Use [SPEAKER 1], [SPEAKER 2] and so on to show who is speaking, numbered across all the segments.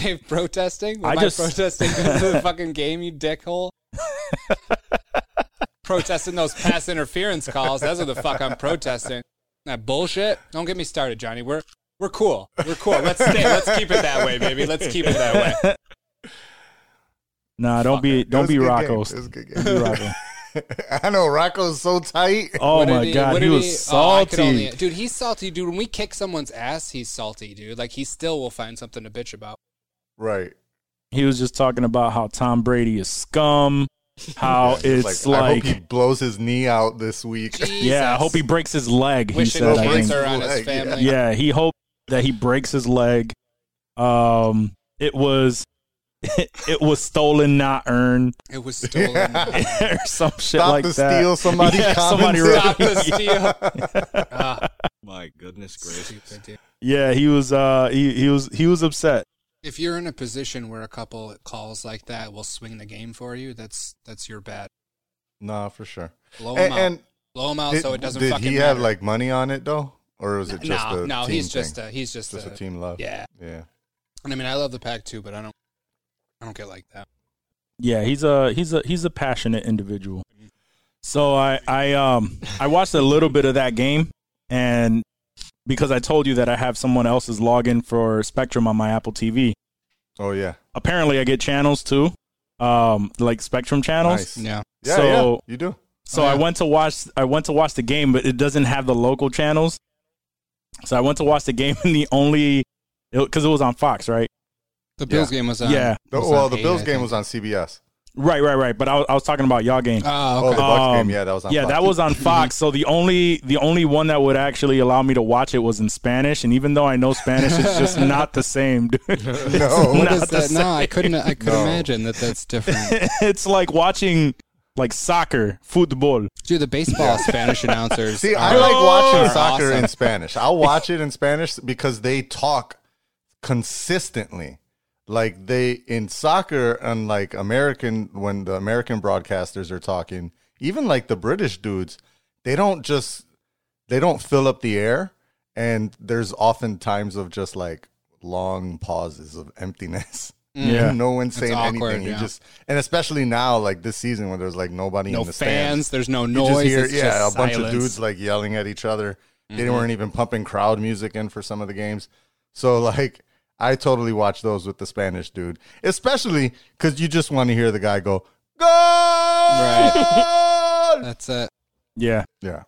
[SPEAKER 1] Dave protesting? Was
[SPEAKER 2] I
[SPEAKER 1] I
[SPEAKER 2] just-
[SPEAKER 1] protesting good for the fucking game, you dickhole? protesting those pass interference calls. That's what the fuck I'm protesting. That bullshit. Don't get me started, Johnny. We're we're cool. We're cool. Let's stay. Let's keep it that way, baby. Let's keep it that way.
[SPEAKER 2] Nah, don't be
[SPEAKER 3] It
[SPEAKER 2] don't
[SPEAKER 3] was a
[SPEAKER 2] be
[SPEAKER 3] good
[SPEAKER 2] Rocco.
[SPEAKER 3] game. It was a good
[SPEAKER 2] Don't
[SPEAKER 3] game.
[SPEAKER 2] be Rocco.
[SPEAKER 3] I know Rocco's so tight.
[SPEAKER 2] Oh
[SPEAKER 1] What did
[SPEAKER 2] my god,
[SPEAKER 1] what
[SPEAKER 2] he
[SPEAKER 1] did
[SPEAKER 2] was
[SPEAKER 3] uh,
[SPEAKER 1] oh, I could
[SPEAKER 2] salty.
[SPEAKER 1] only- dude, he's salty, dude. When we kick someone's ass, he's salty, dude. Like he still will find something to bitch about.
[SPEAKER 3] Right.
[SPEAKER 2] he was just talking about how Tom Brady is scum. How it's
[SPEAKER 3] I hope
[SPEAKER 2] like,
[SPEAKER 3] he blows his knee out this week.
[SPEAKER 2] yeah, I
[SPEAKER 1] Jesus.
[SPEAKER 2] hope he breaks his leg. He
[SPEAKER 1] wishing
[SPEAKER 2] said, I think.
[SPEAKER 3] breaks
[SPEAKER 1] cancer on his
[SPEAKER 3] Leg, yeah.
[SPEAKER 1] family.
[SPEAKER 2] yeah, he hoped that he breaks his leg. Um, it was it was stolen, not earned,
[SPEAKER 1] It was stolen.
[SPEAKER 2] or some shit
[SPEAKER 3] Stop
[SPEAKER 2] like
[SPEAKER 3] to
[SPEAKER 2] that.
[SPEAKER 3] steal somebody.
[SPEAKER 2] Yeah, somebody
[SPEAKER 3] commented.
[SPEAKER 1] Stop the steal. Ah,
[SPEAKER 4] My goodness gracious.
[SPEAKER 1] stupid, dude.
[SPEAKER 2] Yeah, he was uh he, he was he was upset.
[SPEAKER 1] If you're in a position where a couple calls like that will swing the game for you, that's that's your bad.
[SPEAKER 3] Nah, for sure.
[SPEAKER 1] Blow him
[SPEAKER 3] And,
[SPEAKER 1] out.
[SPEAKER 3] and
[SPEAKER 1] Blow him out
[SPEAKER 3] did,
[SPEAKER 1] so Oh, it doesn't
[SPEAKER 3] did
[SPEAKER 1] fucking
[SPEAKER 3] he
[SPEAKER 1] matter.
[SPEAKER 3] have like money on it though, or was it just
[SPEAKER 1] no,
[SPEAKER 3] a
[SPEAKER 1] no,
[SPEAKER 3] team
[SPEAKER 1] he's
[SPEAKER 3] thing?
[SPEAKER 1] just a he's just,
[SPEAKER 3] just
[SPEAKER 1] a,
[SPEAKER 3] a team love?
[SPEAKER 1] yeah.
[SPEAKER 3] yeah.
[SPEAKER 1] And I mean, I love the pack too, but I don't I don't get like that.
[SPEAKER 2] Yeah, he's a he's a he's a passionate individual. So I I um I watched a little bit of that game and because I told you that I have someone else's login for Spectrum on my Apple TV.
[SPEAKER 3] Oh yeah.
[SPEAKER 2] Apparently I get channels too. Um like Spectrum channels.
[SPEAKER 3] Nice. Yeah,
[SPEAKER 1] Yeah,
[SPEAKER 3] yeah,
[SPEAKER 2] So-
[SPEAKER 3] you do.
[SPEAKER 2] So
[SPEAKER 1] Oh, yeah.
[SPEAKER 2] I went to watch I went to watch the game, but it doesn't have the local channels. So I went to watch the game, and the only because it, was on Fox, right?
[SPEAKER 1] the Bills game was on.
[SPEAKER 2] yeah,
[SPEAKER 3] The-
[SPEAKER 1] was
[SPEAKER 3] Oh, well,
[SPEAKER 1] on
[SPEAKER 3] the
[SPEAKER 1] eight,
[SPEAKER 3] Bills
[SPEAKER 1] I
[SPEAKER 3] game
[SPEAKER 1] think.
[SPEAKER 3] was on CBS.
[SPEAKER 2] right, right, right. But I was, I was talking about y'all game.
[SPEAKER 1] Oh,
[SPEAKER 3] Oh, the
[SPEAKER 1] okay.
[SPEAKER 3] Bucks
[SPEAKER 2] Um,
[SPEAKER 3] game. Yeah, that was on.
[SPEAKER 2] yeah,
[SPEAKER 3] Fox.
[SPEAKER 2] that was on Fox. so the only the only one that would actually allow me to watch it was in Spanish, and even though I know Spanish, it's just not the same, dude. It's
[SPEAKER 3] No.
[SPEAKER 1] What
[SPEAKER 2] not
[SPEAKER 1] is
[SPEAKER 2] the
[SPEAKER 1] that? No, I couldn't. I could
[SPEAKER 3] No.
[SPEAKER 1] imagine that that's different.
[SPEAKER 2] same. it's like watching like soccer, football.
[SPEAKER 1] Dude, the baseball Spanish announcers.
[SPEAKER 3] See, I
[SPEAKER 1] are-
[SPEAKER 3] like watching
[SPEAKER 1] are
[SPEAKER 3] soccer
[SPEAKER 1] awesome.
[SPEAKER 3] in Spanish. I'll watch it in Spanish because they talk consistently. Like they in soccer, unlike American, when the American broadcasters are talking, even like the British dudes, they don't just they don't fill up the air, and there's often times of just like long pauses of emptiness.
[SPEAKER 2] Yeah.
[SPEAKER 3] no one's
[SPEAKER 1] Mm. It's
[SPEAKER 3] saying
[SPEAKER 1] awkward,
[SPEAKER 3] anything. You
[SPEAKER 1] yeah.
[SPEAKER 3] just and especially now, like this season, when there's like nobody
[SPEAKER 1] no
[SPEAKER 3] in the
[SPEAKER 1] fans.
[SPEAKER 3] stands.
[SPEAKER 1] There's no
[SPEAKER 3] You
[SPEAKER 1] noise. it's
[SPEAKER 3] yeah,
[SPEAKER 1] just
[SPEAKER 3] a bunch of
[SPEAKER 1] silence.
[SPEAKER 3] dudes like yelling at each other. They
[SPEAKER 2] Mm-hmm.
[SPEAKER 3] weren't even pumping crowd music in for some of the games. So like, I totally watch those with the Spanish dude, especially because you just want to hear the guy go goal.
[SPEAKER 1] That's it.
[SPEAKER 2] Yeah.
[SPEAKER 3] yeah,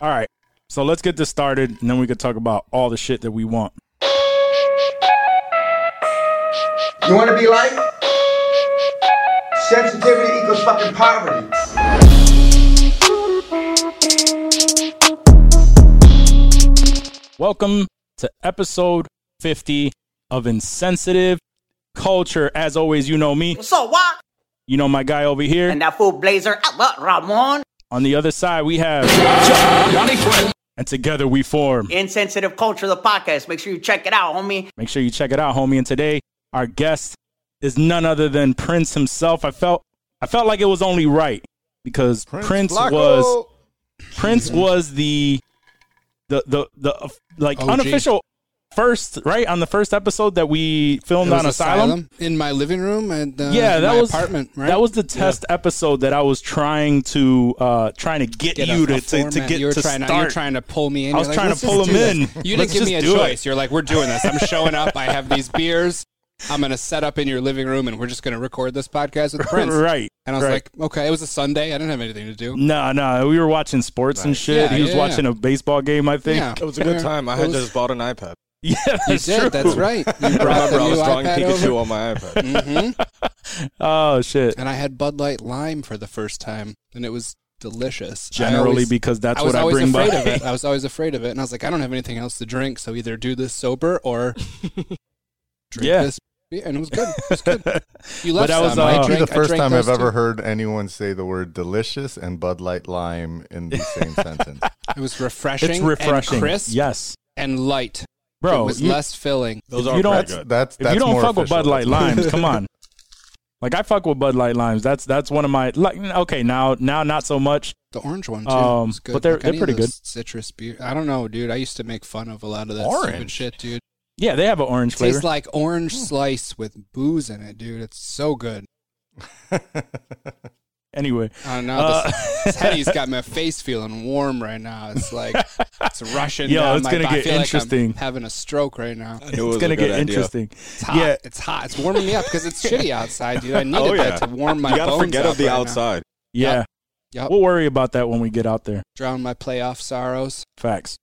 [SPEAKER 2] All right. So let's get this started, and then we could talk about all the shit that we want.
[SPEAKER 5] You want to be like? Sensitivity equals fucking poverty.
[SPEAKER 2] Welcome to episode 50 of Insensitive Culture. As always, you know me.
[SPEAKER 6] So what?
[SPEAKER 2] You know my guy over here.
[SPEAKER 6] And that fool blazer, uh, what, Ramon?
[SPEAKER 2] On the other side, we have. And together we form.
[SPEAKER 6] Insensitive Culture, the podcast. Make sure you check it out, homie.
[SPEAKER 2] Make sure you check it out, homie. And today, our guest is none other than Prince himself. I felt, I felt like it was only right because Prince,
[SPEAKER 3] Flacco.
[SPEAKER 2] was Prince was the, the the the uh, like
[SPEAKER 1] OG.
[SPEAKER 2] unofficial first right on the first episode that we filmed on Asylum.
[SPEAKER 1] in my living room and uh,
[SPEAKER 2] yeah,
[SPEAKER 1] in
[SPEAKER 2] that
[SPEAKER 1] my
[SPEAKER 2] was
[SPEAKER 1] apartment. Right?
[SPEAKER 2] that was the test episode that I was trying to uh trying to get,
[SPEAKER 1] Get a-
[SPEAKER 2] you
[SPEAKER 1] a
[SPEAKER 2] to, to, to
[SPEAKER 1] format.
[SPEAKER 2] get
[SPEAKER 1] you were
[SPEAKER 2] to
[SPEAKER 1] trying
[SPEAKER 2] start.
[SPEAKER 1] To, you were trying to pull me in.
[SPEAKER 2] I was
[SPEAKER 1] You're like,
[SPEAKER 2] trying to
[SPEAKER 1] "Let's just
[SPEAKER 2] pull
[SPEAKER 1] do
[SPEAKER 2] him
[SPEAKER 1] this."
[SPEAKER 2] in.
[SPEAKER 1] You
[SPEAKER 2] Let's
[SPEAKER 1] didn't give
[SPEAKER 2] just
[SPEAKER 1] me a
[SPEAKER 2] do it.
[SPEAKER 1] choice. You're like, we're doing this. I'm showing up. I have these beers. I'm gonna set up in your living room, and we're just gonna record this podcast with Prince.
[SPEAKER 2] right.
[SPEAKER 1] And I was
[SPEAKER 2] right.
[SPEAKER 1] like, okay, it was a Sunday. I didn't have anything to do.
[SPEAKER 2] nah, nah, we were watching sports and shit.
[SPEAKER 1] Yeah,
[SPEAKER 2] he was
[SPEAKER 1] yeah,
[SPEAKER 2] watching a baseball game, I think.
[SPEAKER 1] Yeah,
[SPEAKER 4] It was a good time. I
[SPEAKER 1] It
[SPEAKER 4] had
[SPEAKER 1] was-
[SPEAKER 4] just bought an iPad.
[SPEAKER 2] Yeah,
[SPEAKER 1] You
[SPEAKER 2] that's
[SPEAKER 1] did.
[SPEAKER 2] true.
[SPEAKER 1] That's right. You
[SPEAKER 4] I
[SPEAKER 1] brought the
[SPEAKER 4] remember I was
[SPEAKER 1] new
[SPEAKER 4] drawing
[SPEAKER 1] iPad
[SPEAKER 4] Pikachu
[SPEAKER 1] over.
[SPEAKER 4] on my iPad.
[SPEAKER 1] hmm
[SPEAKER 2] Oh shit.
[SPEAKER 1] and I had Bud Light Lime for the first time, and it was delicious. I
[SPEAKER 2] Generally
[SPEAKER 1] always-
[SPEAKER 2] because that's
[SPEAKER 1] I was
[SPEAKER 2] what I
[SPEAKER 1] always
[SPEAKER 2] bring
[SPEAKER 1] afraid
[SPEAKER 2] by.
[SPEAKER 1] of it. I was always afraid of it, and I was like, I don't have anything else to drink, so either do this sober or drink
[SPEAKER 2] Yeah.
[SPEAKER 1] this. beer. and it was good. It was good. You left
[SPEAKER 2] But that was,
[SPEAKER 1] some. I
[SPEAKER 2] uh,
[SPEAKER 3] Might be
[SPEAKER 1] drank,
[SPEAKER 3] the first
[SPEAKER 1] I drank
[SPEAKER 3] time I've
[SPEAKER 1] those
[SPEAKER 3] ever heard anyone say the word delicious and Bud Light lime in the same sentence.
[SPEAKER 1] too. It was refreshing.
[SPEAKER 2] It's refreshing.
[SPEAKER 1] and crisp,
[SPEAKER 2] yes.
[SPEAKER 1] and light.
[SPEAKER 2] Bro,
[SPEAKER 1] it was
[SPEAKER 2] you-
[SPEAKER 1] less filling.
[SPEAKER 4] Those
[SPEAKER 2] If
[SPEAKER 4] are
[SPEAKER 2] you don't-
[SPEAKER 4] pretty
[SPEAKER 3] That's
[SPEAKER 4] good.
[SPEAKER 3] that's,
[SPEAKER 2] if
[SPEAKER 3] that's
[SPEAKER 2] you don't
[SPEAKER 3] more
[SPEAKER 2] fuck with
[SPEAKER 3] official.
[SPEAKER 2] Bud Light
[SPEAKER 3] That's-
[SPEAKER 2] Limes, come on. Like I fuck with Bud Light Limes. That's that's one of my like okay, now now not so much.
[SPEAKER 1] The orange one too.
[SPEAKER 2] Um,
[SPEAKER 1] was good.
[SPEAKER 2] but they're-
[SPEAKER 1] Like, any
[SPEAKER 2] they're pretty
[SPEAKER 1] of those Citrus beer. I don't know, dude. I used to make fun of a lot of that
[SPEAKER 3] Orange?
[SPEAKER 1] stupid shit, dude.
[SPEAKER 2] Yeah, they have an orange flavor. Hmm.
[SPEAKER 1] Tastes like orange slice with booze in it, dude. It's so good.
[SPEAKER 2] anyway,
[SPEAKER 1] I don't know. Uh,
[SPEAKER 2] Uh,
[SPEAKER 1] This, this Hetty's got my face feeling warm right now. It's like it's rushing.
[SPEAKER 2] Yo,
[SPEAKER 1] down
[SPEAKER 2] it's
[SPEAKER 1] my
[SPEAKER 2] gonna
[SPEAKER 1] back. I
[SPEAKER 2] get
[SPEAKER 1] feel like I'm
[SPEAKER 2] interesting.
[SPEAKER 1] having a stroke right now.
[SPEAKER 4] I knew it
[SPEAKER 2] it's
[SPEAKER 4] was a
[SPEAKER 2] gonna
[SPEAKER 4] good
[SPEAKER 2] get
[SPEAKER 4] idea.
[SPEAKER 2] interesting.
[SPEAKER 1] It's hot.
[SPEAKER 2] Yeah,
[SPEAKER 1] It's hot. It's warming me up because it's shitty outside, dude. I needed
[SPEAKER 4] Oh, yeah.
[SPEAKER 1] that to warm my
[SPEAKER 4] you gotta
[SPEAKER 1] bones
[SPEAKER 4] forget
[SPEAKER 1] up
[SPEAKER 4] of the
[SPEAKER 1] right now.
[SPEAKER 4] outside.
[SPEAKER 2] yeah.
[SPEAKER 1] Yup.
[SPEAKER 2] We'll worry about that when we get out there.
[SPEAKER 1] Drown my playoff sorrows.
[SPEAKER 2] Facts.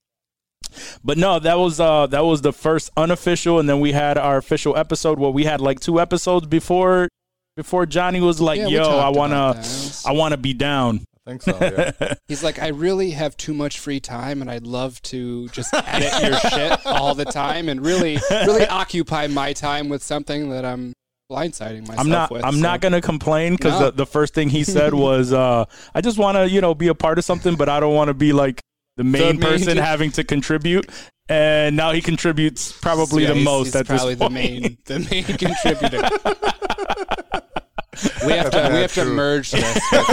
[SPEAKER 2] But no, that was uh that was the first unofficial, and then we had our official episode where we had like two episodes before before Johnny was like,
[SPEAKER 1] Yeah, we
[SPEAKER 2] "Yo, I
[SPEAKER 1] talked
[SPEAKER 2] wanna,
[SPEAKER 1] about this.
[SPEAKER 2] I wanna be down."
[SPEAKER 3] I think so. Yeah.
[SPEAKER 1] He's like, I really have too much free time, and I'd love to just edit your shit all the time and really, really occupy my time with something that I'm blindsiding myself
[SPEAKER 2] I'm not,
[SPEAKER 1] with.
[SPEAKER 2] I'm
[SPEAKER 1] so-
[SPEAKER 2] not gonna complain because
[SPEAKER 1] No.
[SPEAKER 2] the, the first thing he said was, uh, "I just wanna, you know, be a part of something, but I don't wanna be like the main
[SPEAKER 1] main
[SPEAKER 2] person
[SPEAKER 1] dude.
[SPEAKER 2] having to contribute." And now he contributes probably
[SPEAKER 1] Yeah,
[SPEAKER 2] the
[SPEAKER 1] he's-
[SPEAKER 2] most
[SPEAKER 1] he's
[SPEAKER 2] at this
[SPEAKER 1] probably
[SPEAKER 2] point.
[SPEAKER 1] the main, the main contributor. we have to, we have to
[SPEAKER 3] true.
[SPEAKER 1] merge this. with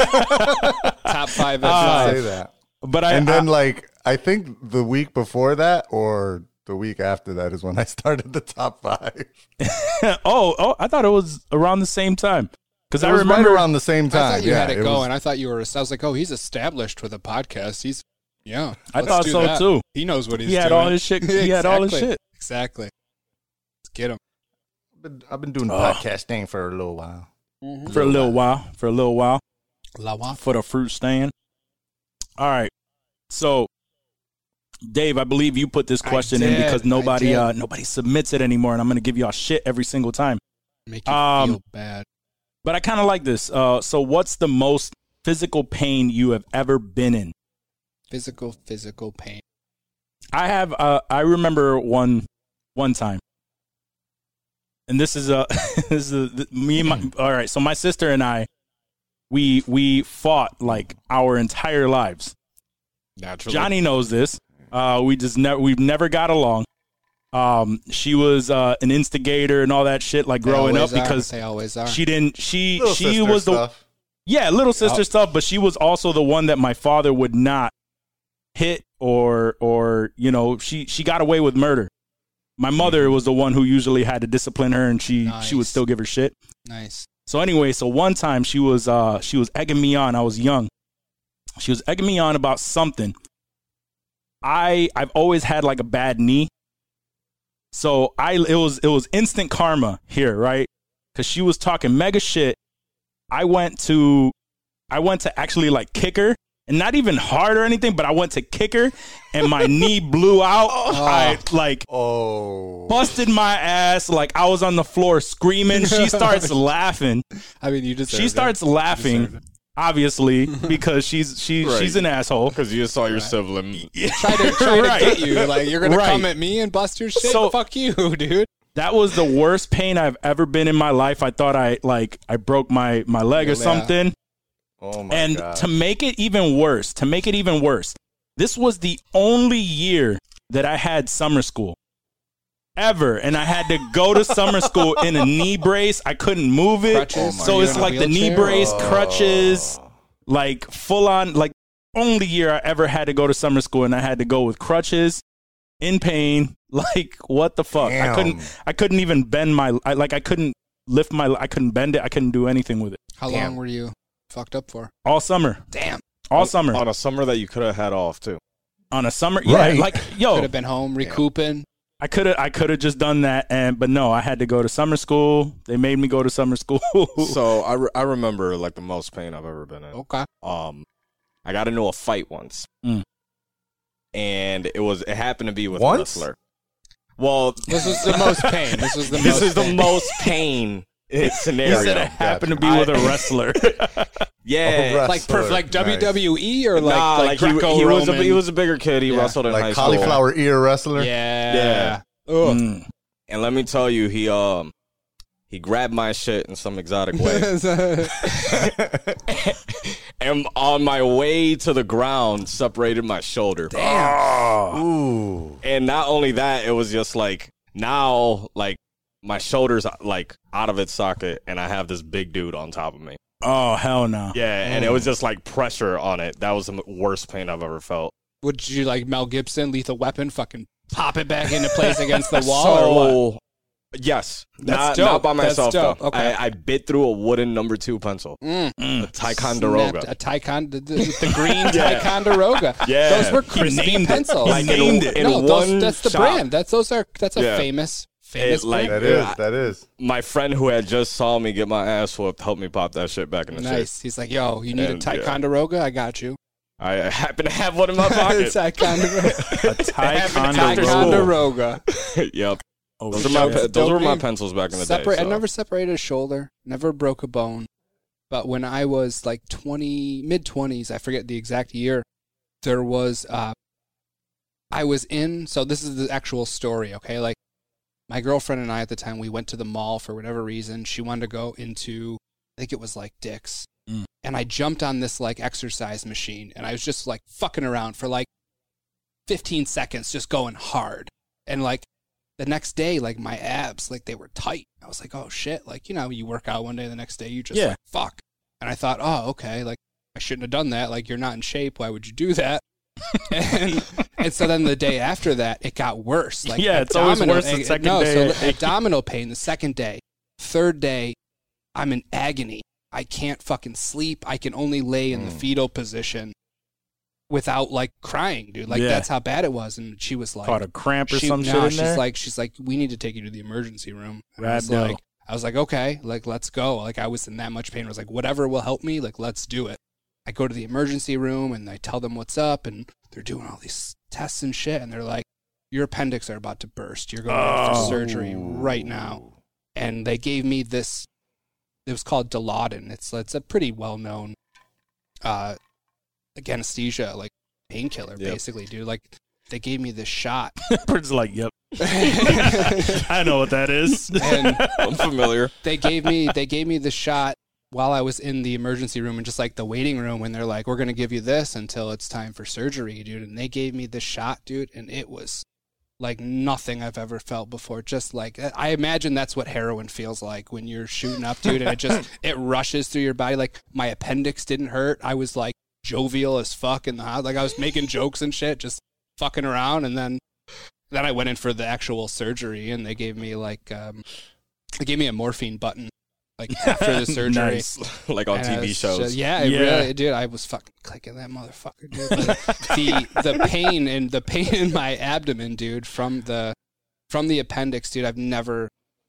[SPEAKER 1] top five at five.
[SPEAKER 2] Uh,
[SPEAKER 3] say that.
[SPEAKER 2] But I,
[SPEAKER 3] And
[SPEAKER 2] I-
[SPEAKER 3] then, like, I think the week before that or the week after that is when I started the top five.
[SPEAKER 2] oh, oh, I thought it was around the same time because I
[SPEAKER 3] It was
[SPEAKER 2] remember
[SPEAKER 3] right around the same
[SPEAKER 1] I
[SPEAKER 3] time.
[SPEAKER 1] thought you
[SPEAKER 3] yeah,
[SPEAKER 1] had it,
[SPEAKER 3] was-
[SPEAKER 1] going. I thought you were. I was like, oh, he's established with a podcast. He's yeah.
[SPEAKER 2] I
[SPEAKER 1] let's
[SPEAKER 2] thought
[SPEAKER 1] do
[SPEAKER 2] so,
[SPEAKER 1] that.
[SPEAKER 2] too.
[SPEAKER 1] He knows what he's.
[SPEAKER 2] he had
[SPEAKER 1] doing.
[SPEAKER 2] all his shit. He had all his
[SPEAKER 1] Exactly.
[SPEAKER 2] shit.
[SPEAKER 1] Exactly. Let's get him.
[SPEAKER 3] Been- I've been doing
[SPEAKER 2] Ugh.
[SPEAKER 3] podcasting for a little while.
[SPEAKER 1] Mm-hmm.
[SPEAKER 2] for a little while, for a little while,
[SPEAKER 1] La Waffle.
[SPEAKER 2] for the fruit stand. All right. So, Dave, I believe you put this
[SPEAKER 1] I
[SPEAKER 2] question in
[SPEAKER 1] did,
[SPEAKER 2] because
[SPEAKER 1] I
[SPEAKER 2] nobody
[SPEAKER 1] did.
[SPEAKER 2] uh, nobody submits it anymore, and I'm going to give y'all shit every single time.
[SPEAKER 1] Make you
[SPEAKER 2] Um,
[SPEAKER 1] feel bad.
[SPEAKER 2] But I kind of like this. Uh, so, what's the most physical pain you have ever been in?
[SPEAKER 1] Physical, physical pain.
[SPEAKER 2] I have. Uh, I remember one one time, and this is a this is a, th- me. And
[SPEAKER 1] Hmm.
[SPEAKER 2] my, all right, so my sister and I, we we fought like our entire lives.
[SPEAKER 4] Naturally.
[SPEAKER 2] Johnny knows this. Uh, we just never we've never got along. Um, she was uh, an instigator and all that shit, like
[SPEAKER 1] They
[SPEAKER 2] growing up
[SPEAKER 1] always are.
[SPEAKER 2] because
[SPEAKER 1] they always are.
[SPEAKER 2] she didn't. She
[SPEAKER 3] Little
[SPEAKER 2] she
[SPEAKER 3] sister
[SPEAKER 2] was the
[SPEAKER 3] stuff.
[SPEAKER 2] yeah, little sister
[SPEAKER 1] Yup.
[SPEAKER 2] stuff, but she was also the one that my father would not hit or or you know, she she got away with murder. My mother was the one who usually had to discipline her and she she
[SPEAKER 1] Mm-hmm.
[SPEAKER 2] would
[SPEAKER 1] Nice.
[SPEAKER 2] still give her shit.
[SPEAKER 1] nice.
[SPEAKER 2] So anyway, so one time she was uh she was egging me on. I was young. She was egging me on about something. I I've always had like a bad knee. So I it was it was instant karma here, right? Cuz she was talking mega shit. I went to I went to actually like kick her and not even hard or anything, but I went to kick her and my knee blew out. I like
[SPEAKER 3] Oh.
[SPEAKER 2] busted my ass like I was on the floor screaming. She starts laughing
[SPEAKER 1] I mean, you just.
[SPEAKER 2] she starts laughing, obviously, because she's she
[SPEAKER 4] Right.
[SPEAKER 2] she's an asshole.
[SPEAKER 4] Because you saw your sibling.
[SPEAKER 1] Try to, try
[SPEAKER 2] Right.
[SPEAKER 1] to get you. Like you're gonna
[SPEAKER 2] Right.
[SPEAKER 1] come at me and bust your shit.
[SPEAKER 2] So-
[SPEAKER 1] Fuck you, dude.
[SPEAKER 2] That was the worst pain I've ever been in my life. I thought I like I broke my my leg or
[SPEAKER 1] Yeah.
[SPEAKER 2] something.
[SPEAKER 3] oh my
[SPEAKER 2] And
[SPEAKER 3] God.
[SPEAKER 2] to make it even worse, to make it even worse, this was the only year that I had summer school ever and I had to go to summer school in a knee brace. I couldn't move it.
[SPEAKER 1] Crutches? Oh my
[SPEAKER 2] so
[SPEAKER 1] God.
[SPEAKER 2] it's like the knee
[SPEAKER 1] Wheelchair?
[SPEAKER 2] brace, crutches,
[SPEAKER 3] Oh.
[SPEAKER 2] like full on like only year I ever had to go to summer school and I had to go with crutches in pain. Like what the fuck? I
[SPEAKER 3] Damn.
[SPEAKER 2] couldn't I couldn't even bend my I, like I couldn't lift my I couldn't bend it. I couldn't do anything with it.
[SPEAKER 1] How
[SPEAKER 3] Damn.
[SPEAKER 1] long were you fucked up for?
[SPEAKER 2] All summer.
[SPEAKER 1] Damn. Oh,
[SPEAKER 2] All summer.
[SPEAKER 4] On a summer that you could have had off, too.
[SPEAKER 2] on a summer yeah
[SPEAKER 3] Right.
[SPEAKER 2] like
[SPEAKER 4] Oh.
[SPEAKER 1] Could
[SPEAKER 2] yo
[SPEAKER 1] have been home recouping.
[SPEAKER 2] i could have i could have just done that and but no i had to go to summer school they made me go to summer school
[SPEAKER 4] So I, re- I remember, like, the most pain I've ever been in.
[SPEAKER 1] Okay.
[SPEAKER 4] um I got into a fight once.
[SPEAKER 2] Mm.
[SPEAKER 4] And it was it happened to be with
[SPEAKER 3] Once?
[SPEAKER 4] a wrestler. Well,
[SPEAKER 1] This was the most pain. This was the
[SPEAKER 4] this
[SPEAKER 1] most
[SPEAKER 4] is the
[SPEAKER 1] pain.
[SPEAKER 4] most pain
[SPEAKER 2] he
[SPEAKER 4] scenario.
[SPEAKER 2] said i happened to be with a wrestler
[SPEAKER 4] yeah.
[SPEAKER 3] All right.
[SPEAKER 1] like per, like
[SPEAKER 3] Nice.
[SPEAKER 1] WWE or like
[SPEAKER 4] nah,
[SPEAKER 1] like,
[SPEAKER 4] like, he,
[SPEAKER 1] Greco
[SPEAKER 4] he was a,
[SPEAKER 1] Roman.
[SPEAKER 4] he was a bigger kid. He
[SPEAKER 1] Yeah.
[SPEAKER 4] wrestled in high
[SPEAKER 3] like
[SPEAKER 4] school.
[SPEAKER 3] cauliflower ear wrestler.
[SPEAKER 1] yeah.
[SPEAKER 4] Yeah.
[SPEAKER 1] Ugh.
[SPEAKER 2] Mm.
[SPEAKER 4] And let me tell you, he um he grabbed my shit in some exotic way. Mm. and on my way to the ground, separated my shoulder.
[SPEAKER 3] Ooh.
[SPEAKER 4] and not only that, it was just like now, like my shoulders like out of its socket, and I have this big dude on top of me.
[SPEAKER 2] oh hell no
[SPEAKER 4] Yeah, and
[SPEAKER 1] Mm.
[SPEAKER 4] it was just like pressure on it. That was the worst pain I've ever felt.
[SPEAKER 1] Would you like Mel Gibson, Lethal Weapon, fucking pop it back into place against the wall or what?
[SPEAKER 4] So, yes,
[SPEAKER 1] That's
[SPEAKER 4] not,
[SPEAKER 1] dope.
[SPEAKER 4] not by
[SPEAKER 1] That's
[SPEAKER 4] myself.
[SPEAKER 1] dope.
[SPEAKER 4] Though.
[SPEAKER 1] Okay. Mm.
[SPEAKER 4] I, I bit through a wooden number two pencil, a Ticonderoga.
[SPEAKER 1] Snapped A Ticon, the, the, the green Ticonderoga.
[SPEAKER 4] Yeah.
[SPEAKER 1] those were
[SPEAKER 2] He
[SPEAKER 1] crispy
[SPEAKER 2] named it.
[SPEAKER 1] pencils.
[SPEAKER 2] He named it.
[SPEAKER 1] No,
[SPEAKER 4] In
[SPEAKER 1] those,
[SPEAKER 4] one
[SPEAKER 1] that's the
[SPEAKER 4] shot.
[SPEAKER 1] brand. That's those are that's a
[SPEAKER 4] Yeah.
[SPEAKER 1] famous famous
[SPEAKER 4] It, like,
[SPEAKER 1] brand.
[SPEAKER 3] That is. That is.
[SPEAKER 4] My friend who had just saw me get my ass whooped helped me pop that shit back in the shape.
[SPEAKER 1] Nice. He's like, yo, you need a
[SPEAKER 4] And, yeah.
[SPEAKER 1] Ticonderoga? I got you.
[SPEAKER 4] I happen to have one in my pocket.
[SPEAKER 1] Ticonderoga.
[SPEAKER 2] A Ticonderoga.
[SPEAKER 1] Ticonderoga.
[SPEAKER 4] yep.
[SPEAKER 2] Oh,
[SPEAKER 4] Those, are my,
[SPEAKER 1] shit.
[SPEAKER 4] pe- those were my
[SPEAKER 1] Dopey.
[SPEAKER 4] pencils back in the
[SPEAKER 1] Separate.
[SPEAKER 4] day.
[SPEAKER 1] I
[SPEAKER 4] so.
[SPEAKER 1] never separated a shoulder. Never broke a bone. But when I was like twenty, mid twenties, I forget the exact year. There was, uh, I was in. So this is the actual story. Okay, like my girlfriend and I at the time, we went to the mall for whatever reason. She wanted to go into, I think it was like Dick's,
[SPEAKER 2] Mm.
[SPEAKER 1] and I jumped on this like exercise machine, and I was just like fucking around for like fifteen seconds, just going hard, and like the next day, like my abs, like they were tight. I was like, oh shit. Like, you know, you work out one day, the next day, you just
[SPEAKER 2] Yeah.
[SPEAKER 1] like, fuck. And I thought, oh, okay. Like, I shouldn't have done that. Like, you're not in shape. Why would you do that? and, and so then the day after that, it got worse. Like,
[SPEAKER 2] Yeah, it's always
[SPEAKER 1] abdominal-
[SPEAKER 2] worse the
[SPEAKER 1] eh,
[SPEAKER 2] second
[SPEAKER 1] no,
[SPEAKER 2] day.
[SPEAKER 1] So abdominal pain the second day. Third day, I'm in agony. I can't fucking sleep. I can only lay in the
[SPEAKER 2] Mm.
[SPEAKER 1] fetal position without like crying, dude. Like,
[SPEAKER 2] Yeah.
[SPEAKER 1] that's how bad it was. And she was like,
[SPEAKER 2] Caught a cramp or
[SPEAKER 1] she-
[SPEAKER 2] some
[SPEAKER 1] no,
[SPEAKER 2] shit in
[SPEAKER 1] she's
[SPEAKER 2] there.
[SPEAKER 1] like, she's like, we need to take you to the emergency room. And I
[SPEAKER 2] Rad
[SPEAKER 1] was
[SPEAKER 2] no.
[SPEAKER 1] like, I was like, okay, like let's go. Like I was in that much pain. I was like, whatever will help me. Like let's do it. I go to the emergency room and I tell them what's up, and they're doing all these tests and shit, and they're like, your appendix are about to burst. You're going in for
[SPEAKER 2] Oh.
[SPEAKER 1] surgery right now. And they gave me this. It was called Dilaudin. It's it's a pretty well known, uh, like anesthesia, like painkiller,
[SPEAKER 4] Yep.
[SPEAKER 1] basically, dude. Like they gave me this shot.
[SPEAKER 2] Prince's like, yep. I know what that is.
[SPEAKER 1] and
[SPEAKER 4] I'm familiar.
[SPEAKER 1] they gave me they gave me the shot while I was in the emergency room and just like the waiting room and they're like we're going to give you this until it's time for surgery dude and they gave me the shot dude and it was like nothing I've ever felt before just like I imagine that's what heroin feels like when you're shooting up dude and it just it rushes through your body like my appendix didn't hurt I was like jovial as fuck in the house like I was making jokes and shit just fucking around and then then I went in for the actual surgery and they gave me like um they gave me a morphine button like after the surgery.
[SPEAKER 2] Nice.
[SPEAKER 4] like on
[SPEAKER 1] And I
[SPEAKER 4] TV
[SPEAKER 1] was
[SPEAKER 4] shows.
[SPEAKER 1] just- yeah, it
[SPEAKER 2] Yeah.
[SPEAKER 1] really, dude. I was fucking clicking that motherfucker, dude. But the the pain and the pain in my abdomen, dude, from the from the appendix, dude. I've never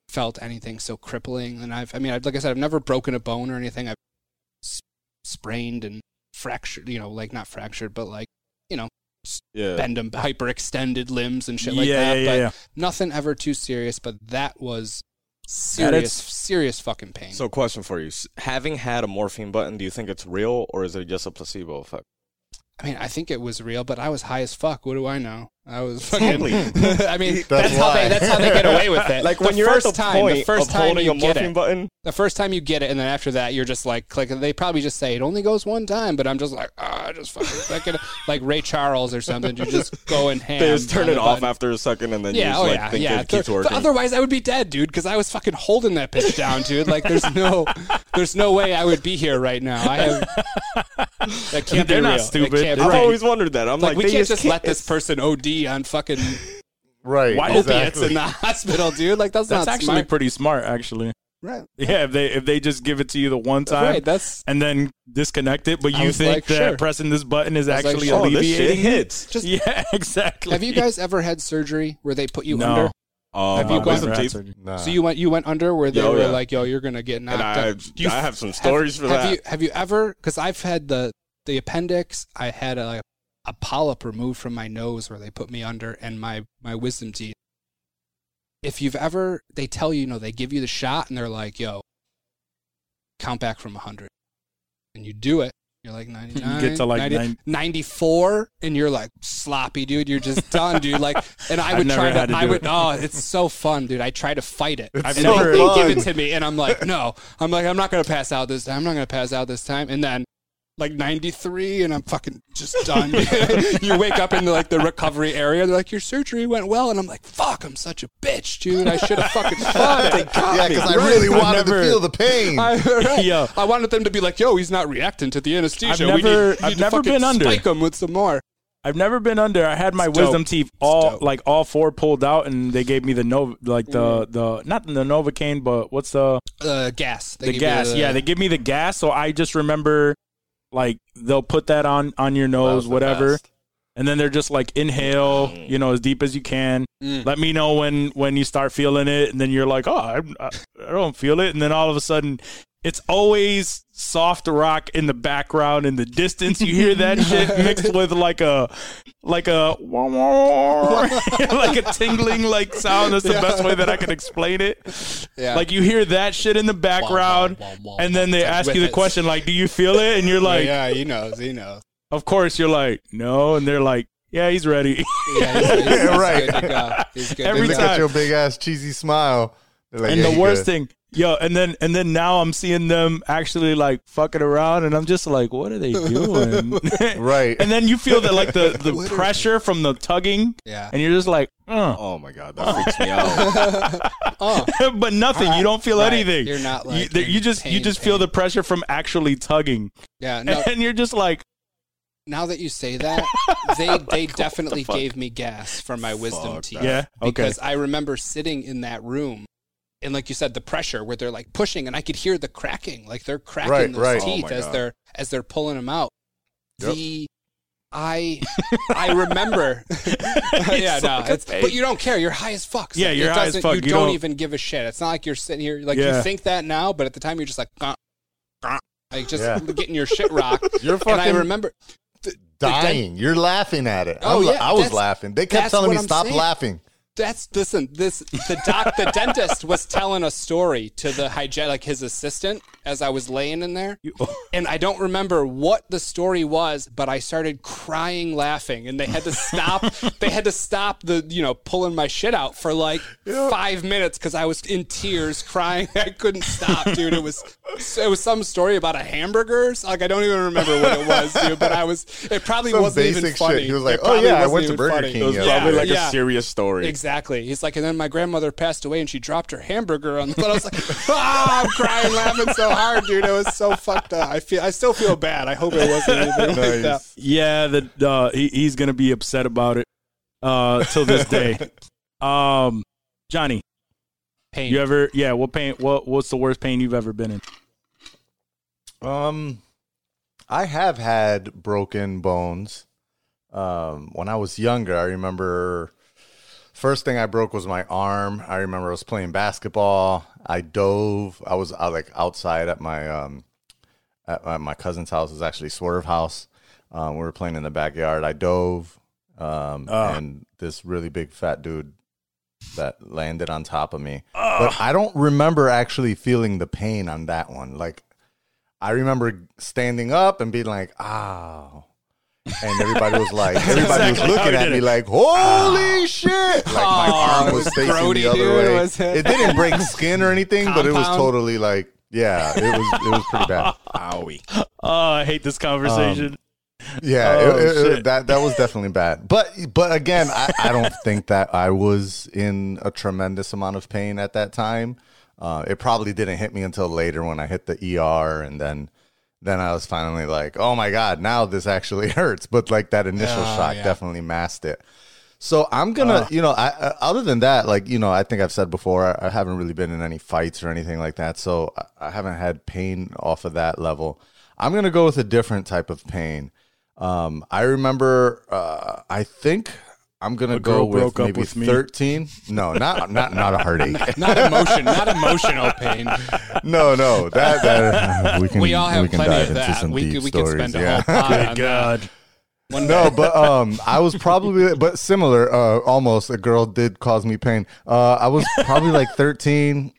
[SPEAKER 1] felt anything so crippling, and I've, I mean, I've, like I said, I've never broken a bone or anything. I've s- sprained and fractured, you know, like not fractured, but like
[SPEAKER 4] Yeah.
[SPEAKER 1] bend them, hyperextended limbs and shit
[SPEAKER 2] yeah,
[SPEAKER 1] like
[SPEAKER 2] yeah,
[SPEAKER 1] that. but
[SPEAKER 2] yeah.
[SPEAKER 1] nothing ever too serious, but that was serious, serious fucking pain.
[SPEAKER 4] So, question for you: S- Having had a morphine button, do you think it's real or is it just a placebo effect?
[SPEAKER 1] I mean, I think it was real, but I was high as fuck. What do I know? I was fucking.
[SPEAKER 4] Totally.
[SPEAKER 1] I mean, that's,
[SPEAKER 3] That's
[SPEAKER 1] how they
[SPEAKER 3] why.
[SPEAKER 1] that's how they get away with it.
[SPEAKER 4] Like
[SPEAKER 1] The
[SPEAKER 4] when you're
[SPEAKER 1] first
[SPEAKER 4] at the
[SPEAKER 1] time,
[SPEAKER 4] point
[SPEAKER 1] the first
[SPEAKER 4] of
[SPEAKER 1] time
[SPEAKER 4] holding
[SPEAKER 1] you
[SPEAKER 4] a
[SPEAKER 1] get
[SPEAKER 4] morphine
[SPEAKER 1] it,
[SPEAKER 4] button,
[SPEAKER 1] the first time you get it, and then after that, you're just like clicking. They probably just say it only goes one time, but I'm just like, ah, I just fucking clicking, it." like Ray Charles or something. You just go and ham.
[SPEAKER 4] they just turn
[SPEAKER 1] on
[SPEAKER 4] it
[SPEAKER 1] the
[SPEAKER 4] off
[SPEAKER 1] button.
[SPEAKER 4] after a second, and then you
[SPEAKER 1] Yeah,
[SPEAKER 4] just
[SPEAKER 1] oh
[SPEAKER 4] like
[SPEAKER 1] yeah,
[SPEAKER 4] think
[SPEAKER 1] yeah.
[SPEAKER 4] it keeps
[SPEAKER 1] Th-
[SPEAKER 4] working.
[SPEAKER 1] Otherwise, I would be dead, dude, because I was fucking holding that bitch down, dude. Like, there's no, there's no way I would be here right now. I have. That can't
[SPEAKER 2] They're
[SPEAKER 1] be
[SPEAKER 2] not
[SPEAKER 1] real. That
[SPEAKER 2] stupid.
[SPEAKER 1] can't be
[SPEAKER 4] I've
[SPEAKER 1] real.
[SPEAKER 4] always wondered that. I'm
[SPEAKER 1] like,
[SPEAKER 4] like,
[SPEAKER 1] we
[SPEAKER 4] they
[SPEAKER 1] can't just, let
[SPEAKER 4] can't-
[SPEAKER 1] this person OD on fucking
[SPEAKER 3] Right.
[SPEAKER 2] Why
[SPEAKER 1] opiates
[SPEAKER 3] exactly.
[SPEAKER 1] in the hospital, dude. Like, that's,
[SPEAKER 2] That's
[SPEAKER 1] not
[SPEAKER 2] actually
[SPEAKER 1] smart.
[SPEAKER 2] pretty smart, actually.
[SPEAKER 1] Right.
[SPEAKER 2] Yeah, if they if they just give it to you the one time
[SPEAKER 1] Right. That's
[SPEAKER 2] and then disconnect it, but
[SPEAKER 1] I
[SPEAKER 2] you
[SPEAKER 1] was
[SPEAKER 2] think
[SPEAKER 1] like,
[SPEAKER 2] that
[SPEAKER 1] sure.
[SPEAKER 2] pressing this button is
[SPEAKER 1] was like,
[SPEAKER 2] actually
[SPEAKER 1] sure.
[SPEAKER 4] Oh, this shit
[SPEAKER 2] alleviating it.
[SPEAKER 4] hits.
[SPEAKER 1] just.
[SPEAKER 2] Yeah, exactly.
[SPEAKER 1] Have you guys ever had surgery where they put you
[SPEAKER 2] No.
[SPEAKER 1] under?
[SPEAKER 4] Oh,
[SPEAKER 1] Have
[SPEAKER 2] No,
[SPEAKER 1] you
[SPEAKER 2] I've
[SPEAKER 1] gone-
[SPEAKER 2] never
[SPEAKER 4] some
[SPEAKER 2] had
[SPEAKER 4] teeth?
[SPEAKER 2] surgery.
[SPEAKER 3] Nah.
[SPEAKER 1] So you went you went under where they
[SPEAKER 4] Yeah, oh,
[SPEAKER 1] were
[SPEAKER 4] yeah.
[SPEAKER 1] like, "Yo, you're gonna get knocked
[SPEAKER 4] And I,
[SPEAKER 1] up." Do you
[SPEAKER 4] I have some
[SPEAKER 1] Have-
[SPEAKER 4] stories for
[SPEAKER 1] have
[SPEAKER 4] that.
[SPEAKER 1] You, have you ever? Because I've had the the appendix. I had a, a polyp removed from my nose where they put me under, and my my wisdom teeth. If you've ever, they tell you, you know, they give you the shot, and they're like, "Yo, count back from hundred, and you do it. You're like 99,
[SPEAKER 2] get to like
[SPEAKER 1] 90
[SPEAKER 2] nine-
[SPEAKER 1] 94, and you're like sloppy, dude. You're just done, dude. Like, and I
[SPEAKER 2] I've
[SPEAKER 1] would
[SPEAKER 2] never
[SPEAKER 1] try
[SPEAKER 2] had
[SPEAKER 1] to,
[SPEAKER 2] to
[SPEAKER 1] I
[SPEAKER 2] do
[SPEAKER 1] would,
[SPEAKER 2] it.
[SPEAKER 1] oh, it's so fun, dude. I try to fight it.
[SPEAKER 3] It's
[SPEAKER 1] and
[SPEAKER 3] so
[SPEAKER 1] they, they give
[SPEAKER 3] fun.
[SPEAKER 1] it to me, and I'm like, no, I'm like, I'm not gonna pass out this time. I'm not gonna pass out this time. And then, like 93, and I'm fucking just done. you wake up in like the recovery area. They're like, your surgery went well, and I'm like, fuck, I'm such a bitch, dude. I should have fucking fought it.
[SPEAKER 3] yeah, because I
[SPEAKER 2] Right.
[SPEAKER 3] really
[SPEAKER 2] I've
[SPEAKER 3] wanted
[SPEAKER 2] never-
[SPEAKER 3] to feel the pain.
[SPEAKER 1] I, right.
[SPEAKER 2] Yo.
[SPEAKER 1] I wanted them to be like, yo, he's not reacting to the anesthesia.
[SPEAKER 2] I've
[SPEAKER 1] we need,
[SPEAKER 2] never-
[SPEAKER 1] we need
[SPEAKER 2] I've
[SPEAKER 1] to
[SPEAKER 2] never
[SPEAKER 1] fucking
[SPEAKER 2] been under.
[SPEAKER 1] Spike him with some more.
[SPEAKER 2] I've never been under. I had my
[SPEAKER 1] It's dope.
[SPEAKER 2] wisdom teeth all
[SPEAKER 1] dope.
[SPEAKER 2] like all four pulled out, and they gave me the nova like the
[SPEAKER 1] Mm.
[SPEAKER 2] the not the novocaine, but what's the
[SPEAKER 1] Uh, gas. They
[SPEAKER 2] the
[SPEAKER 1] give you
[SPEAKER 2] gas? yeah, they give me the gas. So I just remember like they'll put that on on your
[SPEAKER 3] That
[SPEAKER 2] nose,
[SPEAKER 3] was the
[SPEAKER 2] whatever,
[SPEAKER 3] best.
[SPEAKER 2] and then they're just like inhale, you know, as deep as you can.
[SPEAKER 1] Mm.
[SPEAKER 2] Let me know when when you start feeling it, and then you're like, oh, I, I I don't feel it, and then all of a sudden. It's always soft rock in the background in the distance. You hear that shit mixed with like a like a wah, wah, wah, like a tingling like sound. That's the best way that I can explain it.
[SPEAKER 1] Yeah.
[SPEAKER 2] Like you hear that shit in the background,
[SPEAKER 1] wah, wah,
[SPEAKER 2] and then they
[SPEAKER 1] It's like
[SPEAKER 2] ask you the
[SPEAKER 1] whippets.
[SPEAKER 2] question like, "Do you feel it?" And you're like,
[SPEAKER 1] yeah, he knows. He knows.
[SPEAKER 2] "Of course." You're like, "No," and they're like, "Yeah, he's ready."
[SPEAKER 1] Yeah, he's, he's, he's
[SPEAKER 3] Right.
[SPEAKER 1] Good to go. He's good. to
[SPEAKER 2] Every
[SPEAKER 3] They
[SPEAKER 1] go.
[SPEAKER 3] look
[SPEAKER 2] time.
[SPEAKER 3] at your big ass cheesy smile. They're like,
[SPEAKER 2] and
[SPEAKER 3] "Yeah,
[SPEAKER 2] the
[SPEAKER 3] you
[SPEAKER 2] worst
[SPEAKER 3] good."
[SPEAKER 2] thing, yo, and then and then now I'm seeing them actually like fucking around, and I'm just like, "What are they doing?"
[SPEAKER 3] right?
[SPEAKER 2] and then you feel that like the the
[SPEAKER 1] Literally.
[SPEAKER 2] pressure from the tugging,
[SPEAKER 1] Yeah.
[SPEAKER 2] and you're just like, "Uh."
[SPEAKER 4] Oh my god, that freaks me out.
[SPEAKER 1] Oh,
[SPEAKER 2] but nothing. you don't feel
[SPEAKER 1] Right.
[SPEAKER 2] anything.
[SPEAKER 1] You're not,
[SPEAKER 2] You-
[SPEAKER 1] like,
[SPEAKER 2] there- you,
[SPEAKER 1] in
[SPEAKER 2] just you
[SPEAKER 1] pain,
[SPEAKER 2] just feel
[SPEAKER 1] pain.
[SPEAKER 2] the pressure from actually tugging,
[SPEAKER 1] yeah. No,
[SPEAKER 2] and you're just like,
[SPEAKER 1] now that you say that, they they definitely gave me gas for my wisdom
[SPEAKER 4] Fuck
[SPEAKER 1] teeth.
[SPEAKER 4] that.
[SPEAKER 2] yeah, okay.
[SPEAKER 1] Because I remember sitting in that room and like you said, the pressure where they're like pushing and I could hear the cracking. Like they're cracking
[SPEAKER 3] Right,
[SPEAKER 1] those
[SPEAKER 3] right.
[SPEAKER 4] Oh
[SPEAKER 1] teeth
[SPEAKER 4] my
[SPEAKER 1] as
[SPEAKER 4] God.
[SPEAKER 1] they're as they're pulling them out.
[SPEAKER 3] Yep.
[SPEAKER 1] The I I remember yeah,
[SPEAKER 2] It's
[SPEAKER 1] no,
[SPEAKER 2] like a
[SPEAKER 1] it's,
[SPEAKER 2] baby.
[SPEAKER 1] but you don't care. You're high as fuck.
[SPEAKER 2] Yeah,
[SPEAKER 1] it
[SPEAKER 2] you're high as
[SPEAKER 1] doesn't-
[SPEAKER 2] fuck.
[SPEAKER 1] You,
[SPEAKER 2] You
[SPEAKER 1] don't,
[SPEAKER 2] don't-
[SPEAKER 1] even give a shit. It's not like you're sitting here like
[SPEAKER 2] Yeah.
[SPEAKER 1] you think that now, but at the time you're just like, "Gah, gah," like just
[SPEAKER 3] Yeah.
[SPEAKER 1] getting your shit rocked.
[SPEAKER 3] You're
[SPEAKER 1] and I
[SPEAKER 3] fucking
[SPEAKER 1] remember,
[SPEAKER 3] dying. You're laughing at it.
[SPEAKER 1] Oh,
[SPEAKER 3] I was,
[SPEAKER 1] yeah,
[SPEAKER 3] I was
[SPEAKER 1] that's-
[SPEAKER 3] laughing. They
[SPEAKER 1] that's
[SPEAKER 3] kept telling me
[SPEAKER 1] what I'm
[SPEAKER 3] stop
[SPEAKER 1] saying."
[SPEAKER 3] laughing.
[SPEAKER 1] That's listen. This the doc, the dentist was telling a story to the hygienic, like his assistant, as I was laying in there, and I don't remember what the story was, but I started crying, laughing, and they had to stop. they had to stop the you know pulling my shit out for like five minutes because I was in tears, crying. I couldn't stop, dude. It was it was some story about a hamburger. So, Like I don't even remember what it was, dude. But I was it probably
[SPEAKER 3] Some
[SPEAKER 1] wasn't even
[SPEAKER 3] basic shit.
[SPEAKER 1] funny.
[SPEAKER 3] He was
[SPEAKER 1] It
[SPEAKER 3] like, "Oh,
[SPEAKER 1] probably
[SPEAKER 3] yeah, I
[SPEAKER 1] wasn't
[SPEAKER 3] went to
[SPEAKER 1] even
[SPEAKER 3] Burger
[SPEAKER 1] funny.
[SPEAKER 3] King
[SPEAKER 4] It was
[SPEAKER 3] Yeah.
[SPEAKER 4] probably like
[SPEAKER 1] Yeah.
[SPEAKER 4] a serious story.
[SPEAKER 1] Exactly. He's like, and then my grandmother passed away, and she dropped her hamburger on the. But I was like, ah, I'm crying, laughing so hard, dude. It was so fucked up. I feel, I still feel bad. I hope it wasn't anything like that.
[SPEAKER 3] Nice.
[SPEAKER 2] Yeah, the uh, he, he's gonna be upset about it uh, till this day. um, Johnny,
[SPEAKER 1] Pain.
[SPEAKER 2] you ever? Yeah, what pain? What what's the worst pain you've ever been in?
[SPEAKER 3] Um, I have had broken bones. Um, when I was younger, I remember first thing I broke was my arm. I remember I was playing basketball. I dove. I was out, like outside at my um at, at my cousin's house. It was actually Swerve House. Um, we were playing in the backyard. I dove. Um,
[SPEAKER 2] Ah.
[SPEAKER 3] and this really big fat dude that landed on top of me.
[SPEAKER 2] Ah.
[SPEAKER 3] But I don't remember actually feeling the pain on that one. Like I remember standing up and being like, "Ow." And everybody was like, everybody
[SPEAKER 2] exactly
[SPEAKER 3] was
[SPEAKER 2] how
[SPEAKER 3] looking
[SPEAKER 2] we
[SPEAKER 3] at
[SPEAKER 2] did
[SPEAKER 3] me
[SPEAKER 2] it. Ah.
[SPEAKER 3] like, holy shit. Like my
[SPEAKER 1] Aw, it
[SPEAKER 3] arm was
[SPEAKER 1] was
[SPEAKER 3] facing
[SPEAKER 1] grody,
[SPEAKER 3] the other
[SPEAKER 1] dude.
[SPEAKER 3] way.
[SPEAKER 1] It was-
[SPEAKER 3] It didn't break skin or anything, but it was
[SPEAKER 1] Compound.
[SPEAKER 3] totally like, yeah, it was it was pretty bad.
[SPEAKER 4] Owie.
[SPEAKER 2] Oh, I hate this conversation.
[SPEAKER 3] Yeah,
[SPEAKER 2] Oh,
[SPEAKER 3] it- it- it-
[SPEAKER 2] shit.
[SPEAKER 3] that that was definitely bad. But but again, I, I don't think that I was in a tremendous amount of pain at that time. Uh, it probably didn't hit me until later when I hit the ER, and then then I was finally like, oh my god, now this actually hurts. But like that initial
[SPEAKER 2] Oh,
[SPEAKER 1] Ah,
[SPEAKER 3] shock
[SPEAKER 1] yeah.
[SPEAKER 3] definitely masked it. So I'm gonna, you know, I, I, other than that, like you know, I think I've said before, I, I haven't really been in any fights or anything like that, so I, I haven't had pain off of that level. I'm gonna go with a different type of pain. Um, I remember, uh, I think I'm gonna
[SPEAKER 2] A
[SPEAKER 3] go
[SPEAKER 2] girl
[SPEAKER 3] with
[SPEAKER 2] broke up
[SPEAKER 3] maybe
[SPEAKER 2] with me.
[SPEAKER 3] 13. No, not not not a heartache.
[SPEAKER 1] Not emotion, not emotional pain.
[SPEAKER 3] no, no, that, that we can
[SPEAKER 1] We all have
[SPEAKER 3] can
[SPEAKER 1] plenty
[SPEAKER 3] dive
[SPEAKER 1] of
[SPEAKER 3] into
[SPEAKER 1] that.
[SPEAKER 3] some
[SPEAKER 1] We
[SPEAKER 3] deep
[SPEAKER 1] could- we could
[SPEAKER 3] stories.
[SPEAKER 1] spend a
[SPEAKER 3] yeah.
[SPEAKER 1] whole pod on that.
[SPEAKER 2] God,
[SPEAKER 1] One
[SPEAKER 3] No,
[SPEAKER 1] day.
[SPEAKER 3] but um, I was probably but similar. Uh, almost a girl did cause me pain. Uh, I was probably like 13.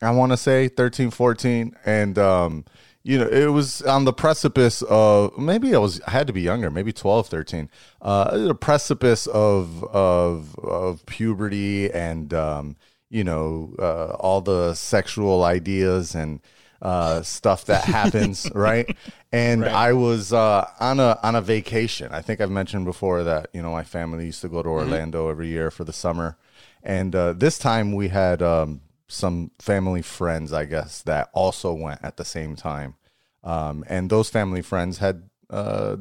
[SPEAKER 3] I want to say 13, 14, and um, you know, it was on the precipice of maybe I was I had to be younger, maybe 12, 13. Uh, the precipice of of of puberty and um, you know, uh, all the sexual ideas and uh, stuff that happens, right? And I was uh, on a on a vacation. I think I've mentioned before that you know my family used to go to Orlando every year for the summer, and uh, this time we had um, some family friends, I guess, that also went at the same time, um, and those family friends had uh,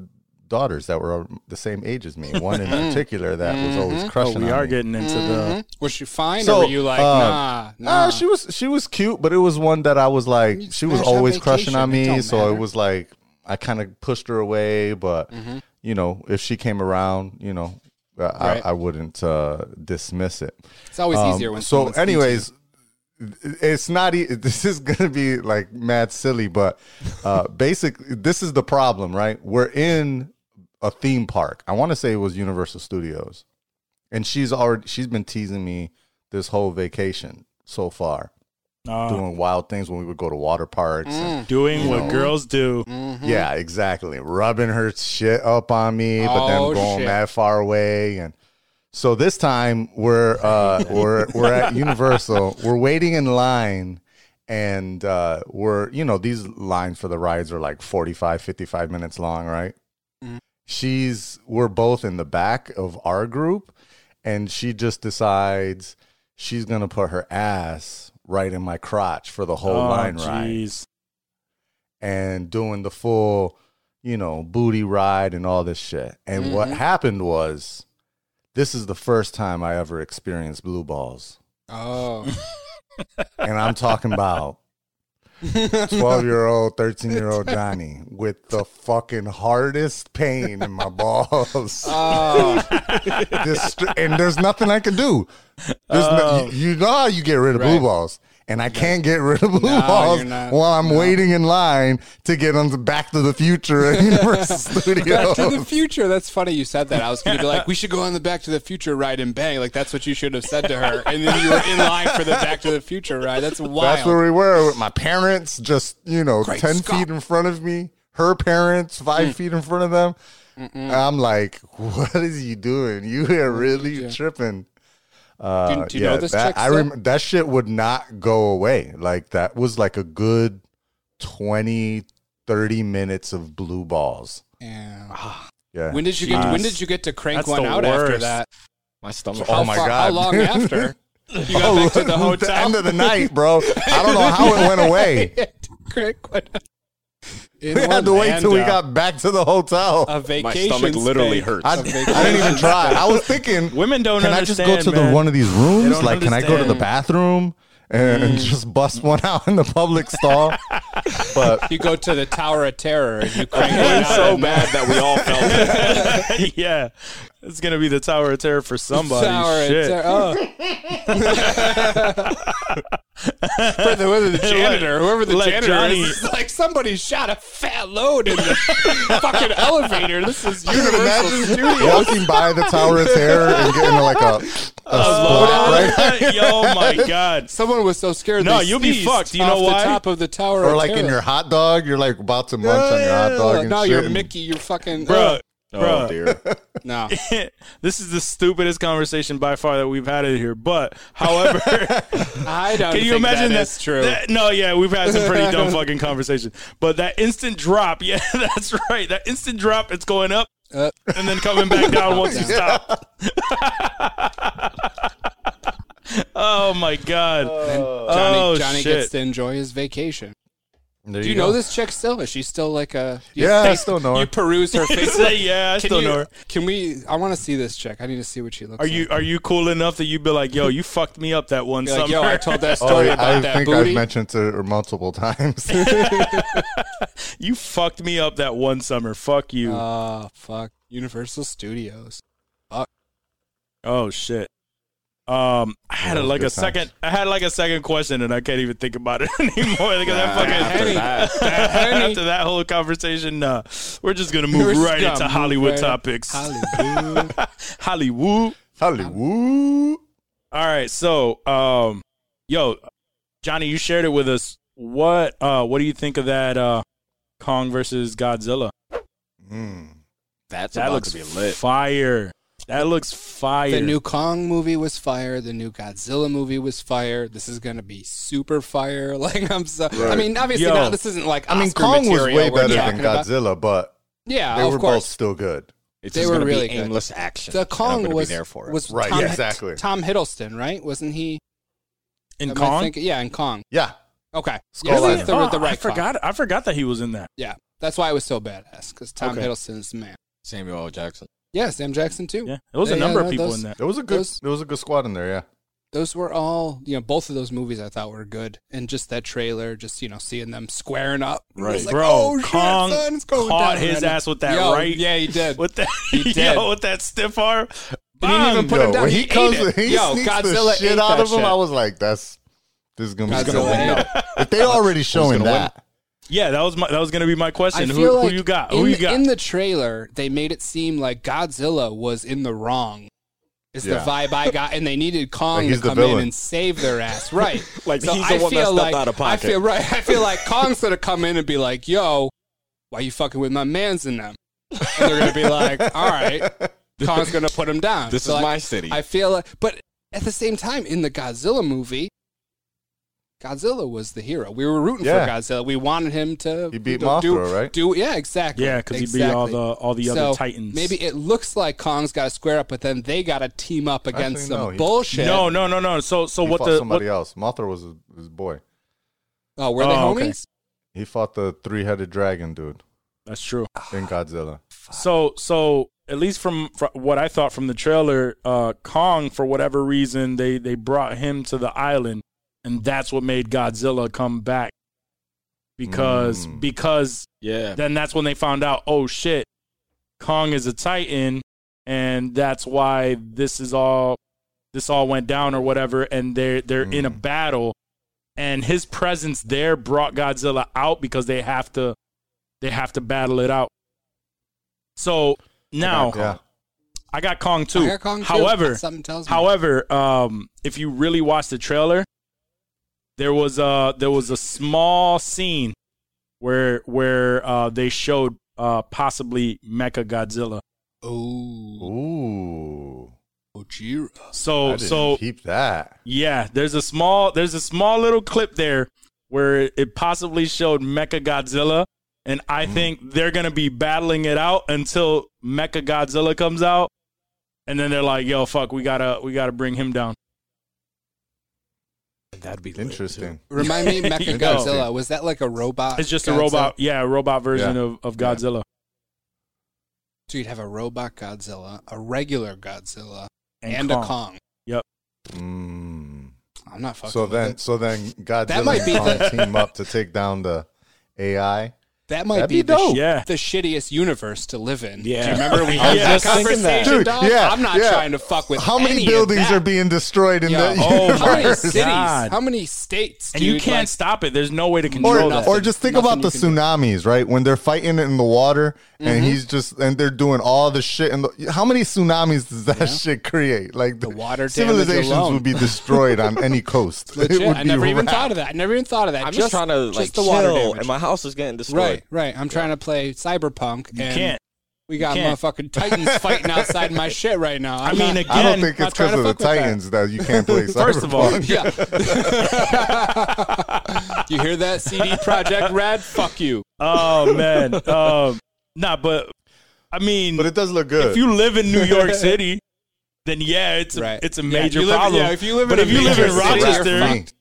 [SPEAKER 3] daughters that were the same age as me. One in
[SPEAKER 1] Mm-hmm.
[SPEAKER 3] particular that was always crushing.
[SPEAKER 2] Oh, we
[SPEAKER 3] on
[SPEAKER 2] are
[SPEAKER 3] me.
[SPEAKER 2] getting into the
[SPEAKER 1] Was she fine,
[SPEAKER 3] So,
[SPEAKER 1] or were you like,
[SPEAKER 3] uh,
[SPEAKER 1] nah, nah?
[SPEAKER 3] Nah, she was she was cute, but it was one that I was like, she was
[SPEAKER 1] smashed
[SPEAKER 3] always
[SPEAKER 1] that
[SPEAKER 3] crushing on
[SPEAKER 1] vacation. It
[SPEAKER 3] me,
[SPEAKER 1] don't
[SPEAKER 3] so
[SPEAKER 1] matter. Mm-hmm.
[SPEAKER 3] it was like I kind of pushed her away. But you know, if she came around, you know, I, I-
[SPEAKER 1] Right.
[SPEAKER 3] I, wouldn't uh, dismiss it.
[SPEAKER 1] it's always
[SPEAKER 3] Um,
[SPEAKER 1] easier when.
[SPEAKER 3] so,
[SPEAKER 1] someone's into
[SPEAKER 3] anyways, it's not. E- this is gonna be like mad silly, but uh, basically, this is the problem, right? We're in a theme park. I want to say it was Universal Studios, and she's already she's been teasing me this whole vacation so far,
[SPEAKER 1] Uh-huh.
[SPEAKER 2] uh,
[SPEAKER 3] Mm-hmm. doing Mm-hmm. wild things when we would go to water parks.
[SPEAKER 1] Mm.
[SPEAKER 3] and-
[SPEAKER 2] doing what girls do.
[SPEAKER 1] Mm-hmm.
[SPEAKER 3] yeah, exactly. Rubbing her shit up on me, but
[SPEAKER 1] Oh,
[SPEAKER 3] then going
[SPEAKER 1] shit.
[SPEAKER 3] that far away and so this time we're uh we're we're at Universal. We're waiting in line and uh we're you know these lines for the rides are like 45 55 minutes long, right?
[SPEAKER 1] Mm-hmm.
[SPEAKER 3] She's we're both in the back of our group and she just decides she's going to put her ass right in my crotch for the whole
[SPEAKER 2] Oh,
[SPEAKER 3] line ride
[SPEAKER 2] jeez.
[SPEAKER 3] and doing the full, you know, booty ride and all this shit. And what happened was this is the first time I ever experienced blue balls.
[SPEAKER 1] Oh,
[SPEAKER 3] And I'm talking about 12 year old, 13 year old Johnny with the fucking hardest pain in my balls.
[SPEAKER 1] oh,
[SPEAKER 3] This- and there's nothing I can do. There's no,
[SPEAKER 2] Oh.
[SPEAKER 3] you, you know how you get rid of blue
[SPEAKER 1] Right.
[SPEAKER 3] balls. And I can't get rid of blue
[SPEAKER 1] you're
[SPEAKER 3] balls
[SPEAKER 1] not.
[SPEAKER 3] while I'm waiting in line to get on the Back to the Future at Universal
[SPEAKER 1] Back to the
[SPEAKER 3] Studios.
[SPEAKER 1] Future. That's funny you said that. I was going to be like, we should go on the Back to the Future ride and bang. Like that's what you should have said to her. And then you were in line for the Back to the Future ride. That's wild.
[SPEAKER 3] That's where we were with my parents, just, you know,
[SPEAKER 1] Great
[SPEAKER 3] 10
[SPEAKER 1] Scott. Mm.
[SPEAKER 3] feet in front of me, her parents, five feet in front of them. I'm like, what is he doing? You are really tripping.
[SPEAKER 1] do,
[SPEAKER 3] Uh,
[SPEAKER 1] do you know this
[SPEAKER 3] that,
[SPEAKER 1] chick?
[SPEAKER 3] I
[SPEAKER 1] still?
[SPEAKER 3] rem- that shit would not go away. Like that was like a good 20 30 minutes of blue balls.
[SPEAKER 1] Yeah.
[SPEAKER 3] Ah, Yeah.
[SPEAKER 1] When did you get? When
[SPEAKER 2] Jeez.
[SPEAKER 1] did you get to crank
[SPEAKER 2] That's
[SPEAKER 1] one
[SPEAKER 2] the
[SPEAKER 1] out after
[SPEAKER 2] worst.
[SPEAKER 1] that?
[SPEAKER 4] My stomach.
[SPEAKER 3] Oh
[SPEAKER 1] How
[SPEAKER 3] my
[SPEAKER 1] far-
[SPEAKER 3] God, Oh,
[SPEAKER 1] How long
[SPEAKER 3] dude.
[SPEAKER 1] after? You got back to the hotel.
[SPEAKER 3] end of the night, bro. I don't know how it went away.
[SPEAKER 1] crank one out. In
[SPEAKER 3] We had
[SPEAKER 1] one
[SPEAKER 3] to wait
[SPEAKER 1] land,
[SPEAKER 3] till we
[SPEAKER 1] uh,
[SPEAKER 3] got back to the hotel.
[SPEAKER 1] a vacation.
[SPEAKER 4] My stomach literally
[SPEAKER 1] space.
[SPEAKER 4] hurts.
[SPEAKER 3] I, I didn't even try. I was thinking,
[SPEAKER 2] Women don't
[SPEAKER 3] can I just
[SPEAKER 2] understand.
[SPEAKER 3] go to
[SPEAKER 2] man.
[SPEAKER 3] the one of these rooms?
[SPEAKER 2] don't
[SPEAKER 3] Like, can I go to the
[SPEAKER 2] understand.
[SPEAKER 3] bathroom and,
[SPEAKER 1] Mm.
[SPEAKER 3] and just bust one out in the public stall? but
[SPEAKER 1] You go to the Tower of Terror and you crank one out.
[SPEAKER 4] so
[SPEAKER 1] and
[SPEAKER 4] bad that we all felt it.
[SPEAKER 2] yeah, it's gonna be the Tower of Terror for somebody.
[SPEAKER 1] Tower of
[SPEAKER 2] Shit.
[SPEAKER 1] Terror. Oh. For the, whether the janitor, whoever the
[SPEAKER 2] Like
[SPEAKER 1] janitor
[SPEAKER 2] Johnny-
[SPEAKER 1] is, it's like somebody shot a fat load in the fucking elevator. This is Universal Studios.
[SPEAKER 3] walking by the Tower of Terror and getting like a, a splat right
[SPEAKER 2] oh my god.
[SPEAKER 1] Someone was so scared.
[SPEAKER 2] No,
[SPEAKER 1] they
[SPEAKER 2] you'll be
[SPEAKER 1] seized
[SPEAKER 2] fucked. You know
[SPEAKER 1] off
[SPEAKER 2] why?
[SPEAKER 1] The top of the tower,
[SPEAKER 3] or
[SPEAKER 1] of
[SPEAKER 3] like in
[SPEAKER 1] Terror.
[SPEAKER 3] your hot dog, you're like about to munch on your hot dog. And
[SPEAKER 1] no,
[SPEAKER 3] shit.
[SPEAKER 1] you're Mickey. You're fucking
[SPEAKER 2] Bro,
[SPEAKER 4] Oh
[SPEAKER 2] Bruh.
[SPEAKER 4] dear.
[SPEAKER 1] No,
[SPEAKER 2] this is the stupidest conversation by far that we've had in here. But however,
[SPEAKER 1] I don't.
[SPEAKER 2] can you
[SPEAKER 1] think
[SPEAKER 2] imagine
[SPEAKER 1] that
[SPEAKER 2] that-
[SPEAKER 1] is true?
[SPEAKER 2] that- no, yeah, we've had some pretty dumb fucking conversations. But that instant drop, yeah, that's right. That instant drop, it's going up
[SPEAKER 1] Up.
[SPEAKER 2] and then coming back down once you stop. oh my god.
[SPEAKER 1] Johnny,
[SPEAKER 2] oh,
[SPEAKER 1] Johnny
[SPEAKER 2] shit.
[SPEAKER 1] gets to enjoy his vacation.
[SPEAKER 3] There
[SPEAKER 1] Do you
[SPEAKER 3] go.
[SPEAKER 1] know this chick still? Is she still like a? you
[SPEAKER 3] Yeah, I
[SPEAKER 1] face-
[SPEAKER 3] still know her.
[SPEAKER 1] You peruse her Facebook.
[SPEAKER 2] yeah, I still
[SPEAKER 1] you,
[SPEAKER 2] know her.
[SPEAKER 1] Can we? I want to see this chick. I need to see what she looks.
[SPEAKER 2] Are you
[SPEAKER 1] Like.
[SPEAKER 2] are you cool enough that you'd be like, yo, you fucked me up that one
[SPEAKER 1] Be
[SPEAKER 2] summer?
[SPEAKER 1] like, yo, I told that
[SPEAKER 3] Oh,
[SPEAKER 1] story
[SPEAKER 3] yeah,
[SPEAKER 1] about
[SPEAKER 3] I
[SPEAKER 1] that
[SPEAKER 3] think
[SPEAKER 1] booty.
[SPEAKER 3] I've mentioned to her multiple times.
[SPEAKER 2] you fucked me up that one summer. Fuck you.
[SPEAKER 1] oh fuck! Universal Studios.
[SPEAKER 2] oh shit. Um, I had
[SPEAKER 3] Those
[SPEAKER 2] like
[SPEAKER 3] good
[SPEAKER 2] a second.
[SPEAKER 3] times.
[SPEAKER 2] I had like a second question, and I can't even think about it anymore because that fucking
[SPEAKER 1] Henny. Henny.
[SPEAKER 2] after that whole conversation. Uh, we're just gonna move
[SPEAKER 1] We're just
[SPEAKER 2] right
[SPEAKER 1] gonna
[SPEAKER 2] into
[SPEAKER 1] move
[SPEAKER 2] Hollywood
[SPEAKER 1] right-
[SPEAKER 2] topics.
[SPEAKER 1] Hollywood.
[SPEAKER 2] Hollywood.
[SPEAKER 3] Hollywood.
[SPEAKER 2] All right, so um, yo, Johnny, you shared it with us. What uh, what do you think of that uh, Kong versus Godzilla?
[SPEAKER 3] Mm.
[SPEAKER 4] That's
[SPEAKER 2] That
[SPEAKER 4] about
[SPEAKER 2] looks
[SPEAKER 4] to be lit.
[SPEAKER 2] fire. That looks fire.
[SPEAKER 1] The new Kong movie was fire. The new Godzilla movie was fire. This is gonna be super fire. Like I'm so. I mean, obviously
[SPEAKER 2] Yo.
[SPEAKER 1] not. This isn't like.
[SPEAKER 3] I mean,
[SPEAKER 1] Oscar
[SPEAKER 3] Kong was
[SPEAKER 1] material
[SPEAKER 3] way
[SPEAKER 1] we're
[SPEAKER 3] better than
[SPEAKER 1] talking about.
[SPEAKER 3] Godzilla, but
[SPEAKER 1] Yeah,
[SPEAKER 3] they
[SPEAKER 1] of
[SPEAKER 3] were both
[SPEAKER 1] course.
[SPEAKER 3] still good.
[SPEAKER 4] It's
[SPEAKER 1] They
[SPEAKER 4] just
[SPEAKER 1] were
[SPEAKER 4] gonna
[SPEAKER 1] really
[SPEAKER 4] be
[SPEAKER 1] good.
[SPEAKER 4] aimless action.
[SPEAKER 1] The
[SPEAKER 4] and I'm
[SPEAKER 1] Kong
[SPEAKER 4] gonna be
[SPEAKER 1] was
[SPEAKER 4] there for it.
[SPEAKER 1] was
[SPEAKER 3] Right,
[SPEAKER 1] Tom,
[SPEAKER 3] yeah, exactly.
[SPEAKER 1] Tom Hiddleston, right? Wasn't he
[SPEAKER 2] in
[SPEAKER 1] am I
[SPEAKER 2] Kong.
[SPEAKER 1] thinking- yeah, in Kong.
[SPEAKER 3] Yeah.
[SPEAKER 1] Okay,
[SPEAKER 3] Skull
[SPEAKER 1] Yeah,
[SPEAKER 3] Island.
[SPEAKER 1] the, the,
[SPEAKER 2] Oh,
[SPEAKER 1] the right
[SPEAKER 2] I
[SPEAKER 1] Kong.
[SPEAKER 2] forgot. I forgot that he was in that.
[SPEAKER 1] Yeah, that's why it was so badass because Tom
[SPEAKER 2] Okay.
[SPEAKER 1] Hiddleston's the man.
[SPEAKER 4] Samuel L. Jackson.
[SPEAKER 1] Yeah, Sam Jackson too.
[SPEAKER 2] Yeah, there was a
[SPEAKER 1] Yeah,
[SPEAKER 2] number
[SPEAKER 1] no,
[SPEAKER 2] of people
[SPEAKER 1] those-
[SPEAKER 2] in that.
[SPEAKER 3] There was a good.
[SPEAKER 1] Those-
[SPEAKER 3] There was a good squad in there. Yeah.
[SPEAKER 1] Those were all, you know, both of those movies I thought were good, and just that trailer, just you know, seeing them squaring up, it was
[SPEAKER 4] Right.
[SPEAKER 1] like,
[SPEAKER 2] Bro,
[SPEAKER 1] oh, shit,
[SPEAKER 2] Kong
[SPEAKER 1] son, it's going
[SPEAKER 2] caught
[SPEAKER 1] down
[SPEAKER 2] his
[SPEAKER 1] already.
[SPEAKER 2] ass with that
[SPEAKER 1] Yo,
[SPEAKER 2] right-
[SPEAKER 1] Yeah, he did.
[SPEAKER 2] With that,
[SPEAKER 1] He did.
[SPEAKER 2] yo, with that stiff arm.
[SPEAKER 1] He didn't even
[SPEAKER 2] Bang,
[SPEAKER 1] put him
[SPEAKER 3] Yo,
[SPEAKER 1] down.
[SPEAKER 3] when
[SPEAKER 1] He,
[SPEAKER 3] he comes,
[SPEAKER 1] ate it.
[SPEAKER 3] he
[SPEAKER 1] Yo,
[SPEAKER 3] sneaks
[SPEAKER 1] Godzilla
[SPEAKER 3] the
[SPEAKER 1] ate
[SPEAKER 3] shit out
[SPEAKER 1] that
[SPEAKER 3] of him.
[SPEAKER 1] shit.
[SPEAKER 3] I was like, "That's this is gonna be
[SPEAKER 1] Godzilla
[SPEAKER 3] gonna win.
[SPEAKER 1] ate it.
[SPEAKER 3] though. If they already showing
[SPEAKER 4] gonna win.
[SPEAKER 3] that,
[SPEAKER 2] Yeah, that was my, that was gonna be my question. Who, who you got? Who
[SPEAKER 1] in,
[SPEAKER 2] you got?
[SPEAKER 1] in the trailer, they made it seem like Godzilla was in the wrong. Is
[SPEAKER 3] Yeah.
[SPEAKER 1] the vibe I got, and they needed Kong
[SPEAKER 3] Like
[SPEAKER 1] to
[SPEAKER 3] he's the
[SPEAKER 1] come in
[SPEAKER 3] villain.
[SPEAKER 1] and save their ass, right?
[SPEAKER 4] Like, he's the one that
[SPEAKER 1] feel
[SPEAKER 4] stepped out of
[SPEAKER 1] I
[SPEAKER 4] pocket.
[SPEAKER 1] feel right. I feel like Kong's gonna come in and be like, "Yo, why you fucking with my man's in them?" And they're gonna be like, "All right." Kong's gonna put him down.
[SPEAKER 4] This
[SPEAKER 1] So
[SPEAKER 4] is
[SPEAKER 1] I-
[SPEAKER 4] my city.
[SPEAKER 1] I feel like, but at the same time, in the Godzilla movie, Godzilla was the hero. We were rooting
[SPEAKER 3] Yeah.
[SPEAKER 1] for Godzilla. We wanted him to.
[SPEAKER 3] He beat
[SPEAKER 1] to do,
[SPEAKER 3] Mothra, right?
[SPEAKER 1] Do yeah, exactly.
[SPEAKER 2] yeah, because
[SPEAKER 1] exactly.
[SPEAKER 2] he beat all the all the
[SPEAKER 1] So,
[SPEAKER 2] other titans.
[SPEAKER 1] Maybe it looks like Kong's got to square up, but then they got to team up against
[SPEAKER 3] Actually,
[SPEAKER 1] some
[SPEAKER 3] no, he-
[SPEAKER 1] bullshit.
[SPEAKER 2] no, no, no, no. So so
[SPEAKER 3] he
[SPEAKER 2] what
[SPEAKER 3] fought
[SPEAKER 2] the what,
[SPEAKER 3] somebody else. Mothra was his, his boy.
[SPEAKER 1] oh, were they
[SPEAKER 2] Oh, okay.
[SPEAKER 1] homies?
[SPEAKER 3] He fought the three-headed dragon dude
[SPEAKER 2] that's true.
[SPEAKER 3] in Godzilla.
[SPEAKER 2] So so at least from, from what I thought from the trailer, uh, Kong for whatever reason they they brought him to the island, and that's what made Godzilla come back because
[SPEAKER 3] Mm.
[SPEAKER 2] because
[SPEAKER 4] yeah.
[SPEAKER 2] then that's when they found out oh shit, Kong is a Titan, and that's why this is all this all went down or whatever, and they're they're in a
[SPEAKER 3] Mm.
[SPEAKER 2] battle, and his presence there brought Godzilla out because they have to they have to battle it out. So now
[SPEAKER 3] yeah,
[SPEAKER 2] I got Kong too.
[SPEAKER 1] I got Kong too.
[SPEAKER 2] however,
[SPEAKER 1] something tells me.
[SPEAKER 2] however, um, if you really watch the trailer, there was a there was a small scene where where uh, they showed uh, possibly Mecha Godzilla.
[SPEAKER 1] oh,
[SPEAKER 3] ooh,
[SPEAKER 1] Gojira. Oh,
[SPEAKER 3] I
[SPEAKER 2] So
[SPEAKER 3] didn't
[SPEAKER 2] so
[SPEAKER 3] keep that.
[SPEAKER 2] yeah, there's a small there's a small little clip there where it possibly showed Mecha Godzilla. And I
[SPEAKER 3] Mm-hmm.
[SPEAKER 2] think they're gonna be battling it out until Mecha Godzilla comes out, and then they're like, "Yo, fuck, we gotta, we gotta bring him down."
[SPEAKER 4] That'd be
[SPEAKER 3] Interesting.
[SPEAKER 1] Remind me,
[SPEAKER 2] You
[SPEAKER 1] Mecha
[SPEAKER 2] go.
[SPEAKER 1] Godzilla was that like a robot?
[SPEAKER 2] It's just a
[SPEAKER 1] Godzilla?
[SPEAKER 2] robot, yeah, a robot version
[SPEAKER 3] Yeah.
[SPEAKER 2] of, of
[SPEAKER 3] Yeah.
[SPEAKER 2] Godzilla.
[SPEAKER 1] So you'd have a robot Godzilla, a regular Godzilla, and, a Kong.
[SPEAKER 3] Mm.
[SPEAKER 1] I'm not fucking.
[SPEAKER 3] So
[SPEAKER 1] with
[SPEAKER 3] then,
[SPEAKER 1] it.
[SPEAKER 3] so then, Godzilla
[SPEAKER 1] That might
[SPEAKER 3] and
[SPEAKER 1] be
[SPEAKER 3] Kong
[SPEAKER 1] the-
[SPEAKER 3] team up to take down the AI.
[SPEAKER 1] That might
[SPEAKER 3] That'd
[SPEAKER 1] be,
[SPEAKER 3] be
[SPEAKER 1] the,
[SPEAKER 3] dope.
[SPEAKER 1] sh-
[SPEAKER 2] Yeah.
[SPEAKER 1] the shittiest universe to live in.
[SPEAKER 4] Yeah.
[SPEAKER 1] Do you remember we
[SPEAKER 4] I
[SPEAKER 1] had that
[SPEAKER 4] was just thinking that.
[SPEAKER 1] conversation,
[SPEAKER 3] Dude,
[SPEAKER 1] dog?
[SPEAKER 3] yeah,
[SPEAKER 1] I'm not
[SPEAKER 3] yeah.
[SPEAKER 1] trying to fuck with
[SPEAKER 3] How many
[SPEAKER 1] any of
[SPEAKER 3] buildings
[SPEAKER 1] that.
[SPEAKER 3] are being destroyed in
[SPEAKER 1] Yeah.
[SPEAKER 3] the
[SPEAKER 2] Oh,
[SPEAKER 1] How many
[SPEAKER 3] universe?
[SPEAKER 1] cities?
[SPEAKER 2] God.
[SPEAKER 1] How many states?
[SPEAKER 2] and you
[SPEAKER 1] dude?
[SPEAKER 2] can't
[SPEAKER 1] Like,
[SPEAKER 2] stop it. There's no way to
[SPEAKER 3] or,
[SPEAKER 2] control that.
[SPEAKER 1] nothing.
[SPEAKER 3] or just think
[SPEAKER 1] Nothing
[SPEAKER 3] about the
[SPEAKER 1] you can do. Mm-hmm.
[SPEAKER 3] tsunamis, right? When they're fighting in the water and he's just and they're doing all the shit. And the, how many tsunamis does that shit create? Like
[SPEAKER 1] The water damage
[SPEAKER 3] civilizations
[SPEAKER 1] alone.
[SPEAKER 3] would be destroyed on any coast. It
[SPEAKER 1] legit,
[SPEAKER 3] would
[SPEAKER 1] I
[SPEAKER 3] be
[SPEAKER 1] never even
[SPEAKER 3] wrapped.
[SPEAKER 1] thought of that. I never even thought of that.
[SPEAKER 4] I'm just, trying to like
[SPEAKER 1] just the water
[SPEAKER 4] chill,
[SPEAKER 1] damage.
[SPEAKER 4] and my house is getting destroyed.
[SPEAKER 1] Right, right. I'm trying to play cyberpunk.
[SPEAKER 2] you
[SPEAKER 1] and
[SPEAKER 2] can't.
[SPEAKER 1] We got
[SPEAKER 2] can't.
[SPEAKER 1] motherfucking titans fighting outside my shit right now.
[SPEAKER 2] I
[SPEAKER 1] I'm
[SPEAKER 2] mean,
[SPEAKER 1] not-
[SPEAKER 2] again,
[SPEAKER 3] I don't think
[SPEAKER 1] not
[SPEAKER 3] it's
[SPEAKER 1] trying
[SPEAKER 3] because
[SPEAKER 1] to
[SPEAKER 3] of the
[SPEAKER 1] fuck with that.
[SPEAKER 3] Titans that. you can't play.
[SPEAKER 2] First of all,
[SPEAKER 3] Cyberpunk.
[SPEAKER 1] yeah. you hear that CD Project Red? Fuck you.
[SPEAKER 2] oh man, um, nah, but I mean,
[SPEAKER 3] but it does look good.
[SPEAKER 2] if you live in New York City, then yeah, it's a,
[SPEAKER 1] Right.
[SPEAKER 2] it's a
[SPEAKER 1] Yeah,
[SPEAKER 2] major
[SPEAKER 1] you live-
[SPEAKER 2] problem.
[SPEAKER 1] yeah, if you live
[SPEAKER 2] but
[SPEAKER 1] in a
[SPEAKER 2] if you live
[SPEAKER 1] major
[SPEAKER 2] in
[SPEAKER 1] city, you're
[SPEAKER 2] Rochester,
[SPEAKER 1] fucked.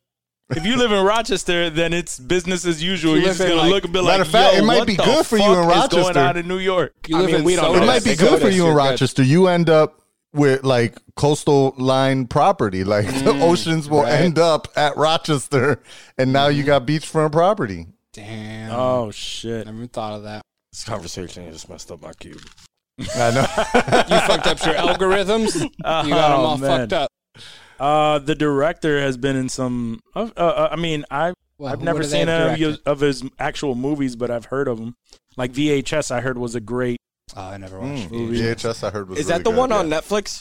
[SPEAKER 2] if you live in Rochester, then it's business as usual.
[SPEAKER 1] If you
[SPEAKER 2] You're just
[SPEAKER 1] live in,
[SPEAKER 2] gonna
[SPEAKER 1] like-
[SPEAKER 2] look and be like,
[SPEAKER 3] Matter of fact,
[SPEAKER 2] Yo,
[SPEAKER 3] it might
[SPEAKER 2] what
[SPEAKER 3] be
[SPEAKER 2] the
[SPEAKER 3] good for you in
[SPEAKER 2] fuck is Going
[SPEAKER 3] Rochester."
[SPEAKER 2] on in New York.
[SPEAKER 1] You
[SPEAKER 4] I
[SPEAKER 1] live
[SPEAKER 4] mean,
[SPEAKER 1] in
[SPEAKER 4] we don't
[SPEAKER 1] Soda.
[SPEAKER 4] know
[SPEAKER 3] it
[SPEAKER 4] that.
[SPEAKER 3] might be
[SPEAKER 4] Yes,
[SPEAKER 3] good for
[SPEAKER 4] Dakotas,
[SPEAKER 3] you in
[SPEAKER 4] you're good.
[SPEAKER 3] Rochester. You end up with like coastal line property. Like the oceans will
[SPEAKER 1] Mm, right. Mm-hmm.
[SPEAKER 3] end up at Rochester, and now you got beachfront property.
[SPEAKER 1] Damn.
[SPEAKER 2] Oh shit.
[SPEAKER 1] Never even thought of that.
[SPEAKER 4] This conversation just messed up my cube.
[SPEAKER 3] I know.
[SPEAKER 1] You fucked up your algorithms. You got them
[SPEAKER 2] Oh,
[SPEAKER 1] all
[SPEAKER 2] man.
[SPEAKER 1] fucked up.
[SPEAKER 2] Uh, the director has been in some. Uh, uh, I mean, I
[SPEAKER 1] Well,
[SPEAKER 2] I've
[SPEAKER 1] who
[SPEAKER 2] never
[SPEAKER 1] would they
[SPEAKER 2] seen
[SPEAKER 1] have
[SPEAKER 2] any of his,
[SPEAKER 1] directed?
[SPEAKER 2] of his actual movies, but I've heard of them. Like VHS, I heard was a great.
[SPEAKER 1] Oh, I never watched
[SPEAKER 3] Mm,
[SPEAKER 1] movies.
[SPEAKER 3] VHS, I heard was
[SPEAKER 4] Hmm. Is that
[SPEAKER 3] really
[SPEAKER 4] the
[SPEAKER 3] good,
[SPEAKER 4] one
[SPEAKER 3] yeah.
[SPEAKER 4] on Netflix?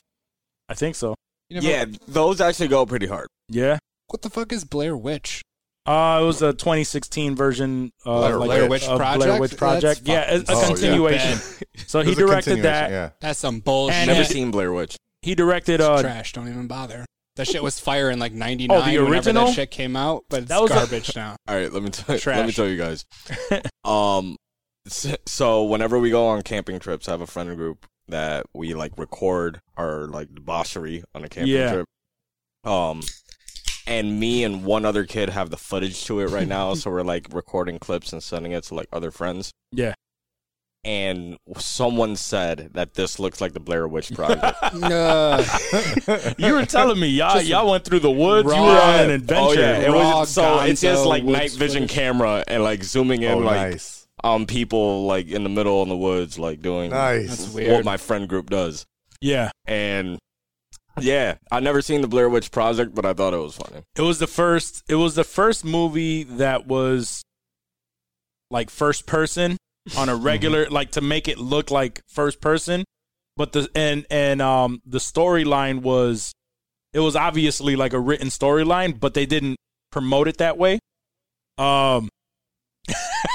[SPEAKER 2] I think so.
[SPEAKER 1] You never-
[SPEAKER 4] Yeah, those actually go pretty hard.
[SPEAKER 2] Yeah.
[SPEAKER 1] What the fuck is Blair Witch?
[SPEAKER 2] Uh, it was a 2016 version of
[SPEAKER 3] Blair
[SPEAKER 2] like
[SPEAKER 3] Witch.
[SPEAKER 2] a,
[SPEAKER 1] Witch
[SPEAKER 2] of Blair
[SPEAKER 1] Project?
[SPEAKER 2] Witch Project.
[SPEAKER 1] That's
[SPEAKER 2] Yeah,
[SPEAKER 1] fucking
[SPEAKER 2] it's a
[SPEAKER 3] Oh, yeah.
[SPEAKER 2] continuation. So
[SPEAKER 3] It
[SPEAKER 2] he
[SPEAKER 3] was a
[SPEAKER 2] directed that.
[SPEAKER 3] continuation, Yeah.
[SPEAKER 1] That's some bullshit.
[SPEAKER 2] And
[SPEAKER 4] Never
[SPEAKER 2] it-
[SPEAKER 4] seen Blair Witch.
[SPEAKER 2] He directed.
[SPEAKER 1] It's
[SPEAKER 2] Uh,
[SPEAKER 1] trash. Don't even bother. That shit was fire in like '99. Whenever
[SPEAKER 2] Oh, original?
[SPEAKER 1] that shit came out, but it's
[SPEAKER 2] That was a-
[SPEAKER 1] garbage now.
[SPEAKER 4] All right, let me tell let me
[SPEAKER 2] Trash.
[SPEAKER 4] tell you guys. um, s- so whenever we go on camping trips, I have a friend group that we like record our like debauchery on a camping
[SPEAKER 2] Yeah.
[SPEAKER 4] trip. Um, and me and one other kid have the footage to it right now, so we're like recording clips and sending it to like other friends.
[SPEAKER 2] Yeah.
[SPEAKER 4] and someone said that this looks like the Blair Witch Project.
[SPEAKER 1] No.
[SPEAKER 2] You were telling me y'all y'all went through the woods. you were
[SPEAKER 1] raw-
[SPEAKER 2] on an adventure.
[SPEAKER 4] Oh yeah, it
[SPEAKER 1] Raw
[SPEAKER 4] was so it's just
[SPEAKER 1] Gonzo
[SPEAKER 4] like night
[SPEAKER 1] woods
[SPEAKER 4] vision
[SPEAKER 1] footage.
[SPEAKER 4] camera and like zooming in
[SPEAKER 3] Oh,
[SPEAKER 4] like
[SPEAKER 3] nice.
[SPEAKER 4] on um, people like in the middle in the woods like doing
[SPEAKER 1] That's
[SPEAKER 3] Nice.
[SPEAKER 1] weird.
[SPEAKER 4] what my friend group does.
[SPEAKER 2] Yeah,
[SPEAKER 4] And yeah, I never seen the Blair Witch Project, but I thought it was funny.
[SPEAKER 2] it was the first. It was the first movie that was like first person on a regular, like to make it look like first person. But the and and um the storyline was, it was obviously like a written storyline, but they didn't promote it that way. Um.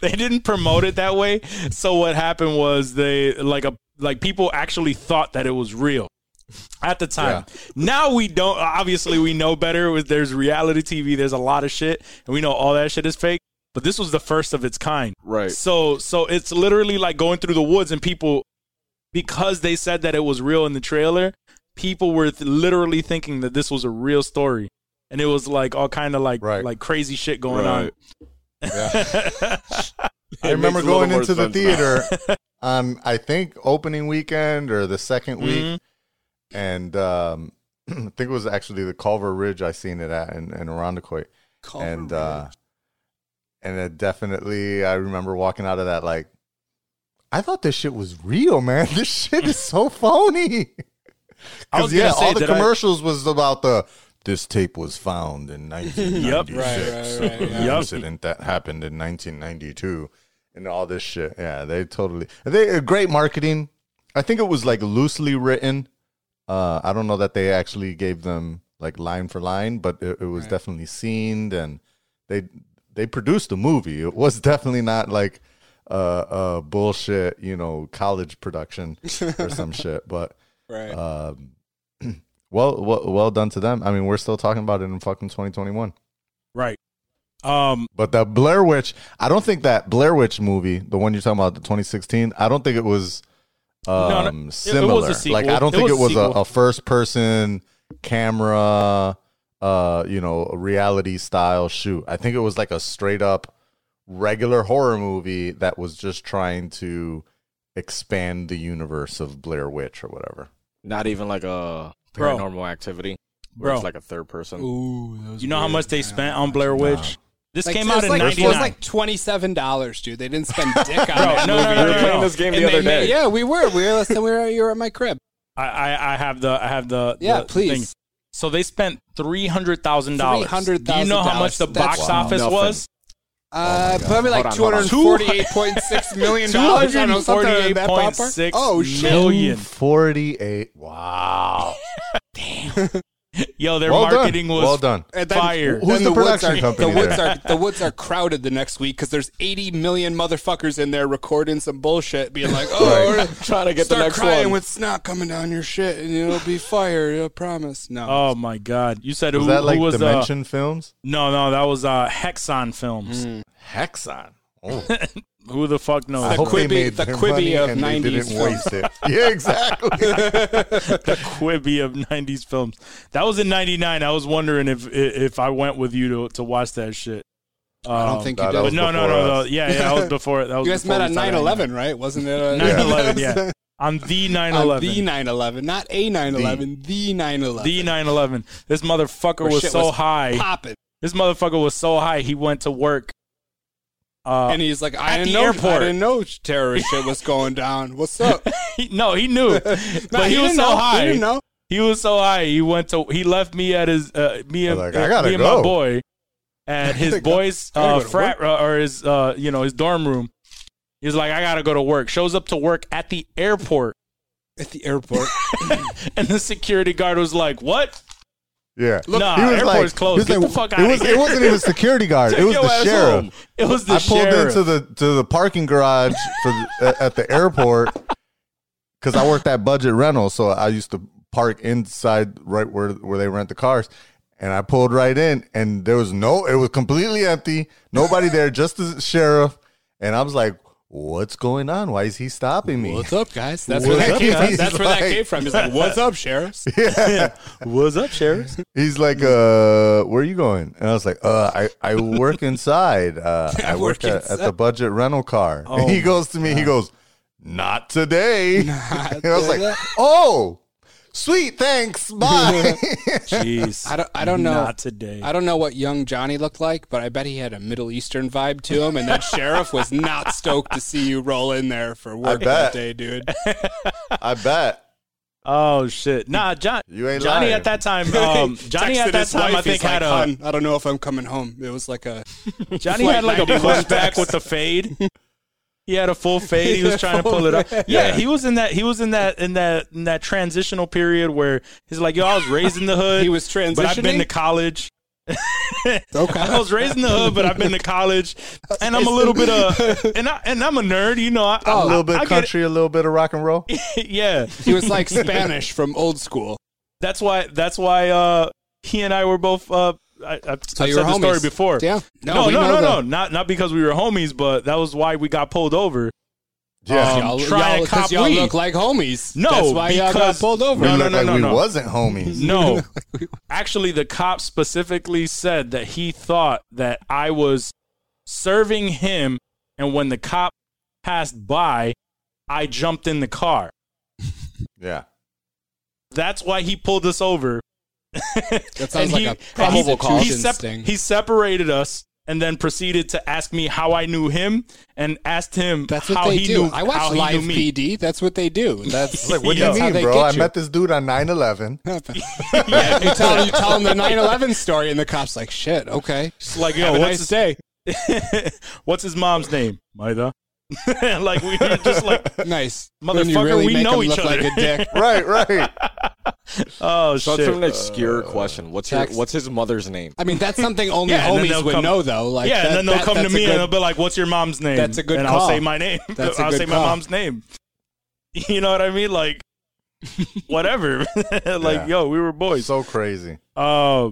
[SPEAKER 2] they didn't promote it that way. So what happened was they like a like people actually thought that it was real at the time. Now we don't. Obviously, we know better. With- There's reality TV. There's a lot of shit, and we know all that shit is fake. But this was the first of its kind.
[SPEAKER 4] Right.
[SPEAKER 2] So so it's literally like going through the woods and people because they said that it was real in the trailer, people were th- literally thinking that this was a real story. And it was like all kind of like
[SPEAKER 3] Right.
[SPEAKER 2] like crazy shit going on.
[SPEAKER 4] Right.
[SPEAKER 3] I
[SPEAKER 4] It
[SPEAKER 3] remember
[SPEAKER 4] makes a little
[SPEAKER 3] going
[SPEAKER 4] more
[SPEAKER 3] into the
[SPEAKER 4] sense now.
[SPEAKER 3] theater on I think opening weekend or the 2nd
[SPEAKER 4] Mm-hmm.
[SPEAKER 3] week, and um, I think it was actually the Culver Ridge I seen it at in, in Irondequoit, and uh, and it definitely I remember walking out of that like. I thought this shit was real, man. This shit is so phony.
[SPEAKER 2] I
[SPEAKER 3] Because
[SPEAKER 2] was gonna
[SPEAKER 3] yeah,
[SPEAKER 2] say,
[SPEAKER 3] all the
[SPEAKER 2] did I-
[SPEAKER 3] commercials was about the this tape was found in 1996.
[SPEAKER 1] Right, right, right, yeah.
[SPEAKER 2] Yup.
[SPEAKER 3] Incident that happened in 1992, and all this shit. Yeah, they totally they uh, great marketing. I think it was like loosely written. Uh, I don't know that they actually gave them like line for line, but it, it was
[SPEAKER 1] Right.
[SPEAKER 3] definitely scened and they they produced a movie. It was definitely not like a uh, uh, bullshit, you know, college production or some shit. But
[SPEAKER 1] right.
[SPEAKER 3] um, well, well, well done to them. I mean, we're still talking about it in fucking 2021.
[SPEAKER 2] Right. Um
[SPEAKER 3] But the Blair Witch, I don't think that Blair Witch movie, the one you're talking about, the 2016, I don't think it was um,
[SPEAKER 2] no,
[SPEAKER 3] similar.
[SPEAKER 2] sequel.
[SPEAKER 3] like, I don't
[SPEAKER 2] It
[SPEAKER 3] think
[SPEAKER 2] was
[SPEAKER 3] it was
[SPEAKER 2] a
[SPEAKER 3] a,
[SPEAKER 2] sequel.
[SPEAKER 3] a first person camera, uh, you know, reality style shoot. I think it was like a straight up regular horror movie that was just trying to expand the universe of Blair Witch or whatever.
[SPEAKER 4] Not even like a
[SPEAKER 2] Bro.
[SPEAKER 4] paranormal activity. Where
[SPEAKER 2] Bro.
[SPEAKER 4] It's like a third person.
[SPEAKER 1] Ooh, that was
[SPEAKER 2] you know how
[SPEAKER 1] weird.
[SPEAKER 2] much they spent on Blair Witch? This
[SPEAKER 1] Like,
[SPEAKER 2] came
[SPEAKER 1] it
[SPEAKER 2] out
[SPEAKER 1] was
[SPEAKER 2] in
[SPEAKER 1] like, It
[SPEAKER 2] 99.
[SPEAKER 1] was like twenty seven dollars, dude. They didn't spend dick on that
[SPEAKER 2] no, no,
[SPEAKER 1] movie.
[SPEAKER 2] no,
[SPEAKER 4] we
[SPEAKER 2] no,
[SPEAKER 4] were
[SPEAKER 2] no.
[SPEAKER 4] playing this game
[SPEAKER 1] And
[SPEAKER 4] the
[SPEAKER 1] they
[SPEAKER 4] other
[SPEAKER 1] made-
[SPEAKER 4] day.
[SPEAKER 1] yeah, we were. We were less than we were. You were at my crib.
[SPEAKER 2] I, I I have the I have the
[SPEAKER 1] Yeah,
[SPEAKER 2] the
[SPEAKER 1] please.
[SPEAKER 2] thing. So they spent three hundred thousand dollars. Do you know how
[SPEAKER 1] $300,000.
[SPEAKER 2] much the
[SPEAKER 1] That's
[SPEAKER 2] box
[SPEAKER 1] wow.
[SPEAKER 2] office
[SPEAKER 4] Nothing.
[SPEAKER 2] was?
[SPEAKER 1] Uh, probably like two
[SPEAKER 4] Hold on,
[SPEAKER 1] hundred
[SPEAKER 2] hold on.
[SPEAKER 1] forty-eight point six million
[SPEAKER 2] Two
[SPEAKER 1] dollars. I
[SPEAKER 2] hundred
[SPEAKER 1] know,
[SPEAKER 2] and
[SPEAKER 1] something in
[SPEAKER 2] forty-eight
[SPEAKER 1] that
[SPEAKER 2] point
[SPEAKER 1] ballpark.
[SPEAKER 2] six
[SPEAKER 1] Oh shit!
[SPEAKER 2] million.
[SPEAKER 3] 48. Wow.
[SPEAKER 2] Yo, their
[SPEAKER 3] Well done.
[SPEAKER 2] marketing was
[SPEAKER 3] Well done.
[SPEAKER 1] And
[SPEAKER 2] fire.
[SPEAKER 3] Who's the production
[SPEAKER 1] woods are,
[SPEAKER 3] company
[SPEAKER 1] The woods
[SPEAKER 3] there?
[SPEAKER 1] are the woods are crowded the next week because there's 80 million motherfuckers in there recording some bullshit, being like, "Oh, we're
[SPEAKER 4] Trying to get
[SPEAKER 1] start
[SPEAKER 4] the next
[SPEAKER 1] crying
[SPEAKER 4] one.
[SPEAKER 1] with snot coming down your shit, and it'll be fire. I promise." No,
[SPEAKER 2] Oh my god! You said
[SPEAKER 3] Was
[SPEAKER 2] who,
[SPEAKER 3] that like
[SPEAKER 2] who was uh,
[SPEAKER 3] Dimension Films?
[SPEAKER 2] no, no, that was uh, Hexon Films.
[SPEAKER 1] Hmm.
[SPEAKER 3] Hexon. Oh,
[SPEAKER 2] Who the fuck knows?
[SPEAKER 3] Uh, I
[SPEAKER 1] hope they Quibi- made the
[SPEAKER 3] their
[SPEAKER 1] Quibi
[SPEAKER 3] money
[SPEAKER 1] of
[SPEAKER 3] and they
[SPEAKER 1] 90s
[SPEAKER 3] didn't waste it. Yeah, exactly.
[SPEAKER 2] the Quibi of '90s films. That was in '99. I was wondering if if I went with you to to watch that shit.
[SPEAKER 1] I don't
[SPEAKER 2] Um,
[SPEAKER 1] think
[SPEAKER 3] nah,
[SPEAKER 1] you
[SPEAKER 3] that
[SPEAKER 1] did.
[SPEAKER 2] But
[SPEAKER 3] was
[SPEAKER 2] no, no,
[SPEAKER 3] before
[SPEAKER 2] no, no.
[SPEAKER 3] us.
[SPEAKER 2] Yeah, yeah, that was before it. That was
[SPEAKER 1] You guys met
[SPEAKER 2] before we
[SPEAKER 1] on
[SPEAKER 2] started
[SPEAKER 1] 9
[SPEAKER 2] hanging out.
[SPEAKER 1] 11, right? Wasn't it? A,
[SPEAKER 2] 9/11, yeah. On the 9
[SPEAKER 1] On
[SPEAKER 2] 11.
[SPEAKER 1] the 9 11, not a 9 11, the 9 11.
[SPEAKER 2] The 9 11. This motherfucker
[SPEAKER 1] Where
[SPEAKER 3] Oh,
[SPEAKER 2] was
[SPEAKER 1] shit
[SPEAKER 2] so
[SPEAKER 1] was
[SPEAKER 2] high.
[SPEAKER 1] Popping.
[SPEAKER 2] This motherfucker was so high, he went to work. Uh,
[SPEAKER 1] And he's like, I
[SPEAKER 2] At the
[SPEAKER 1] didn't, know, I
[SPEAKER 2] airport.
[SPEAKER 1] didn't know terrorist shit was going down. What's up?
[SPEAKER 2] he- no, he knew.
[SPEAKER 1] No,
[SPEAKER 2] but he, was
[SPEAKER 1] didn't
[SPEAKER 2] so
[SPEAKER 1] know. He
[SPEAKER 2] high.
[SPEAKER 1] didn't
[SPEAKER 2] He,
[SPEAKER 1] know.
[SPEAKER 2] was so high. He went to, he left me at his, uh, me and,
[SPEAKER 3] Like, I gotta
[SPEAKER 2] me and
[SPEAKER 3] go.
[SPEAKER 2] my boy at his
[SPEAKER 1] gotta go-
[SPEAKER 2] boy's
[SPEAKER 1] I gotta
[SPEAKER 2] uh,
[SPEAKER 1] go to
[SPEAKER 2] frat uh, or his, uh, you know, his dorm room. He's like, I gotta go to work. Shows up to work at the airport.
[SPEAKER 1] At the airport.
[SPEAKER 2] And the security guard was like, What?
[SPEAKER 3] Yeah.
[SPEAKER 2] Look, Nah, airport's closed.
[SPEAKER 3] he was
[SPEAKER 2] Get the fuck
[SPEAKER 3] it
[SPEAKER 2] outta
[SPEAKER 3] was-
[SPEAKER 2] here.
[SPEAKER 3] It wasn't even security guard. it was
[SPEAKER 2] Yo,
[SPEAKER 3] the
[SPEAKER 2] ass
[SPEAKER 3] sheriff.
[SPEAKER 2] home. It was the
[SPEAKER 3] I pulled
[SPEAKER 2] sheriff.
[SPEAKER 3] into the to the parking garage for the, at the airport because I worked at Budget Rental, so I used to park inside right where where they rent the cars. And I pulled right in, and there was no. It was completely empty. Nobody there, just the sheriff. And I was like, what's going on? Why is he stopping me?
[SPEAKER 1] What's up, guys? That's where
[SPEAKER 3] What's
[SPEAKER 1] that
[SPEAKER 3] up,
[SPEAKER 1] came from.
[SPEAKER 3] guys?
[SPEAKER 1] That's where that
[SPEAKER 3] Like-
[SPEAKER 1] came from. He's like, "What's up, sheriffs?"
[SPEAKER 2] What's up, Sheriff?
[SPEAKER 3] He's like, uh, where are you going? And I was like, uh, I, I work inside. Uh,
[SPEAKER 1] I
[SPEAKER 3] I
[SPEAKER 1] work
[SPEAKER 3] work at, at the
[SPEAKER 1] inside.
[SPEAKER 3] budget rental car.
[SPEAKER 2] Oh
[SPEAKER 3] and he goes to me, he goes, not today. and I was like,
[SPEAKER 1] today.
[SPEAKER 3] oh, sweet, thanks, bye.
[SPEAKER 2] Jeez.
[SPEAKER 1] I don't. I don't know.
[SPEAKER 2] Not today.
[SPEAKER 1] I don't know what young Johnny looked like, but I bet he had a Middle Eastern vibe to him, and that sheriff was not stoked to see you roll in there for work that
[SPEAKER 3] bet.
[SPEAKER 1] day, dude.
[SPEAKER 3] I bet
[SPEAKER 2] Oh shit. Nah, John.
[SPEAKER 3] you ain't
[SPEAKER 2] Johnny
[SPEAKER 3] lying.
[SPEAKER 2] at that time. Um, Johnny at
[SPEAKER 1] Texted
[SPEAKER 2] that
[SPEAKER 1] his
[SPEAKER 2] time.
[SPEAKER 1] wife,
[SPEAKER 2] I think
[SPEAKER 1] he's like,
[SPEAKER 2] had a
[SPEAKER 1] "Hun, I don't know if I'm coming home. It was like a
[SPEAKER 2] Johnny
[SPEAKER 1] Like
[SPEAKER 2] had like a
[SPEAKER 1] 91
[SPEAKER 2] pushback
[SPEAKER 1] text.
[SPEAKER 2] with the fade. He had a full fade. He was
[SPEAKER 1] Yeah,
[SPEAKER 2] trying to
[SPEAKER 1] full
[SPEAKER 2] pull it up.
[SPEAKER 1] fade.
[SPEAKER 2] Yeah, he was in that. He was in that in that in that transitional period where he's like, "Yo, I was raised in the hood.
[SPEAKER 1] He was
[SPEAKER 2] but I've been
[SPEAKER 1] transitioning?
[SPEAKER 2] to college. I
[SPEAKER 1] okay.
[SPEAKER 2] was raised in the hood, but I've been to college, and I'm a little bit of and I and I'm a nerd. You know, I, I-
[SPEAKER 3] a little bit
[SPEAKER 2] Oh, I get
[SPEAKER 3] country, a little bit of rock and roll.
[SPEAKER 2] it. yeah,
[SPEAKER 1] He was like Spanish from old school.
[SPEAKER 2] that's why. That's why. Uh, he and I were both. Uh, I, I've,
[SPEAKER 1] So
[SPEAKER 2] I've
[SPEAKER 1] you
[SPEAKER 2] said
[SPEAKER 1] were homies.
[SPEAKER 2] the story before.
[SPEAKER 1] Yeah.
[SPEAKER 2] No,
[SPEAKER 1] we
[SPEAKER 2] no, no,
[SPEAKER 1] know
[SPEAKER 2] no,
[SPEAKER 1] the-
[SPEAKER 2] not not because we were homies, but that was why we got pulled over.
[SPEAKER 3] Yeah.
[SPEAKER 2] Um,
[SPEAKER 1] y'all,
[SPEAKER 2] trying
[SPEAKER 1] y'all,
[SPEAKER 2] to cop
[SPEAKER 1] 'cause y'all
[SPEAKER 2] weed.
[SPEAKER 1] look like homies.
[SPEAKER 2] No,
[SPEAKER 1] that's why y'all got
[SPEAKER 2] because-
[SPEAKER 1] pulled over.
[SPEAKER 3] we
[SPEAKER 2] no, no,
[SPEAKER 3] looked
[SPEAKER 2] no,
[SPEAKER 3] like
[SPEAKER 2] no,
[SPEAKER 3] we
[SPEAKER 2] no.
[SPEAKER 3] wasn't homies.
[SPEAKER 2] No, actually, the cop specifically said that he thought that I was serving him, and when the cop passed by, I jumped in the car.
[SPEAKER 3] Yeah.
[SPEAKER 2] That's why he pulled us over.
[SPEAKER 1] That sounds like a
[SPEAKER 2] and
[SPEAKER 1] probable cause
[SPEAKER 2] He, sep-
[SPEAKER 1] thing.
[SPEAKER 2] he separated us and then proceeded to ask me how I knew him and asked him
[SPEAKER 1] That's
[SPEAKER 2] how
[SPEAKER 1] what they
[SPEAKER 2] he
[SPEAKER 1] do.
[SPEAKER 2] knew
[SPEAKER 1] I
[SPEAKER 2] how
[SPEAKER 1] watch
[SPEAKER 2] he
[SPEAKER 1] Live
[SPEAKER 2] knew me.
[SPEAKER 1] PD. That's what they do. That's
[SPEAKER 3] Like, what do
[SPEAKER 2] Yeah.
[SPEAKER 3] you
[SPEAKER 1] That's how
[SPEAKER 3] mean,
[SPEAKER 1] they
[SPEAKER 3] bro?
[SPEAKER 1] get
[SPEAKER 3] I
[SPEAKER 1] you.
[SPEAKER 3] met this dude on 9 11.
[SPEAKER 1] yeah, you tell you tell him the 9/11 story, and the cops like, "Shit, okay,
[SPEAKER 2] It's like, yo,
[SPEAKER 1] have a
[SPEAKER 2] what's
[SPEAKER 1] nice
[SPEAKER 2] his,
[SPEAKER 1] day,
[SPEAKER 2] what's his mom's name? Maida. like we were just like
[SPEAKER 1] nice When you
[SPEAKER 2] motherfucker,
[SPEAKER 1] really
[SPEAKER 2] we
[SPEAKER 1] make
[SPEAKER 2] know
[SPEAKER 1] him
[SPEAKER 2] each
[SPEAKER 1] look
[SPEAKER 2] other.
[SPEAKER 1] Like a dick.
[SPEAKER 3] right, right.
[SPEAKER 2] oh
[SPEAKER 4] So it's
[SPEAKER 2] shit.
[SPEAKER 4] from an
[SPEAKER 1] Uh,
[SPEAKER 4] obscure question. What's your,
[SPEAKER 1] text.
[SPEAKER 4] what's his mother's name?
[SPEAKER 1] I mean, that's something only
[SPEAKER 2] Yeah, and then
[SPEAKER 1] homies
[SPEAKER 2] they'll
[SPEAKER 1] would
[SPEAKER 2] come-
[SPEAKER 1] know, though. Like,
[SPEAKER 2] yeah,
[SPEAKER 1] that-
[SPEAKER 2] and then they'll
[SPEAKER 1] that-
[SPEAKER 2] come to
[SPEAKER 1] that's a
[SPEAKER 2] me and
[SPEAKER 1] good-
[SPEAKER 2] they'll be like, "What's your mom's name?"
[SPEAKER 1] That's a good
[SPEAKER 2] and I'll
[SPEAKER 1] call.
[SPEAKER 2] say my name.
[SPEAKER 1] That's a
[SPEAKER 2] I'll
[SPEAKER 1] good
[SPEAKER 2] say my
[SPEAKER 1] call.
[SPEAKER 2] mom's name. You know what I mean? Like, whatever. like,
[SPEAKER 3] Yeah.
[SPEAKER 2] yo, we were boys.
[SPEAKER 3] So crazy.
[SPEAKER 2] Uh, all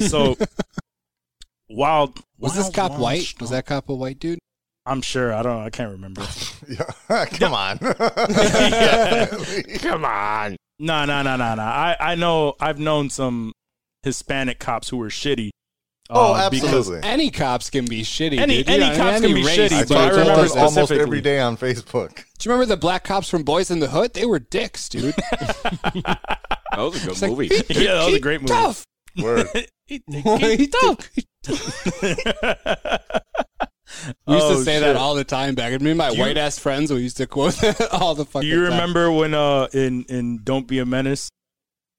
[SPEAKER 2] so wild.
[SPEAKER 1] was this
[SPEAKER 2] wild,
[SPEAKER 1] cop
[SPEAKER 2] wild
[SPEAKER 1] white?
[SPEAKER 2] stuff.
[SPEAKER 1] Was that cop a white dude?
[SPEAKER 2] I'm sure. I don't. I can't remember.
[SPEAKER 3] Yeah. Come on.
[SPEAKER 4] Come on.
[SPEAKER 2] No, no, no, no, no. I, I know. I've known some Hispanic cops who were shitty.
[SPEAKER 3] Oh,
[SPEAKER 2] uh, because-
[SPEAKER 3] absolutely.
[SPEAKER 1] Any cops can be shitty.
[SPEAKER 2] Any-
[SPEAKER 1] dude. You
[SPEAKER 2] any
[SPEAKER 1] know,
[SPEAKER 2] cops
[SPEAKER 1] any
[SPEAKER 2] can be
[SPEAKER 1] race,
[SPEAKER 2] shitty,
[SPEAKER 3] I
[SPEAKER 2] but
[SPEAKER 1] dude.
[SPEAKER 2] I
[SPEAKER 3] told
[SPEAKER 2] remember
[SPEAKER 3] us almost
[SPEAKER 2] specifically.
[SPEAKER 3] every day on Facebook.
[SPEAKER 1] Do you remember the black cops from Boys in the Hood? They were dicks, dude.
[SPEAKER 4] That was a good
[SPEAKER 1] It's like,
[SPEAKER 4] movie.
[SPEAKER 1] "Beep,
[SPEAKER 2] Yeah, that was a
[SPEAKER 1] beep,
[SPEAKER 2] great movie.
[SPEAKER 1] Tough.
[SPEAKER 3] Word.
[SPEAKER 2] He- he-
[SPEAKER 1] He tough. We used
[SPEAKER 2] Oh,
[SPEAKER 1] to say
[SPEAKER 2] shit.
[SPEAKER 1] that all the time back. I mean, my
[SPEAKER 2] Do you-
[SPEAKER 1] white ass friends, we used to quote that all the fucking.
[SPEAKER 2] Do you
[SPEAKER 1] time.
[SPEAKER 2] remember when uh in in Don't Be a Menace,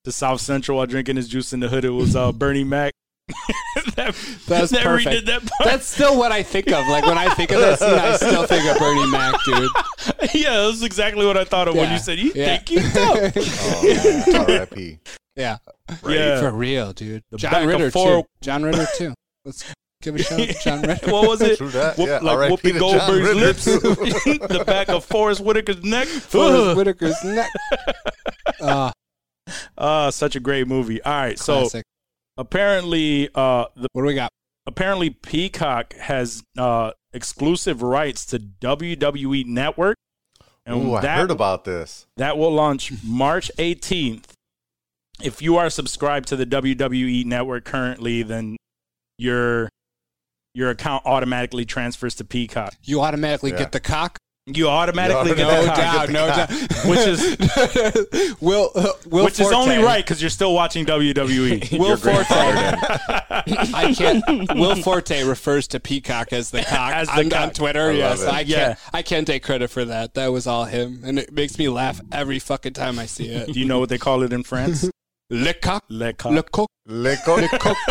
[SPEAKER 2] the South Central while drinking his juice in the hood, it was uh Bernie Mac. that,
[SPEAKER 1] That's
[SPEAKER 2] that
[SPEAKER 1] perfect.
[SPEAKER 2] redid that part.
[SPEAKER 1] That's still what I think of. Like when I think of that scene, I still think of Bernie Mac, dude.
[SPEAKER 2] yeah, that's exactly what I thought of when
[SPEAKER 1] Yeah.
[SPEAKER 2] you said you
[SPEAKER 1] Yeah.
[SPEAKER 2] think you tough.
[SPEAKER 3] Oh, man. R.I.P.
[SPEAKER 1] Yeah, for
[SPEAKER 2] Yeah.
[SPEAKER 1] real, dude.
[SPEAKER 2] The back
[SPEAKER 1] John
[SPEAKER 2] of
[SPEAKER 1] Ritter
[SPEAKER 2] four-
[SPEAKER 1] too. John Ritter too. Let's give a shout out to John Ritter.
[SPEAKER 2] what was it?
[SPEAKER 3] True that.
[SPEAKER 2] Whoop-
[SPEAKER 3] Yeah,
[SPEAKER 2] like
[SPEAKER 3] R.I.P.
[SPEAKER 2] Whoopi
[SPEAKER 3] to John
[SPEAKER 2] Goldberg's
[SPEAKER 3] Ritter,
[SPEAKER 2] lips,
[SPEAKER 3] too.
[SPEAKER 2] the back of Forrest Whitaker's neck.
[SPEAKER 1] Forrest
[SPEAKER 2] Ugh.
[SPEAKER 1] Whitaker's neck. Uh,
[SPEAKER 2] Ah, such a great movie. All right, so
[SPEAKER 1] classic.
[SPEAKER 2] apparently, uh, the,
[SPEAKER 1] what do we got?
[SPEAKER 2] apparently Peacock has uh, exclusive rights to WWE Network,
[SPEAKER 3] Ooh, I
[SPEAKER 2] that
[SPEAKER 3] heard about this.
[SPEAKER 2] that will launch March 18th. If you are subscribed to the WWE Network currently, then your your account automatically transfers to Peacock.
[SPEAKER 1] You automatically
[SPEAKER 3] Yeah.
[SPEAKER 1] get the cock.
[SPEAKER 2] You automatically get
[SPEAKER 1] No
[SPEAKER 2] the cock,
[SPEAKER 3] automatically
[SPEAKER 1] doubt,
[SPEAKER 3] the
[SPEAKER 1] no
[SPEAKER 3] cock.
[SPEAKER 1] doubt.
[SPEAKER 2] Which is-
[SPEAKER 1] Will uh, Will
[SPEAKER 2] which is
[SPEAKER 1] Forte.
[SPEAKER 2] only right because you're still watching E. WWE.
[SPEAKER 1] Will
[SPEAKER 4] Your grandfather
[SPEAKER 1] Forte.
[SPEAKER 4] did.
[SPEAKER 1] I can't. Will Forte refers to Peacock as the cock,
[SPEAKER 2] As the
[SPEAKER 1] on,
[SPEAKER 2] cock.
[SPEAKER 1] on Twitter. yes,
[SPEAKER 3] it.
[SPEAKER 1] I
[SPEAKER 2] Yeah.
[SPEAKER 1] can't. I can't take credit for that. That was all him, and it makes me laugh every fucking time I see it.
[SPEAKER 2] Do you know what they call it in France?
[SPEAKER 1] Le cock,
[SPEAKER 2] Le coq.
[SPEAKER 1] le coq,
[SPEAKER 3] Le coq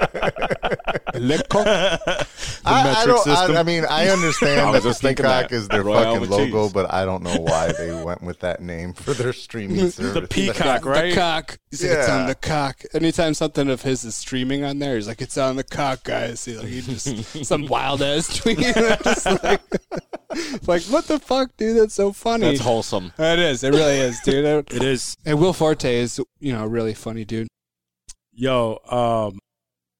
[SPEAKER 1] le coq.
[SPEAKER 3] I, I
[SPEAKER 2] metric
[SPEAKER 3] don't.
[SPEAKER 2] system.
[SPEAKER 3] I, I mean, I
[SPEAKER 4] I
[SPEAKER 3] understand
[SPEAKER 4] was
[SPEAKER 3] that the
[SPEAKER 4] just thinking
[SPEAKER 3] peacock
[SPEAKER 4] that.
[SPEAKER 3] is their
[SPEAKER 4] Royale
[SPEAKER 3] fucking
[SPEAKER 4] with
[SPEAKER 3] logo,
[SPEAKER 4] cheese.
[SPEAKER 3] but I don't know why they went with that name for their streaming service.
[SPEAKER 2] The peacock,
[SPEAKER 1] The
[SPEAKER 2] right?
[SPEAKER 1] cock. He's like, it's
[SPEAKER 3] Yeah.
[SPEAKER 1] on the cock. Anytime something of his is streaming on there, he's like, it's on the cock, guys. He, like, he just some wild ass tweet. I'm just like, like, what the fuck, dude? That's so funny. Oh,
[SPEAKER 4] That's wholesome.
[SPEAKER 1] it is. It really is, dude. I-
[SPEAKER 2] It is.
[SPEAKER 1] And Will Forte is, you know, a really funny dude.
[SPEAKER 2] Yo, um,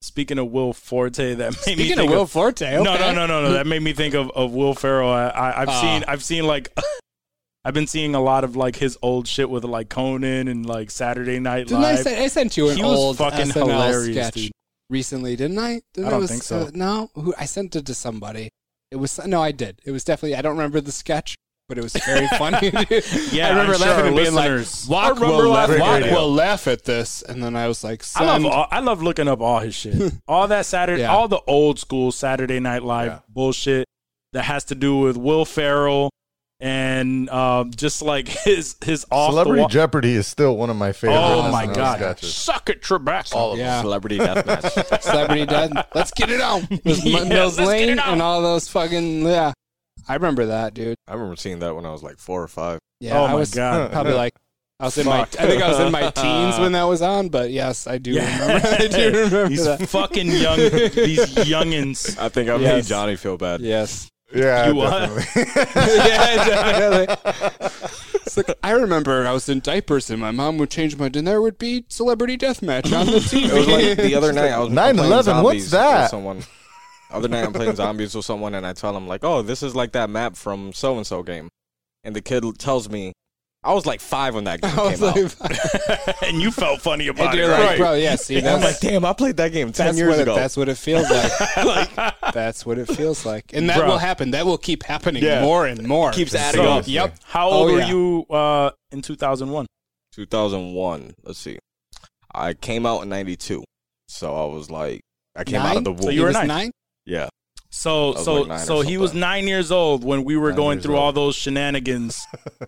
[SPEAKER 2] Speaking of Will Forte, that made me
[SPEAKER 1] Speaking
[SPEAKER 2] think
[SPEAKER 1] of Will Forte, okay.
[SPEAKER 2] No, no, no, no, no. That made me think of, of Will Ferrell. I, I, I've
[SPEAKER 1] Ah.
[SPEAKER 2] seen I've seen like I've been seeing a lot of like his old shit with like Conan and like Saturday Night
[SPEAKER 1] Didn't I
[SPEAKER 2] Live.
[SPEAKER 1] send, I sent you an
[SPEAKER 2] He was
[SPEAKER 1] old
[SPEAKER 2] fucking
[SPEAKER 1] SNL
[SPEAKER 2] hilarious,
[SPEAKER 1] sketch
[SPEAKER 2] dude.
[SPEAKER 1] recently, didn't I? Didn't
[SPEAKER 2] I don't
[SPEAKER 1] it was,
[SPEAKER 2] think so.
[SPEAKER 1] uh, no, who I sent it to somebody. It was no, I did. It was definitely. I don't remember the sketch, but it was very funny. dude.
[SPEAKER 2] Yeah,
[SPEAKER 1] I remember
[SPEAKER 2] I'm
[SPEAKER 1] laughing
[SPEAKER 2] sure
[SPEAKER 1] and
[SPEAKER 2] our
[SPEAKER 1] being
[SPEAKER 2] listeners-
[SPEAKER 1] like, "Walk
[SPEAKER 2] I remember
[SPEAKER 1] will laugh,
[SPEAKER 2] laughing
[SPEAKER 1] Walk
[SPEAKER 3] at it.
[SPEAKER 1] will laugh at this," and then I was like,
[SPEAKER 2] I love
[SPEAKER 1] "Son,
[SPEAKER 2] all, I love looking up all his shit. all that Saturday,
[SPEAKER 1] Yeah.
[SPEAKER 2] all the old school Saturday Night Live
[SPEAKER 3] Yeah.
[SPEAKER 2] bullshit that has to do with Will Ferrell and um, just like his his off the
[SPEAKER 3] Celebrity
[SPEAKER 2] wall.
[SPEAKER 3] Jeopardy is still one of my favorite.
[SPEAKER 2] oh
[SPEAKER 3] SNL
[SPEAKER 2] my god!
[SPEAKER 3] sketches.
[SPEAKER 2] Suck it, Trebek.
[SPEAKER 3] All of them.
[SPEAKER 1] yeah,
[SPEAKER 4] Celebrity deathmatch.
[SPEAKER 1] celebrity dead. Let's get it on." It was
[SPEAKER 2] Yeah,
[SPEAKER 1] Mo- Mills
[SPEAKER 2] let's get it
[SPEAKER 1] Lane
[SPEAKER 2] on.
[SPEAKER 1] and all those fucking yeah. I remember that, dude.
[SPEAKER 4] I remember seeing that when I was like four or five.
[SPEAKER 1] Yeah,
[SPEAKER 2] oh
[SPEAKER 1] I
[SPEAKER 2] my
[SPEAKER 1] was
[SPEAKER 2] god!
[SPEAKER 1] probably like. I was in my, I
[SPEAKER 2] Fuck.
[SPEAKER 1] think I was in my teens when that was on, but yes, I do remember. I do remember
[SPEAKER 2] these
[SPEAKER 1] that.
[SPEAKER 2] fucking young these youngins.
[SPEAKER 4] I think I made
[SPEAKER 1] Yes.
[SPEAKER 4] Johnny feel bad.
[SPEAKER 1] Yes.
[SPEAKER 3] Yeah,
[SPEAKER 2] You what?
[SPEAKER 3] definitely.
[SPEAKER 1] yeah, definitely. It's like, I remember I was in diapers and my mom would change my and there would be celebrity death match on the TV.
[SPEAKER 4] It was like the other night I was
[SPEAKER 3] 9/11,
[SPEAKER 4] playing zombies
[SPEAKER 3] what's that?
[SPEAKER 4] With someone. Other night I'm playing zombies with someone and I tell him like, "Oh, this is like that map from so and so game," and the kid tells me, "I was like five when that game
[SPEAKER 1] I
[SPEAKER 4] came
[SPEAKER 1] was
[SPEAKER 4] out."
[SPEAKER 1] like,
[SPEAKER 2] and you felt funny about
[SPEAKER 1] and
[SPEAKER 2] it,
[SPEAKER 1] you're
[SPEAKER 2] right?
[SPEAKER 1] like, bro, yeah, see,
[SPEAKER 4] And I'm
[SPEAKER 1] that's,
[SPEAKER 4] like, "Damn, I played that game ten
[SPEAKER 1] that's,
[SPEAKER 4] years
[SPEAKER 1] what it,
[SPEAKER 4] ago."
[SPEAKER 1] that's what it feels like.
[SPEAKER 4] like,
[SPEAKER 1] That's what it feels like. And that
[SPEAKER 2] Bro.
[SPEAKER 1] will happen. That will keep happening
[SPEAKER 4] Yeah.
[SPEAKER 1] more and more.
[SPEAKER 4] keeps adding
[SPEAKER 2] So,
[SPEAKER 4] up.
[SPEAKER 1] yep.
[SPEAKER 2] how
[SPEAKER 1] Oh,
[SPEAKER 2] old were
[SPEAKER 1] yeah.
[SPEAKER 2] you uh, in 2001?
[SPEAKER 4] 2001. Let's see. I came out in '92, so I was like, I came out of the
[SPEAKER 1] Nine?
[SPEAKER 4] womb.
[SPEAKER 2] So you were
[SPEAKER 1] He was
[SPEAKER 2] nine.
[SPEAKER 4] yeah.
[SPEAKER 2] So
[SPEAKER 4] I was
[SPEAKER 2] so
[SPEAKER 4] like nine or
[SPEAKER 2] so he was
[SPEAKER 4] something.
[SPEAKER 2] nine years old when we were
[SPEAKER 3] Nine
[SPEAKER 2] going
[SPEAKER 3] years
[SPEAKER 2] through
[SPEAKER 3] old.
[SPEAKER 2] all those shenanigans,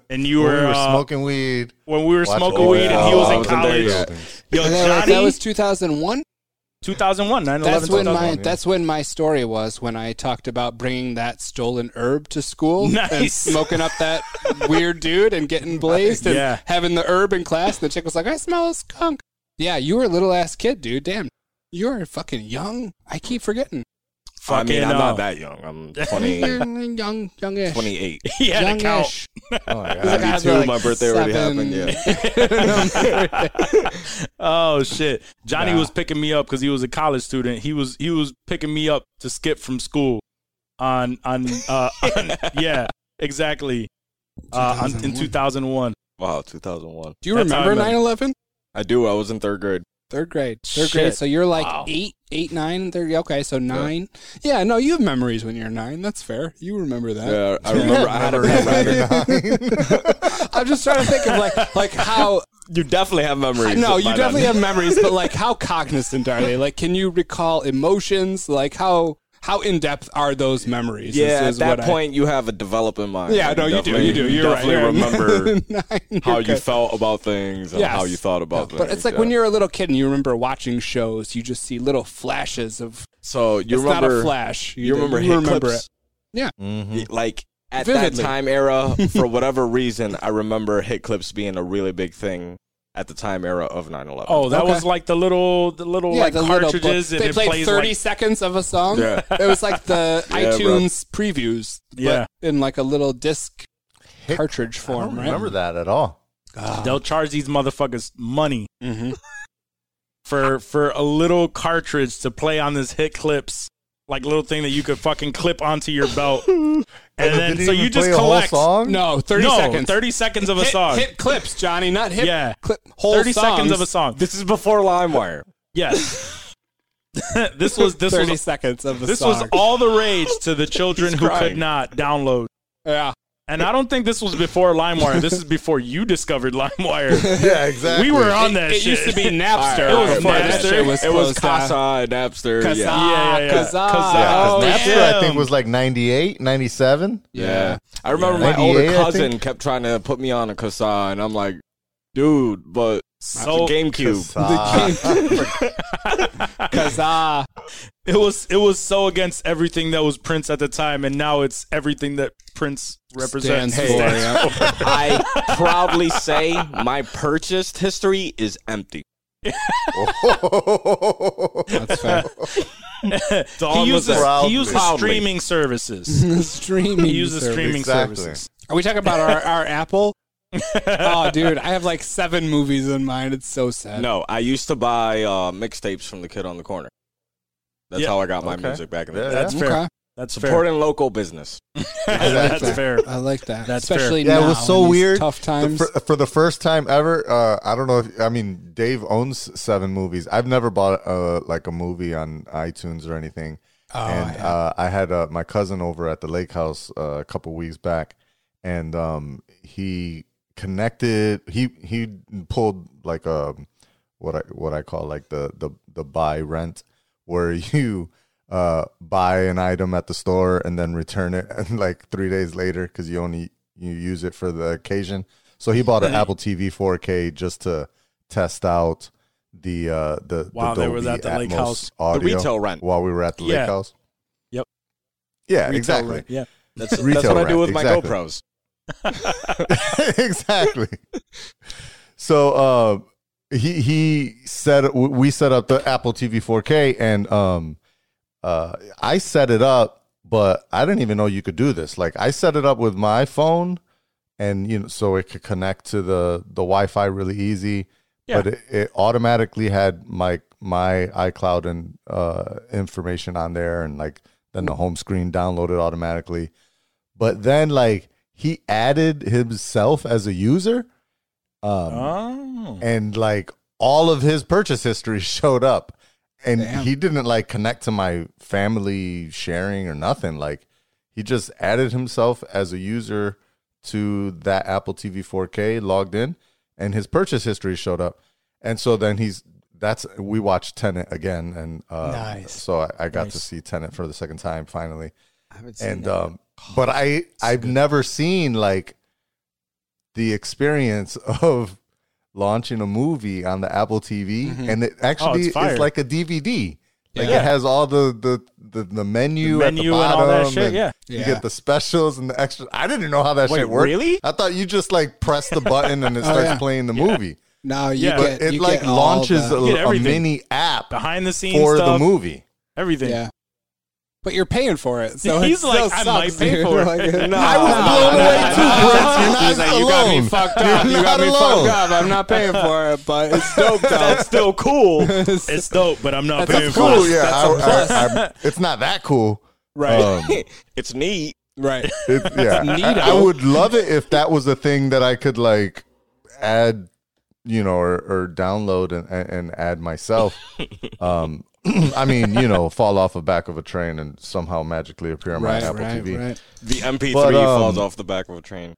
[SPEAKER 2] and you
[SPEAKER 3] we
[SPEAKER 2] were,
[SPEAKER 3] were
[SPEAKER 2] uh,
[SPEAKER 3] smoking weed.
[SPEAKER 2] when we were
[SPEAKER 3] watching
[SPEAKER 2] smoking
[SPEAKER 3] old
[SPEAKER 2] weed, and he
[SPEAKER 3] Al.
[SPEAKER 2] was
[SPEAKER 3] I
[SPEAKER 2] in
[SPEAKER 4] was in there,
[SPEAKER 2] college.
[SPEAKER 4] yeah.
[SPEAKER 2] Yo,
[SPEAKER 1] That was-
[SPEAKER 2] Johnny,
[SPEAKER 1] that was 2001?
[SPEAKER 2] 2001, 9
[SPEAKER 1] That's when my
[SPEAKER 2] 2001.
[SPEAKER 1] that's when my story was when I talked about bringing that stolen herb to school and
[SPEAKER 2] Nice.
[SPEAKER 1] smoking up that weird dude and getting blazed and
[SPEAKER 2] Yeah.
[SPEAKER 1] having the herb in class. And the chick was like, "I smell a skunk." Yeah, you were a little ass kid, dude. Damn, you were fucking young. I keep forgetting.
[SPEAKER 4] I mean,
[SPEAKER 2] Fucking,
[SPEAKER 4] I'm
[SPEAKER 2] uh,
[SPEAKER 4] not that young. I'm 20,
[SPEAKER 1] young, youngish,
[SPEAKER 4] 28.
[SPEAKER 2] He had a count.
[SPEAKER 1] youngish.
[SPEAKER 3] Oh my
[SPEAKER 1] It was
[SPEAKER 3] god!
[SPEAKER 1] I was
[SPEAKER 4] 92, my birthday already
[SPEAKER 1] seven.
[SPEAKER 4] happened, yeah.
[SPEAKER 2] oh shit! Johnny
[SPEAKER 1] Nah.
[SPEAKER 2] was picking me up because he was a college student. He was he was picking me up to skip from school on on, uh, on yeah exactly uh, on,
[SPEAKER 1] 2001.
[SPEAKER 2] in 2001.
[SPEAKER 4] Wow, 2001.
[SPEAKER 1] Do you
[SPEAKER 2] That's how I
[SPEAKER 1] remember
[SPEAKER 2] met him.
[SPEAKER 1] 9/11?
[SPEAKER 4] I do. I was in third grade.
[SPEAKER 1] Third grade. Third
[SPEAKER 2] Shit.
[SPEAKER 1] grade. So you're like
[SPEAKER 2] Wow.
[SPEAKER 1] eight, eight, nine, third. Okay, so nine. Yeah. no, you have memories when you're nine. That's fair. You remember that.
[SPEAKER 4] Yeah, I remember. I had a red rider.
[SPEAKER 1] I'm just trying to think of like like how
[SPEAKER 4] You definitely have memories.
[SPEAKER 1] no, you
[SPEAKER 4] by
[SPEAKER 1] definitely
[SPEAKER 4] then.
[SPEAKER 1] have memories, but like how cognizant are they? Like can you recall emotions? Like how how in depth are those memories?
[SPEAKER 4] Yeah,
[SPEAKER 1] This
[SPEAKER 4] at
[SPEAKER 1] is
[SPEAKER 4] that
[SPEAKER 1] what I-
[SPEAKER 4] point, you have a developing mind.
[SPEAKER 1] yeah, no, you do,
[SPEAKER 4] definitely-
[SPEAKER 1] you do. You're right.
[SPEAKER 4] definitely remember
[SPEAKER 1] remember
[SPEAKER 4] how you felt about things and
[SPEAKER 1] Yes.
[SPEAKER 4] how you thought about things.
[SPEAKER 1] But it's like
[SPEAKER 4] yeah.
[SPEAKER 1] when you're a little kid and you remember watching shows, you just see little flashes of.
[SPEAKER 4] So you
[SPEAKER 1] it's
[SPEAKER 4] remember
[SPEAKER 1] not a flash.
[SPEAKER 4] You remember hit clips.
[SPEAKER 3] Mhm.
[SPEAKER 4] y- Like at
[SPEAKER 1] Vividly.
[SPEAKER 4] that time era, for whatever reason, I remember hit clips being a really big thing at the time era of 9/11.
[SPEAKER 2] Oh, that
[SPEAKER 1] Okay.
[SPEAKER 2] was like the little the little like
[SPEAKER 1] the little
[SPEAKER 2] cartridges.
[SPEAKER 1] book.
[SPEAKER 2] and
[SPEAKER 1] They
[SPEAKER 2] it
[SPEAKER 1] played
[SPEAKER 2] plays
[SPEAKER 1] 30
[SPEAKER 2] like-
[SPEAKER 1] seconds of a song.
[SPEAKER 4] Yeah.
[SPEAKER 1] It was like the
[SPEAKER 4] Yeah, bro.
[SPEAKER 1] iTunes previews, but
[SPEAKER 2] Yeah.
[SPEAKER 1] in like a little disc
[SPEAKER 3] Hit-
[SPEAKER 1] cartridge
[SPEAKER 3] I
[SPEAKER 1] form,
[SPEAKER 3] don't
[SPEAKER 1] right?
[SPEAKER 3] remember that at all.
[SPEAKER 1] Ah.
[SPEAKER 2] they'll charge these motherfuckers money
[SPEAKER 1] hmm
[SPEAKER 2] for for a little cartridge to play on this hit clips like little thing that you could fucking clip onto your belt, and then
[SPEAKER 3] Did he
[SPEAKER 2] so you
[SPEAKER 3] even
[SPEAKER 2] just
[SPEAKER 3] play a whole
[SPEAKER 2] collect.
[SPEAKER 3] song?
[SPEAKER 1] No, 30
[SPEAKER 2] no,
[SPEAKER 1] Oh, seconds.
[SPEAKER 2] 30 seconds of a
[SPEAKER 1] hit,
[SPEAKER 2] song.
[SPEAKER 1] Hit clips, Johnny, not hit
[SPEAKER 2] Yeah.
[SPEAKER 1] clip whole
[SPEAKER 2] 30 seconds
[SPEAKER 1] songs.
[SPEAKER 2] of a song.
[SPEAKER 4] This is before LimeWire.
[SPEAKER 2] Yes. this was this
[SPEAKER 1] 30
[SPEAKER 2] was
[SPEAKER 1] seconds of a
[SPEAKER 2] this
[SPEAKER 1] song.
[SPEAKER 2] was all the rage to the children
[SPEAKER 4] He's
[SPEAKER 2] who could
[SPEAKER 4] crying.
[SPEAKER 2] not download.
[SPEAKER 1] Yeah.
[SPEAKER 2] And I don't think this was before LimeWire. This is before you discovered LimeWire.
[SPEAKER 3] Yeah, exactly.
[SPEAKER 2] We were on that
[SPEAKER 1] It
[SPEAKER 2] shit.
[SPEAKER 1] used to be Napster.
[SPEAKER 2] It was
[SPEAKER 1] but that
[SPEAKER 2] Napster.
[SPEAKER 1] shit was
[SPEAKER 4] it was
[SPEAKER 1] closed down.
[SPEAKER 4] Casa and Napster.
[SPEAKER 1] Kazaa,
[SPEAKER 4] Yeah.
[SPEAKER 2] Yeah, yeah, yeah.
[SPEAKER 1] Kazaa.
[SPEAKER 2] Kazaa.
[SPEAKER 3] Yeah, 'cause
[SPEAKER 1] Oh,
[SPEAKER 2] Napster.
[SPEAKER 1] shit.
[SPEAKER 3] Napster, I think was like 98, 97.
[SPEAKER 4] Yeah. I remember
[SPEAKER 3] Yeah.
[SPEAKER 4] my older
[SPEAKER 3] 98, I
[SPEAKER 4] cousin
[SPEAKER 3] think.
[SPEAKER 4] kept trying to put me on a Casa, and I'm like, dude, but
[SPEAKER 2] So
[SPEAKER 4] GameCube.
[SPEAKER 1] Uh,
[SPEAKER 3] Kazaa.
[SPEAKER 2] uh,
[SPEAKER 1] Kazaa.
[SPEAKER 2] it was it was so against everything that was Prince at the time, and now it's everything that Prince represents.
[SPEAKER 1] Stands for, yeah.
[SPEAKER 4] I proudly say my purchased history is empty.
[SPEAKER 1] That's fair.
[SPEAKER 2] he
[SPEAKER 4] Dog was
[SPEAKER 2] uses
[SPEAKER 3] proudly.
[SPEAKER 2] he uses
[SPEAKER 4] Proudly.
[SPEAKER 2] streaming services.
[SPEAKER 1] streaming.
[SPEAKER 2] He uses
[SPEAKER 1] service.
[SPEAKER 2] streaming
[SPEAKER 3] Exactly.
[SPEAKER 2] services.
[SPEAKER 1] Are we talking about our, our Apple? oh, dude, I have like seven movies in mind. It's so sad.
[SPEAKER 4] No, I used to buy uh, mixtapes from the kid on the corner. That's
[SPEAKER 2] Yeah.
[SPEAKER 4] how I got my
[SPEAKER 3] Okay.
[SPEAKER 4] music back in the day.
[SPEAKER 3] Yeah,
[SPEAKER 2] That's fair.
[SPEAKER 1] Okay.
[SPEAKER 2] That's fair.
[SPEAKER 4] Supporting local business.
[SPEAKER 2] That's
[SPEAKER 3] Exactly.
[SPEAKER 2] fair.
[SPEAKER 1] I like that.
[SPEAKER 2] That's
[SPEAKER 1] Especially
[SPEAKER 3] fair.
[SPEAKER 1] now.
[SPEAKER 3] Yeah, it was so
[SPEAKER 1] in these
[SPEAKER 3] weird.
[SPEAKER 1] Tough
[SPEAKER 3] The
[SPEAKER 1] times.
[SPEAKER 3] fir- for the first time ever, uh, I don't know if I mean Dave owns seven movies. I've never bought uh, like a movie on iTunes or anything.
[SPEAKER 1] Oh,
[SPEAKER 3] and
[SPEAKER 1] yeah.
[SPEAKER 3] uh, I had uh, my cousin over at the lake house uh, a couple weeks back, and um, he connected. He he pulled like a what I what I call like the the the buy rent, where you uh, buy an item at the store and then return it, and like three days later because you only you use it for the occasion. So he bought
[SPEAKER 2] Mm-hmm.
[SPEAKER 3] an Apple TV 4K just to test out the uh the
[SPEAKER 2] Wow,
[SPEAKER 3] the
[SPEAKER 2] they was
[SPEAKER 3] Dolby
[SPEAKER 2] at the lake
[SPEAKER 3] Atmos
[SPEAKER 2] house.
[SPEAKER 3] audio
[SPEAKER 4] The retail rent.
[SPEAKER 3] while we were at the
[SPEAKER 2] Yeah.
[SPEAKER 3] lake house.
[SPEAKER 2] Yep.
[SPEAKER 3] Yeah,
[SPEAKER 1] Retail
[SPEAKER 3] exactly.
[SPEAKER 1] rent.
[SPEAKER 2] Yeah.
[SPEAKER 4] That's, that's
[SPEAKER 3] Retail
[SPEAKER 4] what I
[SPEAKER 3] rent,
[SPEAKER 4] do with
[SPEAKER 3] exactly.
[SPEAKER 4] my GoPros.
[SPEAKER 3] exactly. So uh, he he set w- we set up the Apple TV 4K and um uh I set it up, but I didn't even know you could do this. Like I set it up with my phone, and you know so it could connect to the the Wi-Fi really easy.
[SPEAKER 2] Yeah.
[SPEAKER 3] But it, it automatically had my my iCloud and uh information on there, and like then the home screen downloaded automatically but then like he added himself as a user um
[SPEAKER 2] Oh.
[SPEAKER 3] and like all of his purchase history showed up and
[SPEAKER 1] Damn.
[SPEAKER 3] he didn't like connect to my family sharing or nothing like he just added himself as a user to that Apple TV 4K logged in and his purchase history showed up and so then he's that's we watched Tenant again and uh
[SPEAKER 1] Nice.
[SPEAKER 3] so I, I got to
[SPEAKER 2] Nice.
[SPEAKER 3] see Tenant for the second time finally
[SPEAKER 1] I haven't seen
[SPEAKER 3] and
[SPEAKER 1] that. Oh,
[SPEAKER 3] um but i i've never seen like the experience of launching a movie on the apple tv
[SPEAKER 1] Mhm.
[SPEAKER 3] and it actually
[SPEAKER 2] Oh, fire.
[SPEAKER 3] is like a dvd like
[SPEAKER 1] Yeah.
[SPEAKER 3] it has all the the the, the menu, at the
[SPEAKER 2] Menu and
[SPEAKER 3] bottom
[SPEAKER 2] all that shit. Yeah.
[SPEAKER 3] you
[SPEAKER 1] Yeah.
[SPEAKER 3] get the specials and the extra i didn't know how that
[SPEAKER 2] Wait,
[SPEAKER 3] shit worked
[SPEAKER 2] really?
[SPEAKER 3] i thought you just like press the button and it
[SPEAKER 1] Oh,
[SPEAKER 3] starts
[SPEAKER 1] yeah.
[SPEAKER 3] playing the
[SPEAKER 2] Yeah.
[SPEAKER 3] movie
[SPEAKER 1] no, you
[SPEAKER 2] Yeah.
[SPEAKER 1] get
[SPEAKER 3] but it
[SPEAKER 1] you
[SPEAKER 3] like
[SPEAKER 1] get all
[SPEAKER 3] launches
[SPEAKER 1] the-
[SPEAKER 3] a,
[SPEAKER 2] You get
[SPEAKER 3] a
[SPEAKER 2] everything.
[SPEAKER 3] mini app
[SPEAKER 2] Behind the scenes
[SPEAKER 3] for the
[SPEAKER 2] stuff,
[SPEAKER 3] movie
[SPEAKER 2] everything.
[SPEAKER 1] yeah. But you're paying for it, so
[SPEAKER 2] He's
[SPEAKER 1] it
[SPEAKER 2] like,
[SPEAKER 1] still
[SPEAKER 2] "I might
[SPEAKER 1] sucks,
[SPEAKER 2] pay
[SPEAKER 1] dude."
[SPEAKER 2] for it.
[SPEAKER 1] no,
[SPEAKER 3] I was
[SPEAKER 1] no,
[SPEAKER 3] blown
[SPEAKER 1] no,
[SPEAKER 3] away
[SPEAKER 1] no,
[SPEAKER 3] too,
[SPEAKER 1] no.
[SPEAKER 3] bro. You're not
[SPEAKER 1] He's like, you got me
[SPEAKER 3] alone.
[SPEAKER 1] fucked
[SPEAKER 3] You're
[SPEAKER 1] up. You got
[SPEAKER 3] not
[SPEAKER 1] me
[SPEAKER 3] alone."
[SPEAKER 1] fucked up. I'm not paying for it, but it's dope though.
[SPEAKER 2] That's still cool. it's dope, but I'm not
[SPEAKER 1] That's
[SPEAKER 2] paying
[SPEAKER 1] a
[SPEAKER 2] for
[SPEAKER 1] plus.
[SPEAKER 2] it.
[SPEAKER 3] cool. Yeah,
[SPEAKER 1] That's a
[SPEAKER 3] I- I-
[SPEAKER 1] plus.
[SPEAKER 3] I- it's not that cool.
[SPEAKER 1] Right.
[SPEAKER 3] Um, it-
[SPEAKER 4] it's neat.
[SPEAKER 1] right.
[SPEAKER 3] yeah,
[SPEAKER 1] neato.
[SPEAKER 3] I, I would love it if that was a thing that I could like add, you know, or, or download and, and and add myself. Um, I mean, you know, fall off the back of a train and somehow magically appear on
[SPEAKER 1] Right,
[SPEAKER 3] my Apple
[SPEAKER 1] right,
[SPEAKER 3] TV.
[SPEAKER 1] right.
[SPEAKER 4] The MP3
[SPEAKER 3] But, um,
[SPEAKER 4] falls off the back of a train.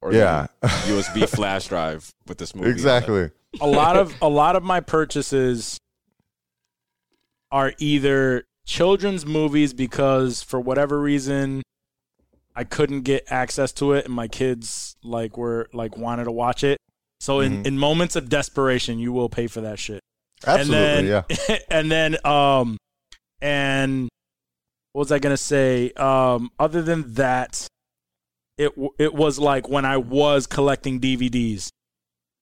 [SPEAKER 4] Or
[SPEAKER 3] Yeah.
[SPEAKER 4] the USB flash drive with this movie. on it.
[SPEAKER 3] Exactly.
[SPEAKER 2] a lot of a lot of my purchases are either children's movies because for whatever reason I couldn't get access to it and my kids like were like wanted to watch it. So in, in moments of desperation you will pay for that shit.
[SPEAKER 3] Absolutely.
[SPEAKER 2] and
[SPEAKER 3] yeah.
[SPEAKER 2] then, yeah. and then um and what was I going to say um other than that it w- it was like when I was collecting DVDs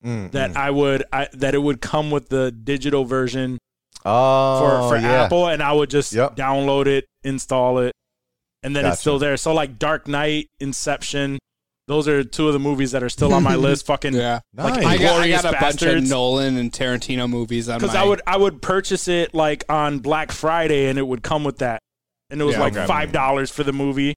[SPEAKER 3] Mm,
[SPEAKER 2] that
[SPEAKER 3] mm.
[SPEAKER 2] I would I, that it would come with the digital version
[SPEAKER 3] oh,
[SPEAKER 2] for for
[SPEAKER 3] yeah.
[SPEAKER 2] Apple, and I would just
[SPEAKER 3] Yep.
[SPEAKER 2] download it, install it, and then
[SPEAKER 3] Gotcha.
[SPEAKER 2] it's still there. So like Dark Knight, Inception, those are two of the movies that are still on my list. Fucking
[SPEAKER 1] Yeah.
[SPEAKER 3] Nice.
[SPEAKER 2] like
[SPEAKER 1] I got, I
[SPEAKER 2] Inglorious
[SPEAKER 1] got a bunch of
[SPEAKER 2] Bastards.
[SPEAKER 1] Nolan and Tarantino movies on
[SPEAKER 2] Because
[SPEAKER 1] my-
[SPEAKER 2] I would I would purchase it like on Black Friday, and it would come with that, and it was
[SPEAKER 1] Yeah,
[SPEAKER 2] like
[SPEAKER 1] okay.
[SPEAKER 2] five dollars for the movie.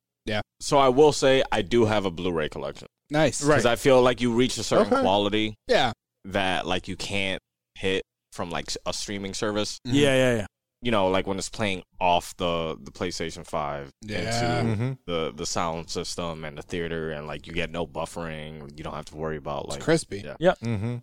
[SPEAKER 4] So I will say I do have a Blu-ray collection
[SPEAKER 1] nice.
[SPEAKER 2] Right.
[SPEAKER 4] because I feel like you reach a certain
[SPEAKER 3] Okay.
[SPEAKER 4] quality
[SPEAKER 1] Yeah.
[SPEAKER 4] that like you can't hit from like s- a streaming service.
[SPEAKER 1] Mhm.
[SPEAKER 2] Yeah, yeah, yeah.
[SPEAKER 4] You know, like when it's playing off the the PlayStation Five
[SPEAKER 1] Yeah.
[SPEAKER 4] into
[SPEAKER 3] Mhm.
[SPEAKER 4] the the sound system and the theater, and like you get no buffering. You don't have to worry about
[SPEAKER 1] It's
[SPEAKER 4] like.
[SPEAKER 1] crispy.
[SPEAKER 4] Yeah.
[SPEAKER 3] Mhm.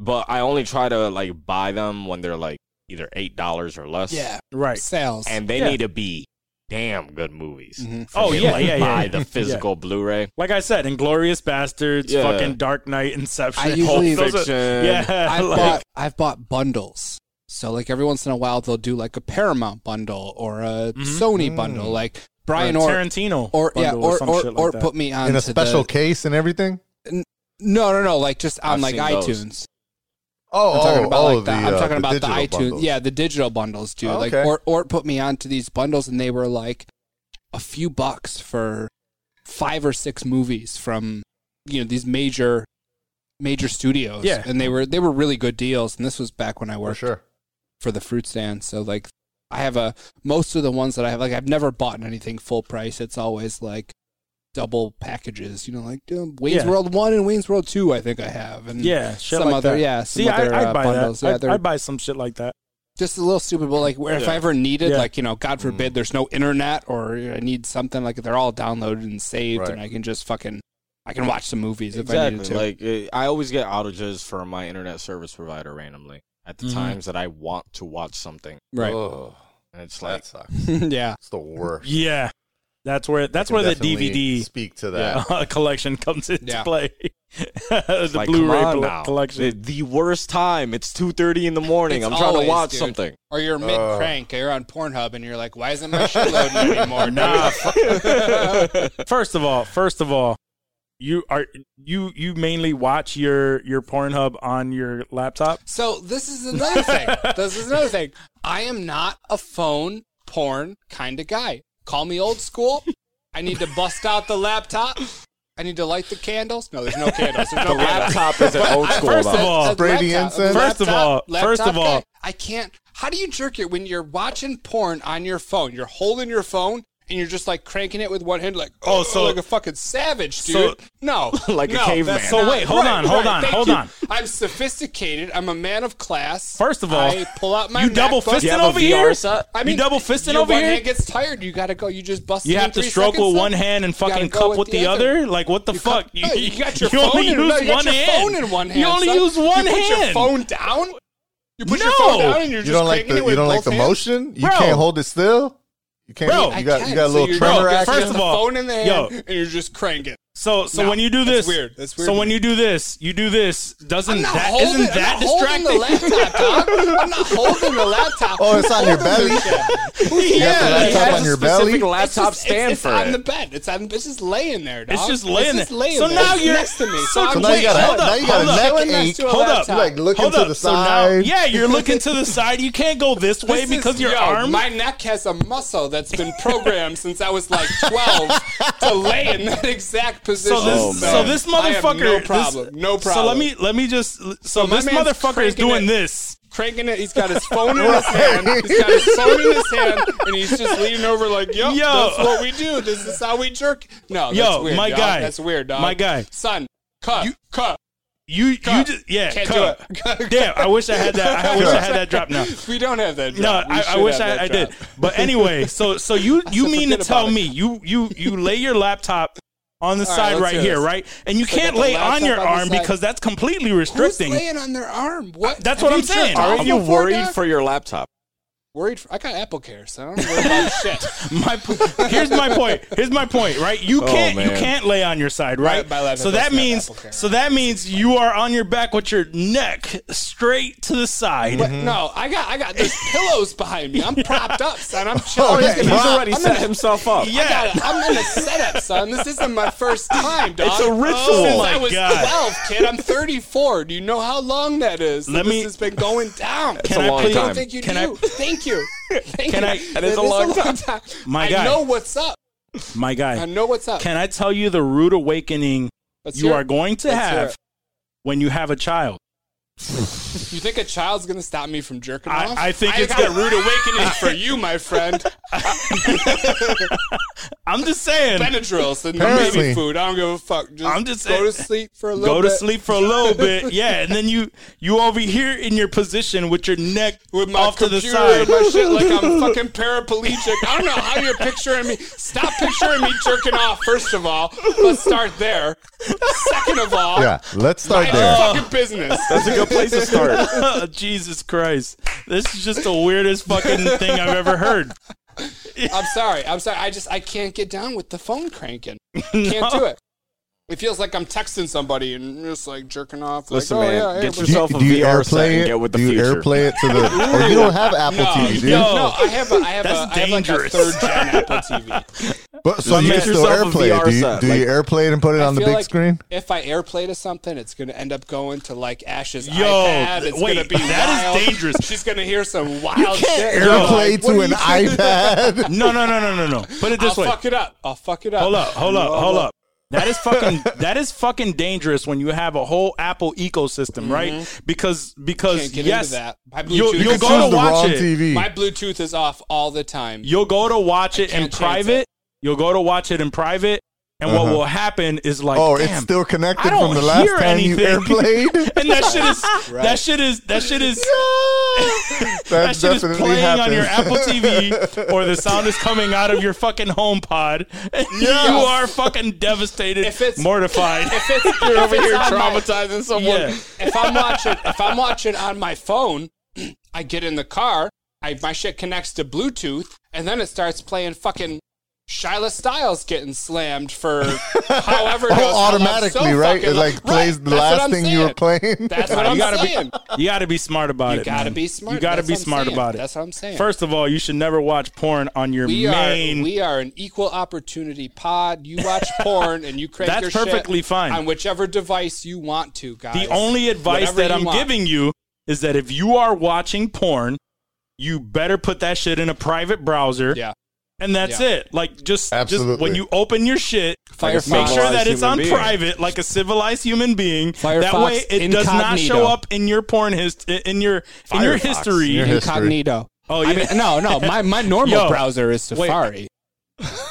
[SPEAKER 4] But I only try to like buy them when they're like either eight dollars or less.
[SPEAKER 1] Yeah.
[SPEAKER 2] Right.
[SPEAKER 1] Sales.
[SPEAKER 4] and they
[SPEAKER 2] Yeah.
[SPEAKER 4] need to be damn good movies.
[SPEAKER 1] Mhm.
[SPEAKER 4] For
[SPEAKER 2] Oh,
[SPEAKER 4] me to,
[SPEAKER 2] yeah,
[SPEAKER 4] like,
[SPEAKER 2] yeah, yeah,
[SPEAKER 4] buy
[SPEAKER 2] yeah. Yeah.
[SPEAKER 4] the physical Blu-ray.
[SPEAKER 2] Like I said, Inglorious Bastards,
[SPEAKER 4] Yeah.
[SPEAKER 2] fucking Dark Knight, Inception.
[SPEAKER 1] I
[SPEAKER 4] Pulp
[SPEAKER 1] usually-
[SPEAKER 2] Those are-
[SPEAKER 4] Fiction.
[SPEAKER 2] yeah,
[SPEAKER 1] I've
[SPEAKER 2] like-
[SPEAKER 1] bought I've bought bundles. So like every once in a while they'll do like a Paramount bundle or a
[SPEAKER 2] Mhm.
[SPEAKER 1] Sony
[SPEAKER 3] Mm.
[SPEAKER 1] bundle, like
[SPEAKER 2] or
[SPEAKER 1] Brian or
[SPEAKER 2] uh, Tarantino
[SPEAKER 1] or yeah
[SPEAKER 2] bundle or,
[SPEAKER 1] or
[SPEAKER 2] some
[SPEAKER 1] or,
[SPEAKER 2] shit like
[SPEAKER 1] or
[SPEAKER 2] that.
[SPEAKER 1] put me on
[SPEAKER 3] In a special case and everything.
[SPEAKER 1] No, no, no, like just on like
[SPEAKER 4] I've seen those.
[SPEAKER 1] iTunes.
[SPEAKER 3] Oh,
[SPEAKER 1] I'm talking about
[SPEAKER 3] oh,
[SPEAKER 1] like the, I'm
[SPEAKER 3] uh,
[SPEAKER 1] talking about the
[SPEAKER 3] digital
[SPEAKER 1] iTunes.
[SPEAKER 3] bundles.
[SPEAKER 1] Yeah, the digital bundles too.
[SPEAKER 3] Oh,
[SPEAKER 1] Like
[SPEAKER 3] okay.
[SPEAKER 1] or or put me onto these bundles and they were like a few bucks for five or six movies from you know these major major studios.
[SPEAKER 2] Yeah.
[SPEAKER 1] And they were they were really good deals and this was back when I
[SPEAKER 3] for
[SPEAKER 1] worked
[SPEAKER 3] sure.
[SPEAKER 1] for the fruit stand. So like I have a most of the ones that I have like I've never bought anything full price. It's always like double packages, you know, like um, Wayne's
[SPEAKER 2] Yeah.
[SPEAKER 1] World One and Wayne's World Two. I think I have, and
[SPEAKER 2] Yeah, shit
[SPEAKER 1] some
[SPEAKER 2] like
[SPEAKER 1] other
[SPEAKER 2] that.
[SPEAKER 1] yeah, some
[SPEAKER 2] See,
[SPEAKER 1] other
[SPEAKER 2] I, I'd
[SPEAKER 1] uh,
[SPEAKER 2] buy
[SPEAKER 1] bundles.
[SPEAKER 2] that.
[SPEAKER 1] Yeah,
[SPEAKER 2] I'd,
[SPEAKER 1] they're
[SPEAKER 2] I'd buy some shit like that.
[SPEAKER 1] just a little stupid, but like where if I ever needed,
[SPEAKER 2] Yeah. Mm.
[SPEAKER 1] like you know, God forbid, there's no internet or I need something, like they're all downloaded and saved,
[SPEAKER 3] Right.
[SPEAKER 1] and I can just fucking I can watch some movies if I needed
[SPEAKER 4] Exactly.
[SPEAKER 1] to.
[SPEAKER 4] Like it, I always get outages for my internet service provider randomly at the
[SPEAKER 2] Mhm.
[SPEAKER 4] times that I want to watch something,
[SPEAKER 1] right?
[SPEAKER 3] Oh,
[SPEAKER 4] and it's like
[SPEAKER 3] that sucks.
[SPEAKER 1] yeah.
[SPEAKER 3] It's the worst.
[SPEAKER 2] Yeah, that's where that's
[SPEAKER 3] I can
[SPEAKER 2] where the
[SPEAKER 3] definitely
[SPEAKER 2] DVD
[SPEAKER 3] speak to
[SPEAKER 4] Yeah.
[SPEAKER 3] that.
[SPEAKER 2] uh, collection comes into
[SPEAKER 1] Yeah.
[SPEAKER 2] play. the
[SPEAKER 4] it's like,
[SPEAKER 2] Blu-ray
[SPEAKER 4] come on
[SPEAKER 2] bl-
[SPEAKER 4] now.
[SPEAKER 2] collection.
[SPEAKER 4] The, the worst time. It's two thirty in the morning.
[SPEAKER 1] It's
[SPEAKER 4] I'm trying
[SPEAKER 1] always,
[SPEAKER 4] to watch
[SPEAKER 1] dude.
[SPEAKER 4] something.
[SPEAKER 1] Or you're mid crank, you're on Pornhub, and you're like, why isn't my shit loading anymore?
[SPEAKER 2] nah. fu- first of all, first of all, you are you you mainly watch your your Pornhub on your laptop.
[SPEAKER 1] So this is another thing. this is another thing. I am not a phone porn kind of guy. Call me old school. I need to bust out the laptop. I need to light the candles. No, there's no candles. There's no
[SPEAKER 4] The laptop is an old school.
[SPEAKER 2] First of
[SPEAKER 4] though.
[SPEAKER 2] all,
[SPEAKER 3] Spray the incense.
[SPEAKER 2] First of all- first of all-
[SPEAKER 1] guy. I can't. How do you jerk it when you're watching porn on your phone? You're holding your phone and you're just like cranking it with one hand, like oh,
[SPEAKER 2] Oh,
[SPEAKER 1] so
[SPEAKER 2] so-
[SPEAKER 1] like a fucking savage, dude.
[SPEAKER 2] so-
[SPEAKER 1] no,
[SPEAKER 4] Like a
[SPEAKER 1] no,
[SPEAKER 4] caveman.
[SPEAKER 1] that's
[SPEAKER 2] So
[SPEAKER 1] not-
[SPEAKER 2] wait, hold on, hold on,
[SPEAKER 1] thank
[SPEAKER 2] hold
[SPEAKER 1] you.
[SPEAKER 2] on.
[SPEAKER 1] I'm sophisticated. I'm a man of class.
[SPEAKER 2] First of all,
[SPEAKER 1] I pull out my
[SPEAKER 2] you double
[SPEAKER 1] MacBook.
[SPEAKER 2] fisting
[SPEAKER 4] You have a
[SPEAKER 2] over
[SPEAKER 4] VR
[SPEAKER 2] here.
[SPEAKER 4] set?
[SPEAKER 1] I mean,
[SPEAKER 2] you double fisting
[SPEAKER 1] your
[SPEAKER 2] over
[SPEAKER 1] one
[SPEAKER 2] here.
[SPEAKER 1] hand gets tired. You gotta go. You just bust. it
[SPEAKER 2] you
[SPEAKER 1] in
[SPEAKER 2] have to
[SPEAKER 1] three
[SPEAKER 2] stroke
[SPEAKER 1] seconds,
[SPEAKER 2] with one
[SPEAKER 1] son.
[SPEAKER 2] hand and
[SPEAKER 1] You gotta
[SPEAKER 2] fucking
[SPEAKER 1] go
[SPEAKER 2] cup with, the other. Like what the
[SPEAKER 1] You
[SPEAKER 2] fuck?
[SPEAKER 1] cup- no, you got your phone. in, no, you got your phone in one hand.
[SPEAKER 2] You only
[SPEAKER 1] son.
[SPEAKER 2] use one
[SPEAKER 1] you Put your
[SPEAKER 2] hand.
[SPEAKER 1] phone down. You put your
[SPEAKER 2] No.
[SPEAKER 1] phone down and you're
[SPEAKER 3] You
[SPEAKER 1] just
[SPEAKER 3] don't like
[SPEAKER 1] cranking
[SPEAKER 3] the
[SPEAKER 1] it with
[SPEAKER 3] you don't like
[SPEAKER 1] both
[SPEAKER 3] the
[SPEAKER 1] hands?
[SPEAKER 3] motion. You
[SPEAKER 2] Bro.
[SPEAKER 3] can't hold it still. You can't.
[SPEAKER 2] Bro.
[SPEAKER 3] you got
[SPEAKER 1] I
[SPEAKER 3] you
[SPEAKER 1] can.
[SPEAKER 3] got a little
[SPEAKER 1] so you're-
[SPEAKER 3] tremor
[SPEAKER 1] you're just
[SPEAKER 3] action.
[SPEAKER 2] first
[SPEAKER 1] got
[SPEAKER 2] of
[SPEAKER 1] the
[SPEAKER 2] all-
[SPEAKER 1] phone in the hand
[SPEAKER 2] yo.
[SPEAKER 1] and you're just cranking.
[SPEAKER 2] So so
[SPEAKER 1] No,
[SPEAKER 2] when you do
[SPEAKER 1] that's
[SPEAKER 2] this,
[SPEAKER 1] weird. That's weird
[SPEAKER 2] So
[SPEAKER 1] to
[SPEAKER 2] when
[SPEAKER 1] me.
[SPEAKER 2] you do this, you do this. Doesn't
[SPEAKER 1] I'm not
[SPEAKER 2] that
[SPEAKER 1] holding,
[SPEAKER 2] isn't that
[SPEAKER 1] I'm not holding the
[SPEAKER 2] distracting?
[SPEAKER 1] laptop, dog. I'm not holding the laptop.
[SPEAKER 3] Oh, it's on your belly.
[SPEAKER 2] yeah,
[SPEAKER 3] the
[SPEAKER 2] like,
[SPEAKER 3] laptop
[SPEAKER 2] that's-
[SPEAKER 3] on your
[SPEAKER 4] specific
[SPEAKER 3] belly?
[SPEAKER 1] It's
[SPEAKER 4] laptop
[SPEAKER 1] just-
[SPEAKER 4] stand
[SPEAKER 1] it's,
[SPEAKER 4] for
[SPEAKER 1] it's on
[SPEAKER 4] it.
[SPEAKER 1] the bed. It's on. It's just laying there, dog.
[SPEAKER 2] It's just laying
[SPEAKER 1] It's just
[SPEAKER 2] there.
[SPEAKER 1] laying
[SPEAKER 2] So
[SPEAKER 1] there.
[SPEAKER 2] now
[SPEAKER 1] It's
[SPEAKER 2] you're-
[SPEAKER 1] next to me.
[SPEAKER 2] so
[SPEAKER 1] I'm
[SPEAKER 3] So now you
[SPEAKER 1] wait,
[SPEAKER 3] got
[SPEAKER 1] hold
[SPEAKER 3] a
[SPEAKER 1] up,
[SPEAKER 3] now you got a
[SPEAKER 1] hold up.
[SPEAKER 3] neck
[SPEAKER 1] Someone next
[SPEAKER 3] ache.
[SPEAKER 1] to a
[SPEAKER 2] Hold up.
[SPEAKER 1] laptop.
[SPEAKER 3] You like looking
[SPEAKER 2] Hold
[SPEAKER 3] to
[SPEAKER 2] up.
[SPEAKER 3] the
[SPEAKER 2] so now,
[SPEAKER 3] side.
[SPEAKER 2] yeah, you're looking to the side. You can't go this way
[SPEAKER 1] This
[SPEAKER 2] because
[SPEAKER 1] is-
[SPEAKER 2] your
[SPEAKER 1] yo,
[SPEAKER 2] arm.
[SPEAKER 1] My neck has a muscle that's been programmed since I was like 12 to lay in that exact position.
[SPEAKER 2] so this,
[SPEAKER 4] Oh,
[SPEAKER 2] so
[SPEAKER 4] man.
[SPEAKER 2] this
[SPEAKER 1] I have
[SPEAKER 2] motherfucker.
[SPEAKER 1] no
[SPEAKER 2] this-
[SPEAKER 1] problem. no problem.
[SPEAKER 2] So let me let me just. So,
[SPEAKER 1] my
[SPEAKER 2] this
[SPEAKER 1] man's
[SPEAKER 2] motherfucker is
[SPEAKER 1] cranking
[SPEAKER 2] doing
[SPEAKER 1] it.
[SPEAKER 2] this.
[SPEAKER 1] cranking it. He's got his phone in his hand. He's got his phone in his hand, and he's just leaning over like, "Yo,
[SPEAKER 2] Yo.
[SPEAKER 1] that's what we do. This is how we jerk." No, that's
[SPEAKER 2] Yo,
[SPEAKER 1] weird,
[SPEAKER 2] my
[SPEAKER 1] dog.
[SPEAKER 2] guy.
[SPEAKER 1] That's weird, dog.
[SPEAKER 2] My guy.
[SPEAKER 1] son, cut, cut.
[SPEAKER 2] You
[SPEAKER 1] Cut.
[SPEAKER 2] you just yeah.
[SPEAKER 1] Can't
[SPEAKER 2] cut.
[SPEAKER 1] do it.
[SPEAKER 2] Damn, I wish I had that. I wish I had that drop now.
[SPEAKER 1] we don't have that.
[SPEAKER 2] No,
[SPEAKER 1] Drop. We
[SPEAKER 2] I, I
[SPEAKER 1] should
[SPEAKER 2] wish
[SPEAKER 1] have
[SPEAKER 2] I,
[SPEAKER 1] that
[SPEAKER 2] I did.
[SPEAKER 1] drop.
[SPEAKER 2] But anyway, so so you you mean to
[SPEAKER 1] forget
[SPEAKER 2] tell
[SPEAKER 1] about it.
[SPEAKER 2] me you you you lay your laptop on the
[SPEAKER 1] right,
[SPEAKER 2] side
[SPEAKER 1] let's
[SPEAKER 2] right
[SPEAKER 1] hear
[SPEAKER 2] here,
[SPEAKER 1] this.
[SPEAKER 2] right? And you can't
[SPEAKER 1] got the
[SPEAKER 2] lay on
[SPEAKER 1] laptop on
[SPEAKER 2] your
[SPEAKER 1] the
[SPEAKER 2] arm
[SPEAKER 1] side.
[SPEAKER 2] because that's completely
[SPEAKER 1] Who's
[SPEAKER 2] restricting.
[SPEAKER 1] laying on their arm? What?
[SPEAKER 2] That's
[SPEAKER 1] have
[SPEAKER 2] what
[SPEAKER 1] you
[SPEAKER 2] I'm
[SPEAKER 1] jerked
[SPEAKER 2] saying.
[SPEAKER 1] off
[SPEAKER 4] Are you
[SPEAKER 1] before,
[SPEAKER 4] worried
[SPEAKER 1] dog?
[SPEAKER 4] for your laptop?
[SPEAKER 1] Worried? For, I got Apple Care, so I don't worry about shit.
[SPEAKER 2] my po- here's my point. Here's my point. Right? You
[SPEAKER 4] Oh,
[SPEAKER 2] can't you
[SPEAKER 4] man.
[SPEAKER 2] can't lay on your side. Right?
[SPEAKER 1] My- my laptop
[SPEAKER 2] so that
[SPEAKER 1] doesn't have
[SPEAKER 2] means
[SPEAKER 1] Apple Care.
[SPEAKER 2] so that means you are on your back with your neck straight to the side.
[SPEAKER 1] But no, I got I got there's pillows behind me. I'm propped up, son.
[SPEAKER 2] Oh,
[SPEAKER 1] I'm chilling.
[SPEAKER 3] yeah,
[SPEAKER 1] I'm
[SPEAKER 3] he's
[SPEAKER 4] already
[SPEAKER 1] I'm
[SPEAKER 4] set
[SPEAKER 1] in-
[SPEAKER 4] himself up.
[SPEAKER 1] oh, I
[SPEAKER 2] Yeah.
[SPEAKER 1] got it. I'm in a setup, son. This isn't my first time, dog.
[SPEAKER 4] It's a ritual.
[SPEAKER 1] Since
[SPEAKER 2] Oh my
[SPEAKER 1] I was
[SPEAKER 2] God.
[SPEAKER 1] 12, kid. I'm 34. Do you know how long that is?
[SPEAKER 2] Let
[SPEAKER 1] this
[SPEAKER 2] me-
[SPEAKER 1] has been going down.
[SPEAKER 4] It's a
[SPEAKER 2] I
[SPEAKER 4] long
[SPEAKER 2] please-
[SPEAKER 1] I don't
[SPEAKER 4] time.
[SPEAKER 1] think you
[SPEAKER 2] Can
[SPEAKER 1] do.
[SPEAKER 2] I-
[SPEAKER 1] Thank you. Thank
[SPEAKER 2] Can
[SPEAKER 1] you.
[SPEAKER 2] I-
[SPEAKER 1] That
[SPEAKER 4] That is a long time.
[SPEAKER 2] My
[SPEAKER 1] I
[SPEAKER 2] guy.
[SPEAKER 1] know what's up.
[SPEAKER 2] My
[SPEAKER 1] I
[SPEAKER 2] guy,
[SPEAKER 1] know what's up.
[SPEAKER 2] can I tell you the rude awakening
[SPEAKER 1] Let's
[SPEAKER 2] you
[SPEAKER 1] hear
[SPEAKER 2] are
[SPEAKER 1] it.
[SPEAKER 2] going to
[SPEAKER 1] Let's hear
[SPEAKER 2] have
[SPEAKER 1] it.
[SPEAKER 2] when you have a child?
[SPEAKER 1] You think a child's gonna stop me from jerking
[SPEAKER 2] I-
[SPEAKER 1] off?
[SPEAKER 2] I think it's
[SPEAKER 1] got a
[SPEAKER 2] gonna-
[SPEAKER 1] rude awakening for you, my friend.
[SPEAKER 2] I'm just saying.
[SPEAKER 1] Benadryl's and baby
[SPEAKER 3] Apparently.
[SPEAKER 1] food. I don't give a fuck. Just,
[SPEAKER 2] I'm just
[SPEAKER 1] go to
[SPEAKER 2] saying-
[SPEAKER 1] sleep for a little.
[SPEAKER 2] go to
[SPEAKER 1] bit.
[SPEAKER 2] sleep for a little bit. Yeah, and then you you over here in your position with your neck
[SPEAKER 1] with my
[SPEAKER 2] off to
[SPEAKER 1] computer
[SPEAKER 2] the side.
[SPEAKER 1] and my shit like I'm fucking paraplegic. I don't know how you're picturing me. Stop picturing me jerking off. First of all, let's start there. Second of all,
[SPEAKER 3] Yeah, let's start
[SPEAKER 1] mind
[SPEAKER 3] there.
[SPEAKER 1] your fucking business.
[SPEAKER 4] That's a good place to start.
[SPEAKER 2] Jesus Christ. This is just the weirdest fucking thing I've ever heard.
[SPEAKER 1] I'm sorry. I'm sorry. I just I can't get down with the phone cranking. Can't do it. It feels like I'm texting somebody and just like jerking off.
[SPEAKER 4] Listen,
[SPEAKER 1] like, oh,
[SPEAKER 4] man,
[SPEAKER 1] yeah, yeah,
[SPEAKER 4] get
[SPEAKER 1] but-
[SPEAKER 4] your- yourself a VR set and
[SPEAKER 3] it?
[SPEAKER 4] get with the
[SPEAKER 3] do you
[SPEAKER 4] future.
[SPEAKER 3] airplay it to the? Or you don't have Apple
[SPEAKER 1] no,
[SPEAKER 3] TV, dude.
[SPEAKER 2] yo.
[SPEAKER 1] no, I have a, I have
[SPEAKER 2] That's
[SPEAKER 1] a, I have like a
[SPEAKER 2] dangerous.
[SPEAKER 1] third gen Apple TV.
[SPEAKER 3] But so you
[SPEAKER 4] make
[SPEAKER 3] can still
[SPEAKER 4] yourself a
[SPEAKER 3] airplay it.
[SPEAKER 4] VR
[SPEAKER 3] Do you,
[SPEAKER 4] set,
[SPEAKER 3] do you
[SPEAKER 4] like-
[SPEAKER 3] airplay it and put it
[SPEAKER 1] I
[SPEAKER 3] on the
[SPEAKER 1] feel
[SPEAKER 3] big
[SPEAKER 1] like
[SPEAKER 3] screen?
[SPEAKER 1] If I airplay to something, it's going to end up going to like Ash's
[SPEAKER 2] Yo,
[SPEAKER 1] iPad. It's
[SPEAKER 2] wait,
[SPEAKER 1] gonna be
[SPEAKER 2] that is
[SPEAKER 1] wild.
[SPEAKER 2] dangerous.
[SPEAKER 1] She's going to hear some wild shit.
[SPEAKER 3] Airplay
[SPEAKER 1] Like, what
[SPEAKER 3] to
[SPEAKER 1] are
[SPEAKER 3] an
[SPEAKER 1] you doing?
[SPEAKER 3] iPad.
[SPEAKER 2] No, no, no, no, no, no. Put it
[SPEAKER 1] I'll
[SPEAKER 2] this way.
[SPEAKER 1] fuck it up. I'll fuck it up.
[SPEAKER 2] Hold up, hold up,
[SPEAKER 1] Well,
[SPEAKER 2] hold
[SPEAKER 1] well,
[SPEAKER 2] up. That is fucking that is fucking dangerous when you have a whole Apple ecosystem, right? Because because
[SPEAKER 1] Mm-hmm. Can't get
[SPEAKER 2] yes,
[SPEAKER 1] into that. My Bluetooth,
[SPEAKER 2] you'll, you'll
[SPEAKER 1] is
[SPEAKER 3] can
[SPEAKER 2] go
[SPEAKER 1] off.
[SPEAKER 3] choose
[SPEAKER 2] to
[SPEAKER 3] the
[SPEAKER 2] watch
[SPEAKER 3] wrong
[SPEAKER 2] it.
[SPEAKER 3] TV.
[SPEAKER 1] My Bluetooth is off all the time.
[SPEAKER 2] You'll go to watch it in
[SPEAKER 1] can't change
[SPEAKER 2] private.
[SPEAKER 1] it. Uh-huh.
[SPEAKER 2] You'll go to watch it in private, and what will happen is like,
[SPEAKER 3] oh,
[SPEAKER 2] damn,
[SPEAKER 3] it's still connected
[SPEAKER 2] I don't
[SPEAKER 3] from the last
[SPEAKER 2] hear
[SPEAKER 3] time you
[SPEAKER 2] anything.
[SPEAKER 3] airplayed.
[SPEAKER 2] and that shit is that shit is that shit is that,
[SPEAKER 3] That
[SPEAKER 2] shit is
[SPEAKER 3] definitely
[SPEAKER 2] playing on your Apple
[SPEAKER 3] happens.
[SPEAKER 2] TV, or the sound is coming out of your fucking home pod. And You are fucking devastated,
[SPEAKER 1] If it's-
[SPEAKER 2] mortified.
[SPEAKER 1] If it's, you're
[SPEAKER 4] over here traumatizing someone.
[SPEAKER 2] yeah.
[SPEAKER 1] if I'm watching if I'm watching on my phone, I get in the car, I my shit connects to Bluetooth, and then it starts playing fucking Shyla Styles getting slammed for however.
[SPEAKER 3] Oh,
[SPEAKER 1] knows how long.
[SPEAKER 3] automatically,
[SPEAKER 1] So
[SPEAKER 3] right?
[SPEAKER 1] fucking
[SPEAKER 3] It like
[SPEAKER 1] long.
[SPEAKER 3] plays
[SPEAKER 1] Right,
[SPEAKER 3] the
[SPEAKER 1] that's what
[SPEAKER 3] last
[SPEAKER 1] I'm
[SPEAKER 3] thing you were
[SPEAKER 1] saying.
[SPEAKER 3] playing.
[SPEAKER 1] That's what I'm
[SPEAKER 2] you gotta
[SPEAKER 1] saying.
[SPEAKER 2] be you gotta be smart about
[SPEAKER 1] You
[SPEAKER 2] it.
[SPEAKER 1] gotta
[SPEAKER 2] man.
[SPEAKER 1] be smart.
[SPEAKER 2] You gotta
[SPEAKER 1] That's
[SPEAKER 2] be
[SPEAKER 1] what I'm
[SPEAKER 2] smart
[SPEAKER 1] saying.
[SPEAKER 2] about it.
[SPEAKER 1] That's what I'm saying.
[SPEAKER 2] First of all, you should never watch porn on your
[SPEAKER 1] We
[SPEAKER 2] main.
[SPEAKER 1] are we are an equal opportunity pod. You watch porn and you crank
[SPEAKER 2] That's
[SPEAKER 1] your shit
[SPEAKER 2] perfectly fine.
[SPEAKER 1] on whichever device you want to, guys.
[SPEAKER 2] the only advice
[SPEAKER 1] Whatever
[SPEAKER 2] that
[SPEAKER 1] you
[SPEAKER 2] I'm
[SPEAKER 1] want.
[SPEAKER 2] giving you is that if you are watching porn, you better put that shit in a private browser.
[SPEAKER 1] Yeah.
[SPEAKER 2] And that's
[SPEAKER 1] Yeah.
[SPEAKER 2] it. Like just, just
[SPEAKER 3] Absolutely.
[SPEAKER 2] when you open your shit,
[SPEAKER 1] Firefox.
[SPEAKER 2] make sure that it's
[SPEAKER 4] human
[SPEAKER 2] on
[SPEAKER 4] being.
[SPEAKER 2] private, like a civilized human being. that
[SPEAKER 1] Firefox
[SPEAKER 2] way, it does not
[SPEAKER 1] incognito.
[SPEAKER 2] show up in your porn hist in your in your
[SPEAKER 4] Firefox.
[SPEAKER 2] history.
[SPEAKER 3] Your his- history.
[SPEAKER 1] incognito.
[SPEAKER 2] oh,
[SPEAKER 1] I
[SPEAKER 2] yeah.
[SPEAKER 1] mean, no, no. My my normal
[SPEAKER 2] Yo,
[SPEAKER 1] browser is Safari,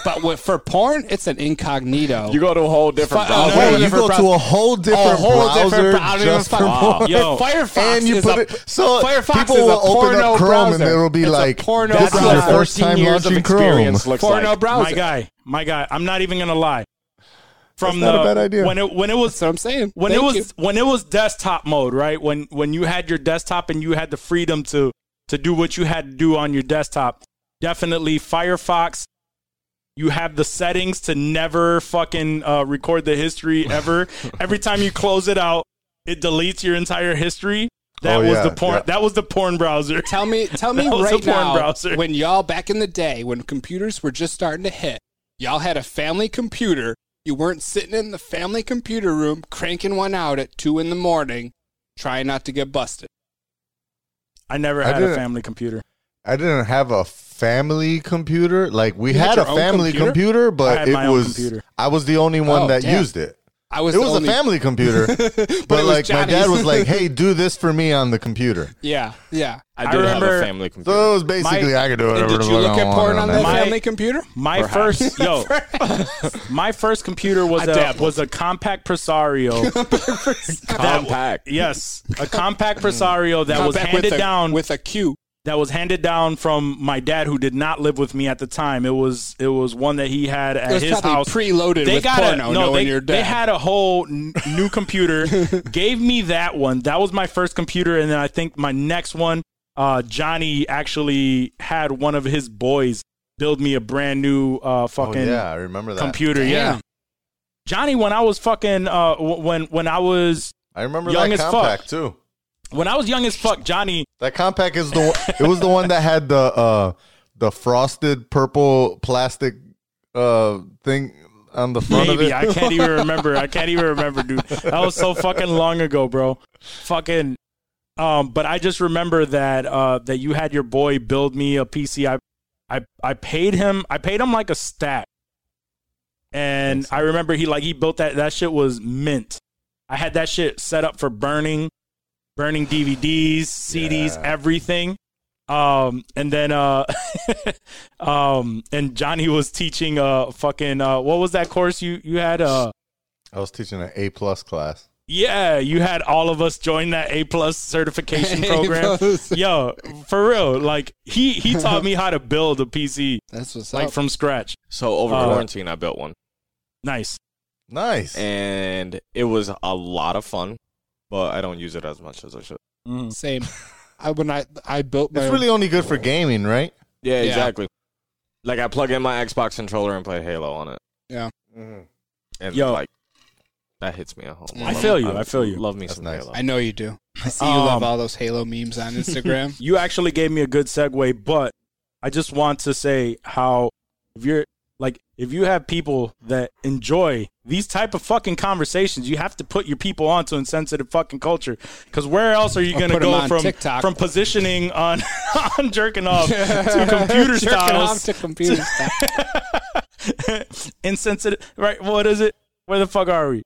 [SPEAKER 1] but with, for porn, it's an incognito.
[SPEAKER 4] You go to a whole different
[SPEAKER 1] Fu- oh,
[SPEAKER 4] browser.
[SPEAKER 1] no,
[SPEAKER 3] Wait, you
[SPEAKER 1] different
[SPEAKER 3] go
[SPEAKER 1] brow-
[SPEAKER 3] to a whole different
[SPEAKER 1] a whole
[SPEAKER 3] browser
[SPEAKER 1] different browser.
[SPEAKER 3] just for
[SPEAKER 1] Wow.
[SPEAKER 3] porn.
[SPEAKER 2] Yo,
[SPEAKER 1] Firefox
[SPEAKER 3] and you
[SPEAKER 1] is
[SPEAKER 3] put
[SPEAKER 1] a,
[SPEAKER 3] it so
[SPEAKER 1] Firefox
[SPEAKER 3] people
[SPEAKER 1] is a
[SPEAKER 3] will open
[SPEAKER 1] porno
[SPEAKER 3] up Chrome
[SPEAKER 1] browser.
[SPEAKER 3] and it'll be
[SPEAKER 1] It's a
[SPEAKER 3] like,
[SPEAKER 1] porno
[SPEAKER 3] "This is your
[SPEAKER 1] browser.
[SPEAKER 3] first time
[SPEAKER 4] 14 years of
[SPEAKER 3] launching Chrome."
[SPEAKER 4] experience looks
[SPEAKER 1] porno
[SPEAKER 4] like.
[SPEAKER 1] browser.
[SPEAKER 2] my guy, my guy. I'm not even gonna lie. From
[SPEAKER 3] That's
[SPEAKER 2] the
[SPEAKER 3] not a bad idea.
[SPEAKER 2] when it when it was
[SPEAKER 1] That's what I'm saying.
[SPEAKER 2] when
[SPEAKER 1] Thank
[SPEAKER 2] it was
[SPEAKER 1] you.
[SPEAKER 2] when it was desktop mode, right? When when you had your desktop and you had the freedom to to do what you had to do on your desktop. Definitely Firefox. You have the settings to never fucking uh, record the history ever. Every time you close it out, it deletes your entire history. That
[SPEAKER 3] Oh,
[SPEAKER 2] was
[SPEAKER 3] yeah,
[SPEAKER 2] the porn.
[SPEAKER 3] yeah.
[SPEAKER 2] That was the porn browser.
[SPEAKER 1] Tell me, tell me
[SPEAKER 2] That was a
[SPEAKER 1] right
[SPEAKER 2] porn
[SPEAKER 1] now,
[SPEAKER 2] browser.
[SPEAKER 1] when y'all back in the day, when computers were just starting to hit, y'all had a family computer. You weren't sitting in the family computer room cranking one out at two in the morning, trying not to get busted.
[SPEAKER 2] I never
[SPEAKER 3] I
[SPEAKER 2] had a
[SPEAKER 3] didn't-
[SPEAKER 2] family computer.
[SPEAKER 3] I didn't have a family computer. Like we
[SPEAKER 1] You had
[SPEAKER 3] had,
[SPEAKER 1] your
[SPEAKER 3] a
[SPEAKER 1] own
[SPEAKER 3] family
[SPEAKER 1] computer?
[SPEAKER 3] computer,
[SPEAKER 2] I had
[SPEAKER 3] but
[SPEAKER 2] my
[SPEAKER 3] it
[SPEAKER 2] own
[SPEAKER 3] was
[SPEAKER 2] computer.
[SPEAKER 3] I was the only one
[SPEAKER 1] Oh,
[SPEAKER 3] that
[SPEAKER 1] damn.
[SPEAKER 3] used it.
[SPEAKER 1] I was.
[SPEAKER 3] It
[SPEAKER 1] the
[SPEAKER 3] was
[SPEAKER 1] only,
[SPEAKER 3] a family computer, but,
[SPEAKER 1] But it was
[SPEAKER 3] like my dad
[SPEAKER 1] Johnny's.
[SPEAKER 3] was like, "Hey, do this for me on the computer."
[SPEAKER 1] Yeah, yeah.
[SPEAKER 4] I
[SPEAKER 2] I
[SPEAKER 4] did have
[SPEAKER 2] remember-
[SPEAKER 4] a family computer.
[SPEAKER 3] So it was basically
[SPEAKER 2] My-
[SPEAKER 3] I could do
[SPEAKER 1] And
[SPEAKER 3] it.
[SPEAKER 1] did you look at porn on the
[SPEAKER 2] My-
[SPEAKER 1] family computer?
[SPEAKER 2] My first yo, my first computer was
[SPEAKER 1] I
[SPEAKER 2] a
[SPEAKER 1] dabbled.
[SPEAKER 2] was a compact Presario. That-
[SPEAKER 4] Compact.
[SPEAKER 2] yes, a compact Presario that was
[SPEAKER 1] Back
[SPEAKER 2] handed
[SPEAKER 1] Mm. with a,
[SPEAKER 2] down
[SPEAKER 1] with a Q.
[SPEAKER 2] that was handed down from my dad who did not live with me at the time. It was it was one that he had at
[SPEAKER 1] It was
[SPEAKER 2] his
[SPEAKER 1] probably
[SPEAKER 2] house.
[SPEAKER 1] preloaded with
[SPEAKER 2] a-
[SPEAKER 1] porno. knowing
[SPEAKER 2] they,
[SPEAKER 1] your dad.
[SPEAKER 2] they had a whole n- new computer. gave me that one. That was my first computer, and then I think my next one, uh, Johnny actually had one of his boys build me a brand new uh,
[SPEAKER 3] Oh
[SPEAKER 2] fucking
[SPEAKER 3] yeah, I remember that.
[SPEAKER 2] computer. Yeah,
[SPEAKER 1] Damn.
[SPEAKER 2] Johnny, when I was fucking uh, w- when when I was
[SPEAKER 3] I remember
[SPEAKER 2] Young
[SPEAKER 3] that
[SPEAKER 2] as fuck.
[SPEAKER 3] compact too.
[SPEAKER 2] when I was young as fuck, Johnny.
[SPEAKER 3] That compact is the one, it was the one that had the uh the frosted purple plastic uh thing on the front of
[SPEAKER 2] Maybe
[SPEAKER 3] it.
[SPEAKER 2] I can't even remember. I can't even remember, dude. That was so fucking long ago, bro. Fucking. Um, but I just remember that uh, that you had your boy build me a PC. I, I, I paid him. I paid him like a stack. And I remember he like he built that. That shit was mint. I had that shit set up for burning, burning DVDs, CDs,
[SPEAKER 3] Yeah.
[SPEAKER 2] everything. Um, and then uh, um, and Johnny was teaching uh fucking uh what was that course you you had uh
[SPEAKER 3] I was teaching an A plus class.
[SPEAKER 2] yeah you had all of us join that A plus certification program.
[SPEAKER 1] A+.
[SPEAKER 2] Yo, for real, like he he taught me how to build a PC
[SPEAKER 1] That's what's
[SPEAKER 2] like
[SPEAKER 1] up.
[SPEAKER 2] from scratch.
[SPEAKER 4] So over
[SPEAKER 2] Uh,
[SPEAKER 4] quarantine, I built one,
[SPEAKER 2] Nice.
[SPEAKER 3] Nice.
[SPEAKER 4] and it was a lot of fun. But I don't use it as much as I should.
[SPEAKER 1] Same. I when I I built my
[SPEAKER 3] it's really only good for gaming, right?
[SPEAKER 4] Yeah,
[SPEAKER 1] Yeah.
[SPEAKER 4] exactly. Like I plug in my Xbox controller and play Halo on it, Mm-hmm. and
[SPEAKER 2] Yo.
[SPEAKER 4] like that hits me at home.
[SPEAKER 1] I
[SPEAKER 4] love-
[SPEAKER 2] feel you, I feel you.
[SPEAKER 4] Love me
[SPEAKER 3] That's
[SPEAKER 4] some
[SPEAKER 3] nice.
[SPEAKER 4] Halo.
[SPEAKER 1] I know you do. I see you
[SPEAKER 2] Um,
[SPEAKER 1] love all those Halo memes on Instagram.
[SPEAKER 2] You actually gave me a good segue, but I just want to say how if you're like if you have people that enjoy these type of fucking conversations, you have to put your people onto insensitive fucking culture. Because where else are you
[SPEAKER 1] Or
[SPEAKER 2] gonna
[SPEAKER 1] put 'em
[SPEAKER 2] go
[SPEAKER 1] on
[SPEAKER 2] from
[SPEAKER 1] TikTok.
[SPEAKER 2] from positioning on on jerking off to computer
[SPEAKER 1] Jerking off
[SPEAKER 2] styles?
[SPEAKER 1] to computer styles.
[SPEAKER 2] insensitive, right? What is it? Where the fuck are we?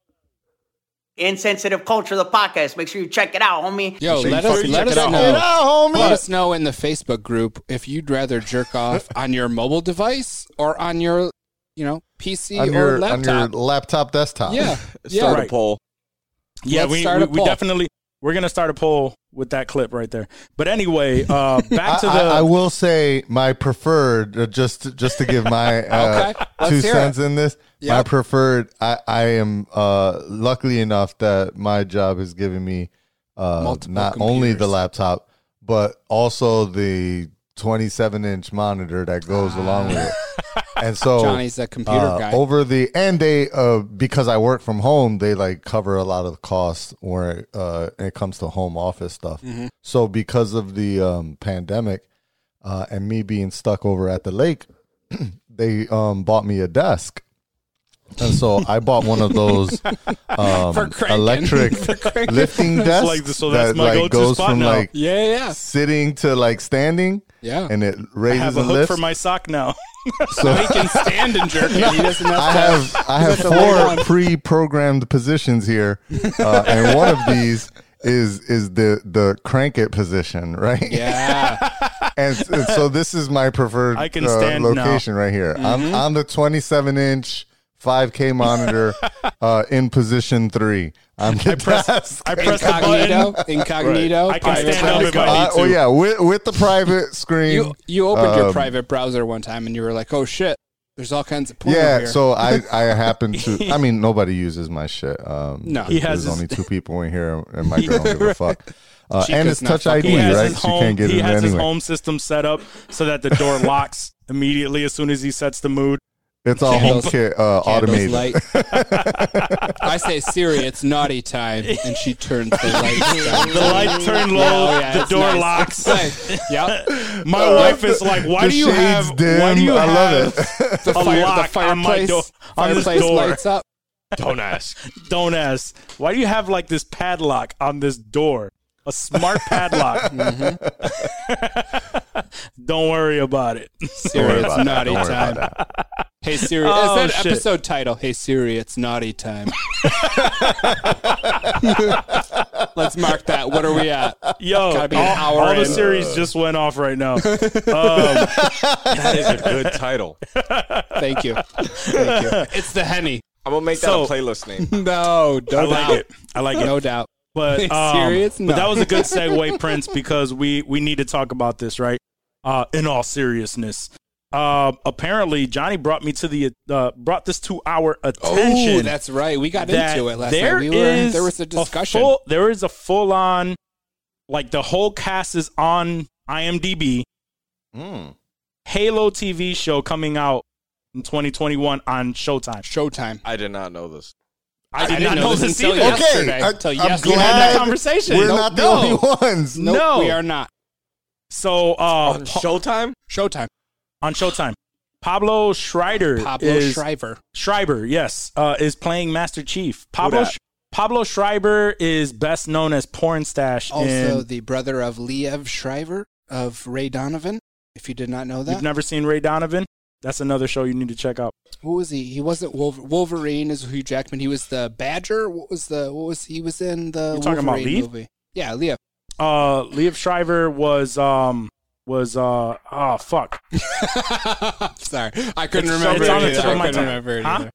[SPEAKER 6] Insensitive Culture, the podcast. Make sure you check it out, homie.
[SPEAKER 1] Yo,
[SPEAKER 2] Shake
[SPEAKER 1] let
[SPEAKER 2] it
[SPEAKER 1] us
[SPEAKER 2] out.
[SPEAKER 1] let
[SPEAKER 2] Check
[SPEAKER 1] us
[SPEAKER 2] it out.
[SPEAKER 3] Get
[SPEAKER 1] know.
[SPEAKER 3] out, homie.
[SPEAKER 1] Let us know in the Facebook group if you'd rather jerk off on your mobile device or on your, you know, PC
[SPEAKER 3] on
[SPEAKER 1] or
[SPEAKER 3] your on
[SPEAKER 1] laptop.
[SPEAKER 3] your laptop desktop.
[SPEAKER 1] yeah, yeah.
[SPEAKER 4] Start
[SPEAKER 2] Right.
[SPEAKER 4] a poll.
[SPEAKER 2] Yeah,
[SPEAKER 1] Let's
[SPEAKER 2] we,
[SPEAKER 1] start
[SPEAKER 2] we,
[SPEAKER 1] a
[SPEAKER 2] we
[SPEAKER 1] poll.
[SPEAKER 2] definitely we're gonna start a poll with that clip right there. But anyway, uh,
[SPEAKER 3] I,
[SPEAKER 2] back to the
[SPEAKER 3] I- I will say my preferred uh, just to, just to give my uh,
[SPEAKER 1] Okay, let's
[SPEAKER 3] two
[SPEAKER 1] hear
[SPEAKER 3] cents in this. My
[SPEAKER 1] Yep.
[SPEAKER 3] preferred. I I am uh, luckily enough that my job is giving me uh,
[SPEAKER 1] Multiple
[SPEAKER 3] not only the
[SPEAKER 1] computers.
[SPEAKER 3] laptop but also the 27 inch monitor that goes along with it. And so
[SPEAKER 1] Johnny's a computer
[SPEAKER 3] uh,
[SPEAKER 1] guy.
[SPEAKER 3] over the and they uh because I work from home they like cover a lot of the costs where uh it comes to home office stuff.
[SPEAKER 2] Mm-hmm.
[SPEAKER 3] So because of the um pandemic uh and me being stuck over at the lake they um bought me a desk. And so I bought one of those
[SPEAKER 1] For
[SPEAKER 3] um
[SPEAKER 1] cranking.
[SPEAKER 3] electric
[SPEAKER 1] For cranking.
[SPEAKER 3] lifting desks
[SPEAKER 2] like- so that's
[SPEAKER 3] that
[SPEAKER 2] my go-to
[SPEAKER 3] like goes
[SPEAKER 2] spot
[SPEAKER 3] from
[SPEAKER 2] now.
[SPEAKER 3] like
[SPEAKER 1] yeah, yeah,
[SPEAKER 3] sitting to like standing
[SPEAKER 1] yeah.
[SPEAKER 3] and it
[SPEAKER 2] I
[SPEAKER 3] raises
[SPEAKER 2] have a
[SPEAKER 3] and
[SPEAKER 2] hook
[SPEAKER 3] lifts.
[SPEAKER 2] for my sock now.
[SPEAKER 3] so
[SPEAKER 2] I can stand and jerk
[SPEAKER 1] he doesn't have
[SPEAKER 3] I
[SPEAKER 1] to-
[SPEAKER 3] have I have
[SPEAKER 1] the only one.
[SPEAKER 3] four pre-programmed positions here, uh, and one of these is is the the crank it position, right?
[SPEAKER 1] Yeah,
[SPEAKER 3] And, s- and so this is my preferred uh,
[SPEAKER 2] I can stand now. Mm-hmm.
[SPEAKER 3] location right here. I'm on the 27 inch 5K monitor uh, in position three. I'm the I
[SPEAKER 2] press- I press the button.
[SPEAKER 1] incognito, incognito.
[SPEAKER 2] I can
[SPEAKER 1] private
[SPEAKER 2] stand up
[SPEAKER 1] browser.
[SPEAKER 2] if I need to.
[SPEAKER 3] oh yeah, with, with the private screen.
[SPEAKER 1] You you opened your
[SPEAKER 3] Um,
[SPEAKER 1] private browser one time and you were like, oh shit, there's all kinds of porn
[SPEAKER 3] yeah,
[SPEAKER 1] here.
[SPEAKER 3] so I I happen to. I mean, nobody uses my shit. Um,
[SPEAKER 1] No.
[SPEAKER 2] He has
[SPEAKER 3] there's
[SPEAKER 2] his-
[SPEAKER 3] only two people in here, and my girl don't give a fuck. Uh,
[SPEAKER 1] She
[SPEAKER 3] and
[SPEAKER 1] does
[SPEAKER 3] it's
[SPEAKER 1] not
[SPEAKER 3] Touch
[SPEAKER 1] fucking-
[SPEAKER 3] ID,
[SPEAKER 2] He has
[SPEAKER 3] right?
[SPEAKER 2] his
[SPEAKER 3] She
[SPEAKER 2] home.
[SPEAKER 3] can't get
[SPEAKER 2] he
[SPEAKER 3] in
[SPEAKER 2] has his
[SPEAKER 3] anyway.
[SPEAKER 2] home system set up so that the door locks immediately as soon as he sets the mood.
[SPEAKER 3] It's all home
[SPEAKER 1] Candles-
[SPEAKER 3] kit uh,
[SPEAKER 1] Candles
[SPEAKER 3] automated.
[SPEAKER 1] light. I say Siri, it's naughty time, and she turns the lights down.
[SPEAKER 2] The light turned low.
[SPEAKER 1] Oh, yeah,
[SPEAKER 2] the
[SPEAKER 1] it's
[SPEAKER 2] door
[SPEAKER 1] nice.
[SPEAKER 2] locks.
[SPEAKER 1] It's nice. yep.
[SPEAKER 2] My
[SPEAKER 3] Uh,
[SPEAKER 2] wife
[SPEAKER 3] the-
[SPEAKER 2] is like, "Why
[SPEAKER 3] the
[SPEAKER 2] do you
[SPEAKER 3] shades
[SPEAKER 2] have? Why
[SPEAKER 3] dim.
[SPEAKER 2] do you
[SPEAKER 3] I
[SPEAKER 2] have
[SPEAKER 3] love
[SPEAKER 1] The,
[SPEAKER 2] a
[SPEAKER 1] fire, the
[SPEAKER 2] lock on my
[SPEAKER 1] fireplace,
[SPEAKER 2] door- on this
[SPEAKER 1] fireplace
[SPEAKER 2] door.
[SPEAKER 1] lights up.
[SPEAKER 4] Don't ask.
[SPEAKER 2] Don't ask. Why do you have like this padlock on this door? A smart padlock.
[SPEAKER 1] Mm-hmm.
[SPEAKER 2] Don't worry about it.
[SPEAKER 1] Siri,
[SPEAKER 3] worry
[SPEAKER 1] it's
[SPEAKER 3] about that.
[SPEAKER 1] naughty
[SPEAKER 3] Don't worry about
[SPEAKER 1] time. Hey Siri,
[SPEAKER 2] Oh,
[SPEAKER 1] is that
[SPEAKER 2] shit.
[SPEAKER 1] episode title? Hey Siri, it's naughty time. Let's mark that. What are we at?
[SPEAKER 2] Yo,
[SPEAKER 1] Gotta be an
[SPEAKER 2] all,
[SPEAKER 1] hour
[SPEAKER 2] all the
[SPEAKER 1] in.
[SPEAKER 2] series just went off right now. Um,
[SPEAKER 4] That is a good title.
[SPEAKER 1] Thank you. Thank you. It's the Henny.
[SPEAKER 4] I'm gonna make that
[SPEAKER 2] So-
[SPEAKER 4] a playlist name.
[SPEAKER 1] No,
[SPEAKER 2] I
[SPEAKER 1] don't
[SPEAKER 2] like
[SPEAKER 1] doubt.
[SPEAKER 2] it. I like it.
[SPEAKER 1] No doubt.
[SPEAKER 2] But,
[SPEAKER 1] Are you
[SPEAKER 2] um,
[SPEAKER 1] serious?
[SPEAKER 2] but that
[SPEAKER 1] No.
[SPEAKER 2] was a good segue, Prince, because we we need to talk about this, right? Uh, in all seriousness, uh, apparently Johnny brought me to the uh, brought this to our attention.
[SPEAKER 1] Oh, that's right. We got
[SPEAKER 2] that
[SPEAKER 1] into it last
[SPEAKER 2] there
[SPEAKER 1] night. We were,
[SPEAKER 2] is
[SPEAKER 1] there was a discussion.
[SPEAKER 2] full- there is a full on, like the whole cast is on IMDb.
[SPEAKER 3] Mm.
[SPEAKER 2] Halo TV show coming out in 2021 on Showtime.
[SPEAKER 1] Showtime.
[SPEAKER 4] I did not know this.
[SPEAKER 2] I did not know this
[SPEAKER 1] until
[SPEAKER 2] either.
[SPEAKER 3] Okay,
[SPEAKER 1] yesterday.
[SPEAKER 3] I-
[SPEAKER 1] until
[SPEAKER 3] I'm
[SPEAKER 1] yesterday.
[SPEAKER 2] We had that
[SPEAKER 3] glad-
[SPEAKER 2] conversation.
[SPEAKER 3] We're
[SPEAKER 1] Nope,
[SPEAKER 3] not the
[SPEAKER 1] no.
[SPEAKER 3] only ones.
[SPEAKER 1] Nope,
[SPEAKER 2] No.
[SPEAKER 1] we are not.
[SPEAKER 2] So uh,
[SPEAKER 4] On
[SPEAKER 2] Pa-
[SPEAKER 4] Showtime?
[SPEAKER 1] Showtime.
[SPEAKER 2] on Showtime, Pablo Schreider
[SPEAKER 1] Pablo
[SPEAKER 2] is
[SPEAKER 1] Shriver.
[SPEAKER 2] Schreiber, yes, uh, is playing Master Chief. Pablo
[SPEAKER 4] dat?
[SPEAKER 2] Sch- Pablo Schreiber is best known as Porn Stash.
[SPEAKER 3] Oh,
[SPEAKER 1] Also
[SPEAKER 2] in,
[SPEAKER 1] the brother of Liev Shriver of Ray Donovan. If you did not know that,
[SPEAKER 2] you've never seen Ray Donovan. That's another show you need to check out.
[SPEAKER 1] who was he? He wasn't Wolver- Wolverine. Is Hugh Jackman? He was the Badger. What was the? What was he was in the
[SPEAKER 2] You talking about
[SPEAKER 1] Wolverine
[SPEAKER 2] Liev?
[SPEAKER 1] movie? Yeah, Liev.
[SPEAKER 2] Uh, Liev Shriver was um was uh oh fuck
[SPEAKER 1] Sorry, I couldn't
[SPEAKER 2] It's-
[SPEAKER 1] remember.
[SPEAKER 2] it's on
[SPEAKER 1] it
[SPEAKER 2] the
[SPEAKER 1] either.
[SPEAKER 2] tip of
[SPEAKER 1] I
[SPEAKER 2] my
[SPEAKER 1] couldn't
[SPEAKER 2] tongue.
[SPEAKER 1] remember it
[SPEAKER 2] Huh?
[SPEAKER 1] either.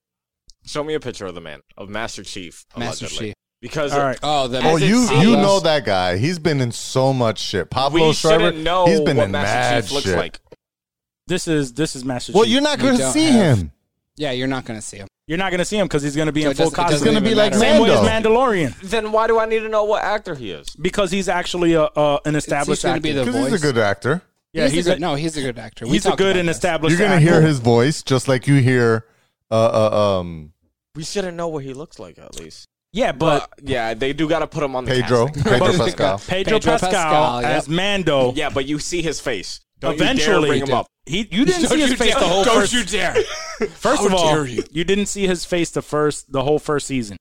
[SPEAKER 4] Show me a picture of the man, of Master Chief.
[SPEAKER 1] Master
[SPEAKER 4] allegedly.
[SPEAKER 1] Chief.
[SPEAKER 4] Because
[SPEAKER 2] All right.
[SPEAKER 1] Oh, the
[SPEAKER 3] Oh,
[SPEAKER 4] As it
[SPEAKER 3] you
[SPEAKER 4] seems-
[SPEAKER 3] you know that guy. He's been in so much shit. Pablo
[SPEAKER 4] we
[SPEAKER 3] Schreiber.
[SPEAKER 4] shouldn't know
[SPEAKER 3] He's been
[SPEAKER 4] what
[SPEAKER 3] in
[SPEAKER 4] Master
[SPEAKER 3] mad
[SPEAKER 4] Chief looks
[SPEAKER 3] shit.
[SPEAKER 4] like.
[SPEAKER 2] this is this is Master
[SPEAKER 3] Well,
[SPEAKER 2] Chief.
[SPEAKER 3] you're not
[SPEAKER 1] You
[SPEAKER 3] going to
[SPEAKER 1] don't
[SPEAKER 3] see
[SPEAKER 1] have-
[SPEAKER 3] him.
[SPEAKER 1] Yeah, you're not going to see him.
[SPEAKER 2] You're not gonna see him because he's gonna be
[SPEAKER 1] So
[SPEAKER 2] in
[SPEAKER 1] it
[SPEAKER 2] full
[SPEAKER 1] doesn't- it
[SPEAKER 2] costume.
[SPEAKER 3] He's going to
[SPEAKER 1] Doesn't
[SPEAKER 3] be
[SPEAKER 1] even
[SPEAKER 3] like
[SPEAKER 1] matter.
[SPEAKER 2] Same way as
[SPEAKER 3] Mando.
[SPEAKER 2] Mandalorian
[SPEAKER 4] Then why do I need to know what actor he is?
[SPEAKER 2] because he's actually a uh, an
[SPEAKER 1] He's
[SPEAKER 2] established
[SPEAKER 1] going to be
[SPEAKER 2] actor.
[SPEAKER 1] the
[SPEAKER 3] Because
[SPEAKER 1] voice.
[SPEAKER 3] he's a good actor.
[SPEAKER 2] yeah,
[SPEAKER 1] he's, a good. no, he's a good actor. We
[SPEAKER 2] he's a
[SPEAKER 1] talked
[SPEAKER 2] good
[SPEAKER 1] about
[SPEAKER 2] and
[SPEAKER 1] this.
[SPEAKER 2] established.
[SPEAKER 3] You're going to
[SPEAKER 2] actor.
[SPEAKER 3] hear his voice just like you hear uh, uh, um,
[SPEAKER 4] We shouldn't know what he looks like at least.
[SPEAKER 2] Yeah, but
[SPEAKER 4] But Uh, yeah, they do got to put him on the
[SPEAKER 3] Pedro.
[SPEAKER 4] casting.
[SPEAKER 3] Pedro Pascal.
[SPEAKER 2] Pedro,
[SPEAKER 1] Pedro
[SPEAKER 2] Pascal,
[SPEAKER 1] Pascal, yep.
[SPEAKER 2] as Mando.
[SPEAKER 4] Yeah, but you see his face. Don't you
[SPEAKER 2] eventually,
[SPEAKER 4] dare bring him up.
[SPEAKER 2] he you didn't see his face the whole
[SPEAKER 4] Don't
[SPEAKER 2] first.
[SPEAKER 4] you dare.
[SPEAKER 2] first of
[SPEAKER 1] How
[SPEAKER 2] all,
[SPEAKER 1] dare
[SPEAKER 2] you.
[SPEAKER 1] you.
[SPEAKER 2] didn't see his face the first the whole first season.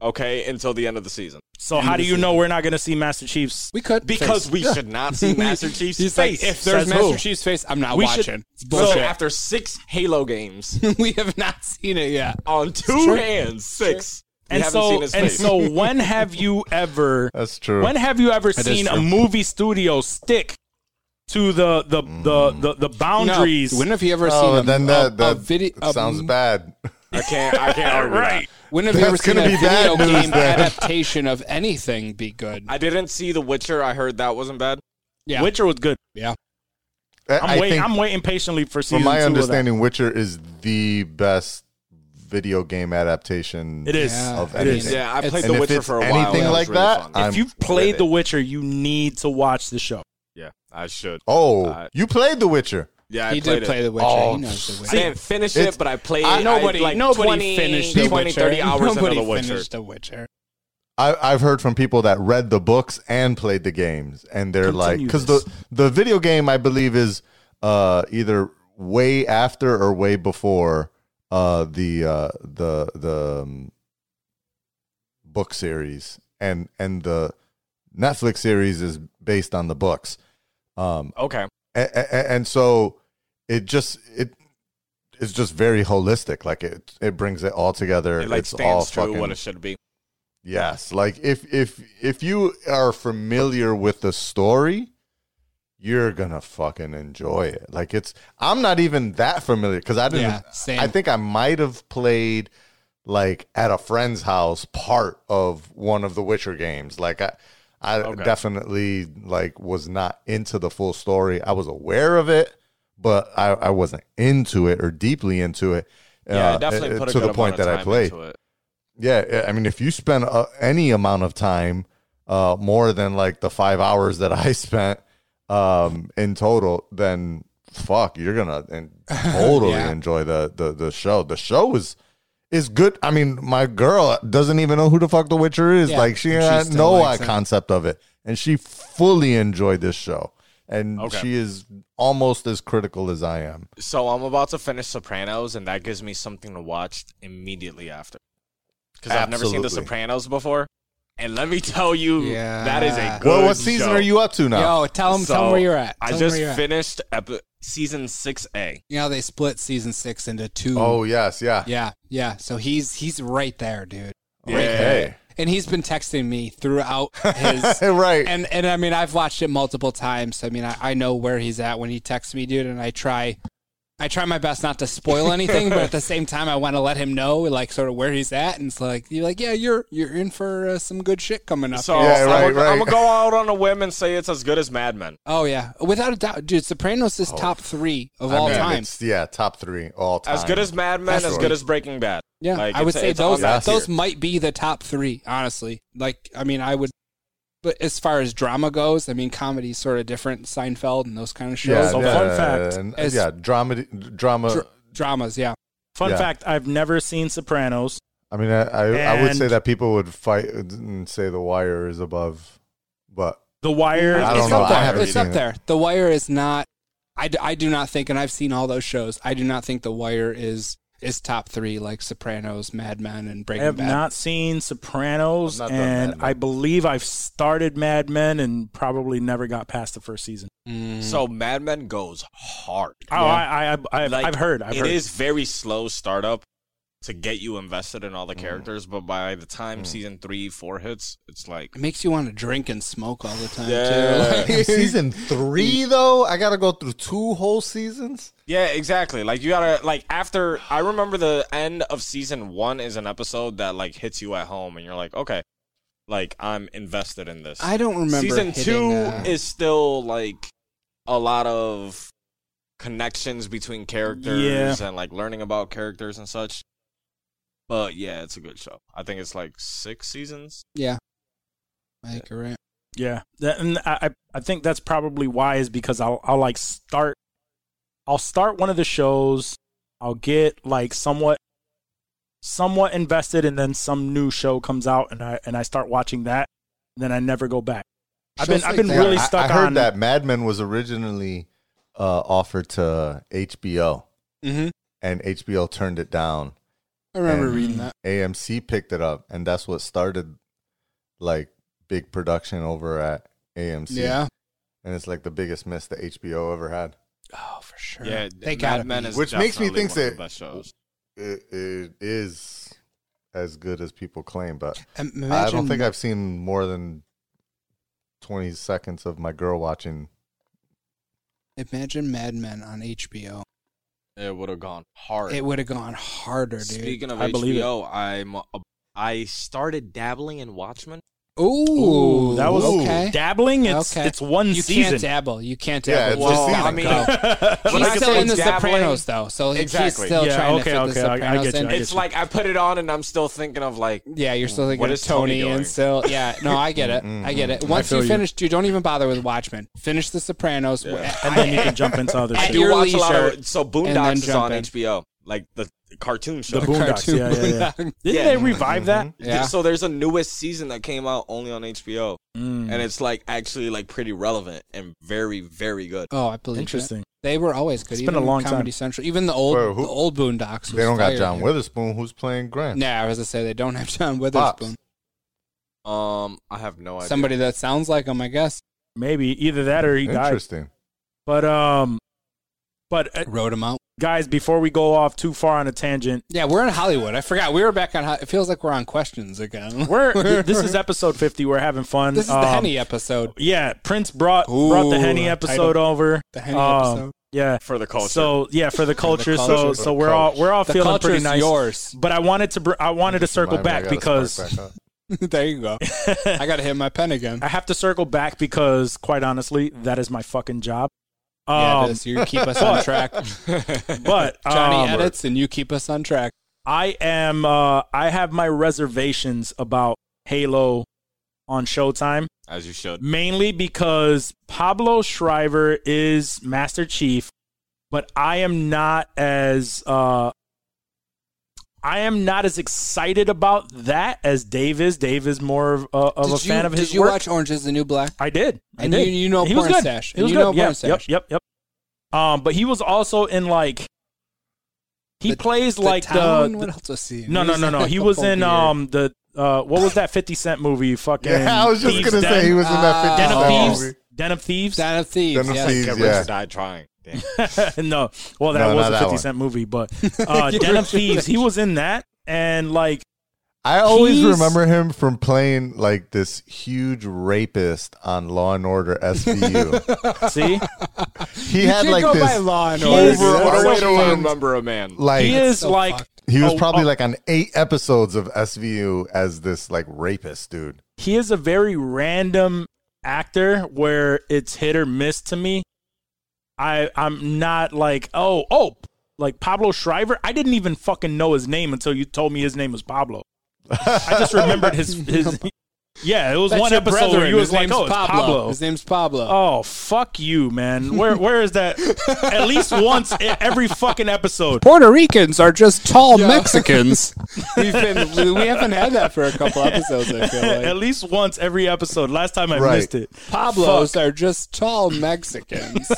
[SPEAKER 4] Okay, until the end of the season.
[SPEAKER 2] So how do you know we're not going to see Master Chief's?
[SPEAKER 1] We could
[SPEAKER 4] Because
[SPEAKER 1] face.
[SPEAKER 4] we should not see Master Chief's
[SPEAKER 1] He's
[SPEAKER 4] face.
[SPEAKER 1] like, if there's
[SPEAKER 2] Says
[SPEAKER 1] Master
[SPEAKER 2] who?
[SPEAKER 1] Chief's face, I'm not
[SPEAKER 4] we
[SPEAKER 1] watching. It's
[SPEAKER 4] should. So
[SPEAKER 1] bullshit.
[SPEAKER 4] after six Halo games
[SPEAKER 1] we have not seen it yet.
[SPEAKER 4] on two hands, six. We
[SPEAKER 2] And
[SPEAKER 4] haven't
[SPEAKER 2] so
[SPEAKER 4] seen his
[SPEAKER 2] and
[SPEAKER 4] face.
[SPEAKER 2] so when have you ever
[SPEAKER 3] That's true.
[SPEAKER 2] when have you ever
[SPEAKER 1] That is
[SPEAKER 2] seen a
[SPEAKER 1] true.
[SPEAKER 2] movie studio stick to the the the
[SPEAKER 3] Mm.
[SPEAKER 2] the, the boundaries?
[SPEAKER 1] No, when have you ever
[SPEAKER 3] oh,
[SPEAKER 1] seen a,
[SPEAKER 3] and then that,
[SPEAKER 1] a,
[SPEAKER 3] that
[SPEAKER 1] a video? a
[SPEAKER 3] sounds
[SPEAKER 1] m-
[SPEAKER 3] bad.
[SPEAKER 4] I can't. I can't argue that.
[SPEAKER 2] right.
[SPEAKER 1] When have you ever
[SPEAKER 3] That's
[SPEAKER 1] seen a
[SPEAKER 3] gonna be bad
[SPEAKER 1] video
[SPEAKER 3] news
[SPEAKER 1] game
[SPEAKER 3] then.
[SPEAKER 1] adaptation of anything be good?
[SPEAKER 4] I didn't see The Witcher. I heard that wasn't bad.
[SPEAKER 1] Yeah.
[SPEAKER 2] Witcher was good.
[SPEAKER 1] yeah.
[SPEAKER 3] I,
[SPEAKER 2] I'm
[SPEAKER 3] I
[SPEAKER 2] waiting.
[SPEAKER 3] think,
[SPEAKER 2] I'm waiting patiently for season
[SPEAKER 3] from my
[SPEAKER 2] two
[SPEAKER 3] understanding, Witcher is the best video game adaptation.
[SPEAKER 2] Of that. It is.
[SPEAKER 1] Yeah.
[SPEAKER 3] Of
[SPEAKER 1] It is.
[SPEAKER 3] anything.
[SPEAKER 4] Yeah, I
[SPEAKER 1] It's-
[SPEAKER 4] played
[SPEAKER 3] And
[SPEAKER 4] The
[SPEAKER 3] if
[SPEAKER 4] Witcher
[SPEAKER 3] it's
[SPEAKER 4] for a while.
[SPEAKER 3] anything
[SPEAKER 4] It was
[SPEAKER 3] like
[SPEAKER 4] really
[SPEAKER 3] that,
[SPEAKER 4] fun.
[SPEAKER 3] I'm
[SPEAKER 2] If you
[SPEAKER 4] with
[SPEAKER 2] played
[SPEAKER 4] it.
[SPEAKER 2] The Witcher, you need to watch the show.
[SPEAKER 4] yeah, I should.
[SPEAKER 3] Oh,
[SPEAKER 4] Uh,
[SPEAKER 3] you played The Witcher.
[SPEAKER 4] Yeah, I
[SPEAKER 1] He
[SPEAKER 4] played
[SPEAKER 1] did
[SPEAKER 4] it.
[SPEAKER 1] play The Witcher.
[SPEAKER 3] Oh,
[SPEAKER 1] he knows The
[SPEAKER 4] I
[SPEAKER 1] Witcher.
[SPEAKER 4] didn't finish
[SPEAKER 3] it's-
[SPEAKER 4] it, but I played.
[SPEAKER 1] I-
[SPEAKER 4] I,
[SPEAKER 1] nobody,
[SPEAKER 4] like
[SPEAKER 1] nobody
[SPEAKER 4] 20,
[SPEAKER 1] finished
[SPEAKER 4] 20,
[SPEAKER 1] The Witcher.
[SPEAKER 4] 30 hours
[SPEAKER 1] nobody
[SPEAKER 4] into The Witcher.
[SPEAKER 1] finished The Witcher.
[SPEAKER 3] I, I've heard from people that read the books and played the games, and they're
[SPEAKER 2] I'm telling
[SPEAKER 3] like,
[SPEAKER 2] you
[SPEAKER 3] because
[SPEAKER 2] this.
[SPEAKER 3] the the video game I believe is uh, either way after or way before uh, the uh, the the um, book series, and and the Netflix series is based on the books. Um,
[SPEAKER 4] Okay.
[SPEAKER 3] and, and so it just it it's just very holistic. Like it it brings it all together.
[SPEAKER 4] It like
[SPEAKER 3] it's all
[SPEAKER 4] stands true
[SPEAKER 3] fucking
[SPEAKER 4] what it should be.
[SPEAKER 3] Yes, like if if if you are familiar with the story, you're gonna fucking enjoy it. Like it's I'm not even that familiar because I didn't.
[SPEAKER 1] Yeah, same.
[SPEAKER 3] I think I might have played like at a friend's house part of one of the Witcher games. Like I, I
[SPEAKER 4] Okay.
[SPEAKER 3] definitely like was not into the full story. I was aware of it, but I I wasn't into it or deeply into it.
[SPEAKER 4] Yeah, I
[SPEAKER 3] uh,
[SPEAKER 4] definitely
[SPEAKER 3] uh,
[SPEAKER 4] put a
[SPEAKER 3] to
[SPEAKER 4] good
[SPEAKER 3] the point
[SPEAKER 4] amount of
[SPEAKER 3] that I
[SPEAKER 4] time
[SPEAKER 3] played.
[SPEAKER 4] into it.
[SPEAKER 3] Yeah, I mean, if you spend uh, any amount of time, uh, more than like the five hours that I spent um, in total, then fuck, you're gonna and totally
[SPEAKER 1] Yeah.
[SPEAKER 3] enjoy the, the the show. The show is is good. I mean, my girl doesn't even know who the fuck The Witcher is.
[SPEAKER 1] Yeah,
[SPEAKER 3] like she
[SPEAKER 1] and she
[SPEAKER 3] had
[SPEAKER 1] still
[SPEAKER 3] no uh,
[SPEAKER 1] likes it.
[SPEAKER 3] concept of it, and she fully enjoyed this show. And
[SPEAKER 4] Okay.
[SPEAKER 3] she is almost as critical as I am.
[SPEAKER 4] So I'm about to finish Sopranos, and that gives me something to watch immediately after. Because I've never seen The
[SPEAKER 3] Absolutely.
[SPEAKER 4] Sopranos before, and let me tell you,
[SPEAKER 1] Yeah.
[SPEAKER 4] that is a good.
[SPEAKER 3] Well, what season
[SPEAKER 4] show.
[SPEAKER 3] are you up to now?
[SPEAKER 1] Yo, tell him,
[SPEAKER 4] So,
[SPEAKER 1] where you're at.
[SPEAKER 4] I
[SPEAKER 1] Tell 'em
[SPEAKER 4] just
[SPEAKER 1] where you're at.
[SPEAKER 4] finished epi- season six A.
[SPEAKER 1] You know, they split season six into two.
[SPEAKER 3] oh yes, yeah.
[SPEAKER 1] yeah, yeah. So he's he's right there, dude.
[SPEAKER 4] Yeah.
[SPEAKER 3] Okay.
[SPEAKER 1] And he's been texting me throughout his.
[SPEAKER 3] right.
[SPEAKER 1] and and I mean, I've watched it multiple times. I mean, I, I know where he's at when he texts me, dude. And I try, I try my best not to spoil anything, but at the same time, I want to let him know, like, sort of where he's at. And it's like you're like, yeah, you're you're in for uh, some good shit coming up.
[SPEAKER 4] So
[SPEAKER 1] here.
[SPEAKER 3] Yeah, right,
[SPEAKER 4] I'm, gonna,
[SPEAKER 3] right.
[SPEAKER 4] I'm gonna go out on a whim and say it's as good as Mad Men.
[SPEAKER 1] Oh yeah, without a doubt, dude. Sopranos is top three of all
[SPEAKER 3] Oh. mean,
[SPEAKER 1] time.
[SPEAKER 3] it's- yeah, top three all time.
[SPEAKER 4] As good as Mad Men,
[SPEAKER 1] That's
[SPEAKER 4] as
[SPEAKER 1] right.
[SPEAKER 4] good as Breaking Bad.
[SPEAKER 1] Yeah,
[SPEAKER 4] Like,
[SPEAKER 1] I would
[SPEAKER 4] it's-
[SPEAKER 1] say
[SPEAKER 4] it's on
[SPEAKER 1] those
[SPEAKER 4] that
[SPEAKER 1] those
[SPEAKER 4] tier.
[SPEAKER 1] might be the top three, honestly. Like, I mean, I would. But as far as drama goes, I mean, comedy's sort of different. Seinfeld and those kind of shows.
[SPEAKER 3] yeah,
[SPEAKER 2] So
[SPEAKER 3] yeah,
[SPEAKER 2] fun fact
[SPEAKER 3] and-
[SPEAKER 1] is-
[SPEAKER 3] yeah, drama, drama.
[SPEAKER 1] Dr- dramas, yeah.
[SPEAKER 2] Fun
[SPEAKER 3] Yeah.
[SPEAKER 2] fact: I've never seen Sopranos.
[SPEAKER 3] I mean, I, I, I would say
[SPEAKER 2] And-
[SPEAKER 3] that people would fight and say The Wire is above, but
[SPEAKER 2] The Wire.
[SPEAKER 3] I don't
[SPEAKER 1] it's
[SPEAKER 3] know.
[SPEAKER 1] up
[SPEAKER 3] I
[SPEAKER 1] there.
[SPEAKER 3] haven't
[SPEAKER 1] it's
[SPEAKER 3] seen
[SPEAKER 1] up
[SPEAKER 3] it.
[SPEAKER 1] there. The Wire is not. I, d- I do not think, and I've seen all those shows. I do not think The Wire is is top three like Sopranos, Mad Men, and
[SPEAKER 2] I
[SPEAKER 1] Breaking
[SPEAKER 2] have
[SPEAKER 1] Bad.
[SPEAKER 2] not seen Sopranos,
[SPEAKER 3] I've not done
[SPEAKER 2] and
[SPEAKER 3] Mad Men.
[SPEAKER 2] I believe I've started Mad Men and probably never got past the first season.
[SPEAKER 1] Mm.
[SPEAKER 4] So Mad Men goes hard.
[SPEAKER 2] Oh, I, I, I, I've,
[SPEAKER 4] Like,
[SPEAKER 2] I've heard. I've
[SPEAKER 4] It
[SPEAKER 2] heard.
[SPEAKER 4] is very slow startup to get you invested in all the characters, but by the time season three, four hits, it's like
[SPEAKER 1] it makes you want to drink and smoke all the time
[SPEAKER 4] Yeah.
[SPEAKER 1] too. Like-
[SPEAKER 3] season three though, I gotta go through two whole seasons.
[SPEAKER 4] yeah, exactly. Like you gotta like after I remember the end of season one is an episode that like hits you at home, and you're like, okay, like I'm invested in this.
[SPEAKER 1] I don't remember.
[SPEAKER 4] season
[SPEAKER 1] hitting,
[SPEAKER 4] two
[SPEAKER 1] uh,
[SPEAKER 4] is still like a lot of connections between characters and like learning about characters and such. But yeah, it's a good show. I think it's like six seasons.
[SPEAKER 1] yeah. I think you're right.
[SPEAKER 2] Yeah, That- and I, I I think that's probably why is because I'll I'll like start, I'll start one of the shows, I'll get like somewhat, somewhat invested, and then some new show comes out, and I and I start watching that, and then I never go back. I've been
[SPEAKER 1] Shows
[SPEAKER 2] I've
[SPEAKER 1] like
[SPEAKER 2] been
[SPEAKER 1] that.
[SPEAKER 2] really
[SPEAKER 3] I,
[SPEAKER 2] stuck
[SPEAKER 3] I heard
[SPEAKER 2] on
[SPEAKER 3] that Mad Men was originally uh, offered to HBO,
[SPEAKER 1] Mm-hmm.
[SPEAKER 3] and HBO turned it down,
[SPEAKER 1] I remember
[SPEAKER 3] And-
[SPEAKER 1] reading that.
[SPEAKER 3] AMC picked it up, and that's what started like big production over at AMC.
[SPEAKER 1] Yeah.
[SPEAKER 3] and it's like the biggest miss that HBO ever had.
[SPEAKER 1] Oh, for sure.
[SPEAKER 4] Yeah,
[SPEAKER 1] they
[SPEAKER 4] Mad
[SPEAKER 1] got
[SPEAKER 4] Men is
[SPEAKER 3] Which makes me
[SPEAKER 4] definitely
[SPEAKER 3] think
[SPEAKER 4] one of the
[SPEAKER 3] that-
[SPEAKER 4] best shows.
[SPEAKER 3] It, it is as good as people claim, but
[SPEAKER 1] Imagine,
[SPEAKER 3] I don't think I've seen more than twenty seconds of my girl watching.
[SPEAKER 1] imagine Mad Men on HBO.
[SPEAKER 4] It would have gone hard.
[SPEAKER 1] It would have gone harder, dude.
[SPEAKER 4] Speaking of
[SPEAKER 2] I believe it.
[SPEAKER 4] HBO, I'm a- I started dabbling in Watchmen.
[SPEAKER 1] Ooh,
[SPEAKER 2] that was
[SPEAKER 1] okay.
[SPEAKER 2] dabbling. It's
[SPEAKER 1] Okay.
[SPEAKER 2] it's one
[SPEAKER 1] you
[SPEAKER 2] season.
[SPEAKER 1] can't dabble. You can't
[SPEAKER 3] Yeah,
[SPEAKER 1] dabble.
[SPEAKER 3] it's a
[SPEAKER 1] Just
[SPEAKER 3] season.
[SPEAKER 1] gotta
[SPEAKER 4] I mean,
[SPEAKER 1] go.
[SPEAKER 4] When I
[SPEAKER 1] He's still
[SPEAKER 4] say
[SPEAKER 1] in the
[SPEAKER 4] dabbling-
[SPEAKER 1] Sopranos, though, so he- he's
[SPEAKER 4] Exactly.
[SPEAKER 1] still
[SPEAKER 2] Yeah,
[SPEAKER 1] trying
[SPEAKER 2] okay,
[SPEAKER 1] to fit the
[SPEAKER 2] okay, I- I
[SPEAKER 1] Sopranos
[SPEAKER 2] get you,
[SPEAKER 1] in.
[SPEAKER 2] I get
[SPEAKER 4] It's like I put it on and I'm still thinking of like
[SPEAKER 1] yeah, you're still thinking
[SPEAKER 4] What
[SPEAKER 1] of
[SPEAKER 4] is Tony
[SPEAKER 1] Tony,
[SPEAKER 4] doing?
[SPEAKER 1] and still, yeah. No, I get it. I get
[SPEAKER 4] Mm-hmm.
[SPEAKER 1] it. Once
[SPEAKER 2] feel
[SPEAKER 1] you
[SPEAKER 2] you.
[SPEAKER 1] finish, dude, don't even bother with Watchmen. Finish the Sopranos.
[SPEAKER 2] and then you can jump into other
[SPEAKER 1] I
[SPEAKER 4] I
[SPEAKER 2] shit.
[SPEAKER 1] do- your
[SPEAKER 4] do watch a lot
[SPEAKER 1] leisure,
[SPEAKER 4] of so Boondocks is
[SPEAKER 1] jump
[SPEAKER 4] on
[SPEAKER 1] in.
[SPEAKER 4] HBO, like the, the cartoon show.
[SPEAKER 2] The Boondocks.
[SPEAKER 1] cartoon
[SPEAKER 2] Yeah, yeah, yeah.
[SPEAKER 1] Boondock.
[SPEAKER 2] Didn't
[SPEAKER 4] Yeah.
[SPEAKER 2] they revive that?
[SPEAKER 1] Yeah.
[SPEAKER 4] So there's a newest season that came out only on HBO,
[SPEAKER 1] Mm-hmm.
[SPEAKER 2] Mm,
[SPEAKER 4] and it's like actually like pretty relevant and very very good.
[SPEAKER 1] Oh, I believe it.
[SPEAKER 2] interesting.
[SPEAKER 1] They were always good.
[SPEAKER 2] It's
[SPEAKER 1] even
[SPEAKER 2] been a long
[SPEAKER 1] Comedy
[SPEAKER 2] time.
[SPEAKER 1] Central, even the old
[SPEAKER 3] Bro, who-
[SPEAKER 1] the old Boondocks. Was
[SPEAKER 3] They don't got
[SPEAKER 1] fire,
[SPEAKER 3] John
[SPEAKER 1] dude.
[SPEAKER 3] Witherspoon, who's playing Grant.
[SPEAKER 1] Nah, I was gonna say they don't have John
[SPEAKER 3] Pops.
[SPEAKER 1] Witherspoon.
[SPEAKER 4] Um, I have no idea.
[SPEAKER 1] Somebody that sounds like him, I guess.
[SPEAKER 2] Maybe either that or he died.
[SPEAKER 3] Interesting.
[SPEAKER 2] But um, but uh,
[SPEAKER 1] Wrote him out.
[SPEAKER 2] guys, before we go off too far on a tangent,
[SPEAKER 1] Yeah, we're in Hollywood. I forgot we were back on. Ho- It feels like we're on questions again.
[SPEAKER 2] we're th- this is episode fifty. We're having fun.
[SPEAKER 1] this is the
[SPEAKER 2] Um,
[SPEAKER 1] Henny episode.
[SPEAKER 2] Yeah, Prince brought brought the
[SPEAKER 1] Ooh,
[SPEAKER 2] Henny
[SPEAKER 1] I
[SPEAKER 2] episode over.
[SPEAKER 1] The Henny
[SPEAKER 2] Um,
[SPEAKER 1] episode.
[SPEAKER 2] Yeah.
[SPEAKER 4] for the culture.
[SPEAKER 2] So yeah, for the culture. So
[SPEAKER 1] culture.
[SPEAKER 2] so we're all we're all
[SPEAKER 1] The
[SPEAKER 2] feeling
[SPEAKER 1] culture
[SPEAKER 2] pretty
[SPEAKER 1] is
[SPEAKER 2] nice.
[SPEAKER 1] yours.
[SPEAKER 2] But I wanted to br- I wanted to circle
[SPEAKER 3] Mine, I
[SPEAKER 2] back
[SPEAKER 3] gotta
[SPEAKER 2] because
[SPEAKER 3] spark back up.
[SPEAKER 1] there you go. I gotta hit my pen again.
[SPEAKER 2] I have to circle back because quite honestly, that is my fucking job. Um,
[SPEAKER 1] yeah, it is. You keep us on track.
[SPEAKER 2] But
[SPEAKER 1] Johnny
[SPEAKER 2] um,
[SPEAKER 1] edits and you keep us on track.
[SPEAKER 2] I am uh, I have my reservations about Halo on Showtime
[SPEAKER 4] as you should.
[SPEAKER 2] mainly because Pablo Shriver is Master Chief, but I am not as uh, I am not as excited about that as Dave is. Dave is more of, uh, of a
[SPEAKER 1] did you,
[SPEAKER 2] fan of his
[SPEAKER 1] did you
[SPEAKER 2] work.
[SPEAKER 1] watch Orange Is the New Black?
[SPEAKER 2] I did. I
[SPEAKER 1] And
[SPEAKER 2] did.
[SPEAKER 1] you- you know
[SPEAKER 2] he was
[SPEAKER 1] Porn
[SPEAKER 2] good.
[SPEAKER 1] Stash.
[SPEAKER 2] He was
[SPEAKER 1] You
[SPEAKER 2] good.
[SPEAKER 1] know
[SPEAKER 2] yeah.
[SPEAKER 1] Porn
[SPEAKER 2] Yep.
[SPEAKER 1] Stash.
[SPEAKER 2] Yep. Yep. Um, but he was also in like he
[SPEAKER 1] The-
[SPEAKER 2] plays like
[SPEAKER 1] town?
[SPEAKER 2] the
[SPEAKER 1] what else was he? in?
[SPEAKER 2] no
[SPEAKER 1] He
[SPEAKER 2] no
[SPEAKER 1] was
[SPEAKER 2] no no
[SPEAKER 1] a
[SPEAKER 2] he was
[SPEAKER 1] couple
[SPEAKER 2] in
[SPEAKER 1] weird-
[SPEAKER 2] um the uh what was that Fifty Cent movie fucking
[SPEAKER 3] Yeah, I was just
[SPEAKER 2] Thieves
[SPEAKER 3] gonna
[SPEAKER 2] Den,
[SPEAKER 3] say he was in
[SPEAKER 2] Den
[SPEAKER 3] that fifty
[SPEAKER 1] Den
[SPEAKER 2] of
[SPEAKER 1] Oh.
[SPEAKER 3] Cent
[SPEAKER 2] Thieves
[SPEAKER 3] movie.
[SPEAKER 2] Den of Thieves
[SPEAKER 1] Den of Thieves.
[SPEAKER 3] Den of
[SPEAKER 1] yes.
[SPEAKER 3] Thieves,
[SPEAKER 4] Get
[SPEAKER 3] yeah.
[SPEAKER 4] rich, die trying. Damn.
[SPEAKER 2] no. Well, that
[SPEAKER 3] No,
[SPEAKER 2] was
[SPEAKER 3] not
[SPEAKER 2] a
[SPEAKER 3] that
[SPEAKER 2] 50
[SPEAKER 3] one.
[SPEAKER 2] Cent movie, but uh,
[SPEAKER 1] You
[SPEAKER 2] Den
[SPEAKER 1] were
[SPEAKER 2] of Thieves, he was in that. And like,
[SPEAKER 3] I always
[SPEAKER 2] He's-
[SPEAKER 3] remember him from playing like this huge rapist on Law and Order SVU.
[SPEAKER 2] see,
[SPEAKER 3] he
[SPEAKER 1] You
[SPEAKER 3] had
[SPEAKER 1] can't
[SPEAKER 3] like
[SPEAKER 1] go by
[SPEAKER 3] this
[SPEAKER 1] Law and
[SPEAKER 3] huge
[SPEAKER 1] Order.
[SPEAKER 4] Over what a way to
[SPEAKER 3] overwhelmed-
[SPEAKER 4] remember a man.
[SPEAKER 3] Like
[SPEAKER 2] he is
[SPEAKER 1] so
[SPEAKER 2] like,
[SPEAKER 1] fucked.
[SPEAKER 3] he was
[SPEAKER 2] a-
[SPEAKER 3] probably
[SPEAKER 1] oh.
[SPEAKER 2] a-
[SPEAKER 3] like on eight episodes of SVU as this like rapist dude.
[SPEAKER 2] he is a very random actor where it's hit or miss to me. I I'm not like oh oh like Pablo Shriver. I didn't even fucking know his name until you told me his name was Pablo. I just remembered his his. Yeah, it was
[SPEAKER 1] That's
[SPEAKER 2] one
[SPEAKER 1] your
[SPEAKER 2] episode
[SPEAKER 1] brethren.
[SPEAKER 2] where you was
[SPEAKER 1] His
[SPEAKER 2] like,
[SPEAKER 1] name's
[SPEAKER 2] "Oh, it's Pablo."
[SPEAKER 1] His name's Pablo.
[SPEAKER 2] Oh fuck you, man! Where where is that? At least once in every fucking episode.
[SPEAKER 1] Puerto Ricans are just tall Mexicans. We've been we haven't had that for a couple episodes. I feel
[SPEAKER 2] At
[SPEAKER 1] like
[SPEAKER 2] least once every episode. Last time I
[SPEAKER 3] Right.
[SPEAKER 2] missed it.
[SPEAKER 1] Pablos are just tall Mexicans.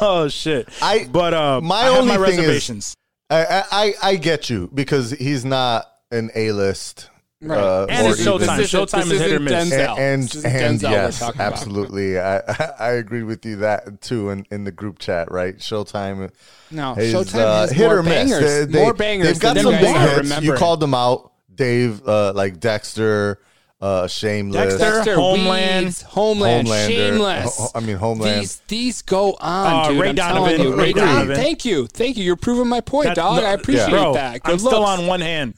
[SPEAKER 2] Oh shit!
[SPEAKER 3] I-
[SPEAKER 2] but uh,
[SPEAKER 3] my
[SPEAKER 2] I have
[SPEAKER 3] only
[SPEAKER 2] my
[SPEAKER 3] thing is-
[SPEAKER 2] reservations.
[SPEAKER 3] I I, I- I get you because he's not an A list.
[SPEAKER 1] Right.
[SPEAKER 2] And it's Showtime.
[SPEAKER 1] Uh, This isn't-
[SPEAKER 2] Showtime
[SPEAKER 1] this
[SPEAKER 2] is hit or
[SPEAKER 1] isn't
[SPEAKER 2] miss.
[SPEAKER 1] Denzel.
[SPEAKER 3] And
[SPEAKER 1] This
[SPEAKER 3] and,
[SPEAKER 1] isn't
[SPEAKER 3] and
[SPEAKER 1] Denzel we're
[SPEAKER 3] yes,
[SPEAKER 1] talking about.
[SPEAKER 3] absolutely. I, I I agree with you that too. In in the group chat, right? Showtime.
[SPEAKER 1] No,
[SPEAKER 3] is,
[SPEAKER 1] Oh. Showtime
[SPEAKER 3] uh,
[SPEAKER 1] has
[SPEAKER 3] hit
[SPEAKER 1] more
[SPEAKER 3] or miss.
[SPEAKER 1] bangers.
[SPEAKER 3] They- they-
[SPEAKER 1] more bangers.
[SPEAKER 3] They've got
[SPEAKER 1] than
[SPEAKER 3] some
[SPEAKER 1] you guys
[SPEAKER 3] big
[SPEAKER 1] are
[SPEAKER 3] hits. You
[SPEAKER 1] remembering.
[SPEAKER 3] called them out, Dave, uh, like Dexter, uh, Shameless.
[SPEAKER 2] Dexter,
[SPEAKER 1] Dexter,
[SPEAKER 2] Homeland.
[SPEAKER 1] Weeds, Homeland,
[SPEAKER 3] Homelander.
[SPEAKER 1] Shameless.
[SPEAKER 3] Ho- I mean, Homeland.
[SPEAKER 1] These these go on,
[SPEAKER 2] Uh,
[SPEAKER 1] dude.
[SPEAKER 2] Ray
[SPEAKER 1] I'm telling
[SPEAKER 2] Donovan.
[SPEAKER 1] you. Ray
[SPEAKER 3] Agreed.
[SPEAKER 1] Donovan. Thank you, thank you. You're proving my point,
[SPEAKER 2] That-
[SPEAKER 1] dog.
[SPEAKER 2] no,
[SPEAKER 1] I appreciate
[SPEAKER 2] bro,
[SPEAKER 1] that. Good
[SPEAKER 2] I'm still
[SPEAKER 1] looks.
[SPEAKER 2] on one hand.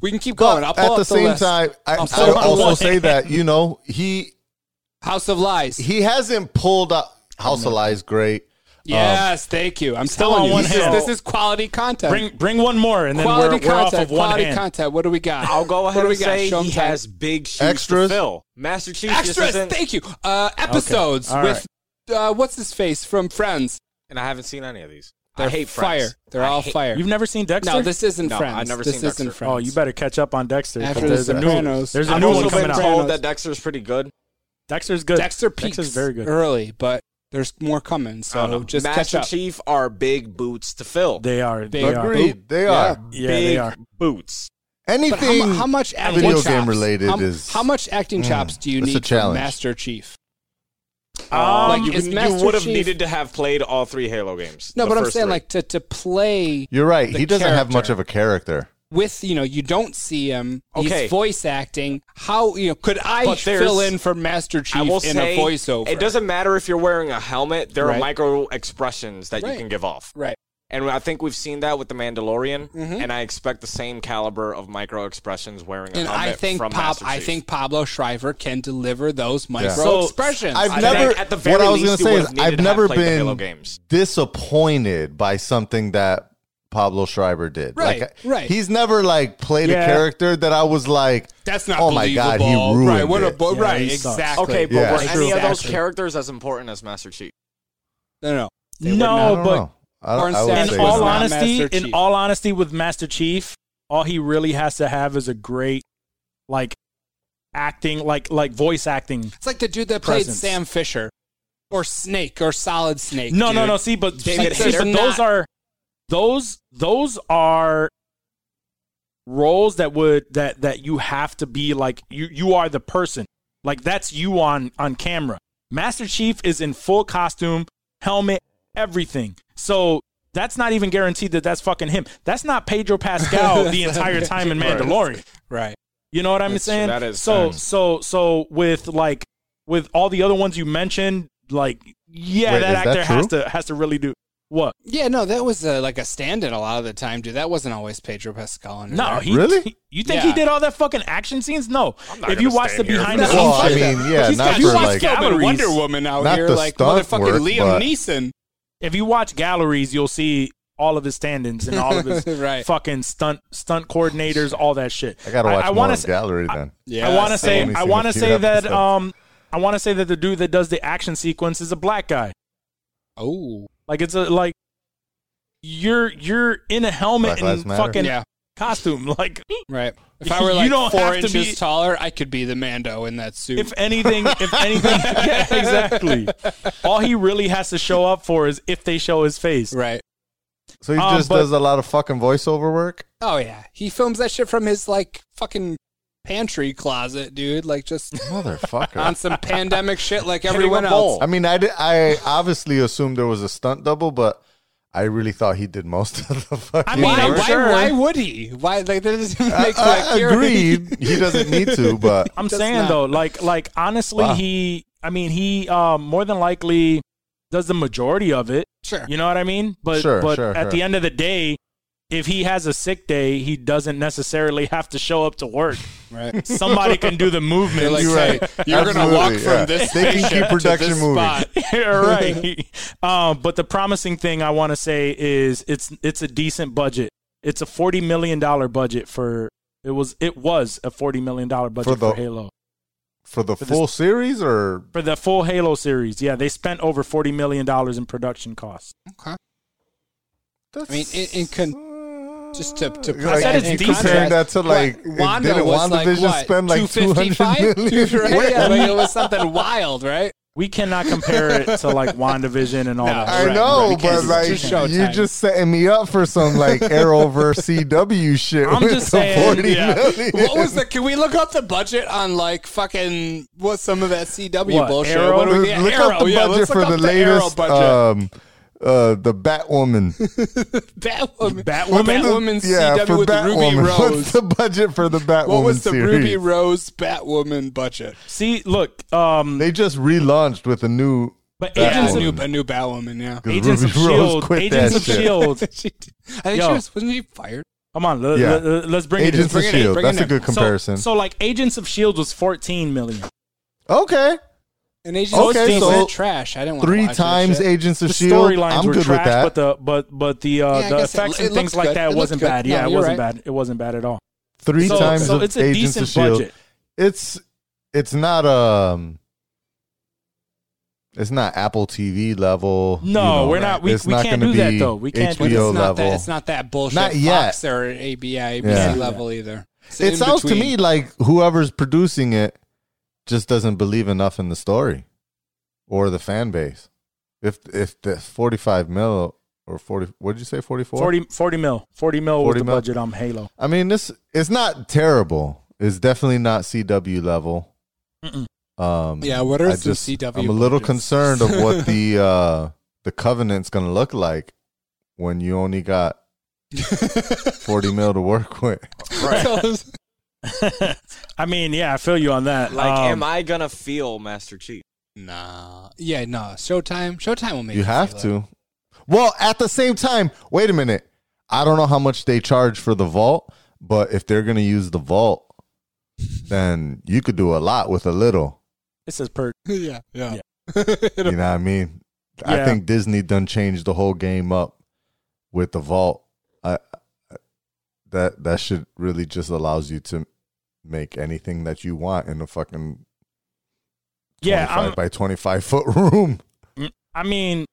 [SPEAKER 1] We can keep
[SPEAKER 3] But
[SPEAKER 1] going. I'll pull
[SPEAKER 3] at
[SPEAKER 1] up
[SPEAKER 3] the same
[SPEAKER 1] list.
[SPEAKER 3] time, I,
[SPEAKER 1] I'll
[SPEAKER 3] I
[SPEAKER 1] pull up the
[SPEAKER 3] also
[SPEAKER 1] list.
[SPEAKER 3] say that you know he
[SPEAKER 1] House of Lies.
[SPEAKER 3] he hasn't pulled up House of Lies great.
[SPEAKER 1] Yes, thank you. I'm
[SPEAKER 2] Oh. Still
[SPEAKER 1] telling
[SPEAKER 2] on
[SPEAKER 1] you,
[SPEAKER 2] one
[SPEAKER 1] this is,
[SPEAKER 2] hand.
[SPEAKER 1] this is quality content.
[SPEAKER 2] Bring bring one more, and then we're,
[SPEAKER 1] quality
[SPEAKER 2] we're off
[SPEAKER 1] content.
[SPEAKER 2] of one
[SPEAKER 1] quality
[SPEAKER 2] hand.
[SPEAKER 1] content. What do we got?
[SPEAKER 4] I'll go
[SPEAKER 1] what
[SPEAKER 4] ahead
[SPEAKER 1] do we
[SPEAKER 4] and
[SPEAKER 1] got?
[SPEAKER 4] say
[SPEAKER 1] Show 'em
[SPEAKER 4] he
[SPEAKER 1] time.
[SPEAKER 4] has big shoes
[SPEAKER 3] Extras?
[SPEAKER 4] to fill. Master Chief just
[SPEAKER 1] extras.
[SPEAKER 4] isn't,
[SPEAKER 1] Thank you. Uh, episodes
[SPEAKER 2] All
[SPEAKER 1] with uh, what's his face from Friends.
[SPEAKER 4] and I haven't seen any of these.
[SPEAKER 1] They're
[SPEAKER 4] I hate
[SPEAKER 1] fire.
[SPEAKER 4] Friends.
[SPEAKER 1] They're
[SPEAKER 4] I
[SPEAKER 1] all
[SPEAKER 4] hate-
[SPEAKER 1] fire.
[SPEAKER 2] You've never seen Dexter?
[SPEAKER 1] no, this isn't
[SPEAKER 4] No,
[SPEAKER 1] Friends.
[SPEAKER 4] I've never
[SPEAKER 1] this
[SPEAKER 4] seen
[SPEAKER 1] isn't
[SPEAKER 4] Dexter.
[SPEAKER 1] Friends.
[SPEAKER 2] Oh, you better catch up on Dexter. 'cause
[SPEAKER 1] After
[SPEAKER 2] there's
[SPEAKER 1] The
[SPEAKER 2] a new,
[SPEAKER 1] Sopranos.
[SPEAKER 2] there's a
[SPEAKER 4] I've
[SPEAKER 2] new one
[SPEAKER 4] also
[SPEAKER 2] coming
[SPEAKER 4] been
[SPEAKER 2] out.
[SPEAKER 4] told that Dexter's pretty good.
[SPEAKER 2] Dexter's good.
[SPEAKER 1] Dexter peaks
[SPEAKER 2] Dexter's very good.
[SPEAKER 1] early, but There's more coming,
[SPEAKER 4] I don't
[SPEAKER 1] so
[SPEAKER 4] know.
[SPEAKER 1] Oh, just
[SPEAKER 4] Master
[SPEAKER 1] catch up.
[SPEAKER 4] Chief are big boots to fill.
[SPEAKER 2] They are. They
[SPEAKER 1] Big
[SPEAKER 2] are.
[SPEAKER 3] Agreed. They are.
[SPEAKER 2] Yeah,
[SPEAKER 4] big
[SPEAKER 2] they are.
[SPEAKER 4] boots.
[SPEAKER 1] But
[SPEAKER 3] Anything.
[SPEAKER 1] how, mu- how much acting
[SPEAKER 3] video
[SPEAKER 1] chops,
[SPEAKER 3] game related
[SPEAKER 1] how,
[SPEAKER 3] is-
[SPEAKER 1] how much acting
[SPEAKER 3] Mm,
[SPEAKER 1] chops do you
[SPEAKER 3] that's a
[SPEAKER 1] need from
[SPEAKER 3] challenge.
[SPEAKER 1] Master Chief?
[SPEAKER 2] Um,
[SPEAKER 1] Like,
[SPEAKER 4] you
[SPEAKER 1] is
[SPEAKER 4] you
[SPEAKER 1] Master
[SPEAKER 4] would have
[SPEAKER 1] Chief-
[SPEAKER 4] needed to have played all three Halo games.
[SPEAKER 1] No,
[SPEAKER 4] the
[SPEAKER 1] but I'm
[SPEAKER 4] first
[SPEAKER 1] saying
[SPEAKER 4] three.
[SPEAKER 1] like to to play
[SPEAKER 3] You're right.
[SPEAKER 1] the
[SPEAKER 3] He doesn't have much
[SPEAKER 1] character.
[SPEAKER 3] of a character.
[SPEAKER 1] with you know you don't see him.
[SPEAKER 4] Okay.
[SPEAKER 1] He's voice acting. How you know could I
[SPEAKER 4] But there's-
[SPEAKER 1] fill in for Master Chief
[SPEAKER 4] I will
[SPEAKER 1] in
[SPEAKER 4] say
[SPEAKER 1] a voiceover?
[SPEAKER 4] it doesn't matter if you're wearing a helmet. There
[SPEAKER 1] Right.
[SPEAKER 4] are micro expressions that
[SPEAKER 1] Right.
[SPEAKER 4] you can give off,
[SPEAKER 1] right.
[SPEAKER 4] and I think we've seen that with the Mandalorian.
[SPEAKER 1] Mm-hmm.
[SPEAKER 4] And I expect the same caliber of micro expressions wearing a
[SPEAKER 1] And
[SPEAKER 4] helmet
[SPEAKER 1] I think
[SPEAKER 4] from
[SPEAKER 1] Pop,
[SPEAKER 4] Master
[SPEAKER 1] I
[SPEAKER 4] Chief.
[SPEAKER 1] think Pablo Shriver can deliver those micro
[SPEAKER 2] So,
[SPEAKER 1] expressions.
[SPEAKER 3] I've
[SPEAKER 4] I
[SPEAKER 3] never.
[SPEAKER 4] think at the very
[SPEAKER 3] what I was going
[SPEAKER 4] least,
[SPEAKER 3] to
[SPEAKER 4] you
[SPEAKER 3] say
[SPEAKER 4] would
[SPEAKER 3] is
[SPEAKER 4] have needed
[SPEAKER 3] I've
[SPEAKER 4] to have
[SPEAKER 3] never
[SPEAKER 4] played the Halo
[SPEAKER 3] been
[SPEAKER 4] games.
[SPEAKER 3] disappointed by something that Pablo Schreiber did.
[SPEAKER 1] Right,
[SPEAKER 3] Like,
[SPEAKER 1] right.
[SPEAKER 3] He's never like played
[SPEAKER 2] Yeah.
[SPEAKER 3] a character that I was like,
[SPEAKER 1] That's not
[SPEAKER 3] Oh my
[SPEAKER 1] believable.
[SPEAKER 3] god, he ruined
[SPEAKER 1] right, what a
[SPEAKER 3] it.
[SPEAKER 1] bo-
[SPEAKER 2] Yeah,
[SPEAKER 1] right,
[SPEAKER 2] he sucks.
[SPEAKER 1] exactly.
[SPEAKER 4] Okay, but
[SPEAKER 3] Yeah.
[SPEAKER 4] were
[SPEAKER 1] That's
[SPEAKER 4] any
[SPEAKER 1] true.
[SPEAKER 4] of those
[SPEAKER 1] Exactly.
[SPEAKER 4] characters as important as Master Chief?
[SPEAKER 1] No, no.
[SPEAKER 2] no,
[SPEAKER 3] I don't
[SPEAKER 2] but
[SPEAKER 3] know. I, don't-
[SPEAKER 1] Warren
[SPEAKER 3] I would
[SPEAKER 1] Sapp-
[SPEAKER 3] say
[SPEAKER 2] in
[SPEAKER 1] he's
[SPEAKER 2] all
[SPEAKER 3] no.
[SPEAKER 1] not honest-
[SPEAKER 2] honesty,
[SPEAKER 1] Master
[SPEAKER 2] in
[SPEAKER 1] Chief.
[SPEAKER 2] all honesty, with Master Chief, all he really has to have is a great, like, acting, like, like voice acting.
[SPEAKER 1] It's like the dude that played
[SPEAKER 2] Presence.
[SPEAKER 1] Sam Fisher or Snake or Solid Snake.
[SPEAKER 2] No, no,
[SPEAKER 1] dude.
[SPEAKER 2] no. See, but
[SPEAKER 1] David
[SPEAKER 2] see, see, but
[SPEAKER 1] Hayter.
[SPEAKER 2] those
[SPEAKER 1] Not-
[SPEAKER 2] are those those are roles that would that that you have to be like you you are the person like that's you on on camera. Master Chief is in full costume, helmet, everything. So that's not even guaranteed that that's fucking him. That's not Pedro Pascal the entire time in Mandalorian.
[SPEAKER 1] Right.
[SPEAKER 2] You know what I'm
[SPEAKER 4] That's true.
[SPEAKER 2] saying?
[SPEAKER 4] That is
[SPEAKER 2] so
[SPEAKER 4] true.
[SPEAKER 2] so so with like with all the other ones you mentioned, like yeah,
[SPEAKER 3] Wait,
[SPEAKER 2] that
[SPEAKER 3] is that
[SPEAKER 2] actor has
[SPEAKER 3] true?
[SPEAKER 2] to has to really do what?
[SPEAKER 1] Yeah, no, that was uh, like a stand-in a lot of the time, dude. That wasn't always Pedro Pascal. under
[SPEAKER 2] No,
[SPEAKER 1] there.
[SPEAKER 2] he
[SPEAKER 3] Really?
[SPEAKER 2] he- you think
[SPEAKER 1] Yeah.
[SPEAKER 2] he did all that fucking action scenes? No.
[SPEAKER 4] not
[SPEAKER 2] If you
[SPEAKER 4] gonna
[SPEAKER 2] watch the
[SPEAKER 4] stand here
[SPEAKER 2] behind
[SPEAKER 4] for
[SPEAKER 2] the
[SPEAKER 4] that.
[SPEAKER 2] scenes,
[SPEAKER 3] Well, I
[SPEAKER 2] shit,
[SPEAKER 3] mean, yeah,
[SPEAKER 2] he's
[SPEAKER 3] not
[SPEAKER 2] got-
[SPEAKER 1] You
[SPEAKER 2] he's got
[SPEAKER 3] for,
[SPEAKER 1] watch
[SPEAKER 3] like-
[SPEAKER 1] Film and
[SPEAKER 2] galleries.
[SPEAKER 1] Wonder Woman out
[SPEAKER 3] Not
[SPEAKER 1] here,
[SPEAKER 3] the
[SPEAKER 1] like
[SPEAKER 3] stunt
[SPEAKER 1] motherfucking
[SPEAKER 3] work,
[SPEAKER 1] Liam
[SPEAKER 3] but-
[SPEAKER 1] Neeson.
[SPEAKER 2] If you watch galleries, you'll see all of his stand-ins and all of his
[SPEAKER 1] Right.
[SPEAKER 2] fucking stunt stunt coordinators, all that shit.
[SPEAKER 3] I gotta watch
[SPEAKER 2] I,
[SPEAKER 3] more
[SPEAKER 2] wanna
[SPEAKER 3] of
[SPEAKER 2] say-
[SPEAKER 3] gallery then.
[SPEAKER 1] Yeah,
[SPEAKER 2] I want to
[SPEAKER 1] so-
[SPEAKER 2] say
[SPEAKER 3] only
[SPEAKER 2] I
[SPEAKER 3] seen
[SPEAKER 2] want
[SPEAKER 3] a
[SPEAKER 2] to
[SPEAKER 3] few
[SPEAKER 2] say that
[SPEAKER 3] episodes.
[SPEAKER 2] um I want to say that the dude that does the action sequence is a black guy.
[SPEAKER 1] Oh,
[SPEAKER 2] Like it's a like you're you're in a helmet
[SPEAKER 3] Black Lives
[SPEAKER 2] and
[SPEAKER 3] Matter.
[SPEAKER 2] fucking
[SPEAKER 1] yeah,
[SPEAKER 2] costume. Like
[SPEAKER 1] right. If I were
[SPEAKER 2] You
[SPEAKER 1] like
[SPEAKER 2] don't
[SPEAKER 1] four
[SPEAKER 2] have to
[SPEAKER 1] inches
[SPEAKER 2] be-
[SPEAKER 1] taller, I could be the Mando in that suit.
[SPEAKER 2] if anything, if anything, yeah, exactly. All he really has to show up for is if they show his face.
[SPEAKER 1] right.
[SPEAKER 3] So he
[SPEAKER 2] Um,
[SPEAKER 3] just
[SPEAKER 2] but-
[SPEAKER 3] does a lot of fucking voiceover work.
[SPEAKER 1] Oh yeah, he films that shit from his like fucking pantry closet, dude. Like just on
[SPEAKER 3] Motherfucker.
[SPEAKER 1] some pandemic shit, like
[SPEAKER 4] Hitting a
[SPEAKER 1] everyone
[SPEAKER 4] bowl.
[SPEAKER 1] else.
[SPEAKER 3] I mean, I did, I obviously assumed there was a stunt double, but I really thought he did most of the fucking.
[SPEAKER 2] I mean,
[SPEAKER 1] Why,
[SPEAKER 2] I'm
[SPEAKER 3] work.
[SPEAKER 1] why,
[SPEAKER 2] sure.
[SPEAKER 1] why would he? Why like that doesn't
[SPEAKER 3] I-
[SPEAKER 1] make
[SPEAKER 3] I
[SPEAKER 1] like you're-
[SPEAKER 3] Uh, agreed. He doesn't need to, but
[SPEAKER 2] I'm
[SPEAKER 1] Does
[SPEAKER 2] saying
[SPEAKER 1] not.
[SPEAKER 2] though, like like honestly,
[SPEAKER 3] Wow.
[SPEAKER 2] he I mean he um, more than likely does the majority of it.
[SPEAKER 1] Sure.
[SPEAKER 2] You know what I mean? But
[SPEAKER 3] Sure,
[SPEAKER 2] but
[SPEAKER 3] sure,
[SPEAKER 2] at the
[SPEAKER 3] sure.
[SPEAKER 2] end of the day, if he has a sick day, he doesn't necessarily have to show up to work.
[SPEAKER 1] Right.
[SPEAKER 2] Somebody can do the movement.
[SPEAKER 1] Like,
[SPEAKER 3] You're
[SPEAKER 1] hey,
[SPEAKER 3] right.
[SPEAKER 1] you're gonna walk
[SPEAKER 3] Absolutely,
[SPEAKER 1] from
[SPEAKER 3] yeah.
[SPEAKER 1] this
[SPEAKER 3] They can keep
[SPEAKER 1] spaceship to
[SPEAKER 3] production
[SPEAKER 1] this
[SPEAKER 3] moving.
[SPEAKER 1] spot.
[SPEAKER 2] Yeah, right. um, but the promising thing I want to say is it's it's a decent budget. It's a forty million dollar budget for it was it was a forty million dollar budget
[SPEAKER 3] For
[SPEAKER 2] for,
[SPEAKER 3] the-
[SPEAKER 2] Halo
[SPEAKER 3] for the
[SPEAKER 2] For this-
[SPEAKER 3] full series or
[SPEAKER 2] for the full Halo series. Yeah, they spent over forty million dollars in production costs.
[SPEAKER 1] I mean, in, in con- just to- to
[SPEAKER 3] Like,
[SPEAKER 1] I
[SPEAKER 2] said it's
[SPEAKER 3] in
[SPEAKER 2] decent.
[SPEAKER 3] comparing that to
[SPEAKER 1] What,
[SPEAKER 3] like
[SPEAKER 1] Wanda
[SPEAKER 3] didn't
[SPEAKER 1] was like
[SPEAKER 3] WandaVision
[SPEAKER 1] what,
[SPEAKER 3] spend like
[SPEAKER 1] 255?
[SPEAKER 3] 200 million?
[SPEAKER 1] Right? Yeah, like, it was something wild, right?
[SPEAKER 2] We cannot compare it to like Wandavision and all
[SPEAKER 1] No,
[SPEAKER 2] that.
[SPEAKER 3] I
[SPEAKER 2] shit.
[SPEAKER 3] know,
[SPEAKER 1] right,
[SPEAKER 3] but
[SPEAKER 1] because
[SPEAKER 3] like
[SPEAKER 1] it's just Showtime.
[SPEAKER 3] you're just setting me up for some like Arrowverse CW shit
[SPEAKER 2] I'm
[SPEAKER 3] with
[SPEAKER 2] just
[SPEAKER 3] the
[SPEAKER 2] saying,
[SPEAKER 3] 40
[SPEAKER 2] yeah.
[SPEAKER 3] million.
[SPEAKER 1] What was the? Can we look up the budget on like fucking what some of that CW
[SPEAKER 2] What,
[SPEAKER 1] bullshit?
[SPEAKER 2] Arrow?
[SPEAKER 1] What do we, yeah,
[SPEAKER 3] Look
[SPEAKER 1] Arrow,
[SPEAKER 3] up the budget
[SPEAKER 1] yeah, let's
[SPEAKER 3] for
[SPEAKER 1] look
[SPEAKER 3] the
[SPEAKER 1] up Arrow
[SPEAKER 3] latest,
[SPEAKER 1] budget.
[SPEAKER 3] um, uh, the Batwoman.
[SPEAKER 1] Batwoman,
[SPEAKER 2] Batwoman?
[SPEAKER 1] Batwoman
[SPEAKER 3] yeah,
[SPEAKER 1] CW
[SPEAKER 3] for
[SPEAKER 1] with
[SPEAKER 3] Batwoman.
[SPEAKER 1] Ruby
[SPEAKER 3] What's
[SPEAKER 1] Rose.
[SPEAKER 3] the budget for the Batwoman
[SPEAKER 1] What was the
[SPEAKER 3] series?
[SPEAKER 1] Ruby Rose Batwoman budget?
[SPEAKER 2] See, look, um,
[SPEAKER 3] They just relaunched with a new.
[SPEAKER 2] but
[SPEAKER 3] Batwoman.
[SPEAKER 1] Yeah,
[SPEAKER 2] Agents,
[SPEAKER 1] a new, a new Batwoman, yeah.
[SPEAKER 3] 'cause
[SPEAKER 2] Agents of
[SPEAKER 3] Ruby Rose
[SPEAKER 2] Shield,
[SPEAKER 3] quit
[SPEAKER 2] E Agents
[SPEAKER 3] that
[SPEAKER 2] of
[SPEAKER 3] shit.
[SPEAKER 2] Shield.
[SPEAKER 1] She did- I think
[SPEAKER 2] Yo.
[SPEAKER 1] she was, wasn't she fired?
[SPEAKER 2] E Come on, let,
[SPEAKER 3] Yeah.
[SPEAKER 2] us bring it. in.
[SPEAKER 3] Agents of
[SPEAKER 1] bring it in,
[SPEAKER 3] Shield.
[SPEAKER 1] bring
[SPEAKER 3] That's
[SPEAKER 1] it
[SPEAKER 3] a
[SPEAKER 1] in.
[SPEAKER 3] good
[SPEAKER 2] So-
[SPEAKER 3] E comparison.
[SPEAKER 2] so like Agents of Shield E was fourteen million.
[SPEAKER 3] okay,
[SPEAKER 1] And Agents
[SPEAKER 3] Okay,
[SPEAKER 1] okay,
[SPEAKER 3] so
[SPEAKER 1] so trash. I didn't want
[SPEAKER 3] three times
[SPEAKER 1] Agents.
[SPEAKER 3] Agents of
[SPEAKER 2] the
[SPEAKER 3] Shield.
[SPEAKER 2] storylines
[SPEAKER 3] E I'm
[SPEAKER 2] were
[SPEAKER 3] good with
[SPEAKER 2] trash,
[SPEAKER 3] that.
[SPEAKER 2] but the but but the uh,
[SPEAKER 1] Yeah, I
[SPEAKER 2] the
[SPEAKER 1] guess it-
[SPEAKER 2] effects
[SPEAKER 1] it
[SPEAKER 2] and
[SPEAKER 1] looks
[SPEAKER 2] things like
[SPEAKER 1] good. It
[SPEAKER 2] that
[SPEAKER 1] looked
[SPEAKER 2] wasn't
[SPEAKER 1] good.
[SPEAKER 2] bad.
[SPEAKER 1] No,
[SPEAKER 2] Yeah, it
[SPEAKER 1] you're
[SPEAKER 2] wasn't
[SPEAKER 1] right.
[SPEAKER 2] bad. It wasn't bad at all.
[SPEAKER 3] three
[SPEAKER 2] so,
[SPEAKER 3] times
[SPEAKER 2] so
[SPEAKER 3] of
[SPEAKER 2] it's a
[SPEAKER 3] Agents of
[SPEAKER 2] decent
[SPEAKER 3] Shield.
[SPEAKER 2] budget.
[SPEAKER 3] It's it's not um it's not Apple TV level.
[SPEAKER 2] No,
[SPEAKER 3] you know,
[SPEAKER 2] we're not- we-
[SPEAKER 3] it's
[SPEAKER 2] we can't do
[SPEAKER 3] gonna
[SPEAKER 2] that,
[SPEAKER 3] be
[SPEAKER 2] though. We can't do
[SPEAKER 3] HBO
[SPEAKER 1] But it's not
[SPEAKER 3] level.
[SPEAKER 1] that. It's not that bullshit.
[SPEAKER 3] Not yet.
[SPEAKER 1] Fox or ABI, ABC
[SPEAKER 3] Yeah.
[SPEAKER 1] level either. It's
[SPEAKER 3] it
[SPEAKER 1] in
[SPEAKER 3] sounds to
[SPEAKER 1] between.
[SPEAKER 3] me like whoever's producing it just doesn't believe enough in the story or the fan base. If if the forty five mil or forty, what did you say? Forty four.
[SPEAKER 2] 40, 40 mil. 40 mil was
[SPEAKER 3] 40
[SPEAKER 2] the
[SPEAKER 3] mil.
[SPEAKER 2] budget on Halo.
[SPEAKER 3] I mean, this it's not terrible. It's definitely not CW level.
[SPEAKER 2] Mm-mm.
[SPEAKER 3] Um,
[SPEAKER 1] Yeah, what are
[SPEAKER 3] I
[SPEAKER 1] some
[SPEAKER 3] just-
[SPEAKER 1] CW?
[SPEAKER 3] I'm a little
[SPEAKER 1] budgets?
[SPEAKER 3] concerned of what the uh, the covenant's going to look like when you only got 40 mil to work with.
[SPEAKER 2] I mean, yeah, I feel you on that.
[SPEAKER 4] Like,
[SPEAKER 2] Um,
[SPEAKER 4] am I gonna feel Master Chief?
[SPEAKER 1] nah. Yeah, nah. Showtime. Showtime will make
[SPEAKER 3] You have
[SPEAKER 1] feel
[SPEAKER 3] to. Well, at the same time, wait a minute. I don't know how much they charge for the vault, but if they're going to use the vault, then you could do a lot with a little.
[SPEAKER 2] It says per.
[SPEAKER 1] it. yeah, yeah.
[SPEAKER 3] You know what I mean? I
[SPEAKER 2] Yeah.
[SPEAKER 3] think Disney done changed the whole game up with the vault. I, I- that that should really just allows you to make anything that you want in a fucking
[SPEAKER 2] Yeah,
[SPEAKER 3] 25
[SPEAKER 2] I'm,
[SPEAKER 3] by 25 foot room.
[SPEAKER 2] I mean,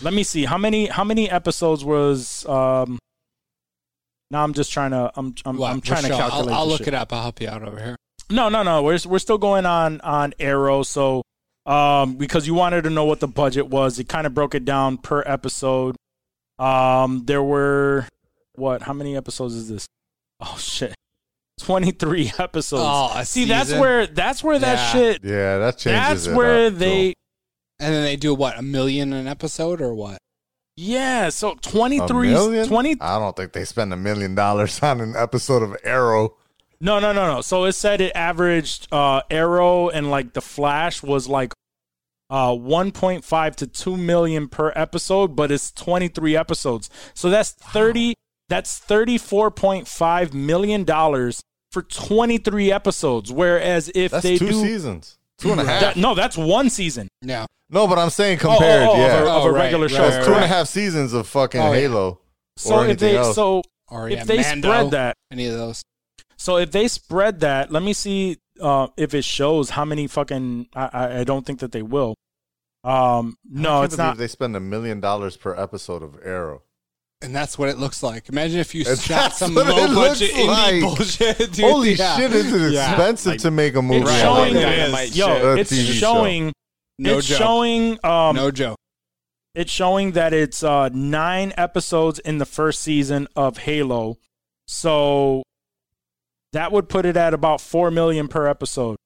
[SPEAKER 2] let me see how many how many episodes was. um Now I'm just trying to. I'm I'm,
[SPEAKER 1] Well,
[SPEAKER 2] I'm trying to
[SPEAKER 1] Michelle, I'll-
[SPEAKER 2] calculate.
[SPEAKER 1] I'll, look it up. I'll help you out over here.
[SPEAKER 2] No, no, no. We're we're still going on on Arrow. So, um, because you wanted to know what the budget was, it kind of broke it down per episode. Um, there were what? How many episodes is this? Oh shit, twenty three episodes.
[SPEAKER 1] Oh, a
[SPEAKER 2] See, that's
[SPEAKER 1] season?
[SPEAKER 2] where that's where that
[SPEAKER 1] Yeah.
[SPEAKER 2] shit.
[SPEAKER 3] Yeah, that changes.
[SPEAKER 2] That's
[SPEAKER 3] it
[SPEAKER 2] where
[SPEAKER 3] up, too.
[SPEAKER 2] they.
[SPEAKER 1] And then they do what a million an episode or what?
[SPEAKER 2] Yeah, so
[SPEAKER 3] A
[SPEAKER 2] 23
[SPEAKER 3] million?
[SPEAKER 2] 20
[SPEAKER 3] I don't think they spend a million dollars on an episode of Arrow.
[SPEAKER 2] No, no, no, no. So it said it averaged uh Arrow and like the Flash was like uh 1.5 to 2 million per episode, but it's 23 episodes. So that's 30 that's 34.5 million dollars for 23 episodes whereas if
[SPEAKER 3] That's
[SPEAKER 2] they
[SPEAKER 3] two
[SPEAKER 2] do
[SPEAKER 3] seasons, two and a half.
[SPEAKER 2] that, no, that's one season.
[SPEAKER 1] No.
[SPEAKER 3] no, but I'm saying
[SPEAKER 2] Oh, oh,
[SPEAKER 3] compared,
[SPEAKER 2] oh, of
[SPEAKER 3] yeah,
[SPEAKER 2] a- of a,
[SPEAKER 1] Oh, right,
[SPEAKER 2] regular
[SPEAKER 1] right,
[SPEAKER 2] show.
[SPEAKER 1] right,
[SPEAKER 3] two and a
[SPEAKER 1] right.
[SPEAKER 3] half seasons of fucking
[SPEAKER 1] Oh, yeah.
[SPEAKER 3] Halo.
[SPEAKER 2] So if
[SPEAKER 3] or anything
[SPEAKER 2] they
[SPEAKER 3] else.
[SPEAKER 2] so
[SPEAKER 1] Or
[SPEAKER 2] if
[SPEAKER 1] yeah,
[SPEAKER 2] they
[SPEAKER 1] E Mando,
[SPEAKER 2] spread that
[SPEAKER 1] any of those.
[SPEAKER 2] So if they spread that, let me see uh, if it shows how many fucking. I- I, I don't think that they will. Um, no,
[SPEAKER 3] I can't
[SPEAKER 2] it's
[SPEAKER 3] believe
[SPEAKER 2] not.
[SPEAKER 3] They spend a million dollars per episode of Arrow.
[SPEAKER 1] And that's what it looks like. Imagine if you
[SPEAKER 3] That's
[SPEAKER 1] shot some
[SPEAKER 3] what it
[SPEAKER 1] low budget
[SPEAKER 3] looks
[SPEAKER 1] indie
[SPEAKER 3] like.
[SPEAKER 1] bullshit. Dude.
[SPEAKER 3] Holy
[SPEAKER 1] Yeah.
[SPEAKER 3] shit! Is it
[SPEAKER 1] Yeah.
[SPEAKER 3] expensive
[SPEAKER 4] Like,
[SPEAKER 3] to make a movie?
[SPEAKER 2] It's
[SPEAKER 4] Right,
[SPEAKER 2] showing.
[SPEAKER 4] like
[SPEAKER 2] that-
[SPEAKER 4] dynamite shit.
[SPEAKER 2] yo,
[SPEAKER 3] A
[SPEAKER 2] it's
[SPEAKER 3] TV show.
[SPEAKER 2] showing.
[SPEAKER 1] No
[SPEAKER 2] it's
[SPEAKER 1] joke.
[SPEAKER 2] showing. Um,
[SPEAKER 1] no joke.
[SPEAKER 2] it's showing that it's uh nine episodes in the first season of Halo. So that would put it at about four million per episode.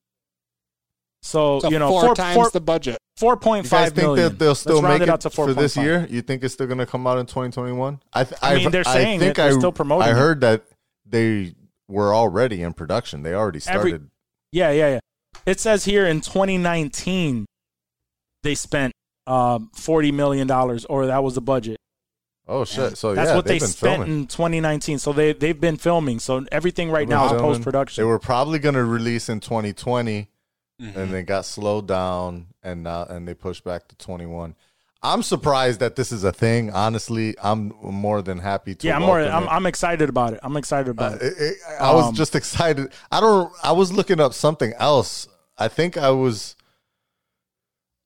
[SPEAKER 2] So,
[SPEAKER 1] So
[SPEAKER 2] you know,
[SPEAKER 1] four,
[SPEAKER 2] four
[SPEAKER 1] times
[SPEAKER 2] four-
[SPEAKER 1] the budget.
[SPEAKER 2] four point
[SPEAKER 3] You guys
[SPEAKER 2] five
[SPEAKER 3] think
[SPEAKER 2] million.
[SPEAKER 3] that they'll
[SPEAKER 2] Let's
[SPEAKER 3] still
[SPEAKER 2] round
[SPEAKER 3] make it,
[SPEAKER 2] out to
[SPEAKER 3] for this
[SPEAKER 2] 4.5.
[SPEAKER 3] year? You think it's still going to come out in 2021? I, th-
[SPEAKER 2] I mean,
[SPEAKER 3] I've-
[SPEAKER 2] they're saying
[SPEAKER 3] think
[SPEAKER 2] it. They're
[SPEAKER 3] I-
[SPEAKER 2] still promoting
[SPEAKER 3] I
[SPEAKER 2] it.
[SPEAKER 3] heard that they were already in production. They already
[SPEAKER 2] Every-
[SPEAKER 3] started.
[SPEAKER 2] Yeah, yeah, yeah. It says here in 2019 they spent um, 40 million dollars, or that was the budget.
[SPEAKER 3] oh shit! So
[SPEAKER 2] That's
[SPEAKER 3] yeah,
[SPEAKER 2] what they
[SPEAKER 3] they've been
[SPEAKER 2] spent
[SPEAKER 3] filming.
[SPEAKER 2] in 2019. So they they've been filming. So everything right
[SPEAKER 3] They were
[SPEAKER 2] now is
[SPEAKER 3] filming.
[SPEAKER 2] post production.
[SPEAKER 3] They were probably going to release in 2020, and they got slowed down, and now and they pushed back to 21. I'm surprised that this is a thing. Honestly, I'm more than happy to.
[SPEAKER 2] yeah, I'm more.
[SPEAKER 3] welcome
[SPEAKER 2] I'm,
[SPEAKER 3] it.
[SPEAKER 2] I'm excited about it. I'm excited about
[SPEAKER 3] Uh,
[SPEAKER 2] it.
[SPEAKER 3] it- it- I was
[SPEAKER 2] Um,
[SPEAKER 3] just excited. I don't. I was looking up something else. I think I was.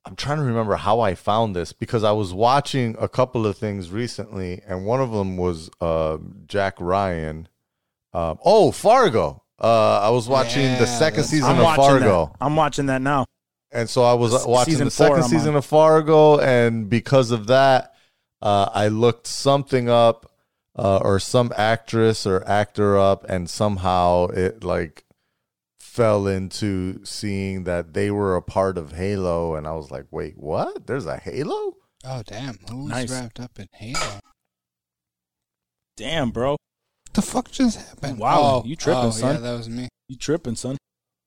[SPEAKER 3] I'm trying to remember how I found this because I was watching a couple of things recently, and one of them was uh, Jack Ryan. Um, oh, Fargo. Uh, I was watching the
[SPEAKER 1] Yeah,
[SPEAKER 3] second
[SPEAKER 1] that's-
[SPEAKER 3] season
[SPEAKER 2] I'm
[SPEAKER 3] of
[SPEAKER 2] watching
[SPEAKER 3] Fargo,
[SPEAKER 2] that. I'm watching that now.
[SPEAKER 3] and so I was
[SPEAKER 2] S-
[SPEAKER 3] watching
[SPEAKER 2] season
[SPEAKER 3] the second
[SPEAKER 2] four I'm
[SPEAKER 3] season
[SPEAKER 2] on.
[SPEAKER 3] of Fargo, and because of that, uh, I looked something up uh, or some actress or actor up, and somehow it like fell into seeing that they were a part of Halo, and I was like, wait, what? There's a Halo?
[SPEAKER 1] Oh damn! Who's
[SPEAKER 2] Nice.
[SPEAKER 1] wrapped up in Halo? What
[SPEAKER 2] Damn, bro,
[SPEAKER 1] the fuck just happened?
[SPEAKER 2] Wow,
[SPEAKER 1] oh,
[SPEAKER 2] you tripping,
[SPEAKER 1] oh,
[SPEAKER 2] son.
[SPEAKER 1] Yeah, that was me.
[SPEAKER 2] you tripping, son?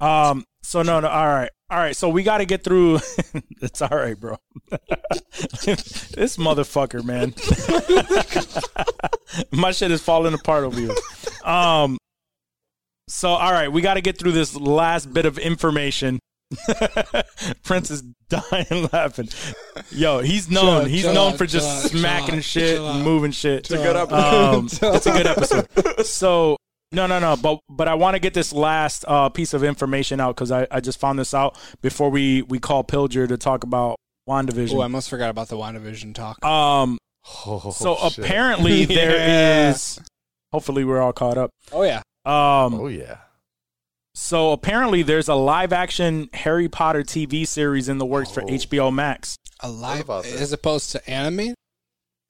[SPEAKER 2] Um. So no, no. All right, all right. So we got to get through. it's all right, bro. this motherfucker, man. My shit is falling apart over here. Um. So all right, we got to get through this last bit of information. Prince is dying laughing. Yo, he's known.
[SPEAKER 1] Chill,
[SPEAKER 2] he's
[SPEAKER 1] chill
[SPEAKER 2] known
[SPEAKER 1] out,
[SPEAKER 2] for
[SPEAKER 1] chill
[SPEAKER 2] just
[SPEAKER 1] out, chill
[SPEAKER 2] smacking
[SPEAKER 1] out,
[SPEAKER 2] shit
[SPEAKER 1] chill
[SPEAKER 2] and
[SPEAKER 1] out.
[SPEAKER 2] moving shit.
[SPEAKER 1] It's a good
[SPEAKER 2] Um,
[SPEAKER 1] episode.
[SPEAKER 2] it's a good episode. So no, no, no. But but I want to get this last uh, piece of information out because I, I just found this out before we we call Pilger to talk about
[SPEAKER 1] Oh, I
[SPEAKER 2] Wandavision.
[SPEAKER 1] almost forgot about the Wandavision talk.
[SPEAKER 2] um.
[SPEAKER 3] Oh,
[SPEAKER 2] So
[SPEAKER 3] shit.
[SPEAKER 2] apparently there
[SPEAKER 1] Yeah.
[SPEAKER 2] is. Hopefully we're all caught up.
[SPEAKER 1] Oh yeah,
[SPEAKER 2] Um.
[SPEAKER 3] oh yeah,
[SPEAKER 2] So apparently, there's a live action Harry Potter TV series in the works for HBO Max.
[SPEAKER 1] A live,
[SPEAKER 3] about that?
[SPEAKER 1] as opposed to anime.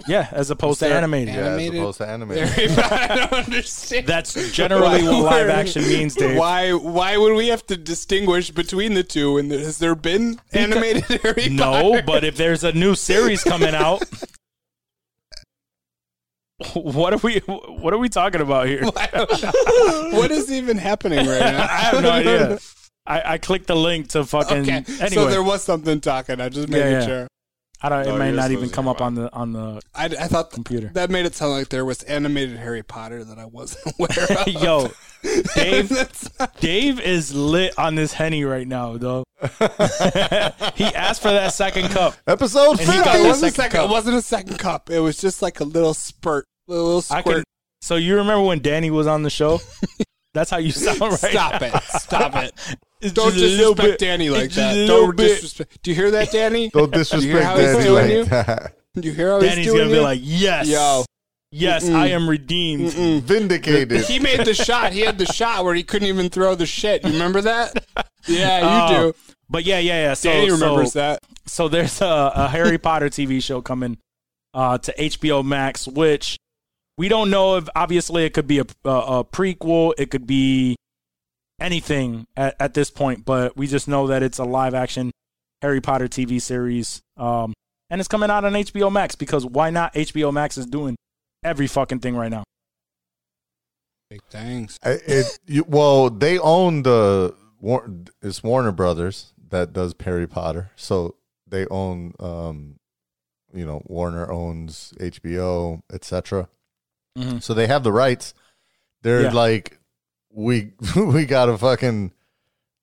[SPEAKER 2] Yeah, as opposed to
[SPEAKER 1] there
[SPEAKER 2] animated.
[SPEAKER 1] an- Animated?
[SPEAKER 3] Yeah, as opposed to animated.
[SPEAKER 1] I don't understand.
[SPEAKER 2] That's generally what live action means, Dave.
[SPEAKER 1] Why? Why would we have to distinguish between the two? And has there been animated Harry
[SPEAKER 2] No,
[SPEAKER 1] Potter?
[SPEAKER 2] but if there's a new series coming out, what are we what are we talking about here?
[SPEAKER 1] what is even happening right now?
[SPEAKER 2] I have no idea. I, I clicked the link to fucking
[SPEAKER 1] Okay,
[SPEAKER 2] anyway.
[SPEAKER 1] so there was something talking. I just made
[SPEAKER 2] Yeah,
[SPEAKER 1] it
[SPEAKER 2] yeah.
[SPEAKER 1] sure.
[SPEAKER 2] I don't.
[SPEAKER 4] No,
[SPEAKER 2] it may
[SPEAKER 4] you're
[SPEAKER 2] not
[SPEAKER 4] just
[SPEAKER 2] even
[SPEAKER 4] losing
[SPEAKER 2] come
[SPEAKER 4] your
[SPEAKER 2] up on the on the
[SPEAKER 1] I, I thought
[SPEAKER 2] computer.
[SPEAKER 1] that made it sound like there was animated Harry Potter that I wasn't aware of.
[SPEAKER 2] Yo, Dave,
[SPEAKER 1] That's not-
[SPEAKER 2] Dave is lit on this henny right now, though. he asked for that second cup. And
[SPEAKER 3] Episode
[SPEAKER 2] he
[SPEAKER 1] No,
[SPEAKER 2] got
[SPEAKER 1] it,
[SPEAKER 2] the
[SPEAKER 1] wasn't
[SPEAKER 2] second
[SPEAKER 1] a second,
[SPEAKER 2] cup.
[SPEAKER 1] it wasn't a second cup. It was just like a little spurt, a little
[SPEAKER 2] I
[SPEAKER 1] squirt.
[SPEAKER 2] can. So you remember when Danny was on the show? That's how you sound right.
[SPEAKER 1] Stop
[SPEAKER 2] now.
[SPEAKER 1] it. Stop it.
[SPEAKER 2] It's
[SPEAKER 1] Don't
[SPEAKER 2] just a little
[SPEAKER 1] disrespect
[SPEAKER 2] bit-
[SPEAKER 1] Danny like
[SPEAKER 2] it's just
[SPEAKER 1] that.
[SPEAKER 2] a little
[SPEAKER 1] Don't
[SPEAKER 2] bit.
[SPEAKER 1] disrespect. Do you hear that, Danny?
[SPEAKER 3] Don't
[SPEAKER 1] You hear how
[SPEAKER 3] disrespect
[SPEAKER 1] he's
[SPEAKER 3] Danny
[SPEAKER 1] doing
[SPEAKER 3] like
[SPEAKER 1] you?
[SPEAKER 3] that.
[SPEAKER 1] Do you hear how
[SPEAKER 2] Danny's
[SPEAKER 1] he's doing
[SPEAKER 2] gonna be
[SPEAKER 1] you?
[SPEAKER 2] like, yes,
[SPEAKER 1] Yo.
[SPEAKER 2] yes, I am redeemed.
[SPEAKER 3] Vindicated.
[SPEAKER 1] he made the shot. He had the shot where he couldn't even throw the shit. You remember that? Yeah, you
[SPEAKER 2] Oh,
[SPEAKER 1] do.
[SPEAKER 2] But yeah, yeah, yeah. So,
[SPEAKER 1] Danny remembers
[SPEAKER 2] so,
[SPEAKER 1] that.
[SPEAKER 2] so there's a, a Harry Potter TV show coming uh, to HBO Max, which we don't know if obviously it could be a, a, a prequel, it could be anything at, at this point, but we just know that it's a live action Harry Potter TV series. Um, and it's coming out on HBO Max because why not? HBO Max is doing every fucking thing right now.
[SPEAKER 1] Big thanks.
[SPEAKER 3] I- it, you, well, they own the War- it's Warner Brothers that does Harry Potter, so they own, um, you know, Warner owns HBO, etc.
[SPEAKER 2] Mhm.
[SPEAKER 3] So they have the rights. They're
[SPEAKER 2] Yeah.
[SPEAKER 3] like, we we gotta fucking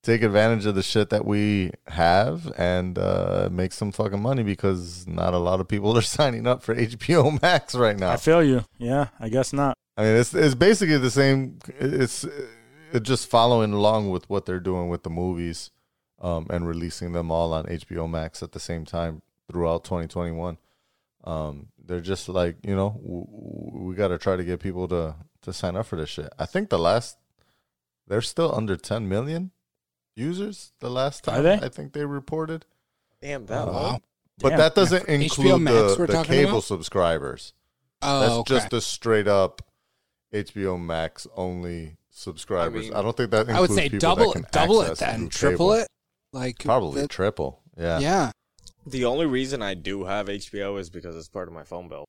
[SPEAKER 3] take advantage of the shit that we have and uh, make some fucking money because not a lot of people are signing up for HBO Max right now.
[SPEAKER 2] I feel you. Yeah, I guess not.
[SPEAKER 3] I mean, it's it's basically the same. It's uh just following along with what they're doing with the movies, um, and releasing them all on HBO Max at the same time throughout 2021. Um, they're just like you know, w- w- we got to try to get people to to sign up for this shit. I think the last they're still under 10 million users. The last
[SPEAKER 2] Are
[SPEAKER 3] time
[SPEAKER 2] they?
[SPEAKER 3] I think they reported,
[SPEAKER 4] Damn that.
[SPEAKER 3] Uh,
[SPEAKER 1] Oh, Wow.
[SPEAKER 3] but
[SPEAKER 2] Damn.
[SPEAKER 3] that doesn't include
[SPEAKER 1] Max
[SPEAKER 3] the,
[SPEAKER 1] we're
[SPEAKER 3] the
[SPEAKER 1] talking
[SPEAKER 3] cable
[SPEAKER 1] about?
[SPEAKER 3] subscribers.
[SPEAKER 1] Oh,
[SPEAKER 3] That's
[SPEAKER 1] okay.
[SPEAKER 3] just the straight up HBO Max only subscribers. I,
[SPEAKER 4] mean,
[SPEAKER 3] don't think that includes
[SPEAKER 1] I would say
[SPEAKER 3] people
[SPEAKER 1] double
[SPEAKER 3] that can
[SPEAKER 1] double it
[SPEAKER 3] access through
[SPEAKER 1] then, triple
[SPEAKER 3] cable.
[SPEAKER 1] it. Like
[SPEAKER 3] Probably
[SPEAKER 1] that-
[SPEAKER 3] triple. Yeah.
[SPEAKER 1] yeah.
[SPEAKER 4] The only reason I do have HBO is because it's part of my phone bill.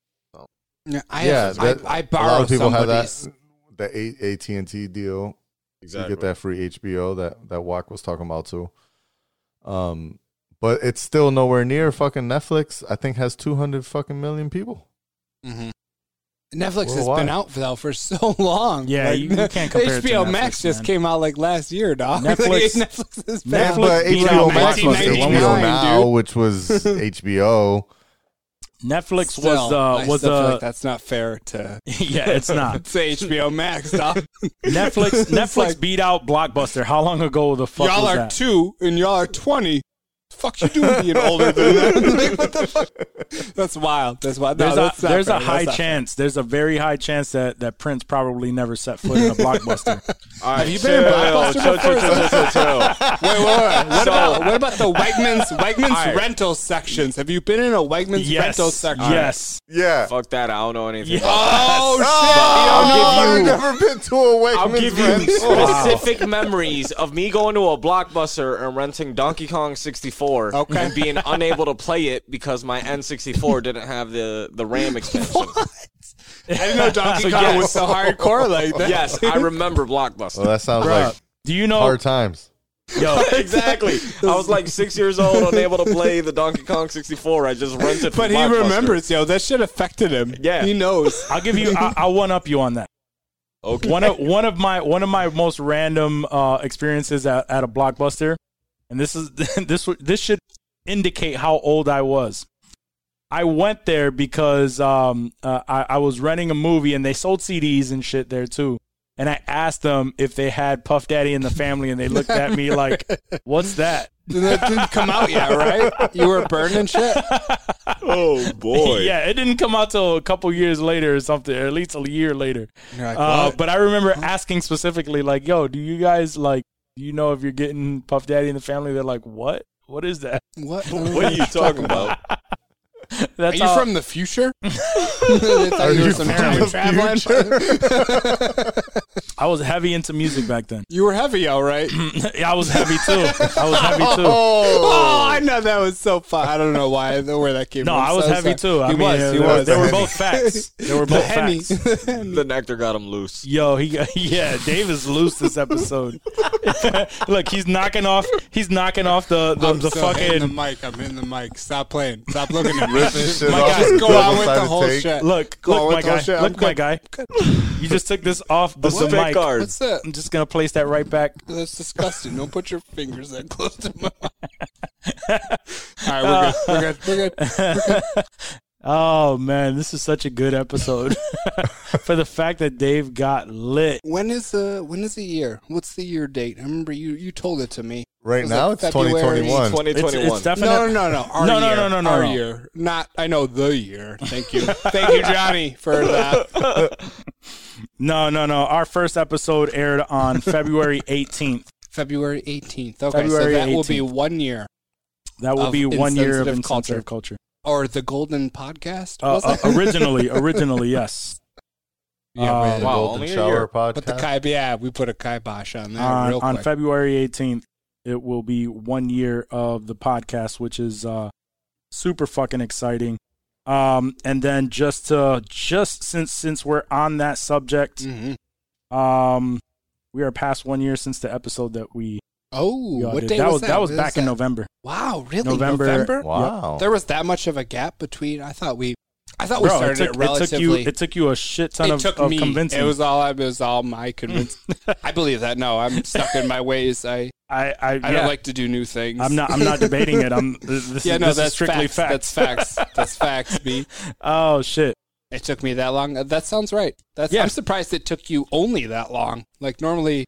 [SPEAKER 1] Yeah, I,
[SPEAKER 3] Yeah,
[SPEAKER 1] have,
[SPEAKER 3] that-
[SPEAKER 1] I, I
[SPEAKER 3] A
[SPEAKER 1] borrow
[SPEAKER 3] lot of people
[SPEAKER 1] somebody's.
[SPEAKER 3] have that the AT and T deal.
[SPEAKER 4] Exactly.
[SPEAKER 3] You get that free HBO that that Walk was talking about too. Um, but it's still nowhere near fucking Netflix. I think has two hundred fucking million people.
[SPEAKER 1] Mhm. Netflix has
[SPEAKER 3] Worldwide.
[SPEAKER 1] been out for though for so long.
[SPEAKER 2] Yeah,
[SPEAKER 1] Like,
[SPEAKER 2] you- you can't compare it to
[SPEAKER 1] HBO
[SPEAKER 2] Netflix,
[SPEAKER 1] Max just
[SPEAKER 2] man.
[SPEAKER 1] came out like last year, dog.
[SPEAKER 2] Netflix-
[SPEAKER 1] like, Netflix is
[SPEAKER 3] Yeah,
[SPEAKER 1] back.
[SPEAKER 2] Netflix
[SPEAKER 3] but
[SPEAKER 2] beat
[SPEAKER 3] HBO
[SPEAKER 2] out
[SPEAKER 3] Max was
[SPEAKER 1] 1999,
[SPEAKER 3] HBO now,
[SPEAKER 1] dude.
[SPEAKER 3] which was HBO.
[SPEAKER 2] Netflix
[SPEAKER 1] Still,
[SPEAKER 2] was
[SPEAKER 1] I
[SPEAKER 2] the was uh,
[SPEAKER 1] still feel like
[SPEAKER 2] the
[SPEAKER 1] that's not fair to
[SPEAKER 2] yeah, it's not.
[SPEAKER 1] say HBO Max, dog.
[SPEAKER 2] Netflix
[SPEAKER 1] It's
[SPEAKER 2] Netflix
[SPEAKER 1] like-
[SPEAKER 2] beat out Blockbuster. How long ago the fuck
[SPEAKER 1] y'all
[SPEAKER 2] was
[SPEAKER 1] are
[SPEAKER 2] that?
[SPEAKER 1] two and y'all are twenty. Fuck you doing being older than that? like, what the fuck? That's wild. That's wild. No,
[SPEAKER 2] there's
[SPEAKER 1] that's
[SPEAKER 2] a
[SPEAKER 1] not
[SPEAKER 2] there's
[SPEAKER 1] fair.
[SPEAKER 2] a high
[SPEAKER 1] That's not fair.
[SPEAKER 2] chance. There's a very high chance that that Prince probably never set foot in a Blockbuster.
[SPEAKER 4] Have
[SPEAKER 1] you been in Blockbuster before? Wait, wait, wait. What
[SPEAKER 4] So-
[SPEAKER 1] about what about the Wegmans Wegmans
[SPEAKER 4] Alright.
[SPEAKER 1] rental sections? Have you been in a Wegmans
[SPEAKER 2] yes,
[SPEAKER 1] rental section?
[SPEAKER 2] yes.
[SPEAKER 3] Yeah.
[SPEAKER 4] Fuck that. I don't know anything.
[SPEAKER 2] Yeah.
[SPEAKER 4] about
[SPEAKER 1] Oh
[SPEAKER 3] Oh,
[SPEAKER 1] shit!
[SPEAKER 3] I've
[SPEAKER 1] yo.
[SPEAKER 3] never been to a
[SPEAKER 4] I'll
[SPEAKER 3] Wegmans
[SPEAKER 4] give you
[SPEAKER 3] rental.
[SPEAKER 4] specific memories of me going to a Blockbuster and renting Donkey Kong 64
[SPEAKER 1] Okay.
[SPEAKER 4] and being unable to play it because my N64 didn't have the, the RAM expansion.
[SPEAKER 1] I didn't know Donkey
[SPEAKER 2] So,
[SPEAKER 1] Kong
[SPEAKER 2] yes.
[SPEAKER 1] was so hardcore like that.
[SPEAKER 4] yes, I remember
[SPEAKER 3] Well,
[SPEAKER 4] Blockbuster.
[SPEAKER 3] that sounds
[SPEAKER 2] Bruh, Oh.
[SPEAKER 3] like
[SPEAKER 2] do you know?
[SPEAKER 3] hard times.
[SPEAKER 2] Yo,
[SPEAKER 4] exactly. I was like six years old, unable to play the Donkey Kong 64. I just rented from
[SPEAKER 1] but he
[SPEAKER 4] Blockbuster.
[SPEAKER 1] remembers, yo. That shit affected him.
[SPEAKER 4] Yeah.
[SPEAKER 1] he knows.
[SPEAKER 2] I'll give you. I, I'll one up you on that.
[SPEAKER 4] Okay.
[SPEAKER 2] One of one of my one of my most random uh, experiences at, at a blockbuster, and this is this w- this should indicate how old I was. I went there because um, uh, I, I was renting a movie, and they sold CDs and shit there too. And I asked them if they had Puff Daddy and the Family, and they looked at me like, "What's that?"
[SPEAKER 1] That didn't come out yet, right? You were burning shit.
[SPEAKER 4] Oh, boy.
[SPEAKER 2] yeah, it didn't come out till a couple years later or something, or at least a year later.
[SPEAKER 1] You're like,
[SPEAKER 2] Uh,
[SPEAKER 1] what?
[SPEAKER 2] but I remember asking specifically, like, "Yo, do you guys like you know if you're getting Puff Daddy in the family, they're like, what? What is that?
[SPEAKER 1] What?
[SPEAKER 4] What are you talking about?
[SPEAKER 1] Are
[SPEAKER 2] That's
[SPEAKER 1] you
[SPEAKER 2] how-
[SPEAKER 1] from the future? I thought
[SPEAKER 3] Are
[SPEAKER 1] were
[SPEAKER 3] you
[SPEAKER 1] some
[SPEAKER 3] from
[SPEAKER 1] time
[SPEAKER 3] the
[SPEAKER 1] traveling.
[SPEAKER 2] I was heavy into music back then.
[SPEAKER 1] you were heavy, all right.
[SPEAKER 2] I was heavy too. I was heavy too.
[SPEAKER 1] Oh, I know that was so fun. I don't know why I don't know where that came
[SPEAKER 2] No,
[SPEAKER 1] from.
[SPEAKER 2] I was
[SPEAKER 1] So sorry.
[SPEAKER 2] heavy too. I
[SPEAKER 1] He
[SPEAKER 2] mean, uh,
[SPEAKER 1] was. He
[SPEAKER 2] they,
[SPEAKER 1] was.
[SPEAKER 2] they were both facts. They were
[SPEAKER 1] The
[SPEAKER 2] both
[SPEAKER 1] Henny.
[SPEAKER 2] facts.
[SPEAKER 4] the nectar got him loose.
[SPEAKER 2] Yo, he got- yeah, Dave is loose this episode. Look, he's knocking off. He's knocking off the the,
[SPEAKER 1] I'm
[SPEAKER 2] the
[SPEAKER 1] so hitting
[SPEAKER 2] fucking.
[SPEAKER 1] the mic. I'm in the mic. Stop playing. Stop looking at me.
[SPEAKER 3] Rip this shit
[SPEAKER 2] My
[SPEAKER 3] off
[SPEAKER 2] guy,
[SPEAKER 3] his
[SPEAKER 1] Go on with the
[SPEAKER 3] double-sided
[SPEAKER 1] whole
[SPEAKER 3] tape.
[SPEAKER 1] shit.
[SPEAKER 2] Look,
[SPEAKER 3] Go on
[SPEAKER 2] look,
[SPEAKER 3] with
[SPEAKER 2] my
[SPEAKER 3] the whole
[SPEAKER 2] guy.
[SPEAKER 3] shit. I'm
[SPEAKER 2] Look, my
[SPEAKER 3] good.
[SPEAKER 2] guy. You just took this off the, the
[SPEAKER 4] What's that
[SPEAKER 2] mic.
[SPEAKER 4] card?
[SPEAKER 1] What's that?
[SPEAKER 2] I'm just gonna place that right back.
[SPEAKER 1] That's disgusting. Don't put your fingers that close to my mouth. All right, we're good. We're good. We're good.
[SPEAKER 2] Oh man, this is such a good episode. For the fact that Dave got lit.
[SPEAKER 1] When is the when is the year? What's the year date? I remember you you told it to me. It
[SPEAKER 3] Right
[SPEAKER 1] was
[SPEAKER 3] now,
[SPEAKER 1] like
[SPEAKER 3] it's
[SPEAKER 1] February.
[SPEAKER 3] 2021.
[SPEAKER 2] It's,
[SPEAKER 4] 2021.
[SPEAKER 2] it's
[SPEAKER 1] No,
[SPEAKER 2] definitely
[SPEAKER 1] no, no, no. Our
[SPEAKER 2] No, no,
[SPEAKER 1] year.
[SPEAKER 2] no, no, no,
[SPEAKER 1] Our
[SPEAKER 2] no.
[SPEAKER 1] year. Not. I know the year. Thank you. Thank you, Johnny, for that.
[SPEAKER 2] no, no, no. Our first episode aired on February 18th.
[SPEAKER 1] February eighteenth. Okay,
[SPEAKER 2] February
[SPEAKER 1] so that will be
[SPEAKER 2] 18th.
[SPEAKER 1] one year,
[SPEAKER 2] That will
[SPEAKER 1] Of
[SPEAKER 2] be one year of
[SPEAKER 1] insensitive
[SPEAKER 2] insensitive culture.
[SPEAKER 1] or the Golden Podcast.
[SPEAKER 2] Uh,
[SPEAKER 1] was
[SPEAKER 2] uh,
[SPEAKER 1] it?
[SPEAKER 2] originally, originally, yes.
[SPEAKER 1] yeah, we-
[SPEAKER 2] um,
[SPEAKER 3] wow,
[SPEAKER 4] Wow,
[SPEAKER 3] Golden
[SPEAKER 4] only a
[SPEAKER 3] Shower
[SPEAKER 4] year.
[SPEAKER 3] podcast.
[SPEAKER 1] but the ki- yeah, we put a kibosh on that
[SPEAKER 2] on,
[SPEAKER 1] real
[SPEAKER 2] on
[SPEAKER 1] quick.
[SPEAKER 2] February 18th, it will be one year of the podcast, which is uh, super fucking exciting. Um, and then just to, just since since we're on that subject,
[SPEAKER 1] Mhm.
[SPEAKER 2] um, we are past one year since the episode that we,
[SPEAKER 1] Oh,
[SPEAKER 2] we all
[SPEAKER 1] what
[SPEAKER 2] did.
[SPEAKER 1] day
[SPEAKER 2] that
[SPEAKER 1] was,
[SPEAKER 2] that was
[SPEAKER 1] What
[SPEAKER 2] back
[SPEAKER 1] is
[SPEAKER 2] in
[SPEAKER 1] that?
[SPEAKER 2] November.
[SPEAKER 1] Wow, really?
[SPEAKER 2] November.
[SPEAKER 3] wow.
[SPEAKER 1] There was that much of a gap between. I thought we, I thought we
[SPEAKER 2] Bro, it
[SPEAKER 1] started it,
[SPEAKER 2] took, it took you
[SPEAKER 1] relatively.
[SPEAKER 2] it took you a shit ton
[SPEAKER 1] it
[SPEAKER 2] of,
[SPEAKER 1] took
[SPEAKER 2] of
[SPEAKER 1] me.
[SPEAKER 2] convincing.
[SPEAKER 1] It was all. It was all my convincing. I believe that. No, I'm stuck in my ways. I
[SPEAKER 2] I I,
[SPEAKER 1] I
[SPEAKER 2] yeah.
[SPEAKER 1] don't like to do new things.
[SPEAKER 2] I'm not I'm not debating it. I'm this,
[SPEAKER 1] yeah,
[SPEAKER 2] is,
[SPEAKER 1] no,
[SPEAKER 2] this
[SPEAKER 1] that's
[SPEAKER 2] is strictly
[SPEAKER 1] facts. That's facts. That's facts. B.
[SPEAKER 2] oh shit.
[SPEAKER 1] It took me that long. Uh, That sounds right. That's.
[SPEAKER 2] Yeah.
[SPEAKER 1] I'm surprised it took you only that long. Like normally,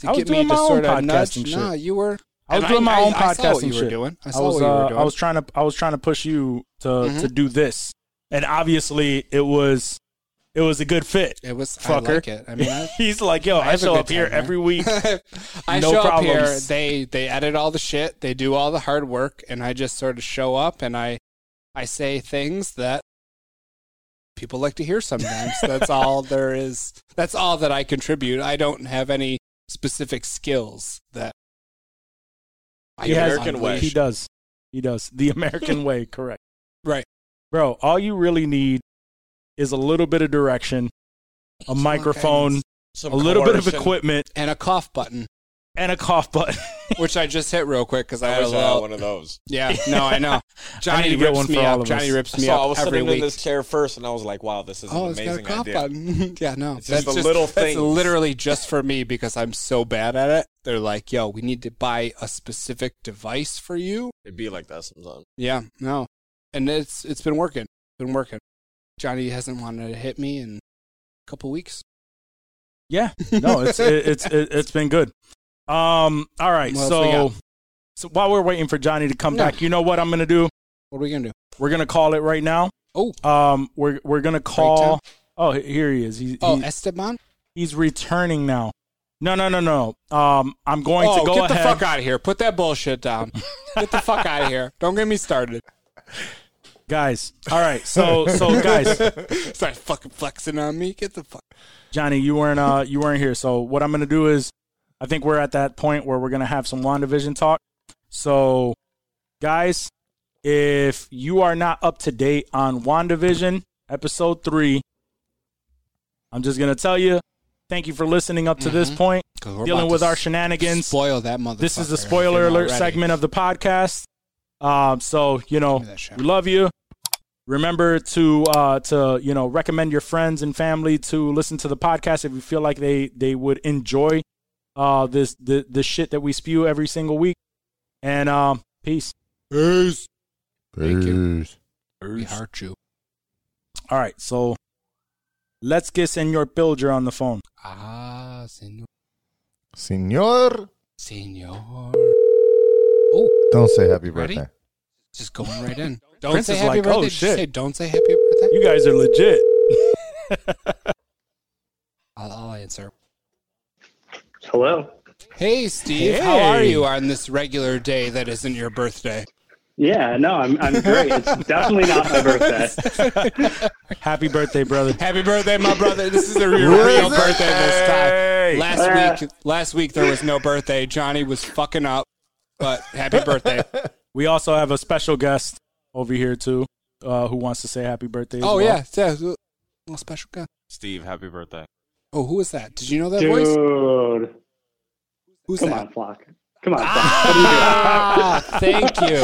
[SPEAKER 1] to
[SPEAKER 2] I was
[SPEAKER 1] get me
[SPEAKER 2] doing my
[SPEAKER 1] to
[SPEAKER 2] own
[SPEAKER 1] sort of
[SPEAKER 2] podcasting
[SPEAKER 1] nudge.
[SPEAKER 2] shit.
[SPEAKER 1] Nah, you were.
[SPEAKER 2] I was
[SPEAKER 1] and
[SPEAKER 2] doing my own
[SPEAKER 1] I saw what
[SPEAKER 2] podcasting
[SPEAKER 1] you were
[SPEAKER 2] shit.
[SPEAKER 1] doing. I
[SPEAKER 2] I
[SPEAKER 1] saw
[SPEAKER 2] was
[SPEAKER 1] what you were
[SPEAKER 2] uh,
[SPEAKER 1] doing. Mm-hmm.
[SPEAKER 2] I was trying to I was trying to push you to to do this, and obviously it was it was a good fit.
[SPEAKER 1] It was. I
[SPEAKER 2] Fucker.
[SPEAKER 1] like it. I mean, I,
[SPEAKER 2] He's like, yo, I,
[SPEAKER 1] have a
[SPEAKER 2] show
[SPEAKER 1] good
[SPEAKER 2] up here
[SPEAKER 1] time, man.
[SPEAKER 2] every week.
[SPEAKER 1] I
[SPEAKER 2] No
[SPEAKER 1] show up here.
[SPEAKER 2] problems.
[SPEAKER 1] They they edit all the shit. They do all the hard work, and I just sort of show up and I I say things that people like to hear sometimes. That's all there is. That's all that I contribute. I don't have any specific skills that I
[SPEAKER 2] He
[SPEAKER 1] can
[SPEAKER 2] has-
[SPEAKER 4] American way.
[SPEAKER 2] He does. He does the American way. Correct.
[SPEAKER 1] Right.
[SPEAKER 2] bro. All you really need is a little bit of direction, a
[SPEAKER 1] Some
[SPEAKER 2] microphone,
[SPEAKER 1] guidance.
[SPEAKER 4] Some
[SPEAKER 2] a little bit of
[SPEAKER 4] coercion.
[SPEAKER 2] equipment,
[SPEAKER 1] and a cough button,
[SPEAKER 2] and a cough button.
[SPEAKER 1] which I just hit real quick because I
[SPEAKER 4] I
[SPEAKER 1] had a
[SPEAKER 4] wish I had
[SPEAKER 1] little.
[SPEAKER 4] one of those.
[SPEAKER 1] Yeah, no, I know. Johnny
[SPEAKER 2] need to get
[SPEAKER 1] rips
[SPEAKER 2] one
[SPEAKER 1] me
[SPEAKER 2] for all
[SPEAKER 1] up.
[SPEAKER 2] of
[SPEAKER 1] Johnny
[SPEAKER 2] us.
[SPEAKER 1] rips me
[SPEAKER 4] So
[SPEAKER 1] up
[SPEAKER 4] I was
[SPEAKER 1] every
[SPEAKER 4] sitting
[SPEAKER 1] week.
[SPEAKER 4] in this chair first, and I was like, "Wow, this is
[SPEAKER 1] Oh,
[SPEAKER 4] an
[SPEAKER 1] it's got a
[SPEAKER 4] amazing
[SPEAKER 1] cough
[SPEAKER 4] idea."
[SPEAKER 1] button. yeah, no,
[SPEAKER 4] It's just the little
[SPEAKER 1] That's
[SPEAKER 4] things.
[SPEAKER 1] literally just for me because I'm so bad at it. They're like, "Yo, we need to buy a specific device for you."
[SPEAKER 4] It'd be like that sometimes.
[SPEAKER 1] Yeah, no, and it's it's been working, been working. Johnny hasn't wanted to hit me in a couple weeks.
[SPEAKER 2] Yeah, no, it's it, it's it, it's been good. Um, all right,
[SPEAKER 1] What else we
[SPEAKER 2] so so while we're waiting for Johnny to come
[SPEAKER 1] Yeah.
[SPEAKER 2] back, you know what I'm gonna do?
[SPEAKER 1] What are we gonna do?
[SPEAKER 2] We're gonna call it right now.
[SPEAKER 1] Oh.
[SPEAKER 2] um, we're we're gonna call. Oh, he- here he is. He's
[SPEAKER 1] Oh,
[SPEAKER 2] he-
[SPEAKER 1] Esteban.
[SPEAKER 2] he's returning now. No, no, no, no. Um, I'm going
[SPEAKER 1] oh,
[SPEAKER 2] to go
[SPEAKER 1] get
[SPEAKER 2] ahead.
[SPEAKER 1] the fuck out of here! Put that bullshit down. get the fuck out of here! Don't get me started.
[SPEAKER 2] guys. All right, so so guys,
[SPEAKER 1] Start fucking flexing on me. Get the fuck.
[SPEAKER 2] Johnny, you weren't uh you weren't here. So what I'm gonna do is I think we're at that point where we're gonna have some WandaVision talk. So guys, if you are not up to date on WandaVision episode three, I'm just gonna tell you, thank you for listening up to this point.
[SPEAKER 1] 'Cause Mm-hmm. we're
[SPEAKER 2] Dealing
[SPEAKER 1] about
[SPEAKER 2] with
[SPEAKER 1] to
[SPEAKER 2] our
[SPEAKER 1] s-
[SPEAKER 2] shenanigans.
[SPEAKER 1] Spoil that motherfucker.
[SPEAKER 2] This is the
[SPEAKER 1] if you're
[SPEAKER 2] spoiler
[SPEAKER 1] not
[SPEAKER 2] alert
[SPEAKER 1] ready.
[SPEAKER 2] segment of the podcast. Um, so you know,
[SPEAKER 1] Give me that shot.
[SPEAKER 2] we love you. Remember to uh, to you know recommend your friends and family to listen to the podcast if you feel like they they would enjoy uh, this the the shit that we spew every single week. And um, peace.
[SPEAKER 1] Peace. Thank you.
[SPEAKER 3] Peace.
[SPEAKER 1] We heart you.
[SPEAKER 2] All right, so let's get Senor Pilger on the phone.
[SPEAKER 1] Ah, senor.
[SPEAKER 3] Senor,
[SPEAKER 1] Senor.
[SPEAKER 3] don't say happy
[SPEAKER 1] Ready?
[SPEAKER 3] birthday.
[SPEAKER 1] Just going right in. Don't
[SPEAKER 2] Prince
[SPEAKER 1] say
[SPEAKER 2] is
[SPEAKER 1] happy
[SPEAKER 2] like, oh,
[SPEAKER 1] birthday. Just
[SPEAKER 2] shit.
[SPEAKER 1] say, don't say happy birthday.
[SPEAKER 2] You guys are legit.
[SPEAKER 1] I'll, I'll answer.
[SPEAKER 7] Hello.
[SPEAKER 1] Hey, Steve, how are
[SPEAKER 2] Hey.
[SPEAKER 1] you on this regular day that isn't your birthday?
[SPEAKER 7] Yeah, no, I'm, I'm great. It's definitely not my birthday.
[SPEAKER 2] Happy birthday, brother.
[SPEAKER 1] Happy birthday, my brother. This is a real, real birthday this time. Last week, last week there was no birthday. Johnny was fucking up, but happy birthday.
[SPEAKER 2] We also have a special guest over here too, uh, who wants to say happy birthday. as
[SPEAKER 1] Oh
[SPEAKER 2] well.
[SPEAKER 1] yeah, yeah. Little special guy.
[SPEAKER 4] Steve, happy birthday.
[SPEAKER 1] Oh, who was that? Did you know that voice?
[SPEAKER 7] Dude,
[SPEAKER 1] Who's
[SPEAKER 7] come
[SPEAKER 1] that?
[SPEAKER 7] on, Flock. Come on, Flock.
[SPEAKER 1] Ah, thank you.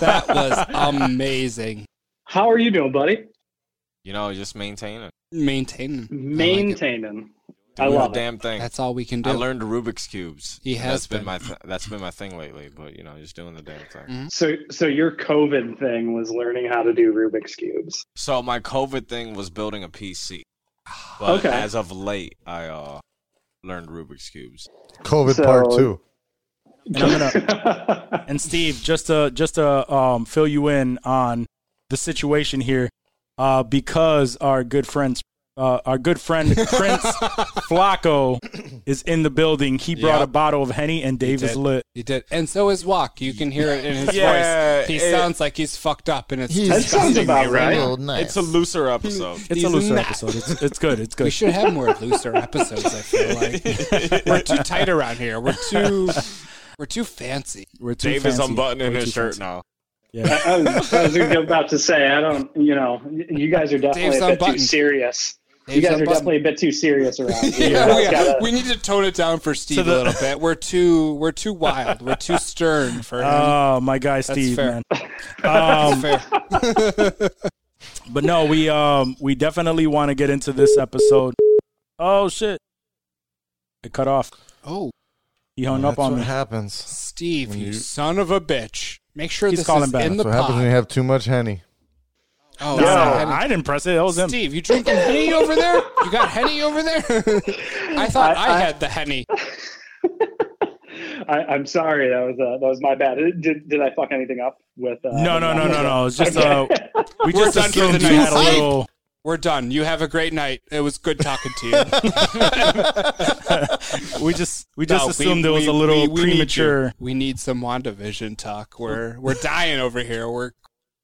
[SPEAKER 1] That was amazing.
[SPEAKER 7] How are you doing, buddy?
[SPEAKER 4] You know, just maintain it.
[SPEAKER 1] Maintaining. I like it.
[SPEAKER 7] Maintaining.
[SPEAKER 4] Do
[SPEAKER 7] I
[SPEAKER 4] the
[SPEAKER 7] love it.
[SPEAKER 4] damn thing.
[SPEAKER 1] That's all we can do.
[SPEAKER 4] I learned Rubik's cubes.
[SPEAKER 1] He has
[SPEAKER 4] that's been,
[SPEAKER 1] been. Mm-hmm.
[SPEAKER 4] my th- that's been my thing lately. But you know, just doing the damn thing.
[SPEAKER 7] So, so your COVID thing was learning how to do Rubik's cubes.
[SPEAKER 4] So my COVID thing was building a PC, but
[SPEAKER 7] Okay.
[SPEAKER 4] as of late, I uh learned Rubik's cubes.
[SPEAKER 3] COVID
[SPEAKER 7] So-
[SPEAKER 3] part two.
[SPEAKER 2] And, I'm gonna, and Steve, just to just to um, fill you in on the situation here, uh, because our good friends, uh, our good friend Prince Flacco is in the building. He brought
[SPEAKER 1] Yep.
[SPEAKER 2] a bottle of henny, and Dave is
[SPEAKER 1] did.
[SPEAKER 2] lit.
[SPEAKER 1] He did, and so is Walk. You can hear it in his
[SPEAKER 4] Yeah,
[SPEAKER 1] voice. He
[SPEAKER 4] it-
[SPEAKER 1] sounds like he's fucked up, and it's
[SPEAKER 7] That sounds
[SPEAKER 1] disgusting.
[SPEAKER 7] about right.
[SPEAKER 8] Real nice.
[SPEAKER 4] It's a looser episode.
[SPEAKER 2] It's
[SPEAKER 1] He's
[SPEAKER 2] a looser
[SPEAKER 1] not-
[SPEAKER 2] episode. It's, it's good. It's
[SPEAKER 1] We
[SPEAKER 2] good.
[SPEAKER 1] should have more looser episodes. I feel like we're too tight around here. We're too, we're too fancy.
[SPEAKER 2] We're too
[SPEAKER 4] Dave is
[SPEAKER 2] fancy.
[SPEAKER 4] unbuttoning
[SPEAKER 2] We're
[SPEAKER 4] his
[SPEAKER 2] too
[SPEAKER 4] shirt
[SPEAKER 2] fancy.
[SPEAKER 4] now.
[SPEAKER 2] Yeah.
[SPEAKER 7] I was, I was about to say, I don't, you know, you guys are definitely
[SPEAKER 1] Dave's
[SPEAKER 7] a bit too
[SPEAKER 1] unbuttoned.
[SPEAKER 7] serious. you
[SPEAKER 1] Dave's
[SPEAKER 7] guys are
[SPEAKER 1] unbuttoned.
[SPEAKER 7] definitely a bit too serious around here.
[SPEAKER 1] Yeah, we,
[SPEAKER 7] You guys gotta-
[SPEAKER 1] we need to tone it down for Steve
[SPEAKER 2] the-
[SPEAKER 1] a little bit. We're too, we're too wild. We're too stern for him.
[SPEAKER 4] Uh,
[SPEAKER 2] Oh my guy, Steve,
[SPEAKER 1] fair.
[SPEAKER 2] man.
[SPEAKER 1] That's fair.
[SPEAKER 2] But no, we um we definitely want to get into this episode. Oh shit. It cut off.
[SPEAKER 1] Oh,
[SPEAKER 2] He hung
[SPEAKER 3] That's
[SPEAKER 2] up on
[SPEAKER 3] what
[SPEAKER 2] me.
[SPEAKER 3] happens.
[SPEAKER 1] Steve,
[SPEAKER 3] When
[SPEAKER 1] you
[SPEAKER 3] you-
[SPEAKER 1] son of a bitch! Make sure
[SPEAKER 2] He's
[SPEAKER 1] this
[SPEAKER 2] calling
[SPEAKER 1] is
[SPEAKER 2] back.
[SPEAKER 1] in the
[SPEAKER 3] That's what happens when you
[SPEAKER 1] pod.
[SPEAKER 3] have too much henny.
[SPEAKER 1] Oh,
[SPEAKER 2] No,
[SPEAKER 1] it's not Henny.
[SPEAKER 2] I didn't press it. That was him.
[SPEAKER 1] Steve, you drinking henny over there? You got henny over there? I thought I,
[SPEAKER 7] I- I-
[SPEAKER 1] had the henny.
[SPEAKER 7] I, I'm sorry, that was uh, that was my bad. Did, did I fuck anything up with? Uh,
[SPEAKER 2] No, no, no, no, no. It's just uh we
[SPEAKER 1] We're
[SPEAKER 2] just
[SPEAKER 1] done for the
[SPEAKER 2] assumed you had a
[SPEAKER 1] night.
[SPEAKER 2] little
[SPEAKER 1] We're done. You have a great night. It was good talking to you.
[SPEAKER 2] we just we just
[SPEAKER 1] No, we-
[SPEAKER 2] assumed there was
[SPEAKER 1] we-
[SPEAKER 2] a little
[SPEAKER 1] we- we need you.
[SPEAKER 2] premature.
[SPEAKER 1] We need some WandaVision talk. We're we're dying over here. We're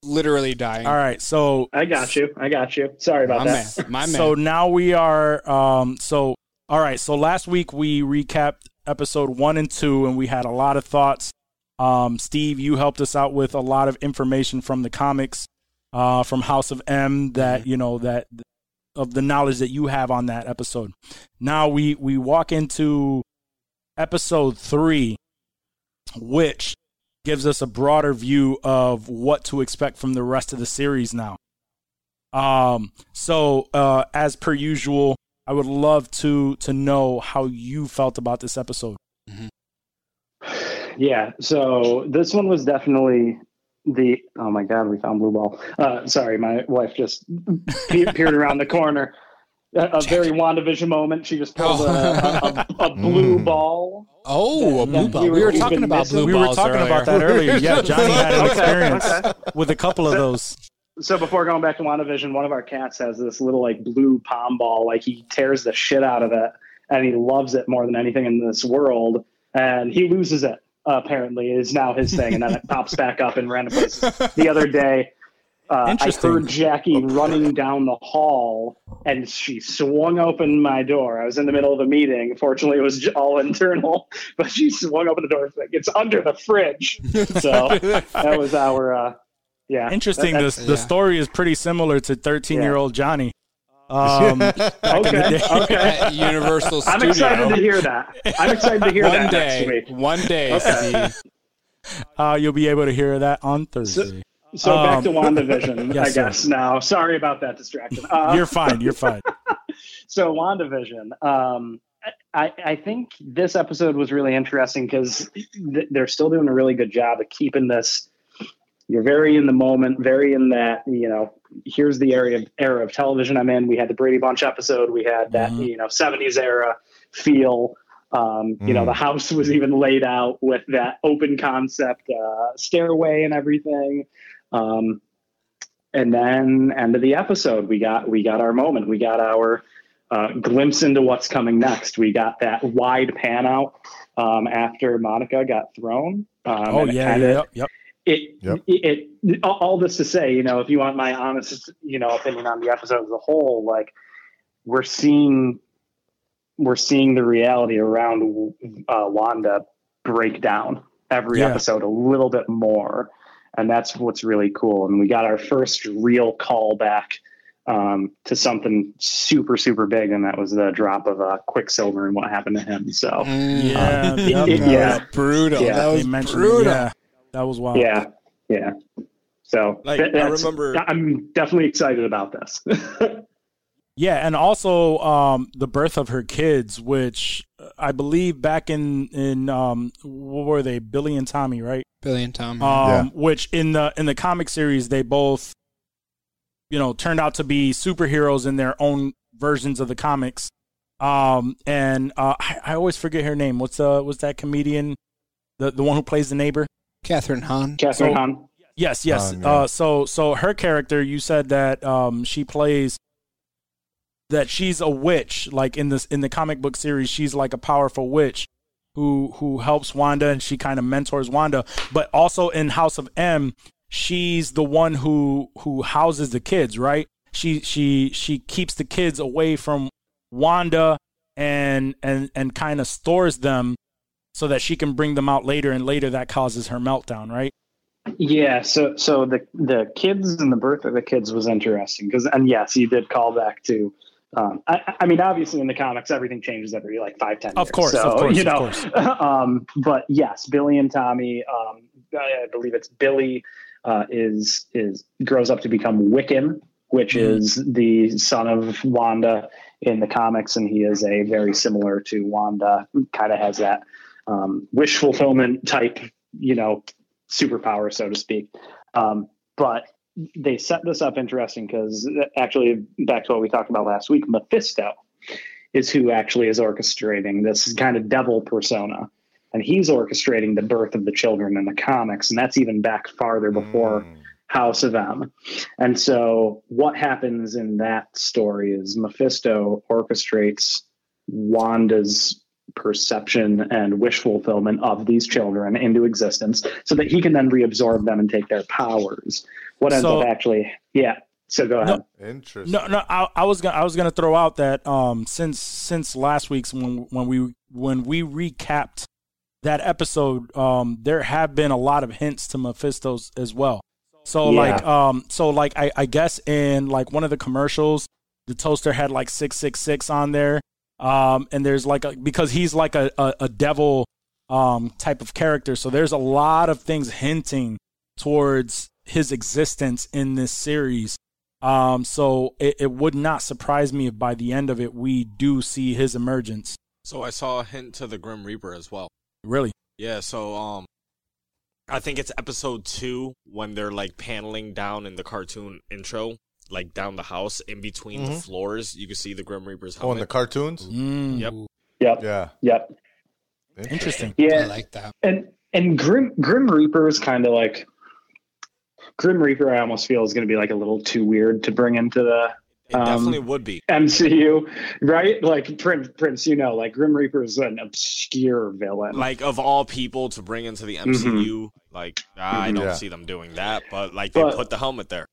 [SPEAKER 1] literally dying.
[SPEAKER 2] All right. So
[SPEAKER 7] I got you. I got you. Sorry about
[SPEAKER 1] My
[SPEAKER 7] that.
[SPEAKER 1] man. My man.
[SPEAKER 2] so now we are um so all right, so last week we recapped episode 1 and 2 and we had a lot of thoughts. Um Steve, you helped us out with a lot of information from the comics uh from House of M that,
[SPEAKER 1] Mm-hmm.
[SPEAKER 2] you know, that of the knowledge that you have on that episode. Now we we walk into episode 3 which gives us a broader view of what to expect from the rest of the series now. Um, so uh, as per usual, I would love to to know how you felt about this episode.
[SPEAKER 7] Yeah. So this one was definitely the. Oh my God, we found blue ball. Uh, sorry, my wife just pe- peered around the corner. A, a very WandaVision moment. She just pulled a, a, a, a blue
[SPEAKER 3] Mm.
[SPEAKER 7] ball.
[SPEAKER 1] oh, a
[SPEAKER 7] that-
[SPEAKER 1] blue
[SPEAKER 7] that
[SPEAKER 1] ball.
[SPEAKER 7] we
[SPEAKER 1] We
[SPEAKER 7] were-
[SPEAKER 1] were,
[SPEAKER 7] we've
[SPEAKER 1] talking
[SPEAKER 7] been
[SPEAKER 1] about
[SPEAKER 7] missing-
[SPEAKER 1] blue
[SPEAKER 2] we were
[SPEAKER 1] balls
[SPEAKER 2] talking
[SPEAKER 1] earlier.
[SPEAKER 2] about that earlier. Yeah, Johnny had an
[SPEAKER 7] Okay,
[SPEAKER 2] experience
[SPEAKER 7] okay.
[SPEAKER 2] with a couple of those.
[SPEAKER 7] So before going back to WandaVision, one of our cats has this little like blue palm ball. Like he tears the shit out of it, and he loves it more than anything in this world. And he loses it. Apparently, is now his thing, and then it pops back up in random places. The other day, uh, I
[SPEAKER 2] Interesting.
[SPEAKER 7] heard Jackie running down the hall, and she swung open my door. I was in the middle of a meeting. Fortunately, it was j- all internal, but she swung open the door. It's like it's under the fridge. So that was our. Uh, yeah,
[SPEAKER 2] Interesting.
[SPEAKER 7] That-
[SPEAKER 2] The
[SPEAKER 1] yeah.
[SPEAKER 2] the story is pretty similar to thirteen year old Johnny. Um,
[SPEAKER 7] that's- okay, okay.
[SPEAKER 1] at Universal
[SPEAKER 7] I'm
[SPEAKER 1] Studio.
[SPEAKER 7] excited to hear that. I'm excited to hear
[SPEAKER 1] one
[SPEAKER 7] that
[SPEAKER 1] day,
[SPEAKER 7] next week.
[SPEAKER 1] one day, Steve.
[SPEAKER 2] uh, you'll be able to hear that on Thursday.
[SPEAKER 7] So
[SPEAKER 2] Um,
[SPEAKER 7] back to WandaVision,
[SPEAKER 2] yes,
[SPEAKER 7] I
[SPEAKER 2] sir.
[SPEAKER 7] guess. Now, sorry about that distraction. Uh,
[SPEAKER 2] you're fine. You're fine.
[SPEAKER 7] so WandaVision. Um, I, I think this episode was really interesting because th- they're still doing a really good job of keeping this. You're very in the moment, very in that. You know, here's the area of, era of television I'm in. We had the Brady Bunch episode. We had that
[SPEAKER 2] Mhm.
[SPEAKER 7] you know '70s era feel. Um, You know,
[SPEAKER 3] Mm.
[SPEAKER 7] the house was even laid out with that open concept uh, stairway and everything. Um, and then end of the episode, we got we got our moment. We got our uh, glimpse into what's coming next. We got that wide pan out um, after Monica got thrown. Um,
[SPEAKER 2] oh
[SPEAKER 7] and it
[SPEAKER 2] yeah,
[SPEAKER 7] kinda-
[SPEAKER 2] yeah, yep, yep.
[SPEAKER 7] it,
[SPEAKER 3] Yep.
[SPEAKER 7] it, it- all- all this to say, you know, if you want my honest, you know, opinion on the episode as a whole, like we're seeing, we're seeing the reality around uh, Wanda break down every
[SPEAKER 2] Yeah.
[SPEAKER 7] episode a little bit more, and that's what's really cool. And we got our first real callback um, to something super, super big, and that was the drop of uh, Quicksilver and what happened to him. So.
[SPEAKER 1] Mm.
[SPEAKER 2] Yeah, yep,
[SPEAKER 7] it-
[SPEAKER 2] that
[SPEAKER 7] yeah.
[SPEAKER 2] was-
[SPEAKER 1] Brutal.
[SPEAKER 7] Yeah.
[SPEAKER 1] That
[SPEAKER 2] they
[SPEAKER 1] was
[SPEAKER 2] mentioned it,
[SPEAKER 1] brutal.
[SPEAKER 2] yeah. that was wild.
[SPEAKER 7] Yeah, yeah. So
[SPEAKER 4] Like, I
[SPEAKER 7] that's-
[SPEAKER 4] remember-
[SPEAKER 7] I'm definitely excited about this.
[SPEAKER 2] Yeah, and also um, the birth of her kids, which uh, I believe back in in um, what were they Billy and Tommy, right?
[SPEAKER 1] Billy and Tom.
[SPEAKER 2] Um,
[SPEAKER 3] Yeah.
[SPEAKER 2] Which in the in the comic series they both, you know, turned out to be superheroes in their own versions of the comics. Um, and uh, I, I always forget her name. What's uh what's that comedian, the the one who plays the neighbor?
[SPEAKER 1] Catherine Hahn.
[SPEAKER 7] Catherine
[SPEAKER 2] So-
[SPEAKER 7] Hahn.
[SPEAKER 2] Yes, yes.
[SPEAKER 3] Oh, no.
[SPEAKER 2] uh, so, so her character, you said that um, she plays that she's a witch. Like in this in the comic book series, she's like a powerful witch who who helps Wanda and she kind of mentors Wanda. But also in House of M, she's the one who who houses the kids. Right? She she she keeps the kids away from Wanda and and and kind of stores them so that she can bring them out later. And later that causes her meltdown. Right?
[SPEAKER 7] Yeah. So so the the kids and the birth of the kids was interesting because and yes, you did call back to. Um, I, I mean, obviously, in the comics, everything changes every like five, ten.
[SPEAKER 2] Of
[SPEAKER 7] years.
[SPEAKER 2] course,
[SPEAKER 7] so,
[SPEAKER 2] of course,
[SPEAKER 7] you
[SPEAKER 2] of
[SPEAKER 7] know.
[SPEAKER 2] course.
[SPEAKER 7] um, but yes, Billy and Tommy. Um, I I believe it's Billy uh, is is grows up to become Wiccan, which
[SPEAKER 2] Mhm.
[SPEAKER 7] is the son of Wanda in the comics, and he is a very similar to Wanda. Kind of has that um, wish fulfillment type, you know, superpower, so to speak. Um, but they set this up interesting because actually, back to what we talked about last week, Mephisto is who actually is orchestrating this kind of devil persona. And he's orchestrating the birth of the children in the comics. And that's even back farther before
[SPEAKER 3] Mm.
[SPEAKER 7] House of M. And so, what happens in that story is Mephisto orchestrates Wanda's perception and wish fulfillment of these children into existence so that he can then reabsorb them and take their powers. What ends
[SPEAKER 2] So-
[SPEAKER 7] up actually, yeah. So, go ahead.
[SPEAKER 3] Interesting.
[SPEAKER 2] No, no, I, I was gonna, I was gonna throw out that um, since since last week's when when we when we recapped that episode, um, there have been a lot of hints to Mephisto's as well. So
[SPEAKER 7] Yeah.
[SPEAKER 2] like, um, so like, I, I guess in like one of the commercials, the toaster had like six six six on there, um, and there's like a because he's like a a, a devil um type of character, so there's a lot of things hinting towards his existence in this series. Um, so it, it would not surprise me if by the end of it we do see his emergence.
[SPEAKER 4] So I saw a hint to the Grim Reaper as well.
[SPEAKER 2] Really?
[SPEAKER 4] Yeah, so um I think it's episode 2 when they're like paneling down in the cartoon intro, like down the house in between the
[SPEAKER 3] Mhm.
[SPEAKER 4] floors, you can see the Grim Reaper's
[SPEAKER 3] Oh, in the
[SPEAKER 4] helmet.
[SPEAKER 3] cartoons.
[SPEAKER 2] Mm,
[SPEAKER 4] Yep.
[SPEAKER 7] Yep.
[SPEAKER 3] Yeah.
[SPEAKER 7] Yep.
[SPEAKER 2] Interesting.
[SPEAKER 1] I
[SPEAKER 7] Yeah.
[SPEAKER 1] like that.
[SPEAKER 7] and and grim grim reaper is kind of like grim reaper i almost feel is going to be like a little too weird to bring into the
[SPEAKER 4] It
[SPEAKER 7] um,
[SPEAKER 4] definitely would be.
[SPEAKER 7] mcu right like prince prince you know like grim reaper is an obscure villain
[SPEAKER 4] Like of all people to bring into the MCU, like I
[SPEAKER 3] Mhm.
[SPEAKER 4] don't
[SPEAKER 3] Yeah.
[SPEAKER 4] see them doing that, but like they
[SPEAKER 7] Mm-hmm. But-
[SPEAKER 4] put the helmet there.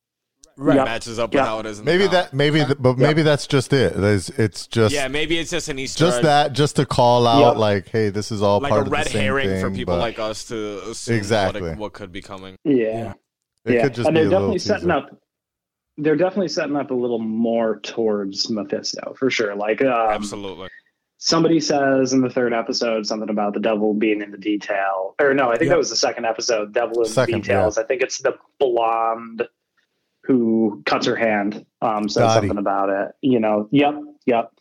[SPEAKER 2] Right.
[SPEAKER 4] It
[SPEAKER 7] Yep.
[SPEAKER 4] matches up
[SPEAKER 7] Yep.
[SPEAKER 4] with how it is in the
[SPEAKER 3] Maybe
[SPEAKER 4] comic.
[SPEAKER 3] that. Maybe, th- but maybe that's just it. There's- It's just
[SPEAKER 4] Yeah, maybe it's just an Easter
[SPEAKER 3] just
[SPEAKER 4] egg,
[SPEAKER 3] that, just to call out,
[SPEAKER 7] Yeah.
[SPEAKER 3] like, hey, this is all
[SPEAKER 4] like
[SPEAKER 3] part
[SPEAKER 4] a
[SPEAKER 3] of
[SPEAKER 4] red
[SPEAKER 3] the same
[SPEAKER 4] herring
[SPEAKER 3] thing,
[SPEAKER 4] for people
[SPEAKER 3] but
[SPEAKER 4] like us to assume what,
[SPEAKER 3] Exactly.
[SPEAKER 4] it, what could be coming.
[SPEAKER 7] yeah
[SPEAKER 3] it
[SPEAKER 7] yeah
[SPEAKER 3] could just
[SPEAKER 7] and
[SPEAKER 3] be
[SPEAKER 7] they're
[SPEAKER 3] a little
[SPEAKER 7] definitely setting
[SPEAKER 3] teaser.
[SPEAKER 7] up they're definitely setting up a little more towards mephisto for sure like um,
[SPEAKER 4] Absolutely.
[SPEAKER 7] somebody says in the third episode something about the devil being in the detail. Or no, I think
[SPEAKER 2] Yeah.
[SPEAKER 7] that was the second episode, Devil in the
[SPEAKER 3] Second,
[SPEAKER 7] Details. I think it's the blonde who cuts her hand. Um says
[SPEAKER 3] Dottie.
[SPEAKER 7] something about it. You know, yep, yep.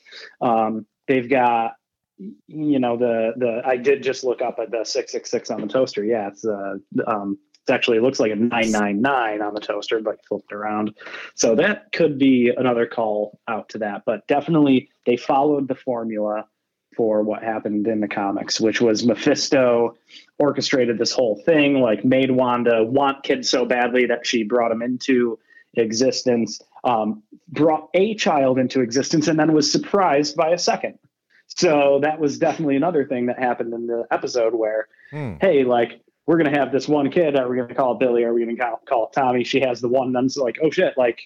[SPEAKER 7] Um they've got you know the the I did just look up at the six six six on the toaster. Yeah, it's uh um it actually looks like a 999 on the toaster, but flipped around. So that could be another call out to that. But definitely, they followed the formula for what happened in the comics, which was Mephisto orchestrated this whole thing, like made Wanda want kids so badly that she brought him into existence. um, brought a child into existence and then was surprised by a second. So that was definitely another thing that happened in the episode where,
[SPEAKER 3] Hmm.
[SPEAKER 7] hey, like, we're going to have this one kid. Are we going to call it Billy? Are we going to call, call it Tommy? She has the one. Then it's like, oh shit, like,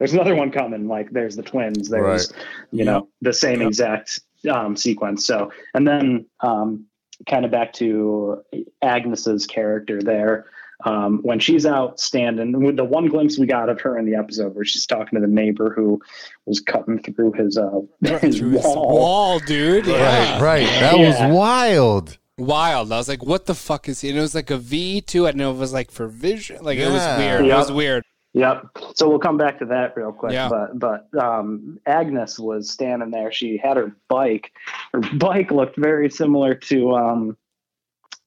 [SPEAKER 7] there's another one coming. Like, there's the twins. There's, you know, the same
[SPEAKER 2] Yep.
[SPEAKER 7] exact um, sequence. So, and then um, kind of back to Agnes's character there. Um, when she's out standing, with the one glimpse we got of her in the episode where she's talking to the neighbor who was cutting through his uh, his
[SPEAKER 1] Through his
[SPEAKER 7] wall.
[SPEAKER 1] wall, dude. Yeah.
[SPEAKER 3] Right, right. That
[SPEAKER 7] Yeah.
[SPEAKER 3] was wild.
[SPEAKER 1] Wild. I was like, what the fuck is he? And it was like a V too. I didn't know if it was like for vision. Like it was
[SPEAKER 3] Yeah.
[SPEAKER 1] weird. It
[SPEAKER 7] Yeah.
[SPEAKER 1] was weird.
[SPEAKER 7] Yep. So we'll come back to that real quick.
[SPEAKER 1] Yeah.
[SPEAKER 7] But but um, Agnes was standing there. She had her bike. Her bike looked very similar to um,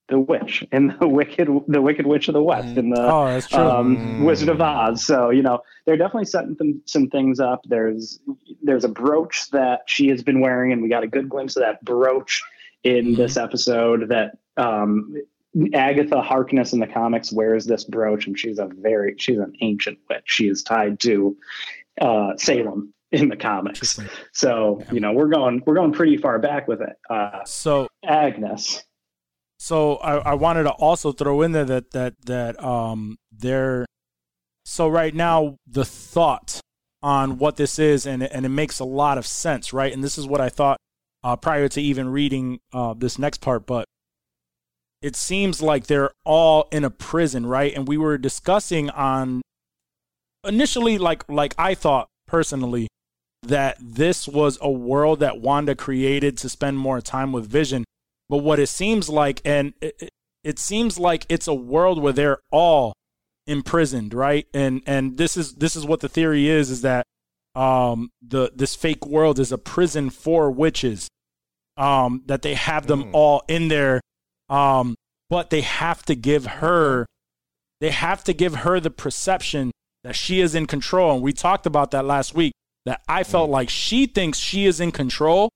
[SPEAKER 7] the witch in the Wicked the Wicked Witch of the West in the
[SPEAKER 2] Oh, that's true.
[SPEAKER 3] Mm.
[SPEAKER 7] um, Wizard of Oz. So you know they're definitely setting some, some things up. There's there's a brooch that she has been wearing, and we got a good glimpse of that brooch in this episode. That um, Agatha Harkness in the comics wears this brooch, and she's a very she's an ancient witch. She is tied to uh, Salem in the comics.
[SPEAKER 1] Interesting.
[SPEAKER 7] So you know we're going we're going pretty far back with it. Uh,
[SPEAKER 2] so
[SPEAKER 7] Agnes.
[SPEAKER 2] So I, I wanted to also throw in there that that that um there so right now the thought on what this is and and it makes a lot of sense, right? And this is what I thought uh, prior to even reading uh, this next part, but it seems like they're all in a prison, right? And we were discussing on initially like like I thought personally that this was a world that Wanda created to spend more time with Vision but what it seems like and it, it- it seems like it's a world where they're all imprisoned right and and this is this is what the theory is is that um the this fake world is a prison for witches um that they have them
[SPEAKER 3] Mm.
[SPEAKER 2] all in there um but they have to give her they have to give her the perception that she is in control and we talked about that last week that I felt like she thinks she is in control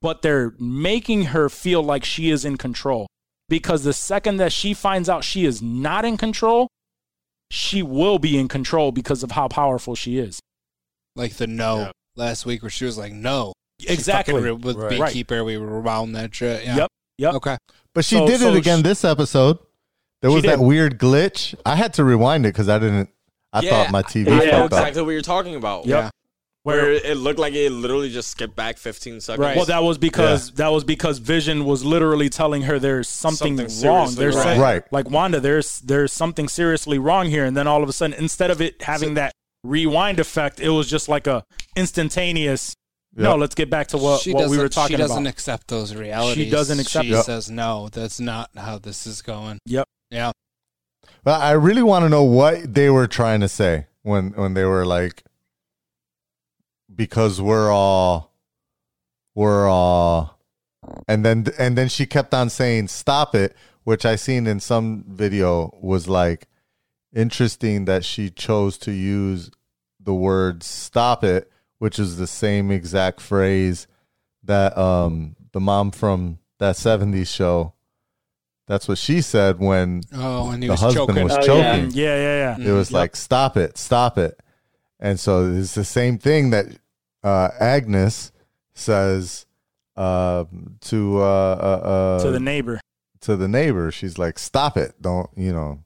[SPEAKER 2] but they're making her feel like she is in control. Because the second that she finds out she is not in control, she will be in control because of how powerful she is.
[SPEAKER 1] Like the no
[SPEAKER 4] Yeah.
[SPEAKER 1] last week where she was like, no. She
[SPEAKER 2] Exactly.
[SPEAKER 1] fucking re- with
[SPEAKER 3] Right.
[SPEAKER 1] Beekeeper, we rewound that shit. Yeah.
[SPEAKER 2] Yep. Yep.
[SPEAKER 1] Okay.
[SPEAKER 3] But she
[SPEAKER 2] So-
[SPEAKER 3] did
[SPEAKER 2] so
[SPEAKER 3] it again
[SPEAKER 2] she-
[SPEAKER 3] this episode. There
[SPEAKER 2] She
[SPEAKER 3] was that
[SPEAKER 2] did.
[SPEAKER 3] weird glitch. I had to rewind it because I didn't. I
[SPEAKER 4] Yeah,
[SPEAKER 3] thought my TV
[SPEAKER 4] I know
[SPEAKER 3] fucked up.
[SPEAKER 4] exactly what you're talking about.
[SPEAKER 2] Yep.
[SPEAKER 1] Yeah.
[SPEAKER 4] Where
[SPEAKER 2] Where
[SPEAKER 4] it looked like it literally just skipped back 15 seconds.
[SPEAKER 1] Right.
[SPEAKER 2] well, that was because that was because Vision was literally telling her there's something,
[SPEAKER 4] Something
[SPEAKER 2] wrong.
[SPEAKER 4] seriously
[SPEAKER 2] There's
[SPEAKER 4] wrong.
[SPEAKER 2] some-
[SPEAKER 3] Right.
[SPEAKER 2] like Wanda, there's there's something seriously wrong here. And then all of a sudden, instead of it having that rewind effect, it was just like a instantaneous. No,
[SPEAKER 3] Yep.
[SPEAKER 2] let's get back to what,
[SPEAKER 1] she
[SPEAKER 2] what we
[SPEAKER 1] doesn't-
[SPEAKER 2] were talking
[SPEAKER 1] She doesn't
[SPEAKER 2] about.
[SPEAKER 1] accept those realities.
[SPEAKER 2] doesn't accept-
[SPEAKER 1] She
[SPEAKER 3] Yep.
[SPEAKER 1] says no. That's not how this is going.
[SPEAKER 2] Yep.
[SPEAKER 1] Yeah.
[SPEAKER 3] Well, I really want to know what they were trying to say when when they were like, because we're all, we're all, and then and then she kept on saying stop it, which I seen in some video was like interesting that she chose to use the word stop it, which is the same exact phrase that um the mom from that '70s show. That's what she said when
[SPEAKER 1] Oh, and he
[SPEAKER 3] the
[SPEAKER 1] was
[SPEAKER 3] husband
[SPEAKER 1] choking. Mm-hmm.
[SPEAKER 3] was
[SPEAKER 7] Oh, yeah.
[SPEAKER 3] choking.
[SPEAKER 2] Yeah, yeah, yeah.
[SPEAKER 3] It was like, stop it, stop it. And so it's the same thing that uh, Agnes says uh, to uh, uh, uh,
[SPEAKER 2] to the neighbor.
[SPEAKER 3] to the neighbor. She's like, stop it. Don't, you know.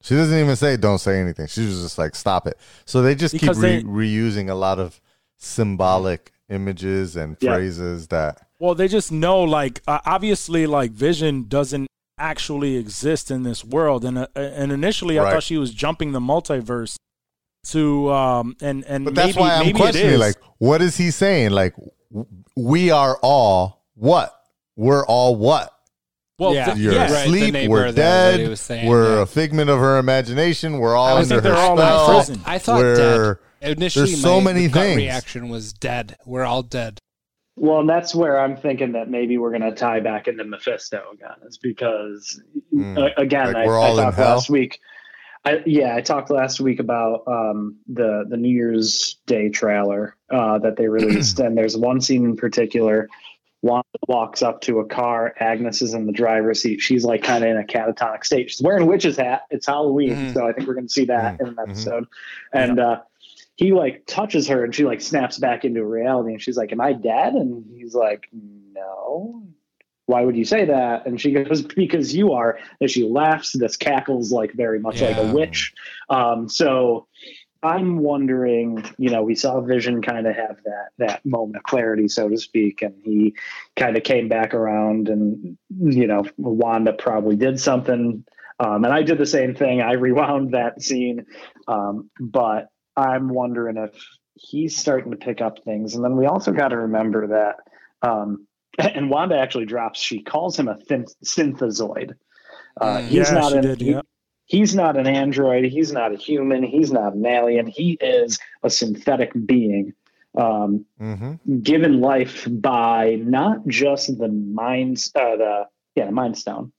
[SPEAKER 3] She doesn't even say, don't say anything. She was just like, stop it. So they just
[SPEAKER 2] Because
[SPEAKER 3] keep
[SPEAKER 2] they-
[SPEAKER 3] re- reusing a lot of symbolic images and
[SPEAKER 7] Yeah.
[SPEAKER 3] phrases that.
[SPEAKER 2] Well, they just know like uh, obviously like Vision doesn't actually exist in this world, and uh, and initially I
[SPEAKER 3] Right.
[SPEAKER 2] thought she was jumping the multiverse to um and and
[SPEAKER 3] But that's
[SPEAKER 2] maybe,
[SPEAKER 3] why I'm
[SPEAKER 2] maybe it
[SPEAKER 3] questioning,
[SPEAKER 2] is.
[SPEAKER 3] like, what is he saying? Like, w- we are all what? We're all what?
[SPEAKER 2] well
[SPEAKER 1] Yeah.
[SPEAKER 2] th-
[SPEAKER 3] You're
[SPEAKER 2] yes.
[SPEAKER 1] Right.
[SPEAKER 3] asleep.
[SPEAKER 1] the neighbor
[SPEAKER 3] we're
[SPEAKER 1] that- that
[SPEAKER 3] dead.
[SPEAKER 1] he was saying,
[SPEAKER 3] we're
[SPEAKER 1] yeah.
[SPEAKER 3] a figment of her imagination. We're all
[SPEAKER 2] I
[SPEAKER 3] under
[SPEAKER 2] think
[SPEAKER 3] her
[SPEAKER 2] they're all in
[SPEAKER 3] spell.
[SPEAKER 2] prison.
[SPEAKER 1] Oh, I thought
[SPEAKER 3] We're-
[SPEAKER 1] dead. Initially,
[SPEAKER 3] there's so
[SPEAKER 1] my
[SPEAKER 3] many
[SPEAKER 1] gut
[SPEAKER 3] things.
[SPEAKER 1] reaction was dead. We're all dead.
[SPEAKER 7] Well, and that's where I'm thinking that maybe we're going to tie back into Mephisto again, is because
[SPEAKER 3] Mm.
[SPEAKER 7] a- again,
[SPEAKER 3] Like,
[SPEAKER 7] I,
[SPEAKER 3] we're
[SPEAKER 7] I
[SPEAKER 3] all in
[SPEAKER 7] talked
[SPEAKER 3] hell?
[SPEAKER 7] last week. I, yeah, I talked last week about um, the the New Year's Day trailer uh, that they released, and there's one scene in particular. Wanda walks up to a car. Agnes is in the driver's seat. She's like kind of in a catatonic state.
[SPEAKER 3] Mm-hmm.
[SPEAKER 7] She's wearing a witch's hat. It's Halloween,
[SPEAKER 1] Mhm.
[SPEAKER 3] Mm.
[SPEAKER 7] so I think we're going to see that in an
[SPEAKER 3] Mhm.
[SPEAKER 7] episode. And uh, he like touches her and she like snaps back into reality and she's like, Am I dead? And he's like, No. Why would you say that? And she goes, Because you are. And she laughs, this cackles like very much like a
[SPEAKER 1] Yeah.
[SPEAKER 7] witch. Um, so I'm wondering, you know, we saw Vision kind of have that that moment of clarity, so to speak, and he kind of came back around and you know, Wanda probably did something. Um, and I did the same thing. I rewound that scene. Um, but I'm wondering if he's starting to pick up things. And then we also got to remember that, um, and Wanda actually drops. She calls him a synth- synthazoid. Uh,
[SPEAKER 1] Mm.
[SPEAKER 7] he's
[SPEAKER 2] Yeah,
[SPEAKER 7] not
[SPEAKER 2] she
[SPEAKER 7] an,
[SPEAKER 2] did,
[SPEAKER 7] he-
[SPEAKER 2] yeah.
[SPEAKER 7] he's not an android. He's not a human. He's not an alien. He is a synthetic being. Um,
[SPEAKER 3] hmm
[SPEAKER 7] given life by not just the mind, uh, the yeah, the mind stone.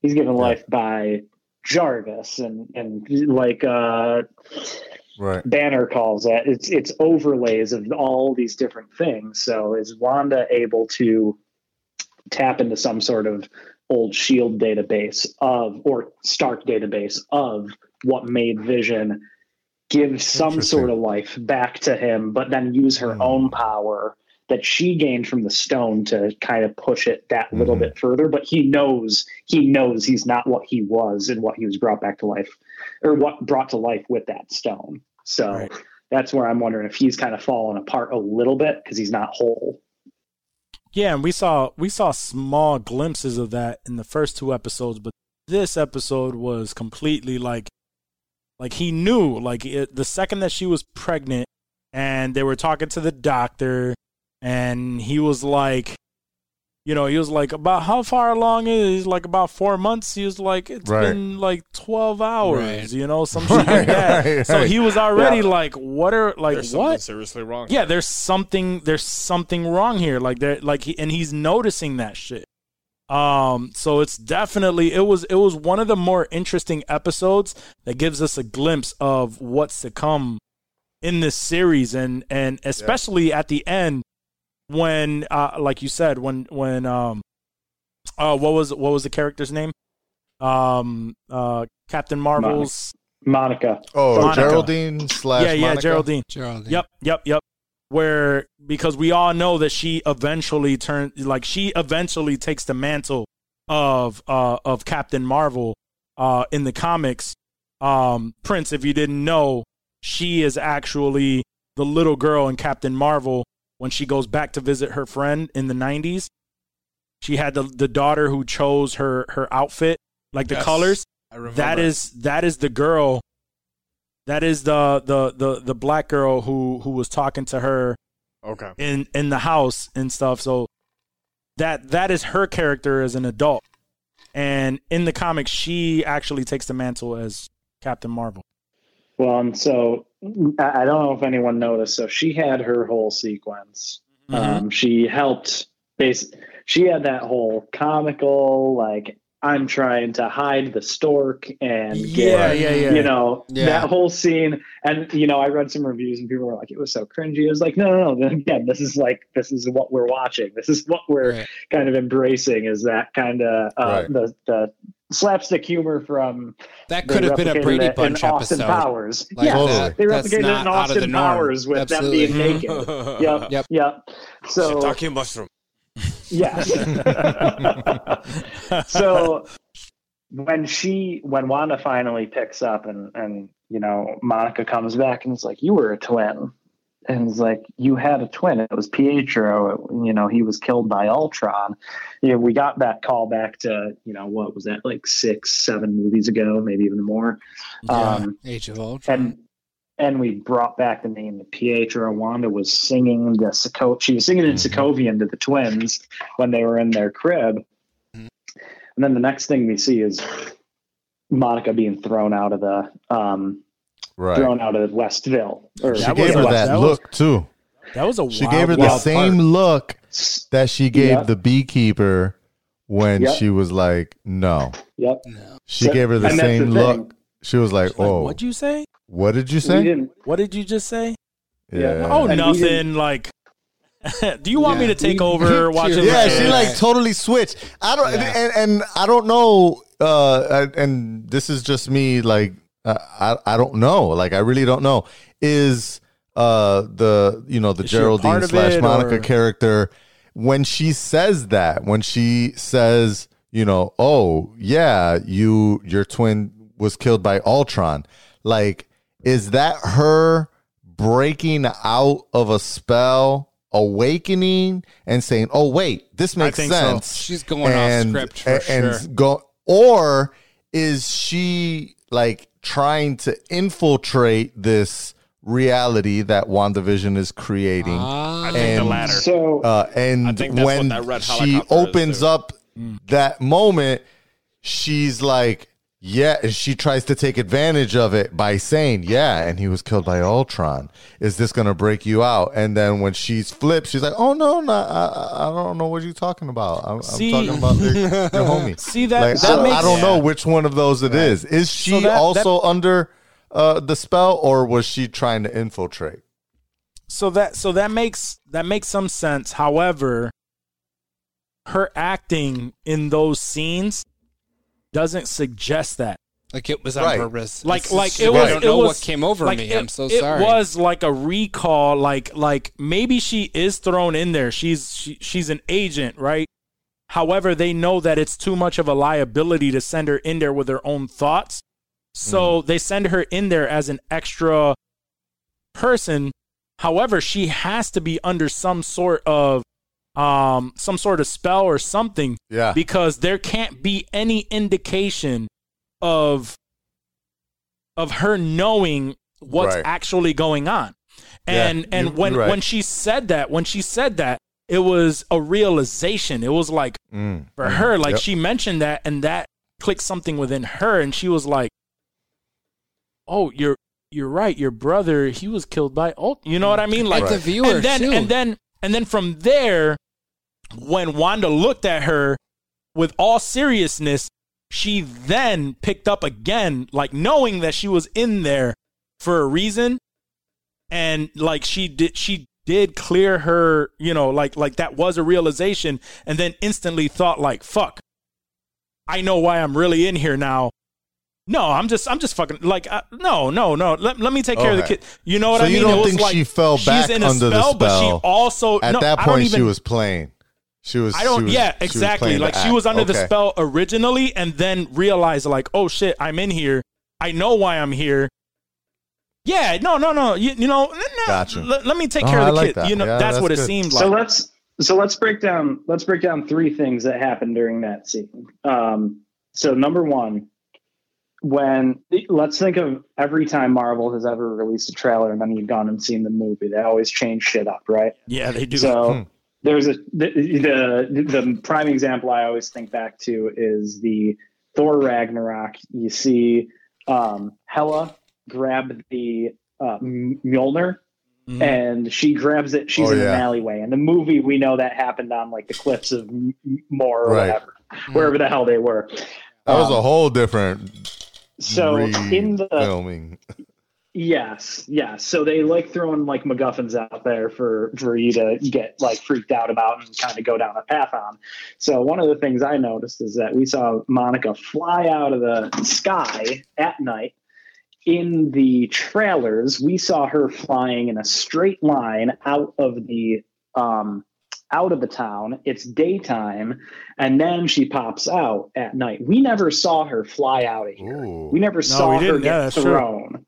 [SPEAKER 7] He's given life by Jarvis and and like uh,
[SPEAKER 3] Right.
[SPEAKER 7] Banner calls it. It's it's overlays of all these different things. So is Wanda able to tap into some sort of old Shield database of or Stark database of what made Vision give some
[SPEAKER 3] Interesting.
[SPEAKER 7] sort of life back to him, but then use her
[SPEAKER 3] Hmm.
[SPEAKER 7] own power that she gained from the stone to kind of push it that little
[SPEAKER 3] Mhm.
[SPEAKER 7] bit further. But he knows he knows he's not what he was and what he was brought back to life or what brought to life with that stone. So
[SPEAKER 2] Right.
[SPEAKER 7] that's where I'm wondering if he's kind of fallen apart a little bit because he's not whole.
[SPEAKER 2] Yeah, and we saw we saw small glimpses of that in the first two episodes, but this episode was completely like like he knew like it, the second that she was pregnant and they were talking to the doctor and he was like you know, he was like about how far along is it? he's like about 4 months. He was like it's
[SPEAKER 3] Right.
[SPEAKER 2] been like 12 hours,
[SPEAKER 1] Right.
[SPEAKER 2] you know, some shit like
[SPEAKER 3] Right,
[SPEAKER 2] that.
[SPEAKER 3] right,
[SPEAKER 2] so
[SPEAKER 3] right.
[SPEAKER 2] he was already
[SPEAKER 7] Yeah.
[SPEAKER 2] like what are like
[SPEAKER 4] There's something
[SPEAKER 2] what
[SPEAKER 4] seriously wrong.
[SPEAKER 2] yeah, there's something there's something wrong here. Like there like he, and he's noticing that shit. Um so it's definitely it was it was one of the more interesting episodes that gives us a glimpse of what's to come in this series and and especially at the end when uh like you said when when um uh what was what was the character's name? Um uh Captain Marvel's
[SPEAKER 7] Monica.
[SPEAKER 3] Oh,
[SPEAKER 2] Monica.
[SPEAKER 3] Geraldine slash
[SPEAKER 2] Yeah, yeah,
[SPEAKER 3] Monica?
[SPEAKER 2] Geraldine.
[SPEAKER 1] Geraldine.
[SPEAKER 2] Yep, yep, yep. Where because we all know that she eventually turns like she eventually takes the mantle of uh of Captain Marvel uh in the comics. Um Prince, if you didn't know, she is actually the little girl in Captain Marvel when she goes back to visit her friend in the 90s. She had the the daughter who chose her her outfit, like the
[SPEAKER 1] Yes.
[SPEAKER 2] colors
[SPEAKER 1] I remember.
[SPEAKER 2] that is that is the girl that is the the the the black girl who who was talking to her
[SPEAKER 4] Okay.
[SPEAKER 2] in in the house and stuff so that that is her character as an adult and in the comics she actually takes the mantle as captain marvel
[SPEAKER 7] Well, and so I I don't know if anyone noticed. So she had her whole sequence. Um, she helped. Base. She had that whole comical like I'm trying to hide the stork and
[SPEAKER 2] yeah
[SPEAKER 7] get
[SPEAKER 2] yeah yeah
[SPEAKER 7] you know
[SPEAKER 1] Yeah.
[SPEAKER 7] that whole scene. And you know I read some reviews and people were like it was so cringy. I was like no no no. Again, this is like this is what we're watching. This is what we're
[SPEAKER 1] Right.
[SPEAKER 7] kind of embracing. Is that kind of uh,
[SPEAKER 3] Right.
[SPEAKER 7] the the slapstick humor from
[SPEAKER 1] That
[SPEAKER 7] they
[SPEAKER 1] could have been
[SPEAKER 7] replicated
[SPEAKER 1] a Brady
[SPEAKER 7] that in
[SPEAKER 1] Bunch
[SPEAKER 7] Austin
[SPEAKER 1] episode.
[SPEAKER 7] Powers.
[SPEAKER 1] Like
[SPEAKER 7] yeah,
[SPEAKER 1] that,
[SPEAKER 7] they
[SPEAKER 1] that's
[SPEAKER 7] replicated it
[SPEAKER 1] not
[SPEAKER 7] in
[SPEAKER 1] out of the
[SPEAKER 7] Austin
[SPEAKER 1] norm.
[SPEAKER 7] Powers with
[SPEAKER 1] Absolutely.
[SPEAKER 7] them being naked. Yep,
[SPEAKER 1] Yep.
[SPEAKER 7] yep. So
[SPEAKER 4] Shiitake mushroom.
[SPEAKER 7] yes. so when she when Wanda finally picks up and and you know Monica comes back and is like, "You were a twin," and it's like, "You had a twin. It was Pietro. you know, he was killed by Ultron." You know, we got that call back to you know what was that like six, seven movies ago, maybe even more. Um,
[SPEAKER 1] Age of Ultron.
[SPEAKER 7] and and we brought back the name the Pietro. Wanda was singing the Soko- she was singing in
[SPEAKER 3] Mm-hmm.
[SPEAKER 7] Sokovian to the twins when they were in their crib.
[SPEAKER 3] Mm-hmm.
[SPEAKER 1] Mhm.
[SPEAKER 7] And then the next thing we see is Monica being thrown out of the um,
[SPEAKER 3] Right.
[SPEAKER 7] thrown out of Westville. Or
[SPEAKER 3] she
[SPEAKER 2] That
[SPEAKER 3] gave
[SPEAKER 2] was-
[SPEAKER 3] her
[SPEAKER 2] that
[SPEAKER 3] that,
[SPEAKER 2] was-
[SPEAKER 3] look too.
[SPEAKER 2] that was a
[SPEAKER 3] She
[SPEAKER 2] wild,
[SPEAKER 3] gave her the
[SPEAKER 2] wild
[SPEAKER 3] same
[SPEAKER 2] part.
[SPEAKER 3] look
[SPEAKER 7] West.
[SPEAKER 3] that she gave
[SPEAKER 7] Yep.
[SPEAKER 3] the beekeeper when
[SPEAKER 7] Yep.
[SPEAKER 3] she was like, "No."
[SPEAKER 7] Yep.
[SPEAKER 1] no.
[SPEAKER 3] She
[SPEAKER 7] So-
[SPEAKER 3] gave her the
[SPEAKER 7] and that's
[SPEAKER 3] same
[SPEAKER 7] the thing.
[SPEAKER 3] look. She was like,
[SPEAKER 2] She's like,
[SPEAKER 3] "Oh,
[SPEAKER 2] what'd you say
[SPEAKER 3] what did you
[SPEAKER 7] We
[SPEAKER 3] say?"
[SPEAKER 7] didn't.
[SPEAKER 2] what did you just say
[SPEAKER 7] Yeah.
[SPEAKER 2] oh
[SPEAKER 7] And we
[SPEAKER 2] nothing
[SPEAKER 7] didn't-
[SPEAKER 2] like do you want me
[SPEAKER 1] Yeah.
[SPEAKER 2] to take
[SPEAKER 1] We-
[SPEAKER 2] over watching
[SPEAKER 3] yeah,
[SPEAKER 1] Right.
[SPEAKER 3] she like totally switched. I don't,
[SPEAKER 1] Yeah.
[SPEAKER 3] and, and I don't know. Uh, I- and this is just me. Like, uh, I I don't know. Like, I really don't know. Is uh the you know the
[SPEAKER 2] Is she a part
[SPEAKER 3] Geraldine
[SPEAKER 2] of
[SPEAKER 3] slash
[SPEAKER 2] it,
[SPEAKER 3] Monica
[SPEAKER 2] or-
[SPEAKER 3] character when she says that when she says you know oh yeah you your twin was killed by Ultron like is that her breaking out of a spell awakening and saying oh wait this makes
[SPEAKER 2] think so.
[SPEAKER 3] sense
[SPEAKER 1] She's going off script for
[SPEAKER 3] a- and
[SPEAKER 1] sure.
[SPEAKER 3] go or is she like trying to infiltrate this reality that WandaVision is creating?
[SPEAKER 1] Ah,
[SPEAKER 2] I think the
[SPEAKER 3] And-
[SPEAKER 2] latter.
[SPEAKER 7] So
[SPEAKER 3] uh,
[SPEAKER 4] I
[SPEAKER 3] and
[SPEAKER 4] think that's
[SPEAKER 3] when
[SPEAKER 4] what that red
[SPEAKER 3] she
[SPEAKER 4] helicopter is
[SPEAKER 3] opens
[SPEAKER 4] doing.
[SPEAKER 3] up that moment, she's like, "Yeah," and she tries to take advantage of it by saying, "Yeah," and he was killed by Ultron. Is this gonna break you out? And then when she's flipped, she's like, "Oh no, no, I, I- I don't know what you're talking about. I'm, I'm
[SPEAKER 2] See-
[SPEAKER 3] talking about your, your homie."
[SPEAKER 2] See that?
[SPEAKER 3] Like,
[SPEAKER 2] that
[SPEAKER 3] I,
[SPEAKER 2] makes,
[SPEAKER 3] I don't know which one of those it is. Is she
[SPEAKER 2] So that-
[SPEAKER 3] also under uh, the spell, or was she trying to infiltrate?
[SPEAKER 2] so that so that makes that makes some sense however her acting in those scenes doesn't suggest that
[SPEAKER 1] like it was on
[SPEAKER 3] Right.
[SPEAKER 1] her wrist.
[SPEAKER 2] like
[SPEAKER 1] It's-
[SPEAKER 2] like
[SPEAKER 1] it's-
[SPEAKER 2] it was
[SPEAKER 1] I don't
[SPEAKER 2] it
[SPEAKER 1] know
[SPEAKER 2] was,
[SPEAKER 1] what came over
[SPEAKER 2] like,
[SPEAKER 1] me.
[SPEAKER 2] it-
[SPEAKER 1] I'm so
[SPEAKER 2] it
[SPEAKER 1] sorry.
[SPEAKER 2] was like a recall like like maybe she is thrown in there she's she, she's an agent right however they know that it's too much of a liability to send her in there with her own thoughts so
[SPEAKER 1] Mm-hmm.
[SPEAKER 2] they send her in there as an extra person however she has to be under some sort of um some sort of spell or something
[SPEAKER 3] Yeah.
[SPEAKER 2] because there can't be any indication of of her knowing what's
[SPEAKER 3] Right.
[SPEAKER 2] actually going on
[SPEAKER 3] Yeah,
[SPEAKER 2] and and
[SPEAKER 3] you-
[SPEAKER 2] when
[SPEAKER 3] you're right.
[SPEAKER 2] when she said that when she said that it was a realization it was like
[SPEAKER 3] Mm.
[SPEAKER 2] for her like
[SPEAKER 3] Yep.
[SPEAKER 2] she mentioned that and that clicked something within her and she was like oh you're you're right your brother he was killed by oh you know what i mean like
[SPEAKER 1] the viewer,
[SPEAKER 2] and then
[SPEAKER 1] too.
[SPEAKER 2] and then and then from there when wanda looked at her with all seriousness she then picked up again like knowing that she was in there for a reason and like she did she did clear her you know like like that was a realization and then instantly thought like fuck i know why i'm really in here now no i'm just i'm just fucking like uh, no no no let, let me take care of the
[SPEAKER 3] Okay.
[SPEAKER 2] kid you know what
[SPEAKER 3] So
[SPEAKER 2] i
[SPEAKER 3] you
[SPEAKER 2] mean
[SPEAKER 3] don't
[SPEAKER 2] was
[SPEAKER 3] think she fell
[SPEAKER 2] she's
[SPEAKER 3] back
[SPEAKER 2] in a
[SPEAKER 3] under the
[SPEAKER 2] but she
[SPEAKER 3] spell.
[SPEAKER 2] also
[SPEAKER 3] At
[SPEAKER 2] no,
[SPEAKER 3] that
[SPEAKER 2] I don't
[SPEAKER 3] point,
[SPEAKER 2] even,
[SPEAKER 3] she was playing. She was.
[SPEAKER 2] I don't.
[SPEAKER 3] she was-
[SPEAKER 2] yeah,
[SPEAKER 3] she was
[SPEAKER 2] exactly.
[SPEAKER 3] playing
[SPEAKER 2] like she
[SPEAKER 3] act.
[SPEAKER 2] was under the
[SPEAKER 3] Okay.
[SPEAKER 2] spell originally, and then realized, like, oh shit, I'm in here. I know why I'm here. Yeah, no, no, no. You, you know, no, no,
[SPEAKER 3] Gotcha.
[SPEAKER 2] Let, let me take
[SPEAKER 3] Oh,
[SPEAKER 2] care of
[SPEAKER 3] I
[SPEAKER 2] the
[SPEAKER 3] like
[SPEAKER 2] kid.
[SPEAKER 3] that.
[SPEAKER 2] You know,
[SPEAKER 3] Yeah,
[SPEAKER 2] that's,
[SPEAKER 3] that's
[SPEAKER 2] what it
[SPEAKER 3] good.
[SPEAKER 2] seemed like.
[SPEAKER 7] so let's so let's break down let's break down three things that happened during that scene. Um, so number one, when let's think of every time Marvel has ever released a trailer and then you've gone and seen the movie, they always change shit up, right?
[SPEAKER 2] yeah, they do.
[SPEAKER 7] So
[SPEAKER 3] Hmm.
[SPEAKER 7] there's a the, the the prime example I always think back to is the Thor Ragnarok. You see um, Hela grab the uh, M- Mjolnir
[SPEAKER 2] Mhm.
[SPEAKER 7] and she grabs it. She's
[SPEAKER 3] Mm-hmm. Oh,
[SPEAKER 7] in
[SPEAKER 3] yeah.
[SPEAKER 7] an alleyway. In the movie, we know that happened on like the cliffs of M- M- Moore or
[SPEAKER 3] Right. Mm-hmm.
[SPEAKER 7] whatever, wherever the hell they were.
[SPEAKER 3] That was
[SPEAKER 7] Um,
[SPEAKER 3] a whole different.
[SPEAKER 7] So in the
[SPEAKER 3] filming,
[SPEAKER 7] Yes, yes. So they like throwing like MacGuffins out there for for you to get like freaked out about and kind of go down a path on. So one of the things I noticed is that we saw Monica fly out of the sky at night. In the trailers, we saw her flying in a straight line out of the um, out of the town. It's daytime, and then she pops out at night. We never saw her fly out of here.
[SPEAKER 3] Ooh.
[SPEAKER 7] We never saw
[SPEAKER 2] we
[SPEAKER 7] her
[SPEAKER 2] didn't.
[SPEAKER 7] get
[SPEAKER 2] Yeah, that's true.
[SPEAKER 7] thrown.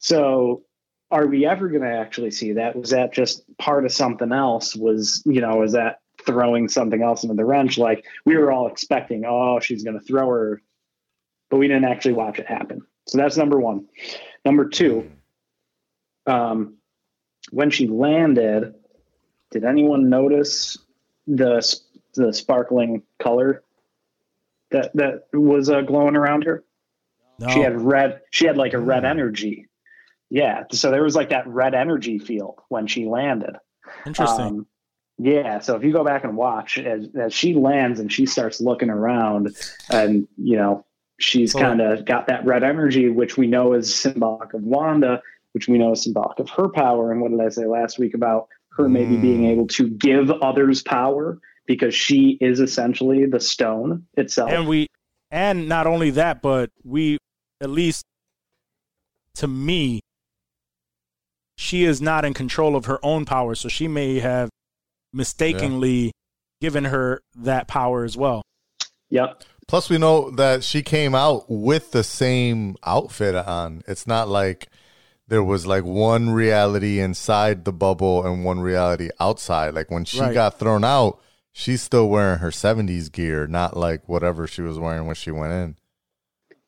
[SPEAKER 7] So, are we ever going to actually see that? Was that just part of something else? Was you know, is that throwing something else into the wrench? Like we were all expecting, oh, she's going to throw her, but we didn't actually watch it happen. So that's number one. Number two,
[SPEAKER 2] Mm-hmm.
[SPEAKER 7] um, when she landed, did anyone notice the s- the sparkling color that that was uh, glowing around her?
[SPEAKER 2] No.
[SPEAKER 7] She had red. She had like a red energy. Yeah. So there was like that red energy field when she landed.
[SPEAKER 2] Interesting.
[SPEAKER 7] Um, yeah. So if you go back and watch as, as she lands and she starts looking around, and you know she's
[SPEAKER 2] So-
[SPEAKER 7] kind of got that red energy, which we know is symbolic of Wanda, which we know is symbolic of her power. And what did I say last week about her maybe
[SPEAKER 3] Hmm.
[SPEAKER 7] being able to give others power? Because she is essentially the stone itself.
[SPEAKER 2] and we and not only that but we at least to me she is not in control of her own power, so she may have mistakenly given her that power as well.
[SPEAKER 7] Yep.
[SPEAKER 3] Plus, we know that she came out with the same outfit on. It's not like there was like one reality inside the bubble and one reality outside. Like when she
[SPEAKER 2] Right.
[SPEAKER 3] got thrown out, she's still wearing her 70s gear, not like whatever she was wearing when she went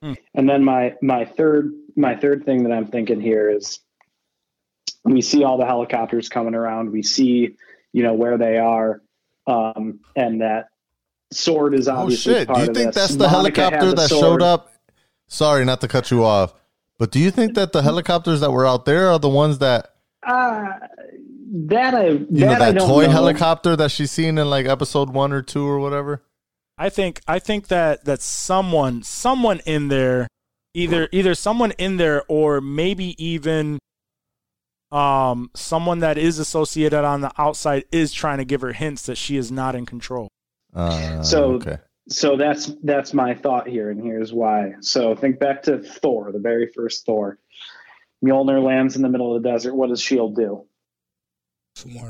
[SPEAKER 3] in.
[SPEAKER 7] And then my my third my third thing that I'm thinking here is we see all the helicopters coming around. We see you know where they are, um, and that sword is
[SPEAKER 3] Oh,
[SPEAKER 7] obviously.
[SPEAKER 3] shit.
[SPEAKER 7] Part
[SPEAKER 3] Do you
[SPEAKER 7] of
[SPEAKER 3] think
[SPEAKER 7] this.
[SPEAKER 3] that's the
[SPEAKER 7] Monica had
[SPEAKER 3] helicopter
[SPEAKER 7] the
[SPEAKER 3] that
[SPEAKER 7] sword.
[SPEAKER 3] showed up? Sorry, not to cut you off. But do you think that the helicopters that were out there are the ones that,
[SPEAKER 7] Uh, that I that,
[SPEAKER 3] you know,
[SPEAKER 7] I
[SPEAKER 3] that
[SPEAKER 7] don't
[SPEAKER 3] toy
[SPEAKER 7] know.
[SPEAKER 3] helicopter that she's seen in like episode one or two or whatever?
[SPEAKER 2] I think I think that that someone someone in there either either someone in there or maybe even um someone that is associated on the outside is trying to give her hints that she is not in control.
[SPEAKER 3] Uh,
[SPEAKER 7] So-
[SPEAKER 3] okay.
[SPEAKER 7] so that's that's my thought here, and here's why. So think back to Thor, the very first Thor. Mjolnir lands in the middle of the desert. What does Shield E do?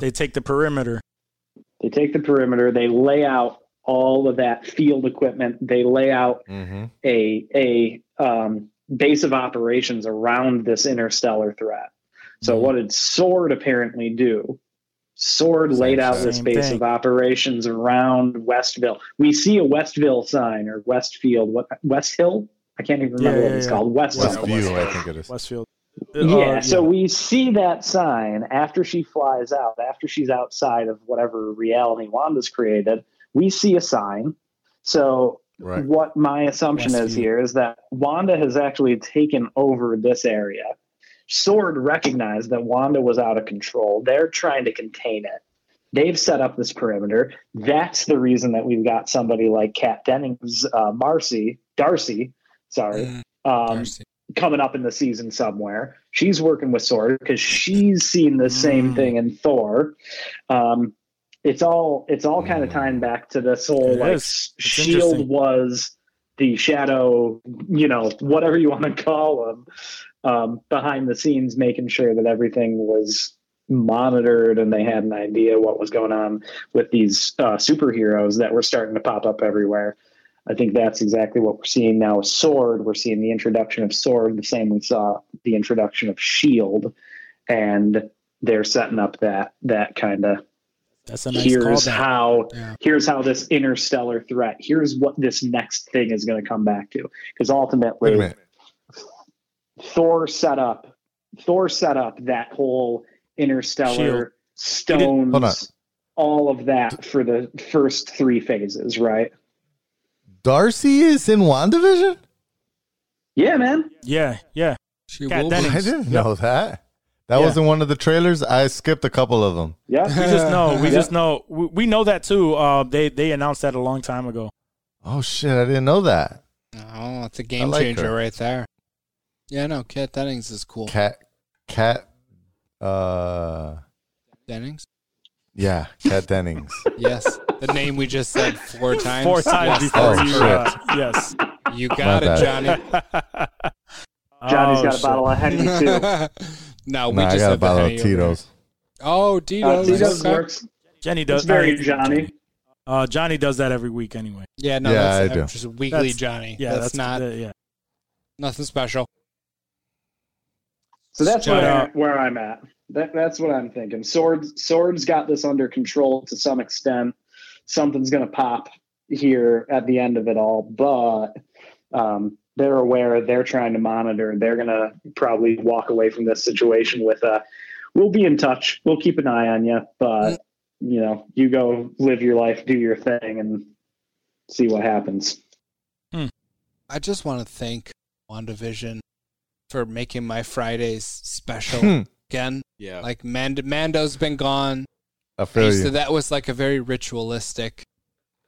[SPEAKER 2] They take the perimeter.
[SPEAKER 7] They take the perimeter. They lay out all of that field equipment. They lay out
[SPEAKER 3] Mm-hmm.
[SPEAKER 7] a a um, base of operations around this interstellar threat. So
[SPEAKER 2] Mm-hmm.
[SPEAKER 7] what did Sword apparently do? Sword
[SPEAKER 3] Same
[SPEAKER 7] laid out
[SPEAKER 3] thing.
[SPEAKER 7] this
[SPEAKER 2] Same
[SPEAKER 7] base
[SPEAKER 2] thing.
[SPEAKER 7] of operations around Westville. We see a Westville sign or Westfield, what West Hill? I can't even remember
[SPEAKER 2] Yeah,
[SPEAKER 7] what
[SPEAKER 2] yeah,
[SPEAKER 7] it's
[SPEAKER 2] yeah.
[SPEAKER 7] called. West
[SPEAKER 3] West
[SPEAKER 7] Hill.
[SPEAKER 3] View, I think it is.
[SPEAKER 2] Westfield. Uh,
[SPEAKER 7] Yeah, so we see that sign after she flies out, after she's outside of whatever reality Wanda's created, we see a sign. So
[SPEAKER 3] Right.
[SPEAKER 7] what my assumption
[SPEAKER 2] Yes,
[SPEAKER 7] is
[SPEAKER 2] you-
[SPEAKER 7] here is that Wanda has actually taken over this area. Sword recognized that Wanda was out of control. They're trying to contain it. They've set up this perimeter. That's the reason that we've got somebody like Kat Dennings, uh, Marcy, Darcy, sorry,
[SPEAKER 1] Mm,
[SPEAKER 7] um,
[SPEAKER 1] Darcy.
[SPEAKER 7] coming up in the season somewhere. She's working with Sword because she's seen the same
[SPEAKER 2] Mm.
[SPEAKER 7] thing in Thor. Um, it's all it's all kind of
[SPEAKER 3] Mm.
[SPEAKER 7] tying back to this whole
[SPEAKER 2] It
[SPEAKER 7] like
[SPEAKER 2] is. It's
[SPEAKER 7] Shield
[SPEAKER 2] interesting.
[SPEAKER 7] was the shadow, you know, whatever you want to call them, um, behind the scenes, making sure that everything was monitored and they had an idea what was going on with these uh, superheroes that were starting to pop up everywhere. I think that's exactly what we're seeing now with Sword. We're seeing the introduction of Sword, the same we saw the introduction of Shield, and they're setting up that that kind of
[SPEAKER 2] that's a nice
[SPEAKER 7] here's
[SPEAKER 2] callback.
[SPEAKER 7] how
[SPEAKER 1] Yeah.
[SPEAKER 7] here's how this interstellar threat here's what this next thing is going to come back to because
[SPEAKER 3] Wait a
[SPEAKER 7] ultimately
[SPEAKER 3] minute.
[SPEAKER 7] thor set up thor set up that whole
[SPEAKER 2] Shield.
[SPEAKER 7] interstellar
[SPEAKER 3] Hold on.
[SPEAKER 7] stones all of that for the first three phases right
[SPEAKER 3] Darcy is in WandaVision?
[SPEAKER 7] yeah man
[SPEAKER 2] Yeah, yeah.
[SPEAKER 1] She
[SPEAKER 2] Kat
[SPEAKER 1] will.
[SPEAKER 2] Dennings.
[SPEAKER 3] I didn't know that. That
[SPEAKER 2] Yeah.
[SPEAKER 3] was in one of the trailers. I skipped a couple of them.
[SPEAKER 7] yeah
[SPEAKER 2] We just know. We
[SPEAKER 7] Yeah.
[SPEAKER 2] just know. We, we know that too. Uh, they they announced that a long time ago.
[SPEAKER 3] Oh shit, I didn't know that.
[SPEAKER 1] Oh, it's a game
[SPEAKER 3] like
[SPEAKER 1] changer
[SPEAKER 3] her.
[SPEAKER 1] right there. Yeah, no, Kat Dennings is cool.
[SPEAKER 3] Cat cat uh
[SPEAKER 1] Dennings?
[SPEAKER 3] yeah, Cat Dennings.
[SPEAKER 1] Yes. the name we just said four times.
[SPEAKER 2] Four times
[SPEAKER 1] Yes,
[SPEAKER 2] before
[SPEAKER 3] Oh,
[SPEAKER 2] you.
[SPEAKER 3] shit.
[SPEAKER 2] Uh, yes.
[SPEAKER 1] You got it,
[SPEAKER 3] bad.
[SPEAKER 1] Johnny.
[SPEAKER 2] Johnny's
[SPEAKER 7] johnny's got a bottle of henny too
[SPEAKER 1] no,
[SPEAKER 2] Oh,
[SPEAKER 1] we
[SPEAKER 3] nah,
[SPEAKER 1] just
[SPEAKER 3] I got
[SPEAKER 1] had
[SPEAKER 3] a
[SPEAKER 1] the
[SPEAKER 3] bottle of
[SPEAKER 1] Henny over
[SPEAKER 3] Tito's.
[SPEAKER 1] there. Oh,
[SPEAKER 7] uh,
[SPEAKER 1] Tito's.
[SPEAKER 7] see, this
[SPEAKER 1] okay.
[SPEAKER 7] works
[SPEAKER 2] Jenny does.
[SPEAKER 7] it's very
[SPEAKER 2] I-
[SPEAKER 7] johnny
[SPEAKER 2] Uh, Johnny does that every week anyway.
[SPEAKER 1] Yeah, no,
[SPEAKER 3] Yeah,
[SPEAKER 1] that's
[SPEAKER 3] I do.
[SPEAKER 1] that's just weekly
[SPEAKER 2] That's-
[SPEAKER 1] Johnny.
[SPEAKER 2] Yeah,
[SPEAKER 1] that's, not
[SPEAKER 2] the- yeah.
[SPEAKER 1] nothing special.
[SPEAKER 7] So that's
[SPEAKER 2] Shout
[SPEAKER 7] where,
[SPEAKER 2] out.
[SPEAKER 7] where I'm at. That, that's what I'm thinking. Swords Swords got this under control to some extent. Something's going to pop here at the end of it all, but um, they're aware. They're trying to monitor. They're going to probably walk away from this situation with a. We'll be in touch. We'll keep an eye on you, but you know, you go live your life, do your thing, and see what happens.
[SPEAKER 1] I just want to thank WandaVision for making my Fridays special
[SPEAKER 3] Hmm,
[SPEAKER 1] again.
[SPEAKER 4] Yeah.
[SPEAKER 1] Like Mand- Mando's been gone.
[SPEAKER 3] I feel
[SPEAKER 1] So
[SPEAKER 3] you.
[SPEAKER 1] that was like a very ritualistic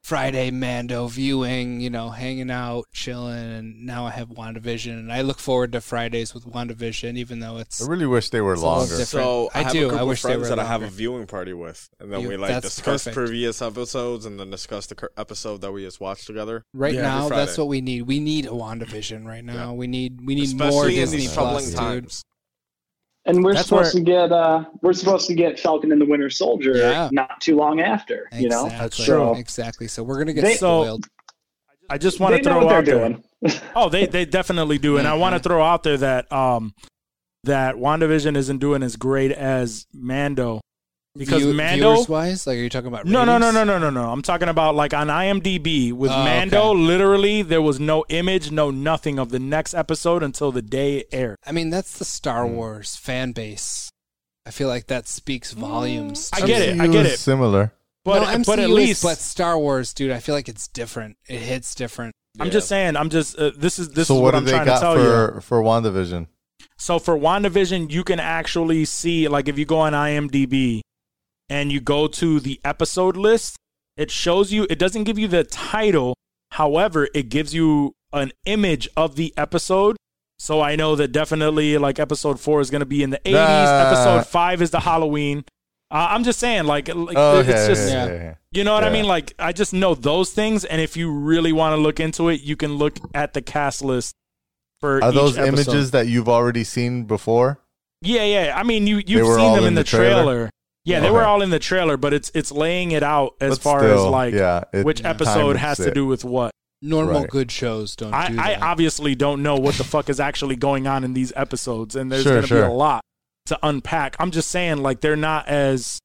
[SPEAKER 1] Friday Mando viewing, you know, hanging out, chilling, and now I have WandaVision and I look forward to Fridays with WandaVision even though it's
[SPEAKER 3] I really wish they were
[SPEAKER 1] It's a little
[SPEAKER 3] longer.
[SPEAKER 1] different.
[SPEAKER 4] So I,
[SPEAKER 1] I
[SPEAKER 4] have
[SPEAKER 1] do.
[SPEAKER 4] a group
[SPEAKER 1] I wish
[SPEAKER 4] of
[SPEAKER 1] they
[SPEAKER 4] friends
[SPEAKER 1] were
[SPEAKER 4] that I have a
[SPEAKER 1] longer.
[SPEAKER 4] viewing party with, and then
[SPEAKER 1] You-
[SPEAKER 4] we like
[SPEAKER 1] that's
[SPEAKER 4] discuss
[SPEAKER 1] perfect.
[SPEAKER 4] previous episodes and then discuss the cur- episode that we just watched together.
[SPEAKER 1] right
[SPEAKER 2] Yeah, every
[SPEAKER 1] now
[SPEAKER 4] Friday.
[SPEAKER 1] that's what we need. We need a WandaVision right now.
[SPEAKER 4] Yeah.
[SPEAKER 1] We need we need
[SPEAKER 4] Especially
[SPEAKER 1] more
[SPEAKER 4] in
[SPEAKER 1] Disney
[SPEAKER 4] these
[SPEAKER 1] Plus,
[SPEAKER 4] troubling
[SPEAKER 1] dude.
[SPEAKER 4] times.
[SPEAKER 7] And we're
[SPEAKER 2] That's
[SPEAKER 7] supposed
[SPEAKER 2] where-
[SPEAKER 7] to get uh, we're supposed to get Falcon and the Winter Soldier
[SPEAKER 1] Yeah.
[SPEAKER 7] not too long after.
[SPEAKER 1] Exactly.
[SPEAKER 7] You know,
[SPEAKER 2] That's
[SPEAKER 7] true.
[SPEAKER 1] exactly. So we're gonna get
[SPEAKER 7] They-
[SPEAKER 2] So-
[SPEAKER 1] spoiled.
[SPEAKER 2] I just want
[SPEAKER 7] they
[SPEAKER 2] to
[SPEAKER 7] know
[SPEAKER 2] throw
[SPEAKER 7] what they're
[SPEAKER 2] out there.
[SPEAKER 7] doing.
[SPEAKER 2] Oh, they they definitely do, and I want to
[SPEAKER 1] Mhm.
[SPEAKER 2] throw out there that um that Wandavision isn't doing as great as Mando because Mando.
[SPEAKER 1] viewers wise, like, are you talking about?
[SPEAKER 2] No, no, no,
[SPEAKER 1] ratings?
[SPEAKER 2] no, no, no, no. I'm talking about like on IMDb with
[SPEAKER 1] Oh, okay.
[SPEAKER 2] Mando. Literally, there was no image, no nothing of the next episode until the day it aired.
[SPEAKER 1] I mean, that's the Star
[SPEAKER 4] Mm.
[SPEAKER 1] Wars fan base. I feel like that speaks volumes.
[SPEAKER 2] Mm, I
[SPEAKER 1] to
[SPEAKER 2] get
[SPEAKER 1] me.
[SPEAKER 2] it, I get it.
[SPEAKER 3] Similar.
[SPEAKER 2] But
[SPEAKER 1] no, MCU
[SPEAKER 2] but at
[SPEAKER 1] is-
[SPEAKER 2] least
[SPEAKER 1] but Star Wars, dude, I feel like it's different. It hits different.
[SPEAKER 2] I'm just saying. I'm just uh, this is this
[SPEAKER 3] so
[SPEAKER 2] is
[SPEAKER 3] what,
[SPEAKER 2] what,
[SPEAKER 3] do
[SPEAKER 2] I'm
[SPEAKER 3] they
[SPEAKER 2] trying
[SPEAKER 3] got
[SPEAKER 2] to tell you.
[SPEAKER 3] for for WandaVision?
[SPEAKER 2] So for WandaVision, you can actually see, like, if you go on IMDb and you go to the episode list, it shows you, it doesn't give you the title. However, it gives you an image of the episode. So I know that definitely, like, episode four is going to be in the 80s,
[SPEAKER 3] Nah.
[SPEAKER 2] episode five is the Halloween. Uh, I'm just saying, like, like
[SPEAKER 3] Oh,
[SPEAKER 2] it's
[SPEAKER 3] okay,
[SPEAKER 2] just,
[SPEAKER 1] yeah.
[SPEAKER 2] you know what I
[SPEAKER 3] Yeah.
[SPEAKER 2] mean? Like, I just know those things. And if you really want to look into it, you can look at the cast list. For
[SPEAKER 3] Are
[SPEAKER 2] each
[SPEAKER 3] those
[SPEAKER 2] episode.
[SPEAKER 3] images that you've already seen before?
[SPEAKER 2] Yeah, yeah. I mean, you
[SPEAKER 3] They
[SPEAKER 2] you've
[SPEAKER 3] were
[SPEAKER 2] seen
[SPEAKER 3] all
[SPEAKER 2] them in,
[SPEAKER 3] in
[SPEAKER 2] the
[SPEAKER 3] the
[SPEAKER 2] trailer.
[SPEAKER 3] trailer?
[SPEAKER 2] Yeah, they
[SPEAKER 3] Okay.
[SPEAKER 2] were all in the trailer, but it's it's laying it out as
[SPEAKER 3] But
[SPEAKER 2] far
[SPEAKER 3] still,
[SPEAKER 2] as like
[SPEAKER 3] yeah, it-
[SPEAKER 2] which
[SPEAKER 3] time
[SPEAKER 2] episode
[SPEAKER 3] would
[SPEAKER 2] has to
[SPEAKER 3] sit.
[SPEAKER 2] do with what.
[SPEAKER 1] Normal
[SPEAKER 3] Right.
[SPEAKER 1] good shows don't do
[SPEAKER 2] I, I
[SPEAKER 1] that.
[SPEAKER 2] obviously don't know what the fuck is actually going on in these episodes, and there's
[SPEAKER 3] Sure,
[SPEAKER 2] going to
[SPEAKER 3] sure.
[SPEAKER 2] be a lot to unpack. I'm just saying, like they're not as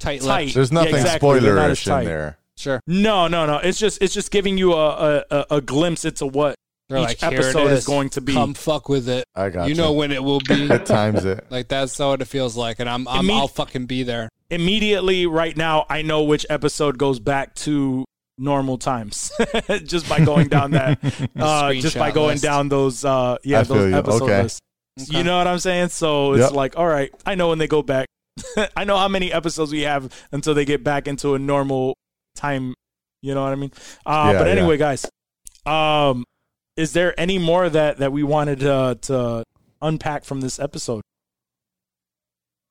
[SPEAKER 1] tight,
[SPEAKER 2] tight.
[SPEAKER 1] lips.
[SPEAKER 3] There's
[SPEAKER 2] Yeah,
[SPEAKER 3] nothing
[SPEAKER 2] exactly. They're not as
[SPEAKER 3] spoilerish
[SPEAKER 2] tight.
[SPEAKER 3] in there.
[SPEAKER 1] Sure.
[SPEAKER 2] No, no, no. It's just it's just giving you a a, a, a glimpse into what
[SPEAKER 1] They're
[SPEAKER 2] each
[SPEAKER 1] like, "Here it
[SPEAKER 2] episode is.
[SPEAKER 1] is.
[SPEAKER 2] going to be.
[SPEAKER 1] Come fuck with it.
[SPEAKER 3] I got
[SPEAKER 1] You know when it will be.
[SPEAKER 3] It times it.
[SPEAKER 1] like that's how it feels like, and I'm, I'm
[SPEAKER 2] Imme-
[SPEAKER 1] I'll fucking be there.
[SPEAKER 2] Immediately, right now, I know which episode goes back to normal times just by going down that uh, just by
[SPEAKER 1] Screenshot
[SPEAKER 2] going
[SPEAKER 1] list.
[SPEAKER 2] down those uh, yeah
[SPEAKER 3] I feel
[SPEAKER 2] those
[SPEAKER 3] you.
[SPEAKER 2] episode
[SPEAKER 3] Okay.
[SPEAKER 2] lists. You know what I'm saying? So it's
[SPEAKER 3] Yep.
[SPEAKER 2] like, all right, I know when they go back. I know how many episodes we have until they get back into a normal time. You know what I mean? Uh,
[SPEAKER 3] Yeah,
[SPEAKER 2] but
[SPEAKER 3] yeah.
[SPEAKER 2] anyway, guys, um, is there any more that that we wanted uh, to unpack from this episode?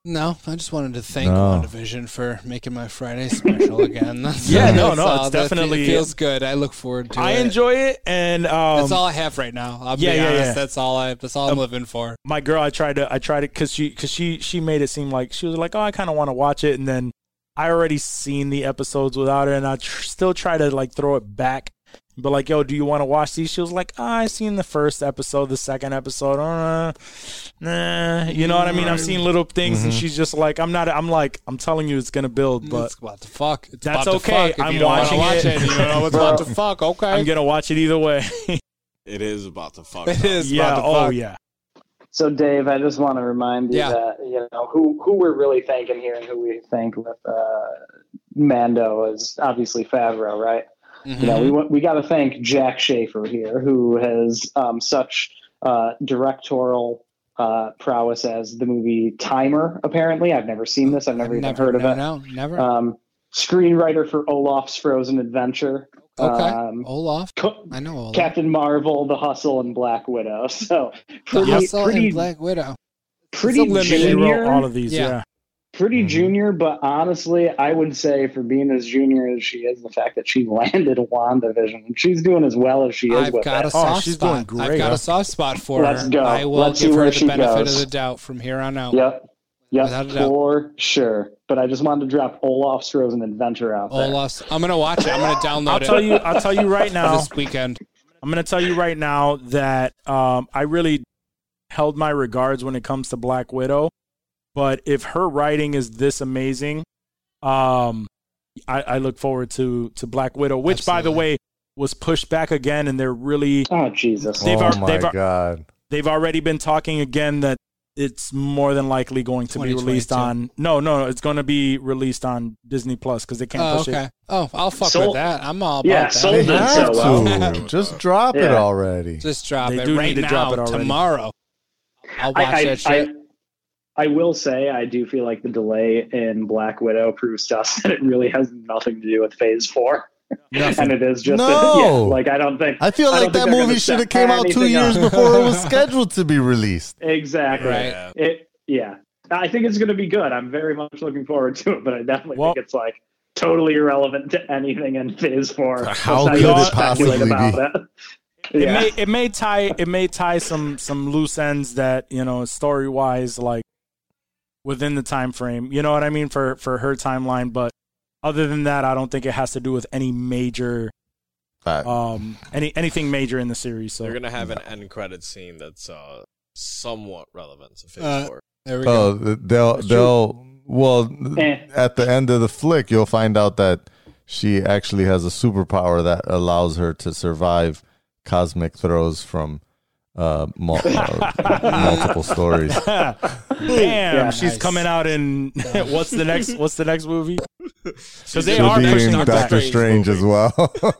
[SPEAKER 1] No, I just wanted to thank
[SPEAKER 3] No.
[SPEAKER 1] WandaVision for making my Friday special again. That's,
[SPEAKER 2] Yeah, no,
[SPEAKER 1] that's
[SPEAKER 2] no,
[SPEAKER 1] all.
[SPEAKER 2] it's
[SPEAKER 1] That fe-
[SPEAKER 2] definitely-
[SPEAKER 1] it feels good. I look forward to
[SPEAKER 2] I
[SPEAKER 1] it.
[SPEAKER 2] enjoy it, and um,
[SPEAKER 1] That's all I have right now. I'll
[SPEAKER 2] yeah,
[SPEAKER 1] be
[SPEAKER 2] yeah,
[SPEAKER 1] honest.
[SPEAKER 2] yeah. Um,
[SPEAKER 1] That's all I. That's all I'm living for.
[SPEAKER 2] my girl i tried to i tried to because she because she she made it seem like she was like oh i kind of want to watch it and then i already seen the episodes without her and i tr- still try to like throw it back but like yo do you want to watch these she was like ah, i seen the first episode the second episode uh, nah you know what i mean i'm seeing little things and she's just like i'm not i'm like i'm telling you it's gonna build but
[SPEAKER 1] it's about to fuck. It's
[SPEAKER 2] That's
[SPEAKER 1] about
[SPEAKER 2] okay.
[SPEAKER 1] To fuck. If
[SPEAKER 2] I'm
[SPEAKER 1] you don't wanna
[SPEAKER 2] watching
[SPEAKER 1] watch
[SPEAKER 2] it.
[SPEAKER 1] it. You don't know what's about to fuck. Okay.
[SPEAKER 2] i'm gonna watch it either way
[SPEAKER 4] It is about to fuck.
[SPEAKER 1] it
[SPEAKER 4] up.
[SPEAKER 1] is
[SPEAKER 2] yeah
[SPEAKER 1] about to
[SPEAKER 2] oh
[SPEAKER 1] fuck.
[SPEAKER 2] yeah
[SPEAKER 7] So, Dave, I just want to remind you
[SPEAKER 1] Yeah.
[SPEAKER 7] that you know who who we're really thanking here and who we thank with uh, Mando is obviously Favreau, right?
[SPEAKER 1] Mm-hmm.
[SPEAKER 7] You know, we want- we got to thank Jack Schaefer here, who has um, such uh, directorial uh, prowess as the movie Timer. Apparently, I've never seen this. I've never
[SPEAKER 1] I've
[SPEAKER 7] even heard of
[SPEAKER 1] no,
[SPEAKER 7] it.
[SPEAKER 1] No, never.
[SPEAKER 7] Um, screenwriter for Olaf's Frozen Adventure.
[SPEAKER 1] okay.
[SPEAKER 7] Um,
[SPEAKER 1] Olaf.
[SPEAKER 7] co-
[SPEAKER 1] I know Olaf.
[SPEAKER 7] Captain Marvel, The Hustle, and Black Widow. So
[SPEAKER 1] the
[SPEAKER 7] pretty,
[SPEAKER 1] Hustle
[SPEAKER 7] pretty,
[SPEAKER 1] and Black Widow.
[SPEAKER 7] pretty
[SPEAKER 2] she wrote
[SPEAKER 7] junior,
[SPEAKER 2] all of these
[SPEAKER 1] Yeah.
[SPEAKER 2] yeah
[SPEAKER 7] pretty
[SPEAKER 3] Mhm.
[SPEAKER 7] junior. But honestly, I would say for being as junior as she is, the fact that she landed WandaVision, she's doing as well as she is.
[SPEAKER 1] I've
[SPEAKER 7] with
[SPEAKER 1] got
[SPEAKER 7] it.
[SPEAKER 1] a soft
[SPEAKER 2] Oh, she's doing
[SPEAKER 1] spot.
[SPEAKER 2] great.
[SPEAKER 1] I've got a soft spot for
[SPEAKER 7] Let's
[SPEAKER 1] her.
[SPEAKER 7] go.
[SPEAKER 1] I will
[SPEAKER 7] Let's see
[SPEAKER 1] give her
[SPEAKER 7] where
[SPEAKER 1] the
[SPEAKER 7] she
[SPEAKER 1] benefit
[SPEAKER 7] goes.
[SPEAKER 1] of the doubt from here on out.
[SPEAKER 7] Yep.
[SPEAKER 1] Without
[SPEAKER 7] Yep,
[SPEAKER 1] a doubt.
[SPEAKER 7] for sure. But I just wanted to drop Olaf's Frozen Adventure out there.
[SPEAKER 1] Olaf's. I'm gonna watch it. I'm gonna download
[SPEAKER 2] i'll
[SPEAKER 1] it
[SPEAKER 2] tell you i'll tell you right now
[SPEAKER 1] this weekend.
[SPEAKER 2] I'm gonna tell you right now that um, I really held my regards when it comes to Black Widow, but if her writing is this amazing, um, I, I look forward to to Black Widow, which by the
[SPEAKER 1] Absolutely.
[SPEAKER 2] way was pushed back again, and they're really
[SPEAKER 7] Oh Jesus!
[SPEAKER 2] They've
[SPEAKER 3] oh
[SPEAKER 2] al-
[SPEAKER 3] my
[SPEAKER 2] they've al-
[SPEAKER 3] god!
[SPEAKER 2] they've already been talking again that it's more than likely going to be released
[SPEAKER 1] 2022.
[SPEAKER 2] on no no no it's going to be released on Disney Plus because they can't
[SPEAKER 1] Oh,
[SPEAKER 2] push
[SPEAKER 1] okay.
[SPEAKER 2] it.
[SPEAKER 1] Oh, I'll fuck
[SPEAKER 7] Sold-
[SPEAKER 1] with that. I'm all about
[SPEAKER 7] Yeah,
[SPEAKER 1] that.
[SPEAKER 7] sold
[SPEAKER 3] They
[SPEAKER 7] Hold it so
[SPEAKER 3] have
[SPEAKER 7] well.
[SPEAKER 3] to. Just drop it
[SPEAKER 7] Yeah.
[SPEAKER 3] already.
[SPEAKER 1] Just drop
[SPEAKER 2] They
[SPEAKER 1] it
[SPEAKER 2] do
[SPEAKER 1] right
[SPEAKER 2] need to
[SPEAKER 1] now,
[SPEAKER 2] drop it already.
[SPEAKER 1] tomorrow. I'll watch that shit.
[SPEAKER 7] I will say I do feel like the delay in Black Widow proves to us that it really has nothing to do with Phase Four, and it is just
[SPEAKER 3] No.
[SPEAKER 7] yeah, like I don't think
[SPEAKER 3] I feel like
[SPEAKER 7] I don't think
[SPEAKER 3] that
[SPEAKER 7] they're
[SPEAKER 3] movie
[SPEAKER 7] gonna
[SPEAKER 3] should have
[SPEAKER 7] set
[SPEAKER 3] came out two
[SPEAKER 7] anything
[SPEAKER 3] years
[SPEAKER 7] up.
[SPEAKER 3] before it was scheduled to be released.
[SPEAKER 7] exactly.
[SPEAKER 1] Right.
[SPEAKER 7] It yeah, I think it's going to be good. I'm very much looking forward to it, but I definitely
[SPEAKER 2] Well-
[SPEAKER 7] think it's like totally irrelevant to anything in Phase Four.
[SPEAKER 3] How
[SPEAKER 7] Let's
[SPEAKER 2] could
[SPEAKER 7] not
[SPEAKER 2] it
[SPEAKER 7] even speculate
[SPEAKER 3] possibly be?
[SPEAKER 7] about It.
[SPEAKER 2] it
[SPEAKER 7] Yeah.
[SPEAKER 2] may it may tie it may tie some some loose ends that you know story wise like within the time frame. You know what I mean for for her timeline, but other than that, I don't think it has to do with any major
[SPEAKER 3] Fact.
[SPEAKER 2] um any anything major in the series.
[SPEAKER 4] They're
[SPEAKER 2] So
[SPEAKER 4] gonna have an end credit scene that's uh, somewhat relevant to Phase
[SPEAKER 1] Uh,
[SPEAKER 4] Four.
[SPEAKER 1] There we go.
[SPEAKER 3] oh, th- they'll
[SPEAKER 2] That's true.
[SPEAKER 3] they'll well
[SPEAKER 7] Eh.
[SPEAKER 3] at the end of the flick, you'll find out that she actually has a superpower that allows her to survive cosmic throws from uh, mul- uh, multiple stories.
[SPEAKER 2] damn,
[SPEAKER 7] Yeah,
[SPEAKER 2] she's
[SPEAKER 1] nice.
[SPEAKER 2] coming out in what's the next what's the next movie? Because they
[SPEAKER 4] She'll
[SPEAKER 2] are
[SPEAKER 3] She'll be
[SPEAKER 2] pushing
[SPEAKER 3] in
[SPEAKER 2] her back.
[SPEAKER 3] Doctor Strange as well.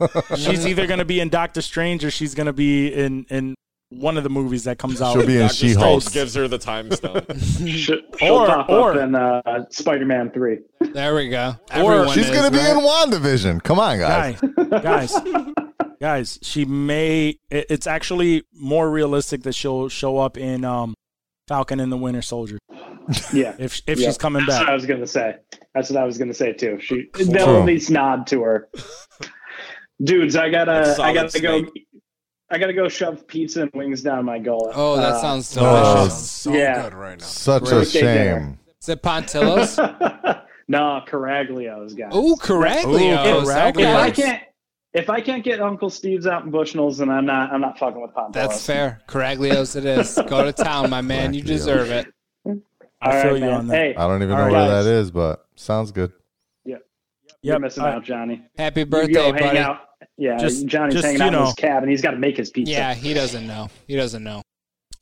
[SPEAKER 2] She's either gonna be in Doctor Strange or she's gonna be in in one of the movies that comes out.
[SPEAKER 3] She'll be in
[SPEAKER 4] Doctor
[SPEAKER 3] She
[SPEAKER 4] Strange
[SPEAKER 3] Hulk.
[SPEAKER 4] gives her the time stone.
[SPEAKER 7] She'll, she'll
[SPEAKER 2] Or-
[SPEAKER 7] pop
[SPEAKER 2] or-
[SPEAKER 7] up in uh, Spider-Man Three.
[SPEAKER 1] There we go.
[SPEAKER 3] She's
[SPEAKER 1] is,
[SPEAKER 3] gonna be
[SPEAKER 1] right?
[SPEAKER 3] in WandaVision. Come on, guys.
[SPEAKER 2] guys, guys, guys. She may. it- It's actually more realistic that she'll show up in um, Falcon and the Winter Soldier
[SPEAKER 7] Yeah.
[SPEAKER 2] if if
[SPEAKER 7] Yeah.
[SPEAKER 2] she's coming
[SPEAKER 7] That's what I
[SPEAKER 2] back.
[SPEAKER 7] was gonna say. That's what I was gonna say too. She
[SPEAKER 1] Oh.
[SPEAKER 7] they'll at least nod to her. Dudes, I
[SPEAKER 4] That's
[SPEAKER 7] gotta I
[SPEAKER 4] solid
[SPEAKER 7] gotta go
[SPEAKER 4] snake.
[SPEAKER 7] I gotta go shove pizza and wings down my gullet.
[SPEAKER 1] Oh, that
[SPEAKER 7] Uh,
[SPEAKER 1] sounds
[SPEAKER 3] Oh,
[SPEAKER 1] delicious.
[SPEAKER 8] so
[SPEAKER 7] yeah.
[SPEAKER 8] good right now.
[SPEAKER 3] Such a
[SPEAKER 7] Great day there.
[SPEAKER 3] shame.
[SPEAKER 1] Is it Pontillo's?
[SPEAKER 7] no, Caraglio's got. it.
[SPEAKER 1] Ooh, Caraglio's. Okay.
[SPEAKER 2] Ooh,
[SPEAKER 7] If I
[SPEAKER 2] Caraglio's.
[SPEAKER 7] can't if I can't get Uncle Steve's out in Bushnell's, then I'm not I'm not fucking with Pompeii.
[SPEAKER 1] That's fair. Caraglio's it is. Go to town, my man. You
[SPEAKER 3] Caraglio's.
[SPEAKER 1] deserve it.
[SPEAKER 2] I feel you on that.
[SPEAKER 7] Hey,
[SPEAKER 3] I don't even
[SPEAKER 2] All
[SPEAKER 3] know
[SPEAKER 2] right,
[SPEAKER 3] where
[SPEAKER 7] guys.
[SPEAKER 3] that is, but sounds good.
[SPEAKER 7] you're
[SPEAKER 2] Yep,
[SPEAKER 7] missing
[SPEAKER 2] I-
[SPEAKER 7] out, Johnny.
[SPEAKER 1] Happy
[SPEAKER 7] You
[SPEAKER 1] birthday,
[SPEAKER 7] go hang
[SPEAKER 1] buddy.
[SPEAKER 7] out. Yeah,
[SPEAKER 2] Just-
[SPEAKER 7] Johnny's
[SPEAKER 2] just,
[SPEAKER 7] hanging
[SPEAKER 2] you
[SPEAKER 7] out in
[SPEAKER 2] know.
[SPEAKER 7] his cabin. He's got to make his pizza.
[SPEAKER 1] Yeah, he doesn't know. He doesn't know.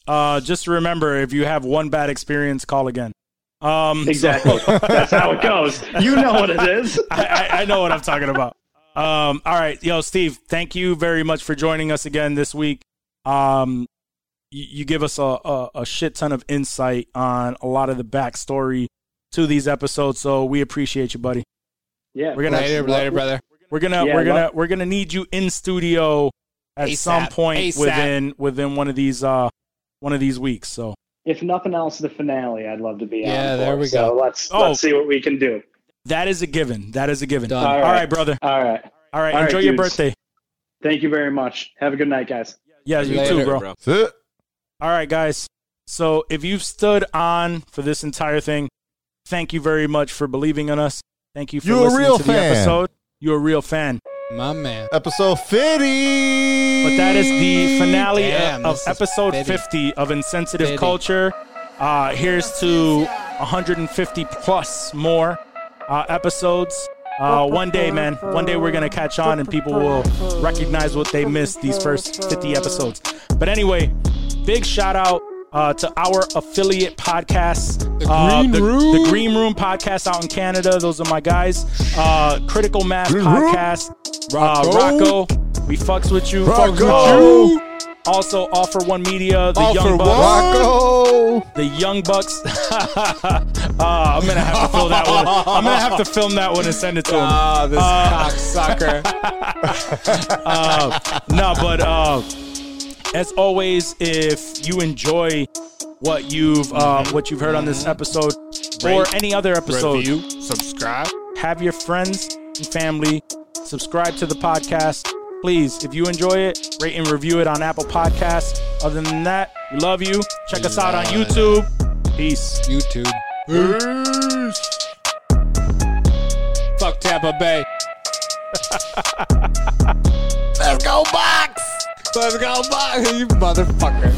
[SPEAKER 2] Uh, just remember, if you have one bad experience, call again. Um, so-
[SPEAKER 7] Exactly. That's how it goes. You know what it is.
[SPEAKER 2] I, I, I know what I'm talking about. Um, all right, yo, Steve, thank you very much for joining us again this week. Um, you, you give us a, a, a shit ton of insight on a lot of the backstory to these episodes, so we appreciate you, buddy.
[SPEAKER 7] Yeah.
[SPEAKER 2] We're gonna
[SPEAKER 1] Later, later, brother.
[SPEAKER 2] we're gonna
[SPEAKER 7] Yeah,
[SPEAKER 2] we're gonna
[SPEAKER 7] lo-
[SPEAKER 2] we're gonna need you in studio at some
[SPEAKER 1] ASAP,
[SPEAKER 2] point
[SPEAKER 1] ASAP.
[SPEAKER 2] within within one of these uh one of these weeks. So
[SPEAKER 7] if nothing else, the finale. I'd love to be.
[SPEAKER 1] Yeah,
[SPEAKER 7] on
[SPEAKER 1] there
[SPEAKER 7] for.
[SPEAKER 1] we
[SPEAKER 7] So
[SPEAKER 1] go.
[SPEAKER 7] let's
[SPEAKER 2] Oh.
[SPEAKER 7] let's see what we can do.
[SPEAKER 2] that is a given. That is a given.
[SPEAKER 1] Done.
[SPEAKER 2] All
[SPEAKER 7] All
[SPEAKER 2] right.
[SPEAKER 7] right.
[SPEAKER 2] brother.
[SPEAKER 7] All right.
[SPEAKER 2] All right,
[SPEAKER 7] All right,
[SPEAKER 2] enjoy your
[SPEAKER 7] dudes.
[SPEAKER 2] birthday.
[SPEAKER 7] Thank you very much. Have a good night, guys.
[SPEAKER 2] Yeah, you too,
[SPEAKER 1] Later,
[SPEAKER 2] bro.
[SPEAKER 4] bro.
[SPEAKER 3] That's it.
[SPEAKER 2] All right, guys. So if you've stood on for this entire thing, thank you very much for believing in us. Thank you for
[SPEAKER 3] You a
[SPEAKER 2] listening
[SPEAKER 3] real
[SPEAKER 2] to the
[SPEAKER 3] fan.
[SPEAKER 2] episode. You're a real fan.
[SPEAKER 1] My man.
[SPEAKER 3] Episode 50.
[SPEAKER 2] But that is the finale
[SPEAKER 1] Damn,
[SPEAKER 2] of
[SPEAKER 1] this is
[SPEAKER 2] episode
[SPEAKER 1] fitting.
[SPEAKER 2] 50 of Insensitive
[SPEAKER 1] Fitting.
[SPEAKER 2] Culture. Uh, here's to 150 plus more uh, episodes. Uh, one day, man. One day we're going to catch on and people will recognize what they missed these first 50 episodes. But anyway, big shout out uh, to our affiliate podcasts. uh, The
[SPEAKER 1] Green Room.
[SPEAKER 2] The Green Room podcast out in Canada. Those are my guys. Uh, Critical Mass
[SPEAKER 3] Green Room.
[SPEAKER 2] podcast. Uh,
[SPEAKER 1] Rocco.
[SPEAKER 2] Rocco. We fucks with you. Uh,
[SPEAKER 3] Rocco.
[SPEAKER 2] also, Offer One Media, the
[SPEAKER 1] All for
[SPEAKER 2] Young Bucks,
[SPEAKER 3] Rocco.
[SPEAKER 2] the Young Bucks. uh, I'm gonna have to film that one. I'm gonna have to film that one and send it to him. Uh,
[SPEAKER 1] Ah, this cocksucker.
[SPEAKER 2] no, but uh, as always, if you enjoy what you've uh, what you've heard on this episode or any other episode,
[SPEAKER 1] subscribe.
[SPEAKER 2] have your friends and family subscribe to the podcast. Please, if you enjoy it, rate and review it on Apple Podcasts. Other than that, we love you. Check us out on
[SPEAKER 1] Love it.
[SPEAKER 2] YouTube. Peace.
[SPEAKER 1] YouTube. Fuck Tampa Bay. Let's go box. Let's go box. You motherfucker.